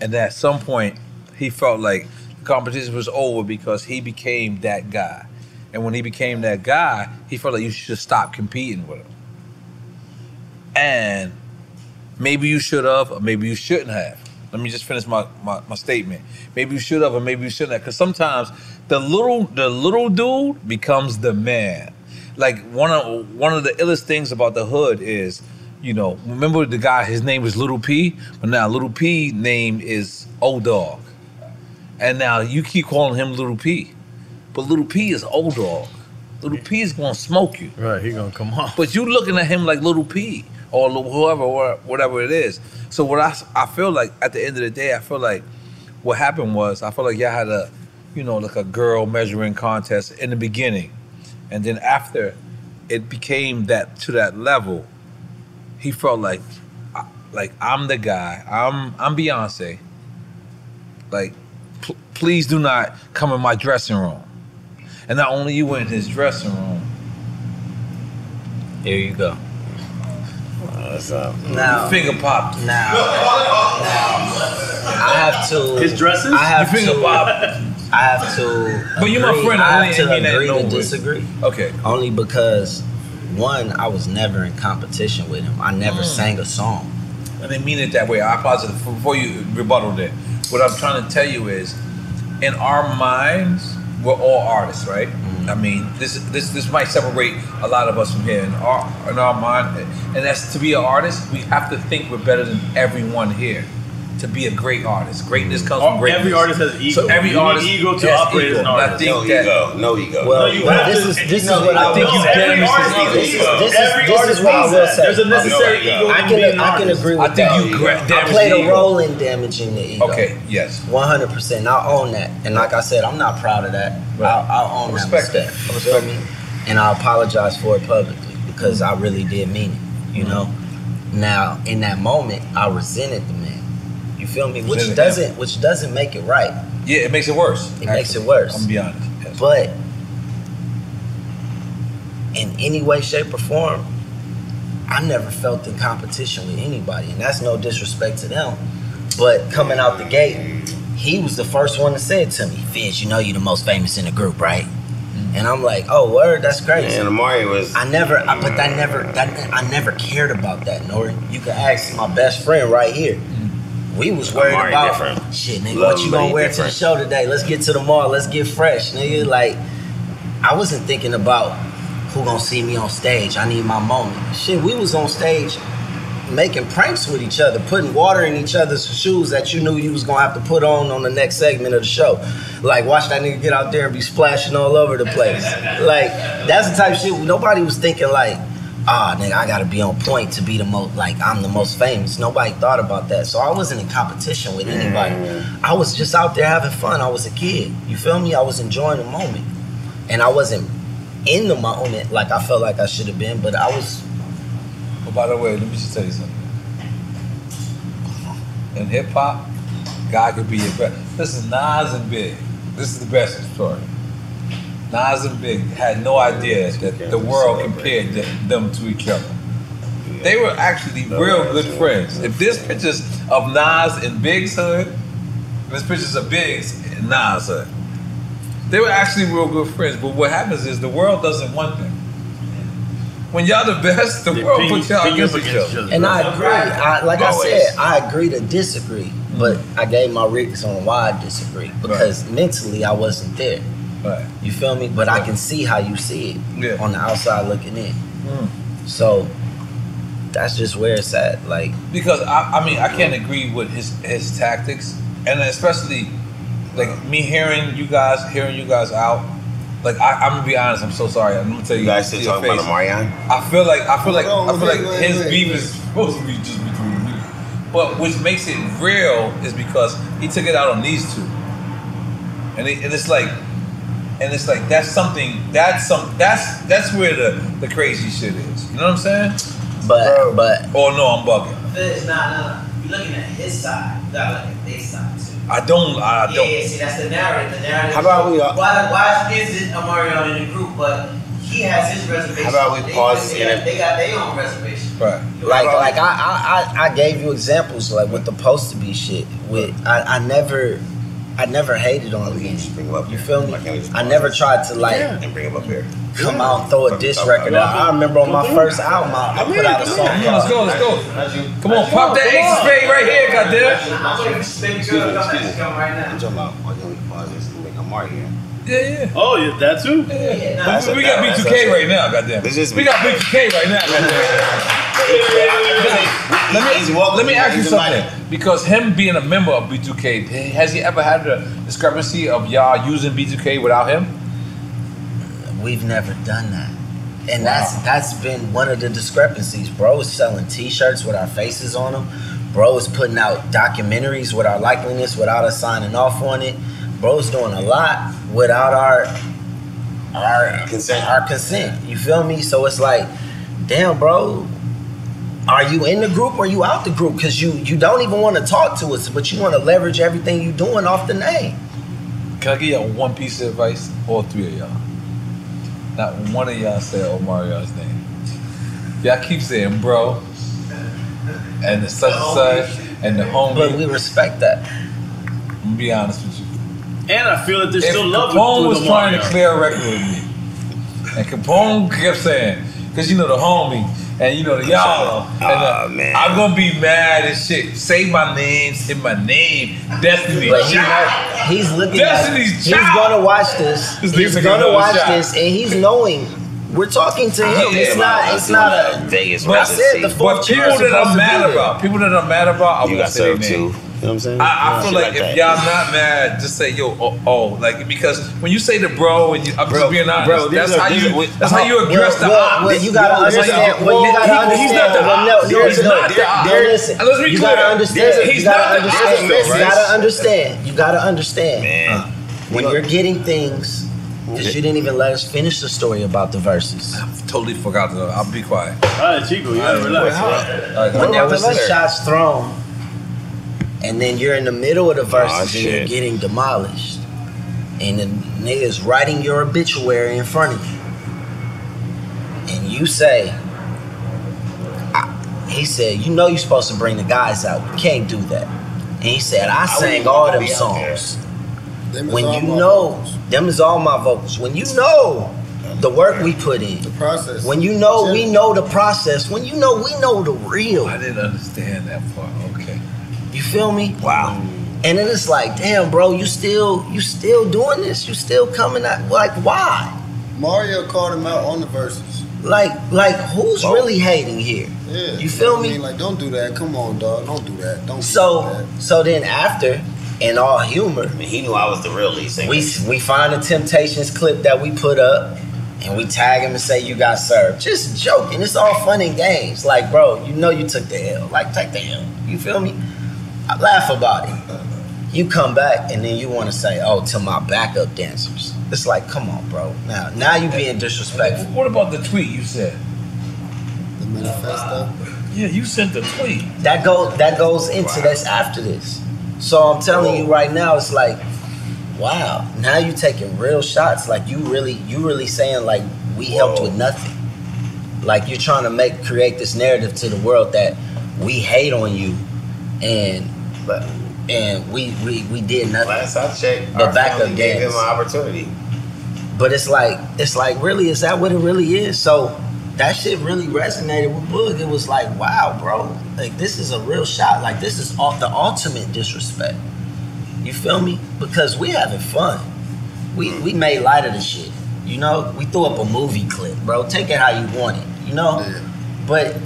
S9: And at some point, he felt like the competition was over because he became that guy. And when he became that guy, he felt like you should stop competing with him. And maybe you should have, or maybe you shouldn't have. Let me just finish my, my, my statement. Maybe you should have, or maybe you shouldn't have. Because sometimes the little the little dude becomes the man. Like one of one of the illest things about the hood is, you know, remember the guy? His name was Little P, but now Little P name is Old Dog, and now you keep calling him Little P, but Little P is Old Dog. Little P is gonna smoke you.
S7: Right, he gonna come on.
S9: But you looking at him like little P or Lil- whoever or whatever it is. So what I, s- I feel like at the end of the day, I feel like what happened was I feel like y'all had a, you know, like a girl measuring contest in the beginning, and then after, it became that to that level. He felt like, I- like I'm the guy. I'm I'm Beyonce. Like, pl- please do not come in my dressing room. And not only you went in his dressing room, here you go.
S11: What's up? Now,
S9: finger popped.
S11: Now, I have to.
S9: His dresses?
S11: I have
S9: Your finger
S11: to. I have to.
S9: But you my
S11: agree-
S9: friend, I
S11: I
S9: ain't
S11: have to
S9: mean that
S11: agree
S9: no
S11: to
S9: way.
S11: disagree.
S9: Okay.
S11: Only because one, I was never in competition with him. I never
S9: Mm.
S11: sang a song.
S9: I didn't mean it that way. I apologize for- before you rebuttal that. What I'm trying to tell you is, in our minds, we're all artists, right?
S11: Mm-hmm.
S9: I mean, this this this might separate a lot of us from here. In our in our mind, and that's to be an artist, we have to think we're better than everyone here. To be a great artist, greatness comes from
S7: Mm. Every
S9: greatness.
S7: artist has ego.
S9: So every
S7: You need
S9: artist
S7: ego to
S9: has
S7: operate as
S9: ego.
S7: an
S9: And I
S7: artist.
S9: think
S7: No
S9: that,
S7: ego.
S9: No ego.
S11: Well, but this is this is what I,
S9: I think
S11: will
S9: you
S11: say.
S9: damaged
S11: This
S9: his
S11: is-
S9: ego.
S11: This is this is what I will say.
S9: There's a necessary ego.
S11: I
S9: in being
S11: can
S9: an
S11: I can
S9: artist.
S11: agree with
S9: I think
S11: that.
S9: you gra-
S11: I
S9: damaged
S11: played
S9: the
S11: a
S9: ego.
S11: role in damaging the ego.
S9: Okay, yes.
S11: One hundred percent. I own that, and like I said, I'm not proud of that. I, I own
S9: Respect
S11: that mistake.
S9: it.
S11: You feel me? And I apologize for it publicly because I really did mean it. You know. Now, in that moment, I resented the man. You feel me? Which
S9: Resented him.
S11: doesn't which doesn't make it right.
S9: Yeah, it makes it worse.
S11: It makes it worse.
S9: I'm gonna be honest.
S11: But in any way, shape, or form, I never felt in competition with anybody, and that's no disrespect to them. But coming out the gate, he was the first one to say it to me. Fizz, you know you're the most famous in the group, right? And I'm like, oh word, that's crazy.
S9: Man, Mm-hmm. Amari was-
S11: I never, I, but I never, that, I never cared about that. Nor you can ask my best friend right here. We was worried
S24: Amari
S11: about
S24: different.
S11: shit, nigga.
S24: Love
S11: what you gonna
S24: Amari
S11: wear to the
S24: different.
S11: show today? Let's get to the mall. Let's get fresh, nigga. Like I wasn't thinking about who gonna see me on stage. I need my moment. Shit, we was on stage making pranks with each other, putting water in each other's shoes that you knew you was gonna have to put on on the next segment of the show. Like, watch that nigga get out there and be splashing all over the place. Like, that's the type of shit nobody was thinking like, ah, nigga, I gotta be on point to be the most, like, I'm the most famous. Nobody thought about that. So I wasn't in competition with anybody. I was just out there having fun. I was a kid. You feel me? I was enjoying the moment. And I wasn't in the moment like I felt like I should have been, but I was
S9: But Oh, by the way, let me just tell you something. In hip hop, God could be your best. Listen, Nas and Big. This is the best story. Nas and Big had no idea that the world compared th- them to each other. They were actually real good friends. If there's pictures of Nas and Big's hood, there's pictures of Big's and Nas' hood. They were actually real good friends. But what happens is the world doesn't want them. When y'all the best, the world
S11: pin-
S9: puts y'all
S11: pin you
S9: against
S11: up
S9: each
S11: against
S9: other.
S11: And I agree. I, like I
S9: Always.
S11: said, I agree to disagree, but I gave my reasons on why I disagree because mentally I wasn't there.
S9: Right.
S11: You feel me? But I can see how you see it on the outside looking in. So that's just where it's at. Like
S9: because I, I mean I can't agree with his his tactics, and especially like me hearing you guys hearing you guys out. Like I, I'm gonna be honest, I'm so sorry. I'm gonna tell you.
S13: You guys still
S9: to your
S13: talking about
S9: face.
S13: Omarion?
S9: I feel like I feel like
S13: Hold on,
S9: I feel
S13: wait,
S9: like
S13: wait,
S9: his
S13: wait,
S9: beef
S13: wait.
S9: is supposed to be just between me. But which makes it real is because he took it out on these two, and, it, and it's like, and it's like that's something that's some that's that's where the the crazy shit is. You know what I'm saying?
S11: But but
S9: oh no, I'm bugging.
S6: It's not, no, you're looking at his side. You gotta look at their side too.
S9: I don't. I
S6: Yeah,
S9: don't.
S6: yeah, see, that's the narrative. The narrative.
S9: How about we, uh,
S6: why, why is it Amarion in the group, but he has his reservations?
S13: How about we
S6: They-
S13: pause
S6: They,
S13: and-
S6: got- they got their own reservations.
S9: Right.
S11: Like, like I, I, I, I gave you examples like with the post to be shit. With I, I never, I never hated on Lee. You feel me? I never tried to like
S13: and bring him up here.
S11: come out and throw a diss record. out. I remember on my first album, I, I put out a song.
S9: Let's go, let's go. Come on, pop that ace of spade right here, goddamn.
S13: I'm talking about why don't we pause this and make Amari here?
S9: Yeah, yeah.
S7: Oh, yeah, that too?
S13: That's
S9: we
S13: a-
S9: got
S13: that's
S9: B2K
S13: a-
S9: right now, goddamn.
S13: This is-
S9: We got B2K right now, goddamn. Let me, let me ask you
S13: He's invited.
S9: something. Because him being a member of B2K, has he ever had a discrepancy of y'all using B2K without him?
S11: We've never done that. And that's that's been one of the discrepancies. Bro is selling T-shirts with our faces on them. Bro is putting out documentaries with our likeliness without us signing off on it. Bro's doing a lot without our our consent. Our consent. You feel me? So it's like, damn, bro. Are you in the group or you out the group? Cause you you don't even want to talk to us, but you want to leverage everything you doing off the name.
S9: Can I give y'all one piece of advice? All three of y'all. Not one of y'all said Omarion's name. Y'all keep saying bro, and the such and such, and the homie. But we
S11: respect that.
S9: I'm gonna be honest with you.
S7: And I feel that there's
S9: if
S7: still love
S9: Capone
S7: with
S9: was
S7: Omarion.
S9: trying to clear a record with me, and Capone kept saying, "Cause you know the homie, and you know the y'all, and
S11: Ah,
S9: the, I'm gonna be mad as shit. Say my name, say my name, Destiny.
S11: But he
S9: Child.
S11: has- he's looking
S9: Destiny's
S11: at he's
S9: Child.
S11: gonna watch this.
S9: This
S11: he's
S9: nigga
S11: gonna
S9: gonna
S11: watch
S9: shot.
S11: this and he's knowing we're talking to him.
S9: Yeah,
S11: it's
S9: but
S11: not
S9: I'm
S11: it's not
S9: doing
S11: a
S9: that Vegas
S11: I said
S9: residency.
S11: the fourth
S9: But people that I'm mad about, people that I'm mad about, I
S13: You
S9: won't
S13: got
S9: say their
S13: served too. You
S9: name.
S13: know what I'm saying?
S9: I, I
S13: Yeah,
S9: feel
S13: shit
S9: like if
S13: that.
S9: y'all not mad, just say yo, oh, oh, like because when you say the bro, and you, I'm just being honest,
S13: bro, these
S9: that's
S13: are-
S9: how
S13: these
S9: you,
S13: are- we-
S9: that's how you
S11: Well,
S9: address the
S11: well,
S9: ops.
S11: well, you gotta
S9: That's how
S11: understand-
S9: do-
S11: well, you gotta
S9: he-
S11: understand-
S9: He's not the
S11: well, no,
S9: ops.
S11: no,
S9: He's
S11: he's
S9: not
S11: not.
S9: the ops.
S11: Well, listen,
S9: Let's be
S11: you
S9: clear.
S11: gotta understand.
S9: He's
S11: you gotta
S9: not the ops,
S11: understand.
S9: though,
S11: You
S9: right?
S11: gotta understand. You gotta understand.
S9: Uh,
S11: When you're getting things, because you didn't even let us finish the story about the verses.
S9: I've totally forgot. though. I'll be quiet.
S7: All right, Chico, you gotta relax.
S11: When there was the shots thrown, and then you're in the middle of the verses and you're
S9: shit.
S11: getting demolished, and the nigga's writing your obituary in front of you, and you say, I- he said, you know you're supposed to bring the guys out. You can't do that. And he said, I sang all them songs. When you know, them is all my vocals. When you know the work we put in, the process. When you know we know the process. When you know we know the real. I
S9: didn't understand that part. Okay. Mm.
S11: You feel me? Wow. And then it's like, damn, bro, you still you still doing this? You still coming at like why?
S10: Mario called him out on the verses.
S11: Like, like who's really hating here?
S10: Yeah.
S11: You feel
S10: me? I mean, like, don't do that. Come on, dog. Don't do that. Don't.
S11: So, so then after, in all humor,
S13: he knew I was the real lead singer.
S11: we we find a Temptations clip that we put up, and we tag him and say you got served. Just joking. It's all fun and games. Like, bro, you know you took the L. Like, take the L. You feel me? I laugh about it. You come back and then you want to say, "Oh, to my backup dancers." It's like, come on, bro. Now, now you being disrespectful. What about the tweet you said?
S10: The manifesto.
S11: Yeah, you sent the tweet. That goes that goes into this after this. So I'm telling you right now, it's like, wow, now you taking real shots. Like you really you really saying like we helped with nothing. Like you're trying to make create this narrative to the world that we hate on you and but and we we, we did nothing.
S13: Last I checked,
S11: the
S13: our
S11: backup
S13: family gave him
S11: dance.
S13: an opportunity.
S11: But it's like it's like really is that what it really is? So that shit really resonated with Boog. It was like wow, bro, like this is a real shot. Like this is all, the ultimate disrespect. You feel me? Because we having fun. We we made light of the shit. You know, we threw up a movie clip, bro. Take it how you want it. You know, but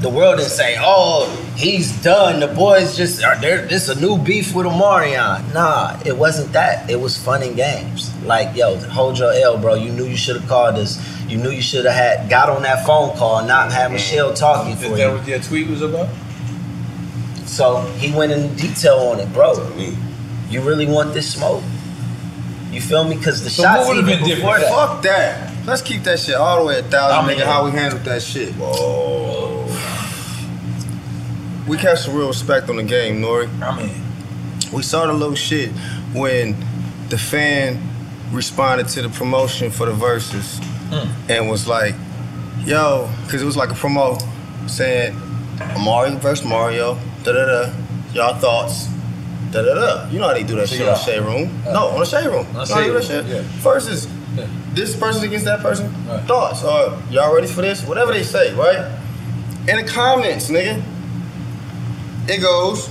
S11: the world didn't say, "Oh, he's done." The boys just are there. This a new beef with Omarion. Nah, it wasn't that. It was fun and games. Like, yo, hold your L, bro. You knew you should have called us. You knew you should have had got on that phone call, not have Michelle talking for
S9: Is
S11: you.
S9: Mm. that what your tweet was about?
S11: So he went into detail on it, bro. You really want this smoke? You feel me? Because the shots even before that.
S10: Fuck that. Let's keep that shit all the way a
S11: I
S10: thousand,
S11: mean-
S10: nigga. How we handled that shit. Whoa. We kept some real respect on the game, Nori. I mean, we saw the little shit when the fan responded to the promotion for the verses and was like, "Yo," because it was like a promo saying Mario versus Mario. Da da da. Y'all thoughts. Da da da. You know how they do that
S15: So
S10: shit on
S15: y'all-
S10: Shade Room. no, on the Shade Room.
S15: On
S10: You know
S15: Shade
S10: how they do that
S15: Room,
S10: shit.
S15: yeah.
S10: First is this person against that person. Thoughts or y'all ready for this? Whatever they say, right? In the comments, nigga, it goes.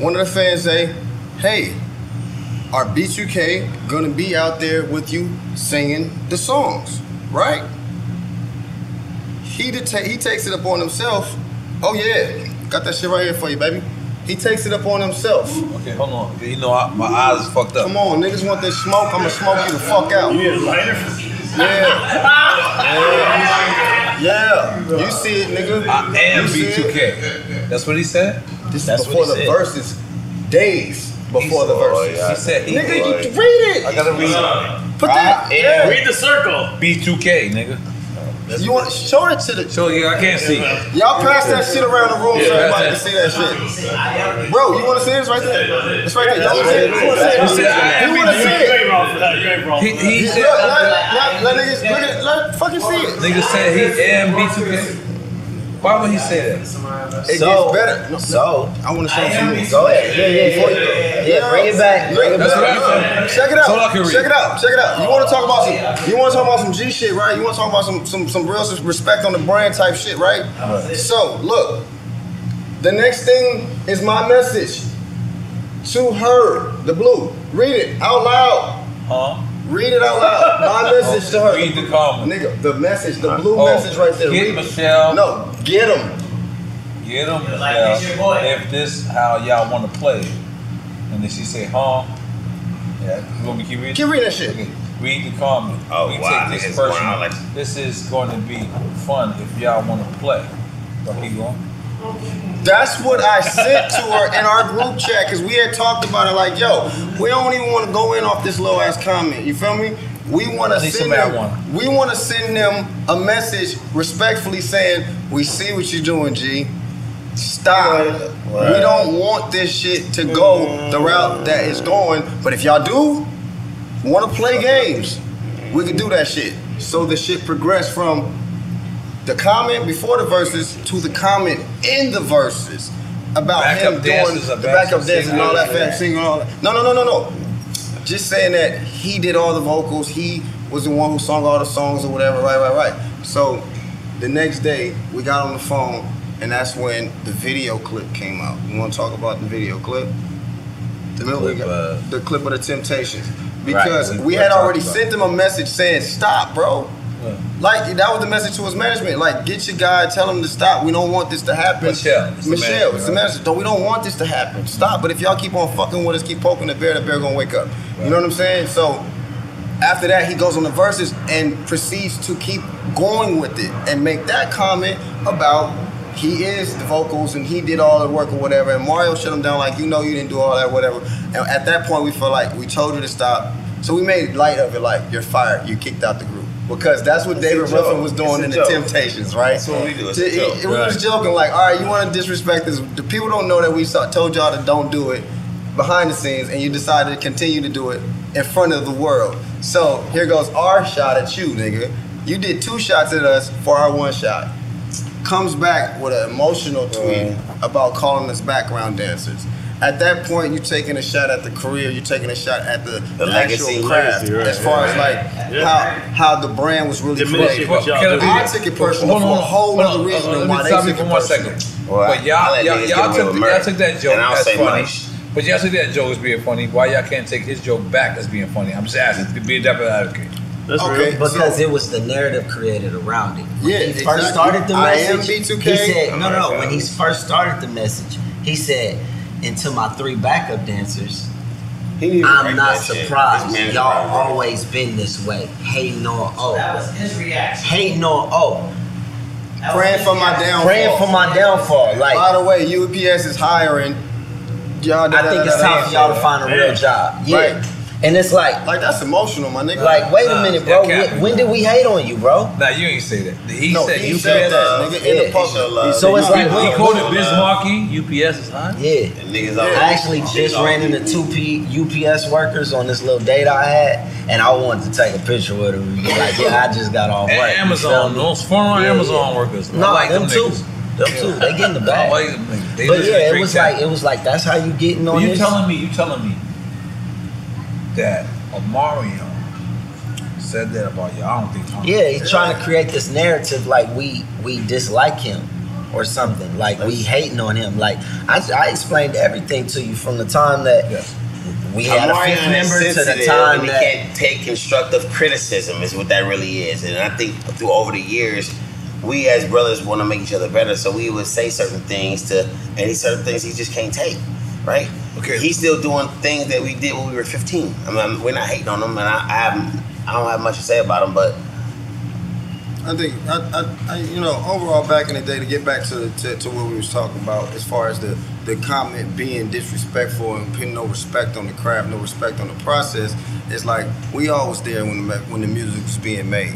S10: One of the fans say, "Hey, are B2K gonna be out there with you singing the songs, right?" He deta- he takes it upon himself. Oh yeah, got that shit right here for you, baby. He takes it upon himself.
S9: Okay, hold on. You know, I, my eyes is fucked up.
S10: Come on, niggas want this smoke. I'ma smoke you the fuck out. You need a lighter? Yeah. yeah. Yeah. You see it, nigga. I
S9: am
S10: you see it.
S9: B2K. That's what he said?
S10: This is before the verses. Days before the
S9: oh,
S10: verses.
S9: He said, he-
S10: nigga, you read it.
S9: I gotta read
S10: it.
S9: it.
S10: Put that. yeah.
S9: the circle. B2K, nigga.
S10: You want show it to the.
S9: Show yeah, I can't see.
S10: Y'all pass that shit around the room so
S9: Yeah,
S10: everybody can
S9: pass
S10: see that shit. Bro, you wanna see this right there? It's right there. Y'all wanna see it? You wanna
S15: You
S10: see
S15: said I
S10: it?
S15: am
S10: You wanna see
S15: B2K.
S10: it?
S15: You ain't wrong for that. You ain't wrong for
S10: He-
S15: that.
S10: he said- Let- let- let niggas- look at- let fucking see it.
S9: Nigga said he am B2K. Why would he say that?
S10: It so, gets better. No,
S11: so
S10: I want to show
S9: am
S10: you.
S9: B2K.
S10: Go ahead. Yeah, yeah,
S9: Before
S10: yeah.
S9: you go.
S10: yeah.
S9: Yeah, bring it back,
S10: Look,
S9: bring it
S10: that's
S9: back.
S10: what I'm saying. Check it out.
S9: That's all I can read.
S10: Check it out. Check it out. You want to talk about some? You want to talk about some G shit, right? You want to talk about some some some real respect on the brand type shit, right?
S15: Right.
S10: So look, the next thing is my message to her, the blue. Read it out loud.
S9: Huh?
S10: Read it out loud. My message to her.
S9: Read the comment.
S10: Nigga, the message, the blue
S9: Oh.
S10: message right there.
S9: Get
S10: Read it.
S9: Michelle.
S10: No, get him.
S9: Get him,
S10: Like,
S9: Michelle.
S10: it's your boy.
S9: If this how y'all want to play, it. and then she say, huh? Yeah, you want me to keep reading?
S10: Keep reading that shit.
S9: Read the comment.
S13: Oh,
S9: we
S13: wow,
S9: Take this,
S13: niggas going
S9: personal.
S13: out
S9: this is going to be fun if y'all want to play. But keep going.
S10: That's what I sent to her in our group chat because we had talked about it. Like, yo, we don't even want to go in off this low ass comment. You feel me? We want
S9: At
S10: to
S9: least
S10: send
S9: somebody
S10: them. We want to send them a message respectfully saying, "We see what you're doing, G. Stop. We don't want this shit to go the route that it's going. But if y'all do want to play games, we could do that shit. So the shit progressed from the comment before the verses to the comment in the verses about
S9: Backup
S10: him doing
S9: dancers,
S10: the
S9: a
S10: backup
S9: backup
S10: dancing and
S9: singer.
S10: all that fat singing and all that. No, no, no, no, no. Just saying that he did all the vocals. He was the one who sung all the songs or whatever. Right, right, right. So the next day we got on the phone, and that's when the video clip came
S9: uh,
S10: out. You want to talk about the video clip? The, clip, the clip of the Temptations. because
S25: Right.
S10: we had
S25: Right.
S10: already sent them a message saying stop, bro. Like that was the message to his management. Like get your guy, tell him to stop. We don't want this to happen. Michelle,
S9: it's the
S10: Michelle,
S9: manager,
S10: it's the
S9: right?
S10: message. Don't we don't want this to happen. Stop. But if y'all keep on fucking with us, keep poking the bear, the bear gonna wake up. You know what I'm saying? So after that, he goes on the verses and proceeds to keep going with it and make that comment about he is the vocals and he did all the work or whatever. And Mario shut him down like, you know, you didn't do all that, whatever. And at that point, we felt like we told you to stop. So we made light of it, like you're fired, you kicked out the group. Because that's what
S25: It's a
S10: David
S25: joke.
S10: Ruffin was doing
S25: It's a
S10: in
S25: joke.
S10: the Temptations, right?
S25: That's what we do. It's
S10: To-
S25: a joke.
S10: it- we was
S25: Right.
S10: joking, like, all right, you want to disrespect us? The people don't know that we saw, told y'all to don't do it behind the scenes, and you decided to continue to do it in front of the world. So here goes our shot at you, nigga. You did two shots at us for our one shot. Comes back with an emotional tweet about calling us background dancers. At that point, you're taking a shot at the career. You're taking a shot at the, the
S13: The legacy.
S10: actual craft,
S13: Legacy, right,
S10: as far
S13: right.
S10: as like how how the brand was really created. I took it personal for a whole other reason than why they
S9: Stop me
S10: took
S9: for
S10: it
S9: one
S10: personal.
S9: second.
S13: Well,
S9: But
S13: I'll
S9: y'all,
S13: let
S9: y'all,
S13: niggas
S9: y'all,
S13: get away
S9: took,
S13: with
S9: y'all
S13: murder.
S9: took that joke
S13: And I'll
S9: as
S13: say
S9: funny.
S13: money.
S9: But y'all took that joke as being funny. Why y'all can't take his joke back as being funny? I'm just asking to be a devil advocate.
S11: because it was the narrative created around it. When
S9: Yeah,
S11: he first
S9: exactly.
S11: started the
S9: I
S11: message.
S9: am B2K.
S11: He said, no,
S9: Oh my
S11: no.
S9: God.
S11: When he first started the message, he said, "And to my three backup dancers, I'm
S13: write
S11: not
S13: that shit.
S11: surprised.
S13: His manager
S11: Y'all
S13: probably wrote it.
S11: always been this way. Hating on oh,
S26: That was his reaction.
S11: hating on oh,
S26: That was his reaction.
S11: Praying for my downfall. Like
S10: By the way, UPS is hiring. Y'all,
S11: I think it's time for y'all to find a real job. Yeah. And it's like,
S10: like that's emotional, my nigga.
S11: Like, wait a minute, bro. When, when did we hate on you, bro?
S9: Nah, you ain't say that. He
S11: No,
S9: said
S11: he
S9: UPS.
S11: said that, nigga, in the
S9: Yeah.
S11: public. So it's
S9: He-
S11: like,
S9: he
S11: look,
S9: quoted
S11: look.
S9: Bismarcky. UPS is on.
S11: Yeah.
S13: Niggas
S11: I actually just ran into two P- UPS workers on this little date I had, and I wanted to take a picture with them. and be Like, yeah, I just got off
S9: And
S11: work. you feel
S9: Amazon,
S11: me?
S9: those former
S11: Yeah,
S9: Amazon
S11: yeah.
S9: workers. I
S11: No,
S9: like them,
S11: them too.
S9: niggas.
S11: Them too. They get in the bag.
S9: I like them niggas. They
S11: but
S9: listen to
S11: yeah, it
S9: Drake
S11: was
S9: Tap.
S11: like it was like that's how you getting on
S9: you
S11: this.
S9: telling me? You telling me that Omarion said that about you? I don't think. Tom
S11: Yeah, he's trying to create this narrative like we we dislike him or something, like we hating on him. Like I, I explained everything to you from the time that we had a fifth
S13: Omarion is
S11: member to the
S13: sensitive and
S11: time
S13: he
S11: that
S13: can't take constructive criticism is what that really is. And I think through over the years, we as brothers want to make each other better, so we would say certain things to, and he certain things he just can't take, right? Okay. He's still doing things that we did when we were 15. I mean, we're not hating on him, and I, I, have, I don't have much to say about him, but
S10: I think I, I, I, you know, overall back in the day to get back to, to to what we was talking about as far as the the comment being disrespectful and putting no respect on the craft, no respect on the process. It's like we all was there when the, ma- when the music was being made.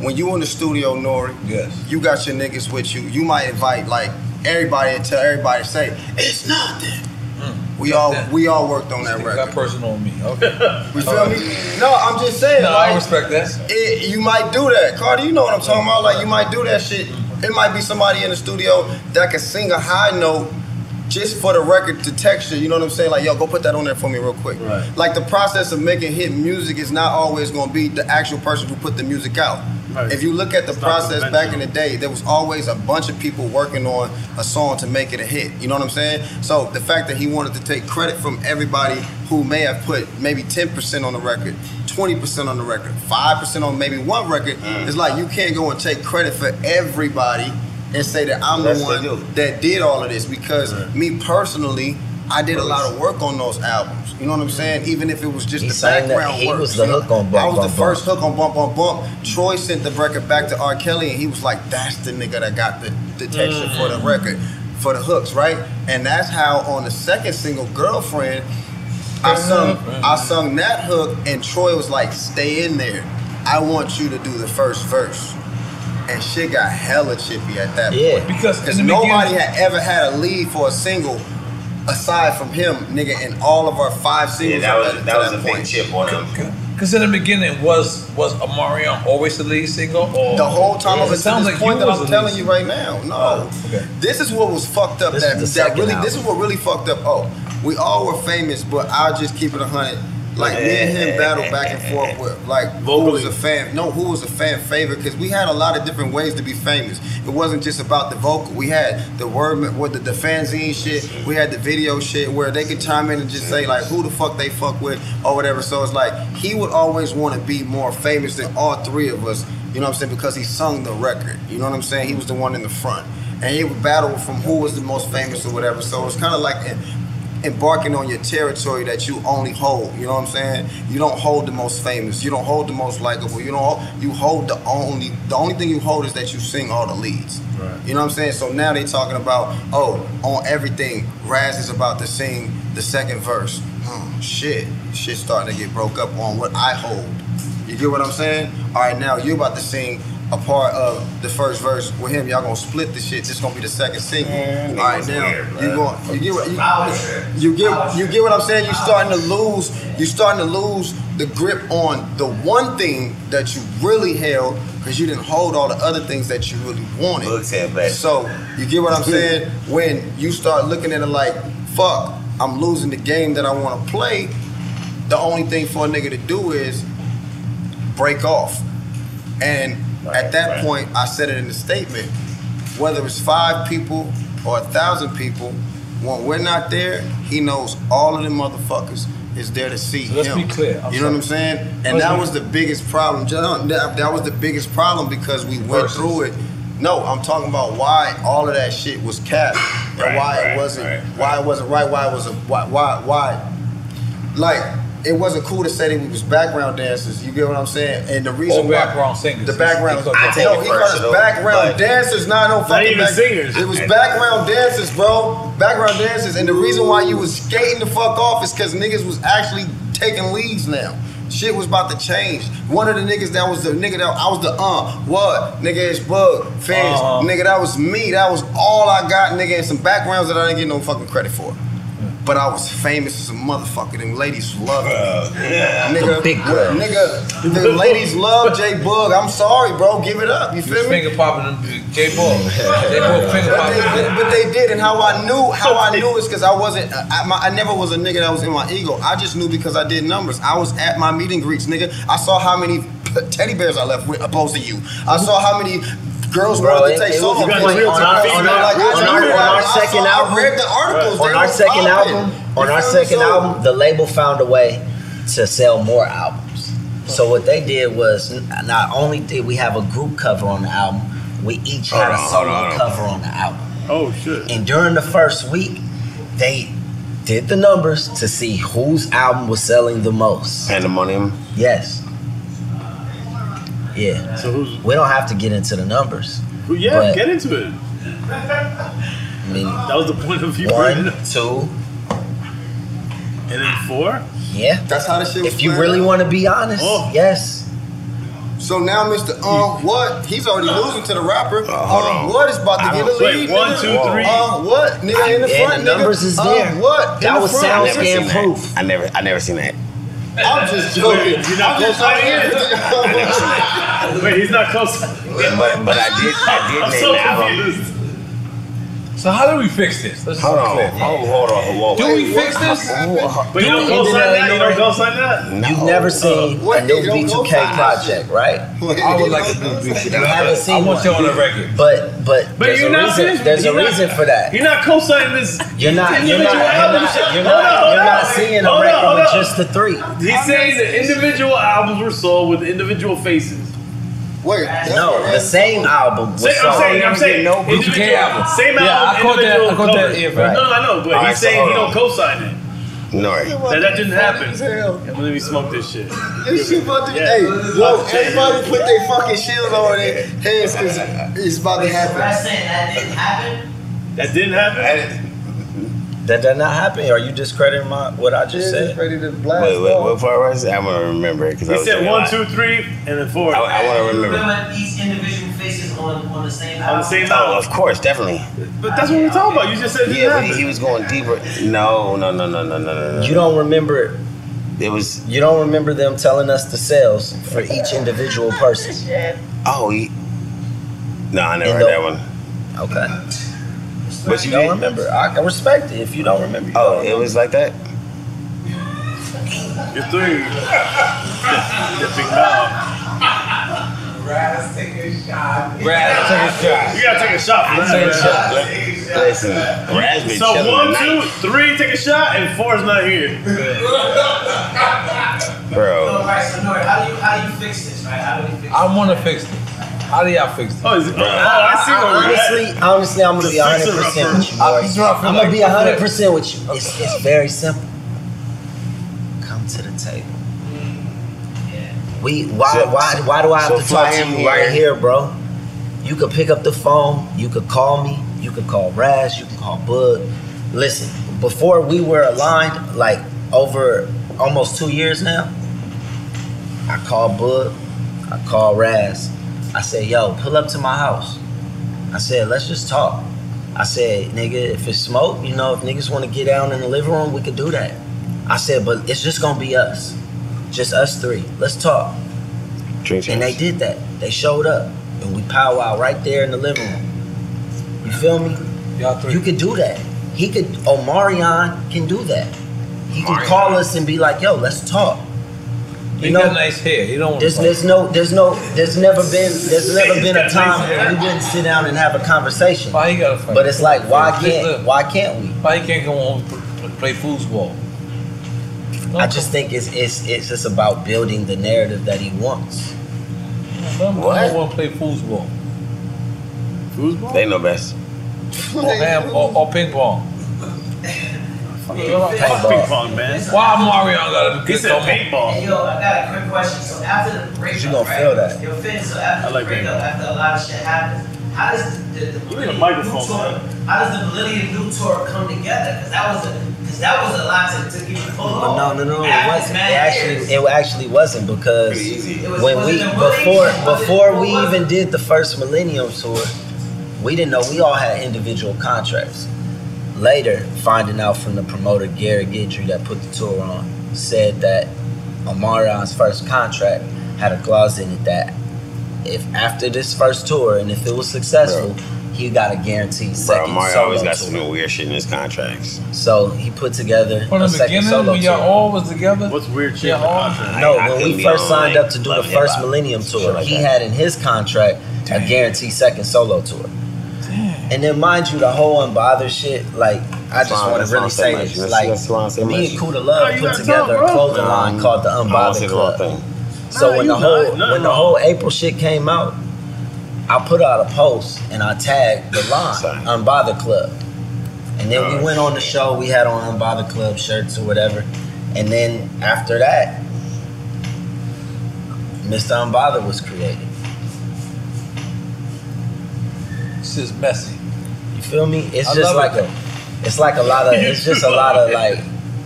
S10: When you in the studio, Nori, yes, you got your niggas with you. You might invite like everybody and tell everybody say it's nothing.
S9: Mm.
S10: We all we all worked on that record. Got
S9: personal on me. Okay,
S10: you feel me? No, I'm just saying.
S9: No, I
S10: like,
S9: respect that.
S10: It, you might do that, Cardi. You know what I'm talking about? Like you might do that shit. It might be somebody in the studio that can sing a high note just for the record to texture. You know what I'm saying? Like yo, go put that on there for me real quick. Right. Like the process of making hit music is not always going to be the actual person who put the music out.
S25: Right.
S10: If you look at the
S25: It's not
S10: process back in
S25: conventional.
S10: the day, there was always a bunch of people working on a song to make it a hit. You know what I'm saying? So the fact that he wanted to take credit from everybody who may have put maybe 10% on the record, 20% on the record, 5% on maybe one record,
S25: Mm.
S10: it's like you can't go and take credit for everybody and say that I'm the
S25: Yes, they do.
S10: one that did all of this because me personally, I did a lot of work on those albums. You know what I'm saying? Even if it was just
S11: He
S10: the
S11: sang that-
S10: background
S11: he
S10: work.
S11: was the
S10: you know?
S11: hook on Bump,
S10: I was
S11: Bump,
S10: the
S11: Bump.
S10: first hook on Bump on Bump. Troy sent the record back to R. Kelly and he was like, that's the nigga that got the, the texture for the
S25: Mm.
S10: record, for the hooks, right? And that's how on the second single, Girlfriend, I sung I sung that hook and Troy was like, stay in there. I want you to do the first verse. And shit got hella chippy at that
S11: Yeah.
S10: point.
S9: Because in the
S10: nobody
S9: beginning-
S10: had ever had a lead for a single aside from him, nigga, in all of our five singles.
S13: that was-
S10: up to
S13: that was a big
S10: point.
S13: chip on him.
S9: Because in the beginning, was was Omarion always the lead single? Or
S10: The whole time up
S9: It
S10: until
S9: sounds
S10: this
S9: like
S10: point
S9: you
S10: that
S9: was
S10: I'm
S9: the
S10: telling
S9: lead Oh,
S10: you
S9: singer.
S10: right now. No. This is what was fucked up
S9: This
S10: that,
S9: is the
S10: that
S9: second
S10: really
S9: album.
S10: this is what really fucked up. Oh, we all were famous, but I'll just keep it hundred. Like me and him battled back and forth with like who was a fan. No, who was a fan favorite? Because we had a lot of different ways to be famous. It wasn't just about the vocal. We had the word, with the, the fanzine shit. We had the video shit where they could chime in and just say like who the fuck they fuck with or whatever. So it's like he would always want to be more famous than all three of us. You know what I'm saying? Because he sung the record. You know what I'm saying? He was the one in the front, and he would battle from who was the most famous or whatever. So it's kind of like. an embarking on your territory that you only hold. You know what I'm saying? You don't hold the most famous. You don't hold the most likable. You don't. Hold, you hold the only. The only thing you hold is that you sing all the leads. Right. You know what I'm saying? So now they talking about oh on everything. Raz is about to sing the second verse. Hmm, shit, shit starting to get broke up on what I hold. You get what I'm saying? All right, now you're about to sing a part of the first verse with him. Y'all gonna split the shit. This gonna be the second single. All right,
S1: niggas
S10: now
S1: weird,
S10: you
S1: bruh.
S10: going you get what
S1: Power
S10: you, you get you get what I'm saying. You starting to lose. You starting to lose the grip on the one thing that you really held because you didn't hold all the other things that you really wanted. So you get what I'm saying when you start looking at it like fuck. I'm losing the game that I want to play. The only thing for a nigga to do is break off. And at that point, I said it in the statement. Whether it's five people or a thousand people, when we're not there, he knows all of them motherfuckers is there to see
S27: let's
S10: him.
S27: be clear. I'm
S10: you know what I'm
S27: sorry.
S10: saying? And
S27: Let's
S10: that
S27: be-
S10: was the biggest problem. John, That that was the biggest problem because we went through it. No, I'm talking about why all of that shit was capped and
S1: Right,
S10: why
S1: right,
S10: it wasn't
S1: right,
S10: why it wasn't right, why it was a why why why like it wasn't cool to say that we was background dancers. You get what I'm saying? And the reason
S9: Or
S10: why
S9: background singers.
S10: the background,
S9: Because I take
S10: no,
S9: it
S10: he called us
S9: personal,
S10: background
S9: but-
S10: dancers, not no
S9: Not
S10: fucking
S9: even singers.
S10: It was background dancers, bro. Background dancers, and the reason why you was skating the fuck off is because niggas was actually taking leads now. Shit was about to change. One of the niggas that was the nigga that I was the uh what nigga it's bug fans
S1: Uh-huh.
S10: nigga that was me that was all I got nigga and some backgrounds that I didn't get no fucking credit for. But I was famous as a motherfucker. Them ladies loved me.
S1: yeah.
S10: Nigga,
S1: Them big girls.
S10: nigga, the ladies love J Bug. I'm sorry, bro. Give it up. You
S9: You was
S10: feel me?
S9: finger popping them J Ball. J Ball finger
S10: But
S9: popping.
S10: they, but they did, and how I knew, how I knew is because I wasn't, I, my, I never was a nigga that was in my ego. I just knew because I did numbers. I was at my meeting greets, nigga. I saw how many teddy bears I left with opposed to you. I saw how many. Girls
S1: Bro,
S10: wanted
S1: it-
S10: to take
S1: it
S10: solo
S1: was
S10: plays.
S1: real time.
S10: I was
S1: On our-
S10: like, I
S1: on our-
S10: read-
S1: on our
S10: I saw-
S1: second album.
S10: I read the articles.
S1: on
S10: They
S1: our
S10: was
S1: second
S10: popping.
S1: album,
S10: You
S1: on our
S10: feel me?
S1: second
S10: So-
S1: album, the label found a way to sell more albums. So what they did was n- not only did we have a group cover on the album, we each
S13: Hold
S1: had a
S13: on, hold
S1: solo
S13: on, hold on.
S1: cover on the album. Oh shit! And during the first week, they did the numbers to see whose album was selling the most.
S10: Pandemonium.
S1: Yes. Yeah. So who's? We don't have to get into the numbers.
S7: Well, yeah,
S1: but-
S7: get into it.
S1: I mean,
S7: That was the point of view.
S1: One, two,
S7: and then four.
S1: Yeah,
S10: that's how the shit was
S1: If you
S10: planned
S1: really
S10: out.
S1: want to be honest, yes.
S10: Oh. So now, Mr. Um, what? He's already losing to the
S7: Uh,
S10: rapper.
S1: hold
S10: um,
S1: on.
S10: what is about to
S1: I
S10: get
S1: don't-
S10: a lead?
S1: wait, one,
S10: nigga.
S1: two, three.
S10: Um, what? Nigga in the
S1: And
S10: front.
S1: the
S10: nigga.
S1: numbers is there.
S10: Um, what? In
S1: That
S10: the
S1: was
S10: front.
S1: sound
S10: Nigga.
S13: Never seen
S1: scan
S13: that.
S1: proof.
S13: I never, I never seen that.
S10: I'm just joking.
S13: You're not
S10: I'm just
S13: close
S10: joking.
S13: I never seen that.
S7: Wait, he's not close.
S13: But, but I did, I did
S7: I'm
S13: name
S7: so
S13: the album.
S7: confused.
S9: So how do we fix this? Let's
S13: Hold
S9: just
S13: on,
S9: clear.
S13: hold, hold on, hold on.
S9: Do we fix this?
S7: But you don't go sign that. You don't go sign that.
S1: You've never
S7: Uh,
S1: seen a new B2K project, right?
S9: I would like to do B2K.
S1: You haven't seen
S9: I want
S1: one.
S9: you on the record.
S1: But but,
S7: But
S1: there's
S7: you're
S1: a
S7: not
S1: reason.
S7: finished.
S1: There's
S7: You're
S1: a
S7: not-
S1: reason for that.
S7: You're not co-signing this.
S1: You're not. You're not.
S7: individual
S1: You're
S7: album
S1: not.
S7: shit.
S1: You're
S7: Hold on,
S1: not,
S7: hold
S1: you're not
S7: on.
S1: seeing a
S7: Hold on,
S1: record
S7: hold
S1: with
S7: on.
S1: just the three.
S7: He's saying the individual albums were sold with individual faces.
S10: Wait,
S1: No, the same album. Was
S7: Say, I'm
S1: sold.
S7: saying, I'm saying,
S1: no
S7: individual- Same album, individual cover. No, I know, but
S13: All right,
S7: he's
S13: so
S7: saying he
S13: hold
S7: don't
S13: on.
S7: co-sign it.
S13: Nori.
S7: That, that didn't happen. Can't believe he smoked this shit.
S10: This shit about to.
S7: Yeah.
S10: Hey, yo,
S7: I'm saying-
S10: everybody put their fucking shields on their heads because it's about to happen.
S6: that didn't happen.
S7: That didn't happen.
S1: That did not happen. Are you discrediting my what I just said?
S10: Ready to blast
S13: Wait, wait, what part was it? I'm gonna remember it because I
S7: He
S13: was
S7: said
S13: thinking a
S7: one,
S13: lot.
S7: two, three, and then four.
S13: I, I want to
S6: You
S13: remember.
S6: remember these individual faces on, on the same album.
S7: On the same
S13: Oh,
S7: album.
S13: of course, definitely.
S7: But that's what we're talking about. You just said it didn't
S13: Yeah, but
S7: happen.
S13: he was going deeper. No, no, no, no, no, no, no. no.
S1: You don't remember it.
S13: It was.
S1: You don't remember them telling us the sales for each individual person.
S13: Oh, he. No, I never
S1: In
S13: heard
S1: the-
S13: that one.
S1: Okay.
S13: But you
S1: don't
S13: did-
S1: remember. I I respect it if you don't remember.
S13: Oh, it was like that.
S7: Your three. Your big mouth.
S28: Brad's taking a shot.
S7: Brad, take a shot. You gotta take a shot for
S28: I
S7: that,
S28: take a
S7: Brad.
S28: shot.
S13: Listen, Brad's been
S7: So
S13: chilling
S7: one,
S13: tonight.
S7: two, three, take a shot, and four is not here.
S13: Bro.
S17: All right, so Nori, how do you how do you fix this, right? How do you fix?
S9: I want to fix it. How do y'all fix it?
S7: Oh,
S11: honestly, honestly, I'm gonna be 100 percent with you,
S9: Uh,
S11: Nori. I'm gonna be 100 percent with you. It's, it's very simple. Come to the table. We why So- why why do I have so to talk fly to him you here. right here, bro? You could pick up the phone. You could call me. You could call Rash. You can call Bud. Listen, before we were aligned, like over almost two years now, I called Bud. I called Raz. I said, "Yo, pull up to my house." I said, "Let's just talk." I said, "Nigga, if it's smoke, you know, if niggas want to get down in the living room, we could do that." I said, "But it's just gonna be us, just us three. Let's talk." and they did that. They showed up, and we powwow right there in the living room. You feel me? Y'all three. You could do that. He could. Omarion can do that. He can call us and be like, "Yo, let's talk."
S9: He got nice hair. He don't. wanna
S11: There's,
S9: fight.
S11: there's no there's no there's never been there's never been a time when we didn't sit down and have a conversation. But it's like why can't why can't we?
S9: Why you can't go on and play foosball?
S11: I just think it's it's it's just about building the narrative that he wants.
S9: I don't want to play foosball. Foosball?
S13: They know best.
S9: Or, hand, or, or ping pong.
S17: Fuck
S7: ping pong, man.
S9: Why Mario got to
S7: He said paintball.
S17: Hey, yo, I got a quick question. So after the breakup,
S7: You gonna
S17: right?
S7: feel that.
S17: Yo, Finn, so after
S7: I like
S17: the breakup,
S7: that.
S17: after a lot of shit happens, how does the, the, the
S7: You need a
S17: Millennium
S7: microphone,
S17: New tour,
S7: man.
S17: How does the Millennium New Tour come together? Because that was a because that was a lot to, to get full
S11: But no, no, no, it
S17: After
S11: wasn't. It
S17: mad years.
S11: actually, it actually wasn't because
S17: was-
S11: when
S17: was
S11: we
S17: it the Willies?
S11: before
S17: Was it-
S11: before we
S17: what was
S11: even did the first Millennium tour, we didn't know we all had individual contracts. Later, finding out from the promoter Gary Guidry that put the tour on, said that Omarion's first contract had a clause in it that if after this first tour and if it was successful, he got a guaranteed
S13: Bro,
S11: second
S13: Mario
S11: solo
S13: always got
S11: tour.
S13: some weird shit in his contracts.
S11: So he put together
S9: From
S11: a
S9: the
S11: second
S9: beginning,
S11: solo
S9: when
S11: tour.
S9: y'all all was together. What's
S7: weird
S9: shit? Y'all all.
S11: No,
S9: I
S11: when
S9: couldn't
S11: we
S9: be
S11: first
S9: on,
S11: signed
S9: like,
S11: up to do the
S9: Love and
S11: first
S9: Hip Hop,
S11: Millennium tour,
S9: like
S11: he had
S9: that.
S11: in his contract a guaranteed second solo tour. And then, mind you, the whole unbothered shit. Like, I just
S13: That's why-
S11: want
S13: that's
S11: to
S13: why
S11: really
S13: I said
S11: say
S13: much.
S11: this.
S13: That's-
S11: Like,
S13: that's why I said
S11: me
S13: much.
S11: and Kuda
S13: No,
S10: Oh,
S11: Love
S13: you
S11: put
S13: gotta talk,
S11: together a
S13: bro.
S11: clothing
S13: No,
S11: line
S13: you-
S11: called the
S13: I don't say
S11: Unbothered
S13: the wrong
S11: Club.
S13: thing.
S11: So
S13: No,
S11: when
S13: you
S11: the whole
S13: not. No,
S11: when the
S13: no.
S11: whole April shit came out, I put out a post and I tagged the line Unbothered Club. And then we went on the show. We had on Unbothered Club shirts or whatever. And then after that, Mr. Unbothered was created.
S9: This is messy.
S11: You feel me? It's
S9: I
S11: just
S9: love
S11: like
S9: it,
S11: a, it's like a lot of, it's just a lot of like,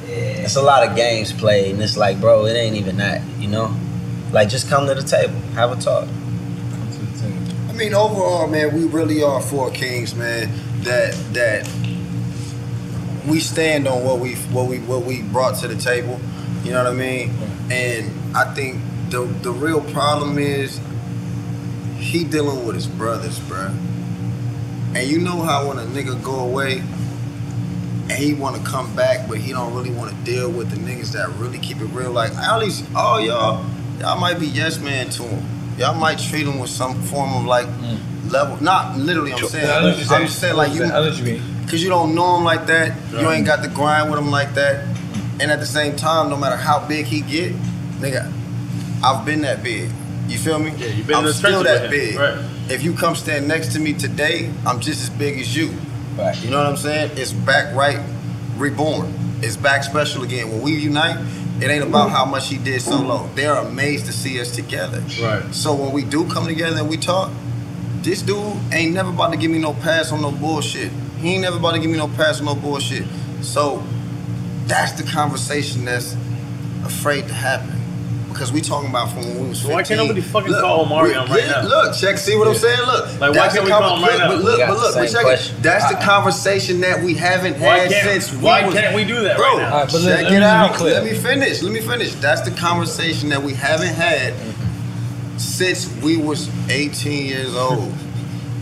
S11: it's a lot of games played, and it's like, bro, it ain't even that, you know? Like, just come to the table, have a talk.
S10: I mean, overall, man, we really are four kings, man. That that we stand on what we what we what we brought to the table. You know what I mean? And I think the the real problem is he dealing with his brothers, bruh. And you know how when a nigga go away and he want to come back, but he don't really want to deal with the niggas that really keep it real. Like all these, all y'all, y'all might be yes man to him. Y'all might treat him with some form of like level. Not literally, I'm
S9: Sure.
S10: saying.
S9: I know what you're saying.
S10: I'm saying like you,
S9: I know what you mean.
S10: because you don't know him like that. You
S9: Right.
S10: ain't got the grind with him like that. And at the same time, no matter how big he get, nigga, I've been that big. You feel me? Yeah, you
S7: been
S10: I'm
S7: in the
S10: still
S7: trenches
S10: that
S7: with him.
S10: big.
S7: Right.
S10: If you come stand next to me today, I'm just as big as you.
S11: Right.
S10: You know what I'm saying? It's back right, reborn. It's back special again. When we unite, it ain't about how much he did solo. They're amazed to see us together. Right. So when we do come together and we talk, this dude ain't never about to give me no pass on no bullshit. He ain't never about to give me no pass on no bullshit. So that's the conversation that's afraid to happen. Because we talking about from when we was 15.
S7: Why can't nobody fucking call Omarion
S10: we-
S7: right
S10: yeah,
S7: now?
S10: Look, check, see what I'm
S7: Yeah.
S10: saying? Look.
S7: Like, why
S10: that's the
S7: can't we call him
S10: look,
S7: right now?
S10: But look,
S7: We got
S10: but
S7: the
S10: look, but
S7: same
S10: check
S7: question.
S10: it. That's the
S7: I-
S10: conversation that we haven't
S7: Why
S10: had
S7: can't-
S10: since we
S7: why
S10: was-
S7: can't we do that
S10: Bro,
S7: right now? All right, but let-
S10: check
S7: let me
S10: it
S7: be
S10: out.
S7: clear.
S10: Let me finish. Let me finish. That's the conversation that we haven't had
S7: Mm-hmm.
S10: since we was 18 years old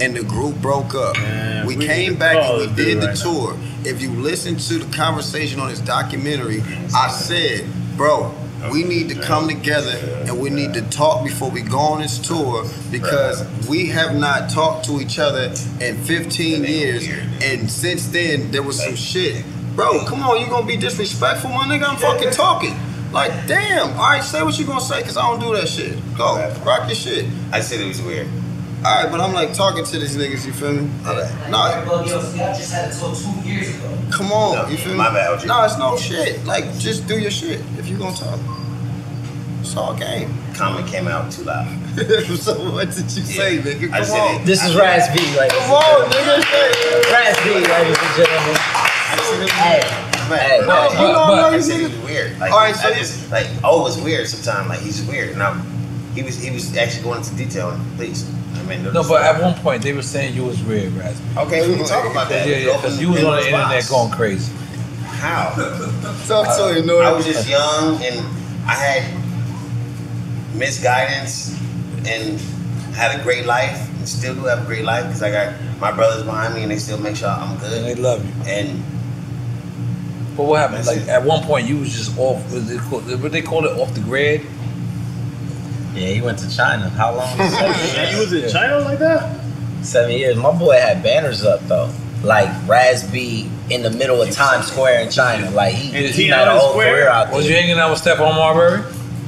S10: and the group broke up. we,
S28: we need
S10: came
S28: to
S10: back
S28: call this
S10: and we
S28: dude
S10: did the
S28: right now.
S10: tour. If you listen to the conversation on his documentary, I said, bro, we need to come together and we need to talk before we go on this tour because we have not talked to each other in 15 years. And since then, there was some shit. Bro, come on, you gonna be disrespectful, my nigga? I'm fucking talking. Like, damn, all right, say what you gonna say because I don't do that shit. Go, rock your shit.
S13: I said it was weird.
S10: All right, but I'm like talking to these niggas, you feel me? I'm like,
S29: Well, yo,
S10: no,
S29: see, I just had it till two years ago.
S10: come on, you feel me?
S13: my bad, OG.
S10: No, it's no shit. Like, just do your shit if you gonna talk. It's all game.
S13: Comment came out too loud.
S10: so what did you say, nigga?
S13: I
S10: Come
S13: said
S10: on.
S13: it.
S11: This is Raz B, ladies and
S10: Come on, nigga.
S11: Raz B, ladies and gentlemen. Hey, hey,
S10: No,
S13: but-
S10: you don't
S13: but-
S10: know
S13: I
S10: these niggas.
S13: said it was weird. Like,
S10: All right, so-
S13: I just, like, oh, it's weird sometimes. Like, he's weird. And I'm, he was, he was actually going into detail. on it. Please, I mean,
S9: No, but at one point they were saying you was weird, Raspy.
S13: Okay, we can talk about that.
S9: Yeah, yeah, because you was on the internet going crazy.
S13: How?
S10: Talk
S9: to
S10: you
S13: I was just young and I had misguidance and had a great life and still do have a great life because I got my brothers behind me and they still make sure I'm good. And
S9: they love you.
S13: And
S9: But what happened? Like at one point you was just off. Was it called, what they call it off the grid?
S11: Yeah, he went to China. How long?
S9: You was in
S7: China like that?
S11: Seven years. My boy had banners up though, like Rasby in the middle of Times Square in China. Like he, he had a whole career out there.
S9: Was you hanging out with Stephon Marbury?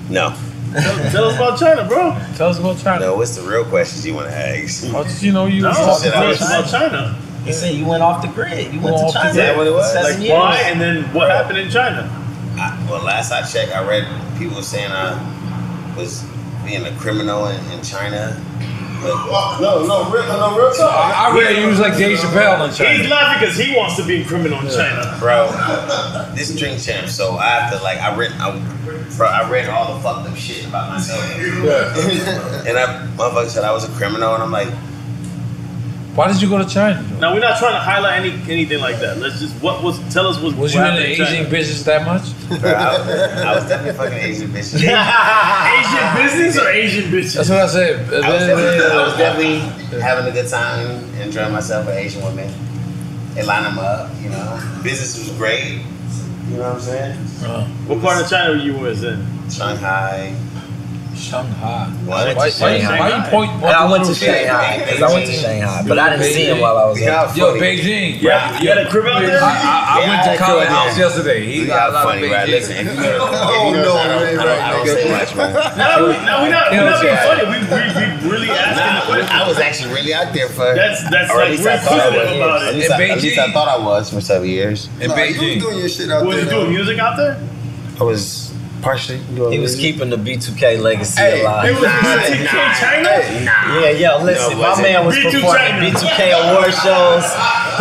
S13: No.
S7: tell, tell us about China, bro.
S9: Tell us about China.
S13: No, what's the real questions you want to ask?
S9: How did you know you
S13: No,
S9: was
S13: I
S9: off the
S13: said I
S9: grid?
S13: was about
S7: China.
S11: He said you went off the grid. You went
S13: Off
S11: to
S13: the
S11: China.
S13: grid. Is that what it was?
S11: Seven
S13: Like,
S11: years.
S13: why? And
S7: then what happened in China?
S13: I, well, last I checked, I read people saying I was being a criminal in, in China. But,
S10: no, no, real, no, real talk.
S9: I read you was like Dave Chappelle in China.
S7: He's laughing because he wants to be a criminal in China.
S13: bro. This is Drink Champ, so I have to like I read I, bro, I read all the fucked up shit about myself. and I motherfucker said I was a criminal, and I'm like,
S9: Why did you go to China?
S7: Now we're not trying to highlight any anything like that. Let's just what was tell us what
S9: Was you
S7: what
S9: in
S7: happened
S9: the
S7: in China.
S9: Asian business that much?
S13: bro, I, I was definitely fucking Asian bitch.
S7: Asian business or Asian bitches?
S9: That's what I said.
S13: I was definitely, I was definitely having a good time, enjoying myself with Asian women, and line them up. You know, business was great. You know what I'm saying?
S7: Uh, What part of China you was in?
S13: Shanghai.
S9: Shanghai.
S13: Why,
S11: I went to Shanghai. And I went to Shanghai because I went to Shanghai, but I didn't see him while I was
S9: Yeah,
S11: there.
S9: yo, Beijing.
S11: Yeah, you had a crib out there?
S9: I, I, I
S11: Yeah,
S9: went
S11: I had
S9: to
S11: a crib
S9: Colin
S11: out
S9: House
S11: there.
S9: yesterday. He
S11: Look
S9: got a
S11: how
S9: lot of
S11: funny,
S9: Beijing.
S11: right? Listen, if you go to-
S13: Oh, no, I don't, I don't say much, man.
S7: No, we're not,
S13: You
S7: we're
S13: know
S7: not
S13: what
S7: being
S13: I'm
S7: funny. We, we, we really asking the question.
S13: I was actually really out there for.
S7: That's that's
S13: or at
S7: like
S13: least
S7: we're
S13: I thought I was.
S7: sensitive about
S13: At
S7: it.
S13: least I- at least I thought I was for seven years.
S9: In Beijing.
S10: doing your shit out
S7: Was
S10: there.
S7: you doing music out there?
S13: I was partially. doing
S11: He was
S13: music.
S11: keeping the B2K legacy
S13: Hey,
S11: alive.
S13: it was B2K
S7: China?
S11: Yeah, yo, listen,
S13: No,
S11: my
S13: was it?
S11: man was
S13: B2
S11: performing
S13: China.
S11: B2K award shows.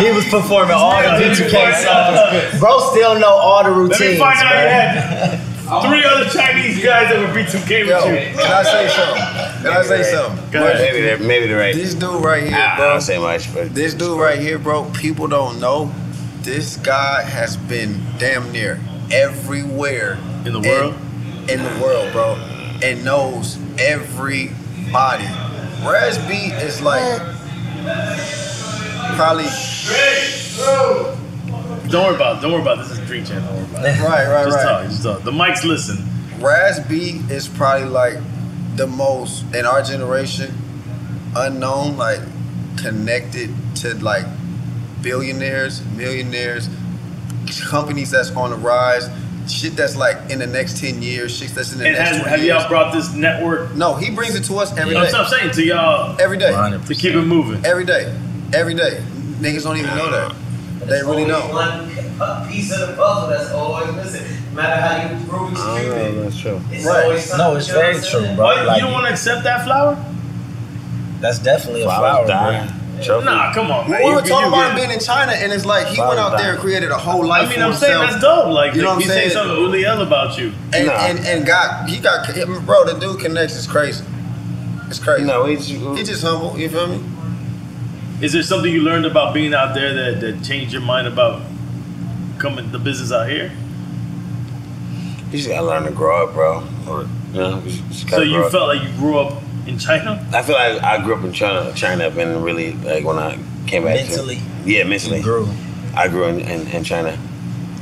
S11: He was performing all the B2K songs. Bro still know all the routines.
S7: Let me find out
S11: bro.
S7: you had three other Chinese guys that would be 2K with
S10: Yo,
S7: you.
S10: can I say something? Can I say something?
S13: Go ahead. Maybe they're, maybe they're right.
S10: This dude right here,
S13: I,
S10: bro.
S13: I don't say much, but
S10: This dude right here, bro, people don't know. This guy has been damn near everywhere
S7: in the world.
S10: In, the world, bro, and knows everybody. Raz B is like probably
S7: Don't worry about it. Don't worry about it. This is Dream Channel. Don't worry about it.
S10: Right, right,
S7: just
S10: right.
S7: Talk, just talk. The mics listen.
S10: Raz B is probably like the most in our generation unknown, like connected to like billionaires, millionaires, companies that's on the rise, shit that's like in the next ten years, shit that's in the
S7: And
S10: next
S7: has,
S10: 20
S7: have
S10: years.
S7: y'all brought this network?
S10: No, he brings it to us every
S7: That's
S10: day.
S7: what I'm saying to y'all.
S10: Every day.
S7: To keep it moving.
S10: every day, every day. Niggas don't even know that. They
S29: Only
S10: really don't.
S29: One p- piece of the puzzle that's always missing. No matter how you Rubik's Cube it.
S13: that's true.
S29: It's always
S11: Right.
S29: something,
S11: No, it's
S29: you know what
S11: very
S29: I'm
S11: true,
S29: saying?
S11: bro. Like,
S7: you don't want to accept that flower?
S11: that's definitely a flower,
S13: Flowers
S11: bro.
S13: Trophy.
S7: Nah, come on, man.
S10: We were
S7: You-
S10: talking
S7: you
S10: about
S7: good.
S10: him being in China, and it's like he went out there and created a whole life.
S7: I mean,
S10: for
S7: I'm saying
S10: himself.
S7: that's dope. Like,
S10: You know what
S7: he
S10: I'm saying?
S7: said something really ill about you.
S10: and, and and got he got bro the dude connects is crazy. It's crazy.
S13: No, he just,
S10: he just humble. You feel me?
S7: Is there something you learned about being out there that, that changed your mind about coming the business out here?
S13: You just gotta learn to grow up, bro. Or, you know, you just
S7: So
S13: gotta grow
S7: you
S13: up.
S7: felt like you grew up in China?
S13: I feel like I grew up in China, China, and really like when I came back
S11: Mentally.
S13: To, yeah, mentally. grew. I grew in, in, in China,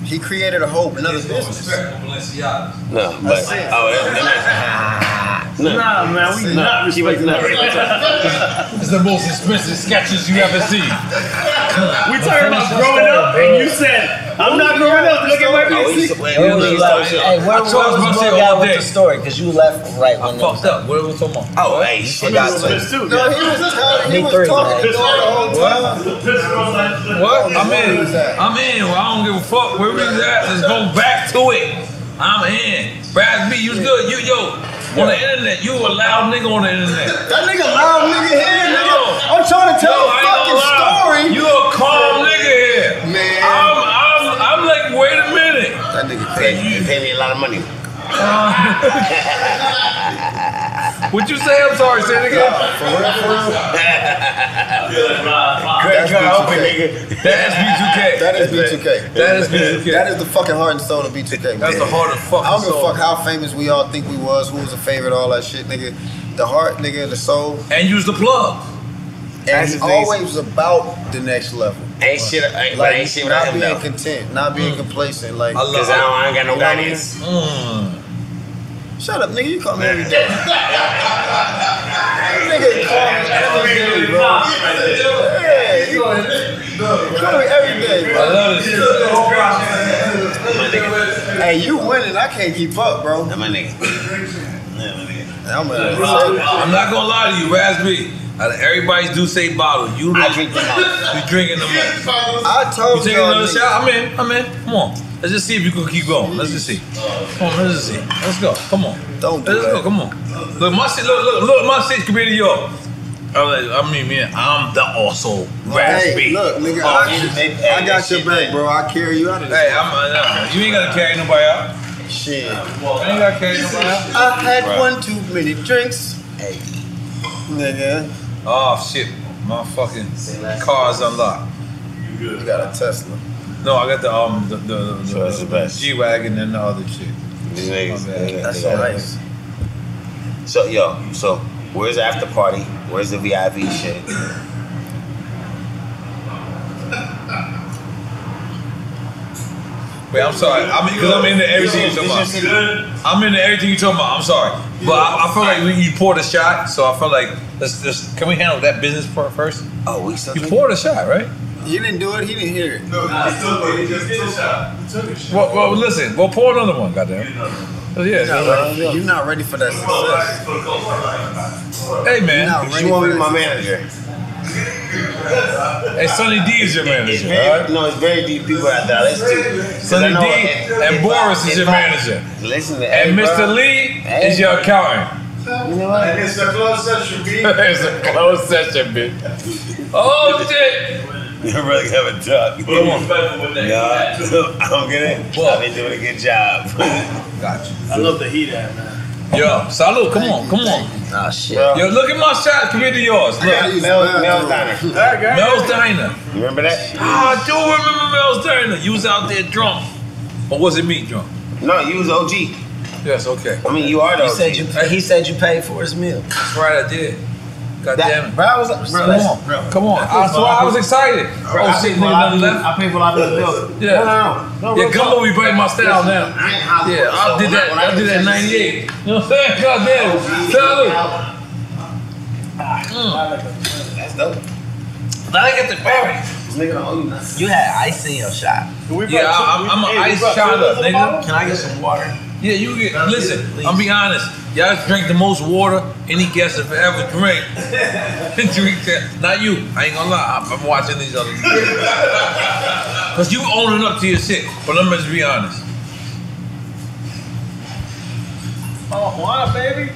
S10: He created a whole another business.
S13: No, but
S10: That's it.
S13: oh, that, that makes- no.
S10: Nah, man, we not
S13: Keep it-
S10: respecting
S13: no.
S9: It's the most expensive sketches you ever seen.
S7: We talking about growing up, and you said, I'm not growing up. Look at my
S13: Oh,
S7: PC.
S11: Where was like, hey, where, where was Bug out with the story? Because you left right when I fucked
S9: up. Where was Tomorrow?
S13: Oh, hey, he
S11: I got
S10: No,
S11: to.
S10: he was just talking. He
S11: Me
S10: was
S11: three,
S10: talking to
S11: man.
S10: her the whole time.
S9: What? I'm in. I'm in. Well, I don't give a fuck where we was at. Let's go back to it. I'm in. Brad B, you was good. You yo on the internet. You a loud nigga on the internet.
S10: That nigga loud nigga here, nigga. I'm trying to tell
S9: Yo,
S10: a
S9: I ain't
S10: fucking
S9: gonna lie.
S10: story.
S9: You a calm nigga here.
S10: Man.
S9: I'm, I'm, I'm like, wait a minute.
S10: That nigga
S13: Pay, you pay me a lot of money.
S9: Uh. Would you say I'm sorry? Say it again.
S10: for real, for That's
S13: Craig, try open,
S10: B2K.
S13: nigga.
S10: That is B2K.
S9: That is B2K.
S10: That is the fucking heart and soul of B2K.
S9: That's the heart and fucking
S10: I don't give a
S9: soul.
S10: fuck how famous we all think we was, who was a favorite, all that shit, nigga. The heart, nigga, the soul.
S9: And use the plug.
S10: And
S13: That's
S10: he
S13: his name.
S10: always was about the next level.
S13: Ain't shit, ain't,
S10: Like,
S13: ain't shit
S10: not
S13: without him
S10: being
S13: though.
S10: content, not being complacent. Like,
S13: I love- 'Cause I don't- I ain't got no
S10: You know what I
S13: guidance.
S10: mean?
S9: Hmm.
S10: Shut up, nigga. You call me every day. nigga call me every day, bro. Yeah, you call me every day, bro.
S9: I love this
S10: Hey, you winning. I can't keep up, bro.
S13: That my nigga.
S10: I'm a,
S9: I'm not gonna lie to you, Raspberry. Out of everybody's do say bottle, you I drink the most. You drinking the most.
S10: I told
S9: You taking
S10: y'all
S9: another
S10: niggas.
S9: shot? I'm in. I'm in. Come on. Let's just see if you can keep going. Let's just see. Come on. Let's just see. Let's go. Come on.
S10: Don't do
S9: Let's
S10: that.
S9: go. Come on. Look, my shit. Look, look, look. My shit compared to y'all. I'm like, I mean, man, I'm the
S10: Hey,
S9: also raspy.
S10: look, nigga,
S9: Oh,
S10: I,
S9: you-
S10: I got your back, bro. I carry you out of this.
S9: Hey, I'm. Uh, you ainain't gotta carry nobody out.
S10: Shit.
S9: I ain't gotta carry nobody out.
S10: I had
S9: Right.
S10: one too many drinks. Hey, nigga.
S9: Oh shit, my fucking car's unlocked.
S10: You got a Tesla.
S9: No, I got the um the the, the,
S13: So that's the best.
S9: G wagon and the other shit.
S13: These niggas.
S9: My bad.
S13: they-
S9: That's
S13: they got
S9: all
S13: it. So yo, so where's the after party? Where's the VIP shit?
S9: Wait, I'm sorry. I'm because I'm into everything you're talking about. I'm into everything you're talking about. I'm sorry, but I, I feel like we, you poured a shot, so I feel like let's just can we handle that business part first?
S13: Oh, we still
S9: you poured a shot, right?
S10: You didn't do it. He didn't hear it.
S7: No, he took it. He just took a shot. He took a shot.
S9: Well, well, listen, we'll pour another one. Goddamn. Oh, Yeah.
S10: You're not, ready, you're not ready for that success.
S9: Hey man.
S10: You're not ready for that
S13: manager?
S9: Hey, Sonny D is your
S13: It's
S9: manager.
S13: very,
S9: all right?
S13: No, it's very deep people out there. Let's do. 'Cause I
S9: Sonny
S13: know
S9: D
S13: if-
S9: and
S13: if
S9: Boris
S13: I-
S9: is
S13: if
S9: your
S13: I-
S9: manager.
S13: Listen to
S9: And
S13: hey, bro.
S9: Mr. Lee
S13: Hey,
S9: is your
S13: bro.
S9: accountant.
S13: You know what?
S7: And it's a close session, B.
S9: it's a close session, bitch. Oh shit!
S13: You really have a duck.
S9: Come on.
S13: No, I don't get it. I've been doing a good job.
S9: Got you.
S18: I love the heat at man.
S9: Yo, salute. Come on, come on.
S13: Oh shit.
S9: Yo, look at my shot compared to yours.
S10: I gotta
S9: Look.
S10: use
S13: Mel,
S10: the
S13: Mel's
S10: bathroom.
S13: Diner.
S9: Mel's Diner.
S13: Remember that?
S9: Ah, I do remember Mel's Diner. You was out there drunk. Or was it me drunk?
S13: No, you was OG.
S9: Yes, okay.
S13: I mean, you are the
S11: He said
S13: OG.
S11: you. He said you paid for his meal.
S9: That's right, I did. God damn it.
S10: Bro, I was like, bro,
S9: Come on, come on. I, so I was excited. Oh shit, nigga, nothing left.
S10: I paid for a lot of the bill.
S9: Yeah.
S10: No, no, no.
S9: yeah, gumbo be breaking my style now. Yeah, I did that. I did that in '98. You know what I'm saying? God damn. Salute.
S13: That's dope.
S9: Now Mm. I get the berry.
S13: This nigga don't owe you nothing.
S11: You had ice in your shot.
S9: Yeah, I, I'm an ice shotter, nigga.
S11: Can I get some water?
S9: Yeah, you get. Listen, I'm be honest. Y'all drink the most water any guest have ever drank. drink that. Not you. I ain't gonna lie. I'm, I'm watching these other. Cause you owning up to your shit. But let me just be honest.
S11: Oh, water, baby.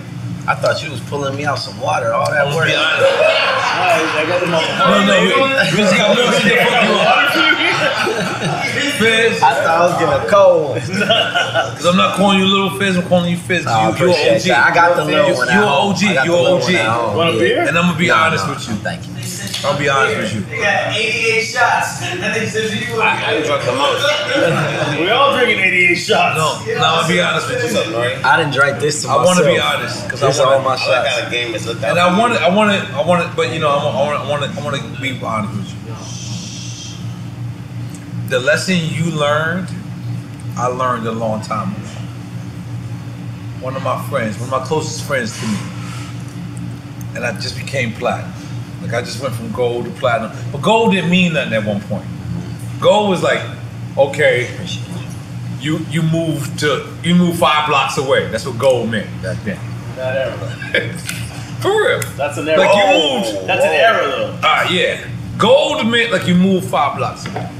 S11: I thought you was pulling me out some water. All that work.
S9: Be honest. No, no, we, we just got little shit to fuck you up. Fizz,
S11: I thought I was getting a cold. one.
S9: cause I'm not calling you little Fizz. I'm calling you Fizz.
S11: Nah, I
S9: you, you
S11: appreciate
S9: an
S11: that.
S9: OG.
S11: I got the little
S9: You-
S11: one.
S9: you
S11: at
S9: a
S11: home.
S9: OG,
S11: I got
S9: you
S11: the
S9: a
S11: little
S9: OG.
S11: one at home,
S9: Want
S18: a
S11: yeah.
S18: beer?
S9: And I'm gonna be
S11: No,
S9: honest
S11: no,
S9: with you.
S11: Thank you.
S9: I'll be honest with you.
S30: They got 88 shots. And they said you were.
S13: I, I drunk the most.
S18: We all drinking 88 shots.
S9: No, no, I'll be honest with
S13: What's
S9: you.
S13: up, Nori?
S11: I didn't drink this to
S9: I
S11: myself.
S9: want to be honest because
S11: This
S9: I
S11: all
S9: want
S11: my
S13: I like
S11: shots.
S13: how the game is looked at.
S9: And I want to, I want to, I want to, but you know, I'm, I want to, I want to, I want to be honest with you. The lesson you learned I learned a long time ago. One of my friends, one of my closest friends to me, and I just became platinum. Like I just went from gold to platinum, but gold didn't mean nothing at one point. Gold was like, okay, you you move to you move five blocks away. That's what gold meant back then.
S7: Not ever.
S9: For real.
S7: That's an error.
S9: Like you
S7: Oh,
S9: moved.
S7: That's an error though.
S9: Ah, yeah. Gold meant like you moved five blocks. away.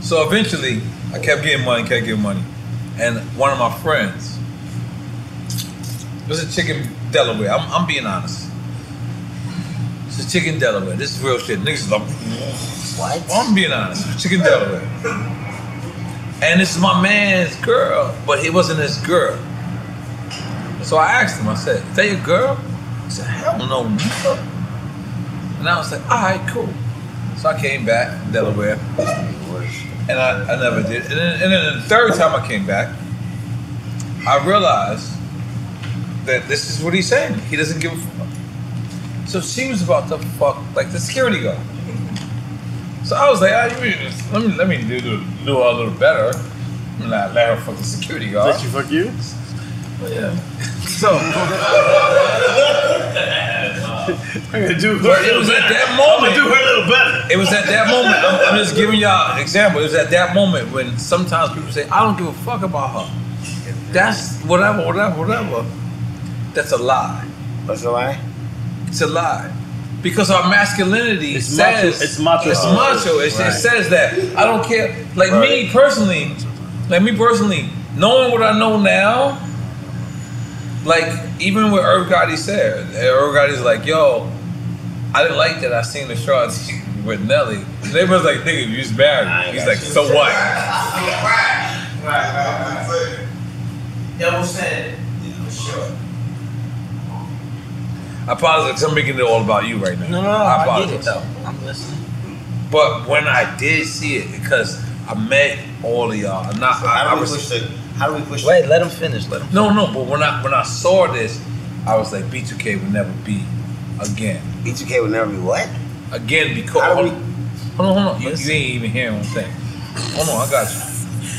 S9: So eventually, I kept getting money, kept getting money, and one of my friends it was a chick in Delaware. I'm, I'm being honest. It's a chick in Delaware. This is real shit. Niggas love. What? I'm being honest. It's a Chick in Delaware. And this is my man's girl, but it wasn't his girl. So I asked him, I said, Is that your girl? He said, Hell no, nigga." And I was like, all right, cool. So I came back, Delaware. And I, I never did. And then, and then the third time I came back, I realized that this is what he's saying. He doesn't give a fuck. So she was about to fuck like the security guard. So I was like, ah, you mean, let me let me do, do, do a little better. I'm gonna let her fuck the security guard. Oh,
S7: Let you fuck you?
S9: yeah. So
S7: I'm gonna do her
S9: But it
S7: little
S9: was at
S7: better.
S9: that moment.
S7: I'm gonna do her a little better.
S9: It was at that moment. I'm, I'm just giving y'all an example. It was at that moment when sometimes people say, "I don't give a fuck about her." That's whatever, whatever, whatever. That's a lie.
S31: That's a lie.
S9: It's a lie. Because our masculinity
S7: It's macho-
S9: says
S7: it's macho.
S9: It's macho. It's-
S7: Right.
S9: It says that I don't care. Like me personally, like me personally, knowing what I know now, like even what Irv Gotti said, Irv Gotti's like, "Yo, I didn't like that. I seen the shots with Nelly." They was like, "Nigga, you just married." He's like, "So what?"
S10: Double standard. For sure.
S9: I apologize. 'cause I'm making it all about you right now.
S10: No, no, no,
S9: I
S10: I get
S9: apologize.
S10: it,
S9: though. I'm listening. But when I did see it, because I met all of y'all, and I, I, I was,
S32: How do we push? Wait, let him finish. Let him.
S9: No, no, but when I when I saw this, I was like, B2K would never be again.
S32: B2K would never be what?
S9: Again, because hold, hold on, hold on. You, you ain't even hearing what I'm saying. Hold on, I got you.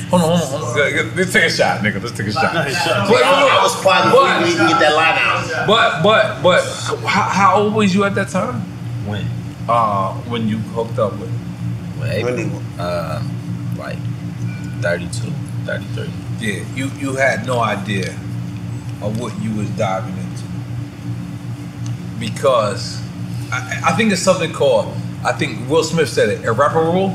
S9: Hold on, hold on, hold on. Good, good. Let's take a shot, nigga. Let's take a shot.
S13: Nice shot.
S9: But, hold on.
S13: I was quiet before you even get that line
S32: out.
S9: But but but how, how old was you at that time? When? Uh, when you hooked up with?
S11: Well, April, uh, like 32, 33.
S9: Yeah, you you had no idea of what you was diving into because I, I think it's something called I think Will Smith said it irreparable,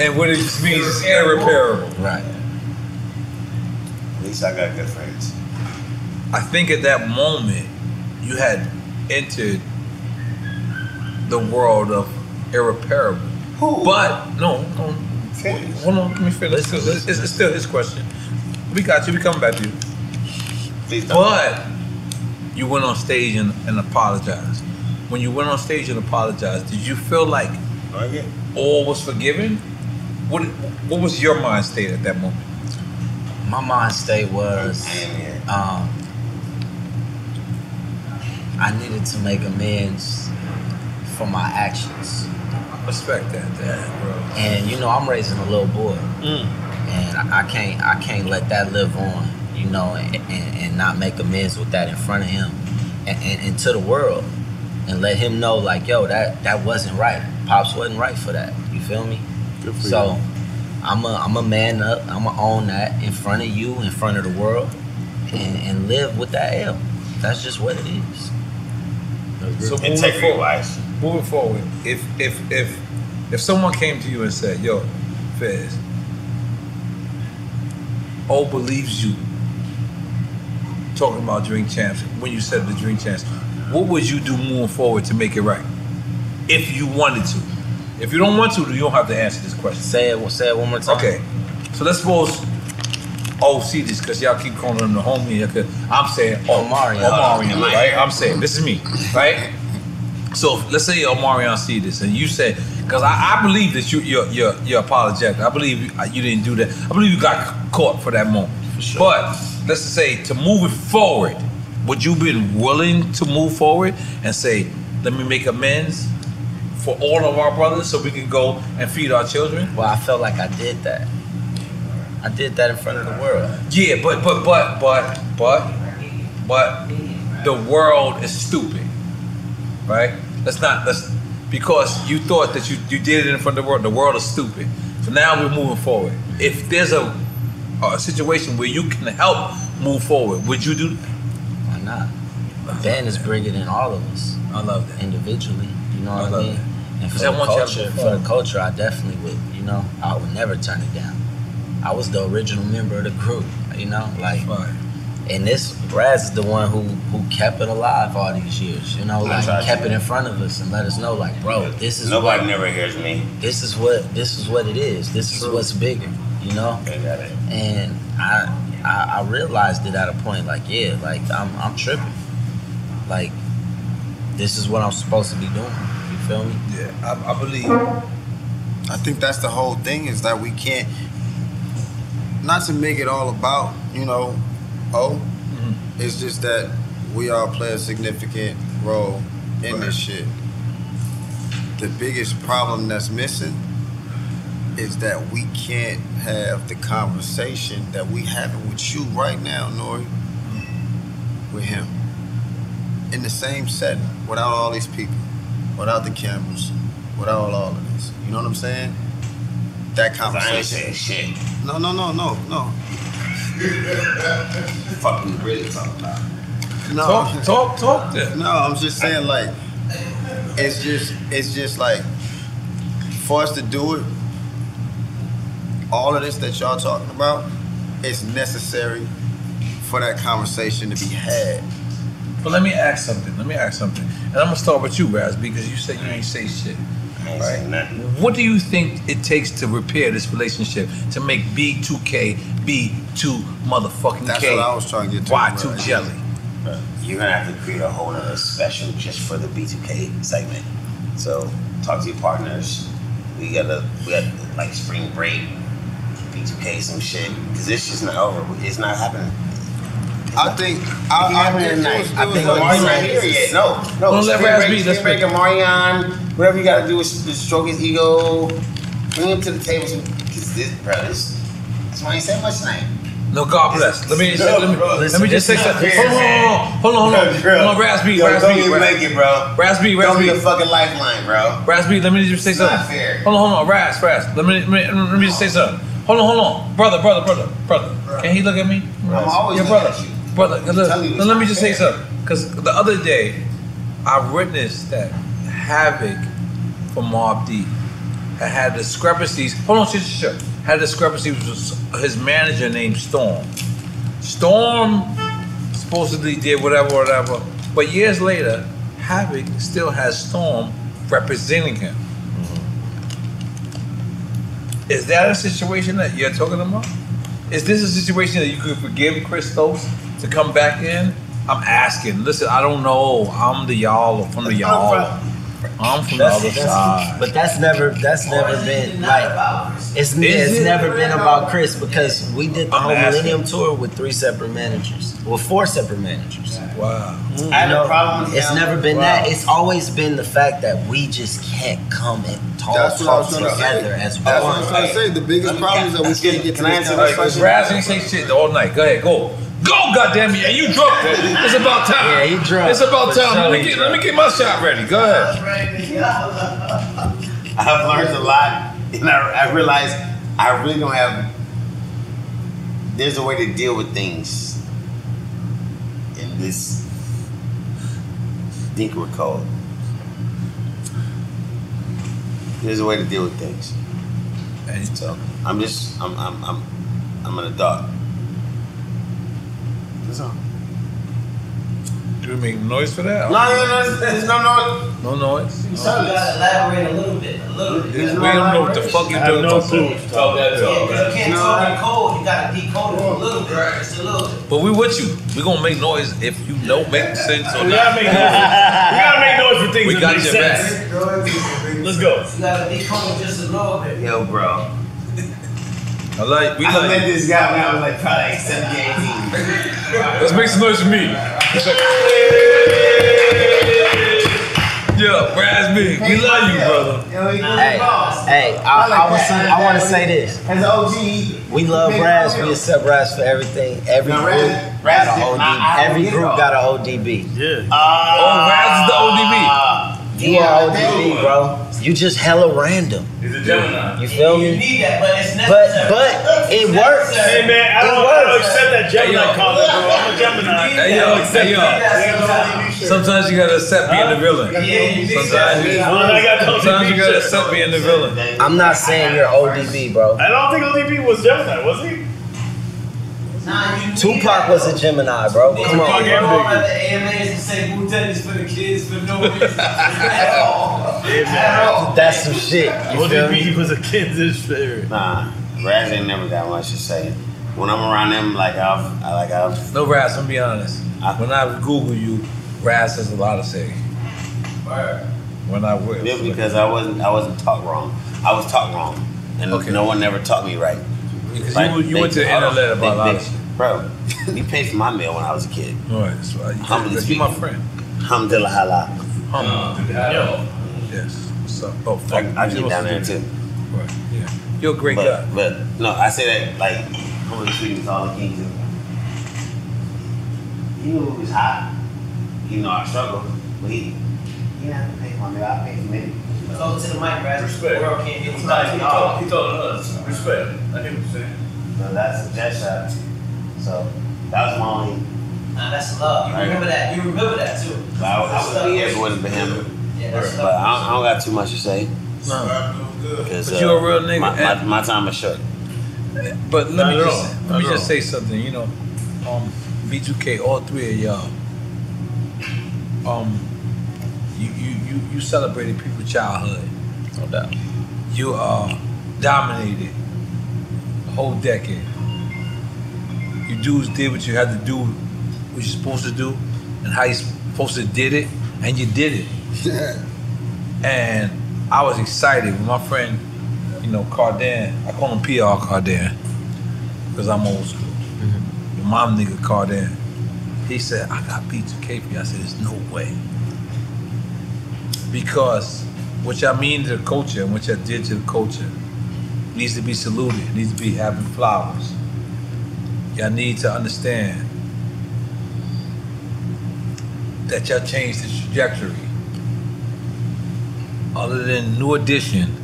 S9: and what it just means is irreparable. Right.
S31: At least I got good friends.
S9: I think at that moment you had entered the world of irreparable. But no, no. Hold on, let me finish. it's, it's- it's still his question. We got you. We coming back to you. But you went on stage and, and apologized. When you went on stage and apologized, did you feel like all was forgiven? What What was your mind state at that moment?
S11: My mind state was
S32: um,
S11: I needed to make amends for my actions.
S9: I respect that, bro.
S11: And you know, I'm raising a little boy, and I, I can't, I can't let that live on, you know, and, and, and not make amends with that in front of him, and, and, and to the world, and let him know, like, yo, that that wasn't right. Pops wasn't right for that. You feel me?
S32: for
S11: so,
S32: you.
S11: I'm a, I'm a man up. I'm gonna own that in front of you, in front of the world, and, and live with that L. That's just what it is.
S9: So moving forward, moving forward, if if if if someone came to you and said, "Yo, Fez, O believes you," talking about Dream Champs, when you said the Dream Champs, what would you do moving forward to make it right? If you wanted to, if you don't want to, you don't have to answer this question.
S11: Say it. Say it one more time.
S9: Okay, so let's suppose. Oh, see this because y'all keep calling him the homie. okay? I'm saying oh, Omarion, Omarion, right? I'm saying this is me, right? So let's say Omarion see this, and you say, because I, I believe that you you're, you're you're apologetic. I believe you, uh, you didn't do that. I believe you got caught for that moment. But let's just say to move it forward, would you been willing to move forward and say, let me make amends for all of our brothers so we can go and feed our children?
S11: Well, I felt like I did that. I did that in front of the world.
S9: Yeah, but but but but but but the world is stupid, right? Let's not let's because you thought that you you did it in front of the world. The world is stupid. So now we're moving forward. If there's a a situation where you can help move forward, would you do?
S11: Why not? Van is bigger than all of us.
S9: I love that
S11: individually. You know
S9: I
S11: what I
S9: love
S11: mean?
S9: that.
S11: And for
S9: 'Cause I
S11: the
S9: want y'all to
S11: culture, for
S9: perform.
S11: the culture, I definitely would. You know, I would never turn it down. I was the original member of the group. You know, like. And this Raz is the one who who kept it alive all these years. You know,
S13: I
S11: like
S13: tried
S11: kept
S13: to.
S11: it in front of us and let us know, like, bro, this is
S13: Nobody
S11: what-
S13: never hears me.
S11: This is what this is what it is. This is what's bigger. You know. And I, I I realized it at a point, like, yeah, like I'm I'm tripping. Like, this is what I'm supposed to be doing. You feel me?
S9: Yeah, I, I believe.
S10: I think that's the whole thing is that we can't, not to make it all about, you know, oh,
S11: Mm-hmm.
S10: it's just that we all play a significant role in this shit. The biggest problem that's missing is that we can't have the conversation that we having with you right now, Nori, with him. In the same setting, without all these people, without the cameras, without all of this. You know what I'm saying? That
S13: I ain't
S10: conversation.
S13: saying shit.
S10: No, no, no, no, no.
S13: Fucking really talking about.
S10: No.
S13: Talk-
S9: talk, talk.
S10: No, I'm just saying, like, it's just, it's just like, for us to do it, all of this that y'all talking about, it's necessary for that conversation to be had.
S9: But let me ask something. Let me ask something. And I'm gonna start with you, Raz, because you said you ain't say shit. Right? What do you think it takes to repair this relationship to make B2K be two motherfucking
S10: That's
S9: K?
S10: what I was trying to get to,
S9: Y2
S10: Raz.
S9: jelly.
S13: You're gonna have to create a whole other special just for the B2K segment. So talk to your partners. We gotta we got to like spring break, B2K some shit. Cause this shit's not over. It's not happening.
S10: I think I, I, think it was- it
S13: I
S10: was
S13: think
S10: like-
S13: Amari's not here yet. No, no.
S10: Don't let
S13: spring
S10: Raz
S13: break,
S10: be, let's
S13: Spring break
S10: break.
S13: Amari on. Whatever you gotta do is, is stroke his ego. Bring him to the table. so- Cause this, bro, this. That's why I ain't saying much tonight.
S9: No, God bless. Let me,
S13: No,
S9: let me,
S13: bro,
S9: let
S13: listen,
S9: me just say
S13: it's not
S9: something.
S13: fair,
S9: Hold on,
S13: man.
S9: hold on, hold on, hold on.
S13: Bro,
S9: Hold on, Raz B,
S13: yo,
S9: Raz
S13: don't
S9: B,
S13: even
S9: Raz-
S13: make it, bro.
S9: Raz B, Raz
S13: Don't be
S9: B.
S13: a fucking lifeline, bro.
S9: Raz B, let me just say
S13: It's
S9: something.
S13: not fair. Oh.
S9: Hold on, hold on, Raz, Raz. Let me, let me, let me just say something. Hold on, hold on, brother, brother, brother, brother. Can he look at me?
S13: I'm always
S9: your
S13: looking
S9: brother. Brother, look, let, me just say something. Because the other day, I witnessed that Havoc from Mob D had, had discrepancies. Hold on, shit, shit, shit. Had discrepancies with his manager named Storm. Storm supposedly did whatever, whatever. But years later, Havoc still has Storm representing him. Is that a situation that you're talking about? Is this a situation that you could forgive Christos to come back in? I'm asking. Listen, I don't know. I'm the y'all from the y'all. I'm from the
S11: That's-
S9: other
S11: that's-
S9: side.
S11: But that's never that's never been like it's,
S9: Is
S11: it's
S9: it?
S11: never been about Chris because we did the
S9: I'm
S11: whole
S9: asking.
S11: Millennium Tour with three separate managers. Well, four separate managers.
S9: Wow.
S11: You
S13: I have no
S11: know,
S13: problem with
S11: It's
S13: that.
S11: never been that.
S13: Wow.
S11: It's always been the fact that we just can't come and talk,
S10: That's what I
S11: talk
S10: was trying to say.
S11: together as
S10: That's
S11: one.
S10: what I was trying to say. The biggest problem is that we can't get to this conversation.
S9: Razz ain't say shit all night. Go ahead, go. Go, goddamn it. And you drunk. It's about time. Yeah,
S11: he drunk.
S9: It's about
S11: For
S9: time.
S11: sure
S9: Let me
S11: he
S9: get
S11: drunk.
S9: let me get my shot ready. Go ahead.
S13: I've learned a lot, and I, I realized I really don't have. There's a way to deal with things in this dinker code. There's a way to deal with things.
S9: And
S13: so I'm just I'm I'm I'm I'm an adult. That's all.
S9: You make noise for that?
S13: No, no, no, there's no noise.
S9: No noise.
S33: You gotta elaborate a little bit, a little bit.
S9: We don't know what the fuck you're doing. Talk that
S33: Yeah, 'cause you can't talk in
S9: talk.
S33: code. You gotta decode it a little bit. Just a little bit.
S9: But we with you. We gonna make noise if you know make sense or not.
S33: We gotta make noise. We gotta make noise for things
S9: We
S33: that
S9: got
S33: make
S9: your
S33: sense.
S9: back.
S13: Let's go.
S33: You gotta decode it just a little bit.
S13: Yo, bro.
S9: I like. We
S13: I met this guy when I was like probably like 17, 18.
S9: Let's make some noise for me. Yeah, Raz Big. We love you, brother.
S11: Hey, hey, I, I, was, I want to say this.
S34: As an OG,
S11: We love Raz. We accept Raz for everything. Every
S34: Now,
S11: group
S34: Raz- Raz
S11: got
S34: did
S11: an ODB.
S34: not- I
S11: Every
S34: don't
S11: group
S34: get
S11: got an ODB.
S7: Yeah.
S13: Uh,
S11: oh,
S9: Raz is the
S11: ODB. You are ODB, bro. You just hella random.
S7: He's a Gemini.
S11: You feel me?
S35: You need that, but it's
S11: But
S35: necessary.
S11: but it works.
S7: Hey man,
S11: It
S7: I don't, I don't
S11: works.
S7: accept that
S9: Hey,
S7: Gemini
S9: yo.
S7: comment, bro. I'm a Gemini.
S9: Hey, yo,
S7: I don't accept
S9: hey, yo.
S7: that.
S9: Sometimes you gotta accept being the villain. Sometimes you, sometimes you gotta accept being the villain.
S11: I'm not saying you're ODB, bro.
S7: I don't think ODB was Gemini, was he?
S11: Tupac was a Gemini, bro. Come on.
S35: You're all about the AMAs and say Wu Tang is for the kids for no reason at all. At all.
S11: That's some shit. You feel me?
S7: He was a kid's favorite.
S13: Nah, Raz ain't never got much to say. When I'm around them, like I've, I, like I've.
S9: No, Raz, I'm be honest. When I Google you, Raz has a lot to say. When I will.
S13: Yeah, because I wasn't, I wasn't taught wrong. I was taught wrong, and no one never taught me right.
S9: Because you, you went to the internet about a lot of shit.
S13: Bro, you paid for my meal when I was a kid.
S9: All right, that's right. You-
S13: Humbly
S9: you
S13: speaking.
S9: my friend.
S13: Alhamdulillah. halal.
S9: Yo. Yes. So, oh, fuck.
S13: I, I
S9: You
S13: get down there
S9: supposed to
S13: too.
S9: do You're a great
S13: but,
S9: guy.
S13: But no, I say that like Holy Spirit was all the kings of. He knew it was hot. He knew I struggled, but he he didn't have to pay for me. I paid for me.
S35: Talk to the mic, Raz.
S9: eh?
S13: Respect.
S35: The world can't get
S13: He
S35: you
S13: thought- he thought- he
S7: us. Respect. I hear what you're saying.
S13: So that's a jet shot. So that was my only.
S35: Nah, that's love. You
S13: Right.
S35: remember that. You remember that too.
S13: But I, I
S35: That's
S13: would be
S35: love.
S13: everyone but him.
S35: Yeah,
S13: but I
S35: that's
S13: don't, I don't got too much to say.
S9: No.
S13: Cause,
S9: But you a real nigga,
S13: My, my,
S9: and-
S13: my time is short.
S9: But let
S13: Not
S9: me
S13: at
S9: just
S13: all.
S9: let me
S13: Not at
S9: just
S13: all.
S9: say something. You know, um, B2K, all three of y'all, um, you you you, you celebrated people's childhood. No doubt. You uh, dominated a whole decade. You dudes did what you had to do, what you're supposed to do, and how you supposed to did it, and you did it. and I was excited when my friend, you know, Cardan, I call him PR Cardan, because I'm old school. Your mom nigga Cardan. He said, I got B2K for you. I said, there's no way. Because what y'all mean to the culture and what y'all did to the culture needs to be saluted, It needs to be having flowers. Y'all need to understand that y'all changed the trajectory other than New Edition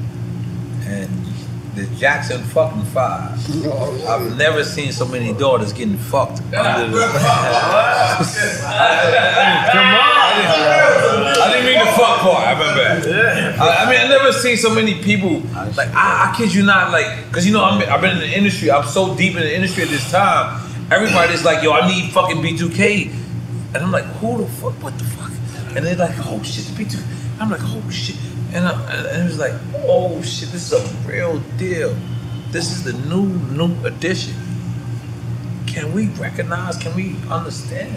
S9: and the Jackson fucking Five. I've never seen so many daughters getting fucked under the. Come on! I didn't mean the fuck part. I remember. that. I, I mean, I never seen so many people like I, I kid you not, like because you know I'm, I've been in the industry. I'm so deep in the industry at this time. Everybody's like, yo, I need fucking B2K, and I'm like, who the fuck? What the fuck? And they're like, oh shit, it's B2K. I'm like, oh shit, and, I, and it was like, oh shit, this is a real deal. This is the new new edition. Can we recognize? Can we understand?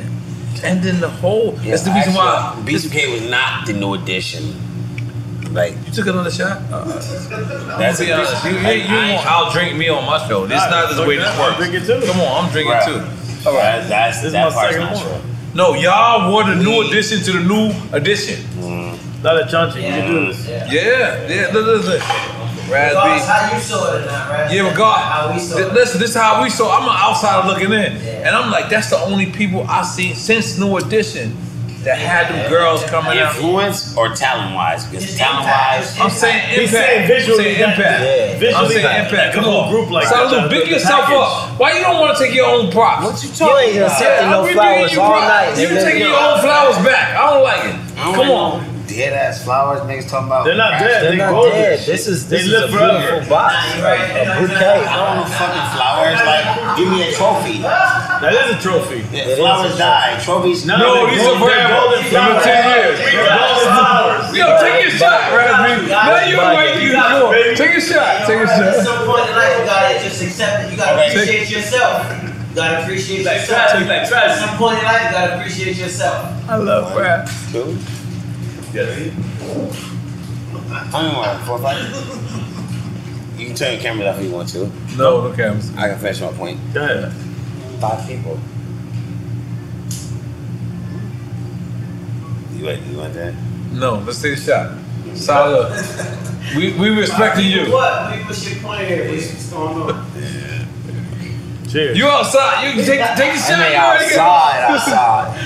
S9: And then the whole that's the reason why
S13: actually, B2K was not the new edition. Like
S9: you took another shot.
S13: That's
S9: That's be honest. You, you,
S13: Hey,
S9: you
S13: I-
S9: won't out drink me on my show. This is not the way this works. Come on, I'm drinking
S13: Right.
S9: too.
S13: All right, that's,
S9: This is
S13: that
S9: my
S13: part's
S9: second
S13: not
S9: one.
S13: true.
S9: No, y'all were the new addition to the new addition.
S7: Not a chance you can do this.
S9: Yeah, yeah. Look, look, look. Raz
S35: Regardless
S9: B.
S35: how you saw it or not, Raz.
S9: Yeah,
S35: How we
S9: regardless.
S35: saw it.
S9: Listen, this is how we saw. I'm an outsider looking in, and I'm like, that's the only people I seen since New Edition that had them girls coming out.
S13: Influence or talent wise? Because talent wise,
S9: I'm saying
S13: He's
S9: impact.
S13: saying
S9: I'm
S13: visually
S9: saying
S13: that-
S9: impact.
S13: yeah.
S9: I'm
S13: Visually
S9: saying
S13: that- like
S9: impact. Come
S13: a
S9: on,
S13: group like
S9: Salute,
S13: that, the-
S9: big
S13: the
S9: yourself up. Why you don't want to take your own props? What you
S11: talking You ain't gonna about? accept no flowers all night,
S9: You
S11: nigga.
S9: taking your own flowers back? I don't like it. Come on.
S13: Dead ass flowers, niggas talking about.
S11: They're not dead, They're they not golden. dead. This is- They this is live a forever. beautiful box, a- a bouquet.
S13: I don't want fucking flowers. Like, give me a trophy.
S7: That is a trophy.
S13: Yeah, flowers die. Trophies.
S7: No, No, they're these are golden- forever. they're golden Give me 10 flowers. years.
S13: We
S7: They're
S13: got
S7: golden
S13: flowers.
S9: Yo, take your shot, Rasmus. Now you awake, you sure. Take a shot. Take a
S35: At
S9: shot.
S35: some point in life, you gotta just accept it. You gotta appreciate yourself. You gotta appreciate yourself.
S9: Travis, like
S35: At some point in life, you gotta appreciate yourself.
S9: I love rap.
S13: Two. Yeah. How many more? Four, five. You can turn your cameras off if you want to.
S9: No, no cameras.
S13: I can finish my point.
S7: Go ahead.
S13: Five people. You went. You went there.
S9: No, let's take a shot. Salah, we we respecting you.
S11: What? Leave us your point here. What's what's going on?
S9: Cheers. You outside. You can take take a shot.
S11: And they
S9: you nigga.
S11: outside,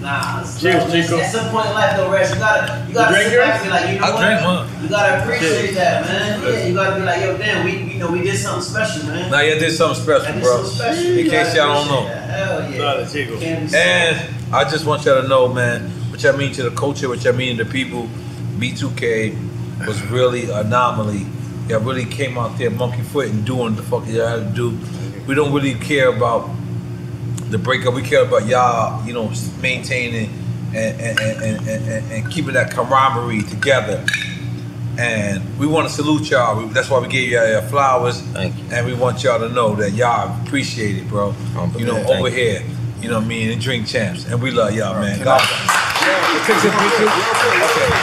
S11: Nah, it's
S9: Cheers,
S11: tough. It's-
S9: Chico.
S11: At some point in life, though, Rex, you gotta you gotta
S9: You drink
S11: sit back
S9: yours?
S11: and be like, you know
S9: I
S11: what?
S9: drank mine.
S11: You gotta appreciate
S9: Shit.
S11: that, man. Yeah, you gotta be like, yo, damn, we you know we did something special, man.
S9: Nah, you did something special, bro. In case y'all don't know.
S11: Hell yeah. Can't be
S9: And I just want y'all to know, man, what y'all mean to the culture, what y'all mean to the people. B2K was really an anomaly. Y'all really came out there monkey foot and doing the fuck y'all had to do. We don't really care about the breakup. We care about y'all, you know, maintaining and and, and, and, and, and- and keeping that camaraderie together. And we want to salute y'all. We- That's why we gave y'all your flowers. Thank you. And we want y'all to know that y'all appreciate it, bro. You know,
S16: Thank
S9: over
S16: you.
S9: here, you know what I mean, and drink champs. And we love y'all, man. God bless. Take some pictures.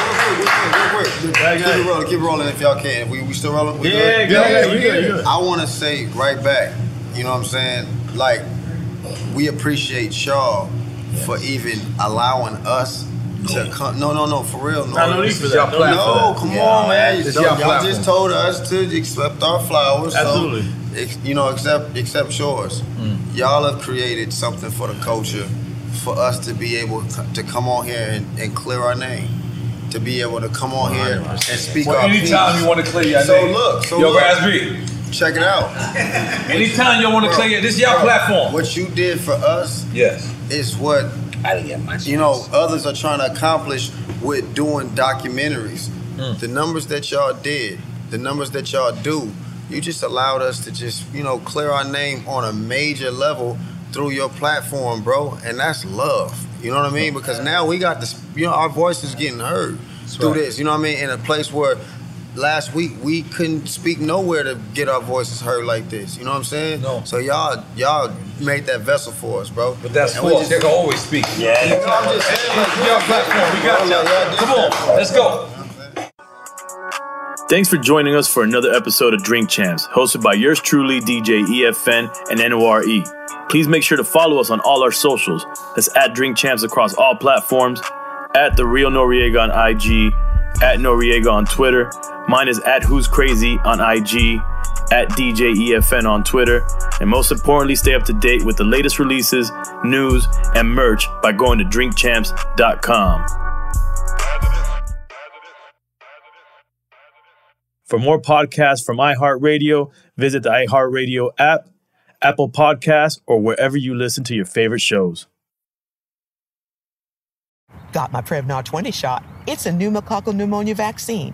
S10: Keep it rolling, keep it rolling if y'all can. We, we still rolling? We
S9: Yeah,
S10: good?
S9: yeah, yeah, we good, we good.
S10: I want to say right back, you know what I'm saying? Like, we appreciate y'all for even allowing us to come. No, no, no, for real. No,
S13: Nah, no need for that. No need for
S10: No,
S13: that.
S10: come
S13: Yeah.
S10: on, man.
S13: It's
S10: y'all
S13: your
S10: y'all just told
S13: platform.
S10: us to accept our flowers. so,
S13: Absolutely.
S10: ex- you know, accept, accept yours.
S9: Mm.
S10: Y'all have created something for the culture for us to be able to to come on here and, and clear our name to be able to come
S9: Oh,
S10: on here and speak
S9: Well,
S10: our
S9: anytime
S10: piece.
S9: you want to clear your
S10: so
S9: name.
S10: look, so
S9: Yo,
S10: look,
S9: Raspberry.
S10: check it out.
S9: Anytime y'all want to
S10: Bro,
S9: clear your, this is y'all
S10: bro,
S9: platform.
S10: What you did for us,
S9: yes,
S10: is what I didn't get much. You know, others are trying to accomplish with doing documentaries. The numbers that y'all did, the numbers that y'all do, you just allowed us to just you know clear our name on a major level through your platform, bro, and that's love. You know what I mean? Because now we got this, you know, our voice is getting heard through
S13: right.
S10: this. You know what I mean? In a place where last week we couldn't speak nowhere to get our voices heard like this. You know what I'm saying? No. So y'all y'all made that vessel for us, bro. But
S9: that's for us. They can always speak.
S10: Yeah.
S9: You know, I'm just saying, like, y'all platform. We got y'all. Come on, let's go.
S7: Thanks for joining us for another episode of Drink Champs, hosted by yours truly, DJ EFN and NORE. E. Please make sure to follow us on all our socials. That's at Drink Champs across all platforms, at The Real Noriega on IG, at Noriega on Twitter. Mine is at Who's Crazy on IG, at DJ EFN on Twitter. And most importantly, stay up to date with the latest releases, news, and merch by going to drinkchamps.com. For more podcasts from iHeartRadio, visit the iHeartRadio app, Apple Podcasts, or wherever you listen to your favorite shows.
S17: Got my Prevnar 20 shot. It's a pneumococcal pneumonia vaccine.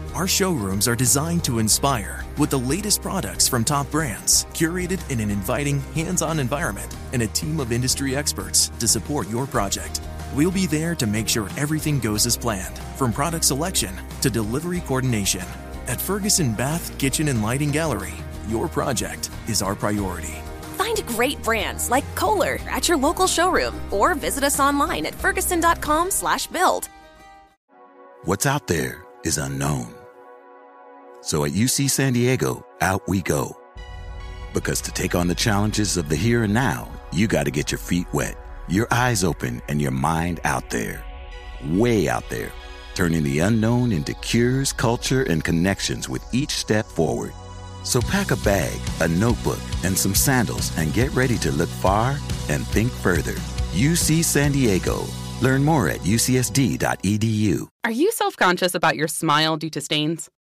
S8: Our showrooms are designed to inspire with the latest products from top brands, curated in an inviting, hands on environment, and a team of industry experts to support your project. We'll be there to make sure everything goes as planned, from product selection to delivery coordination. At Ferguson Bath Kitchen and Lighting Gallery, your project is our priority.
S36: Find great brands like Kohler at your local showroom or visit us online at ferguson.com slash build.
S37: What's out there is unknown. So at UC San Diego, out we go. Because to take on the challenges of the here and now, you got to get your feet wet, your eyes open, and your mind out there. Way out there. Turning the unknown into cures, culture, and connections with each step forward. So pack a bag, a notebook, and some sandals and get ready to look far and think further. UC San Diego, Learn more at E ucsd.edu.
S36: Are you self conscious about your smile due to stains?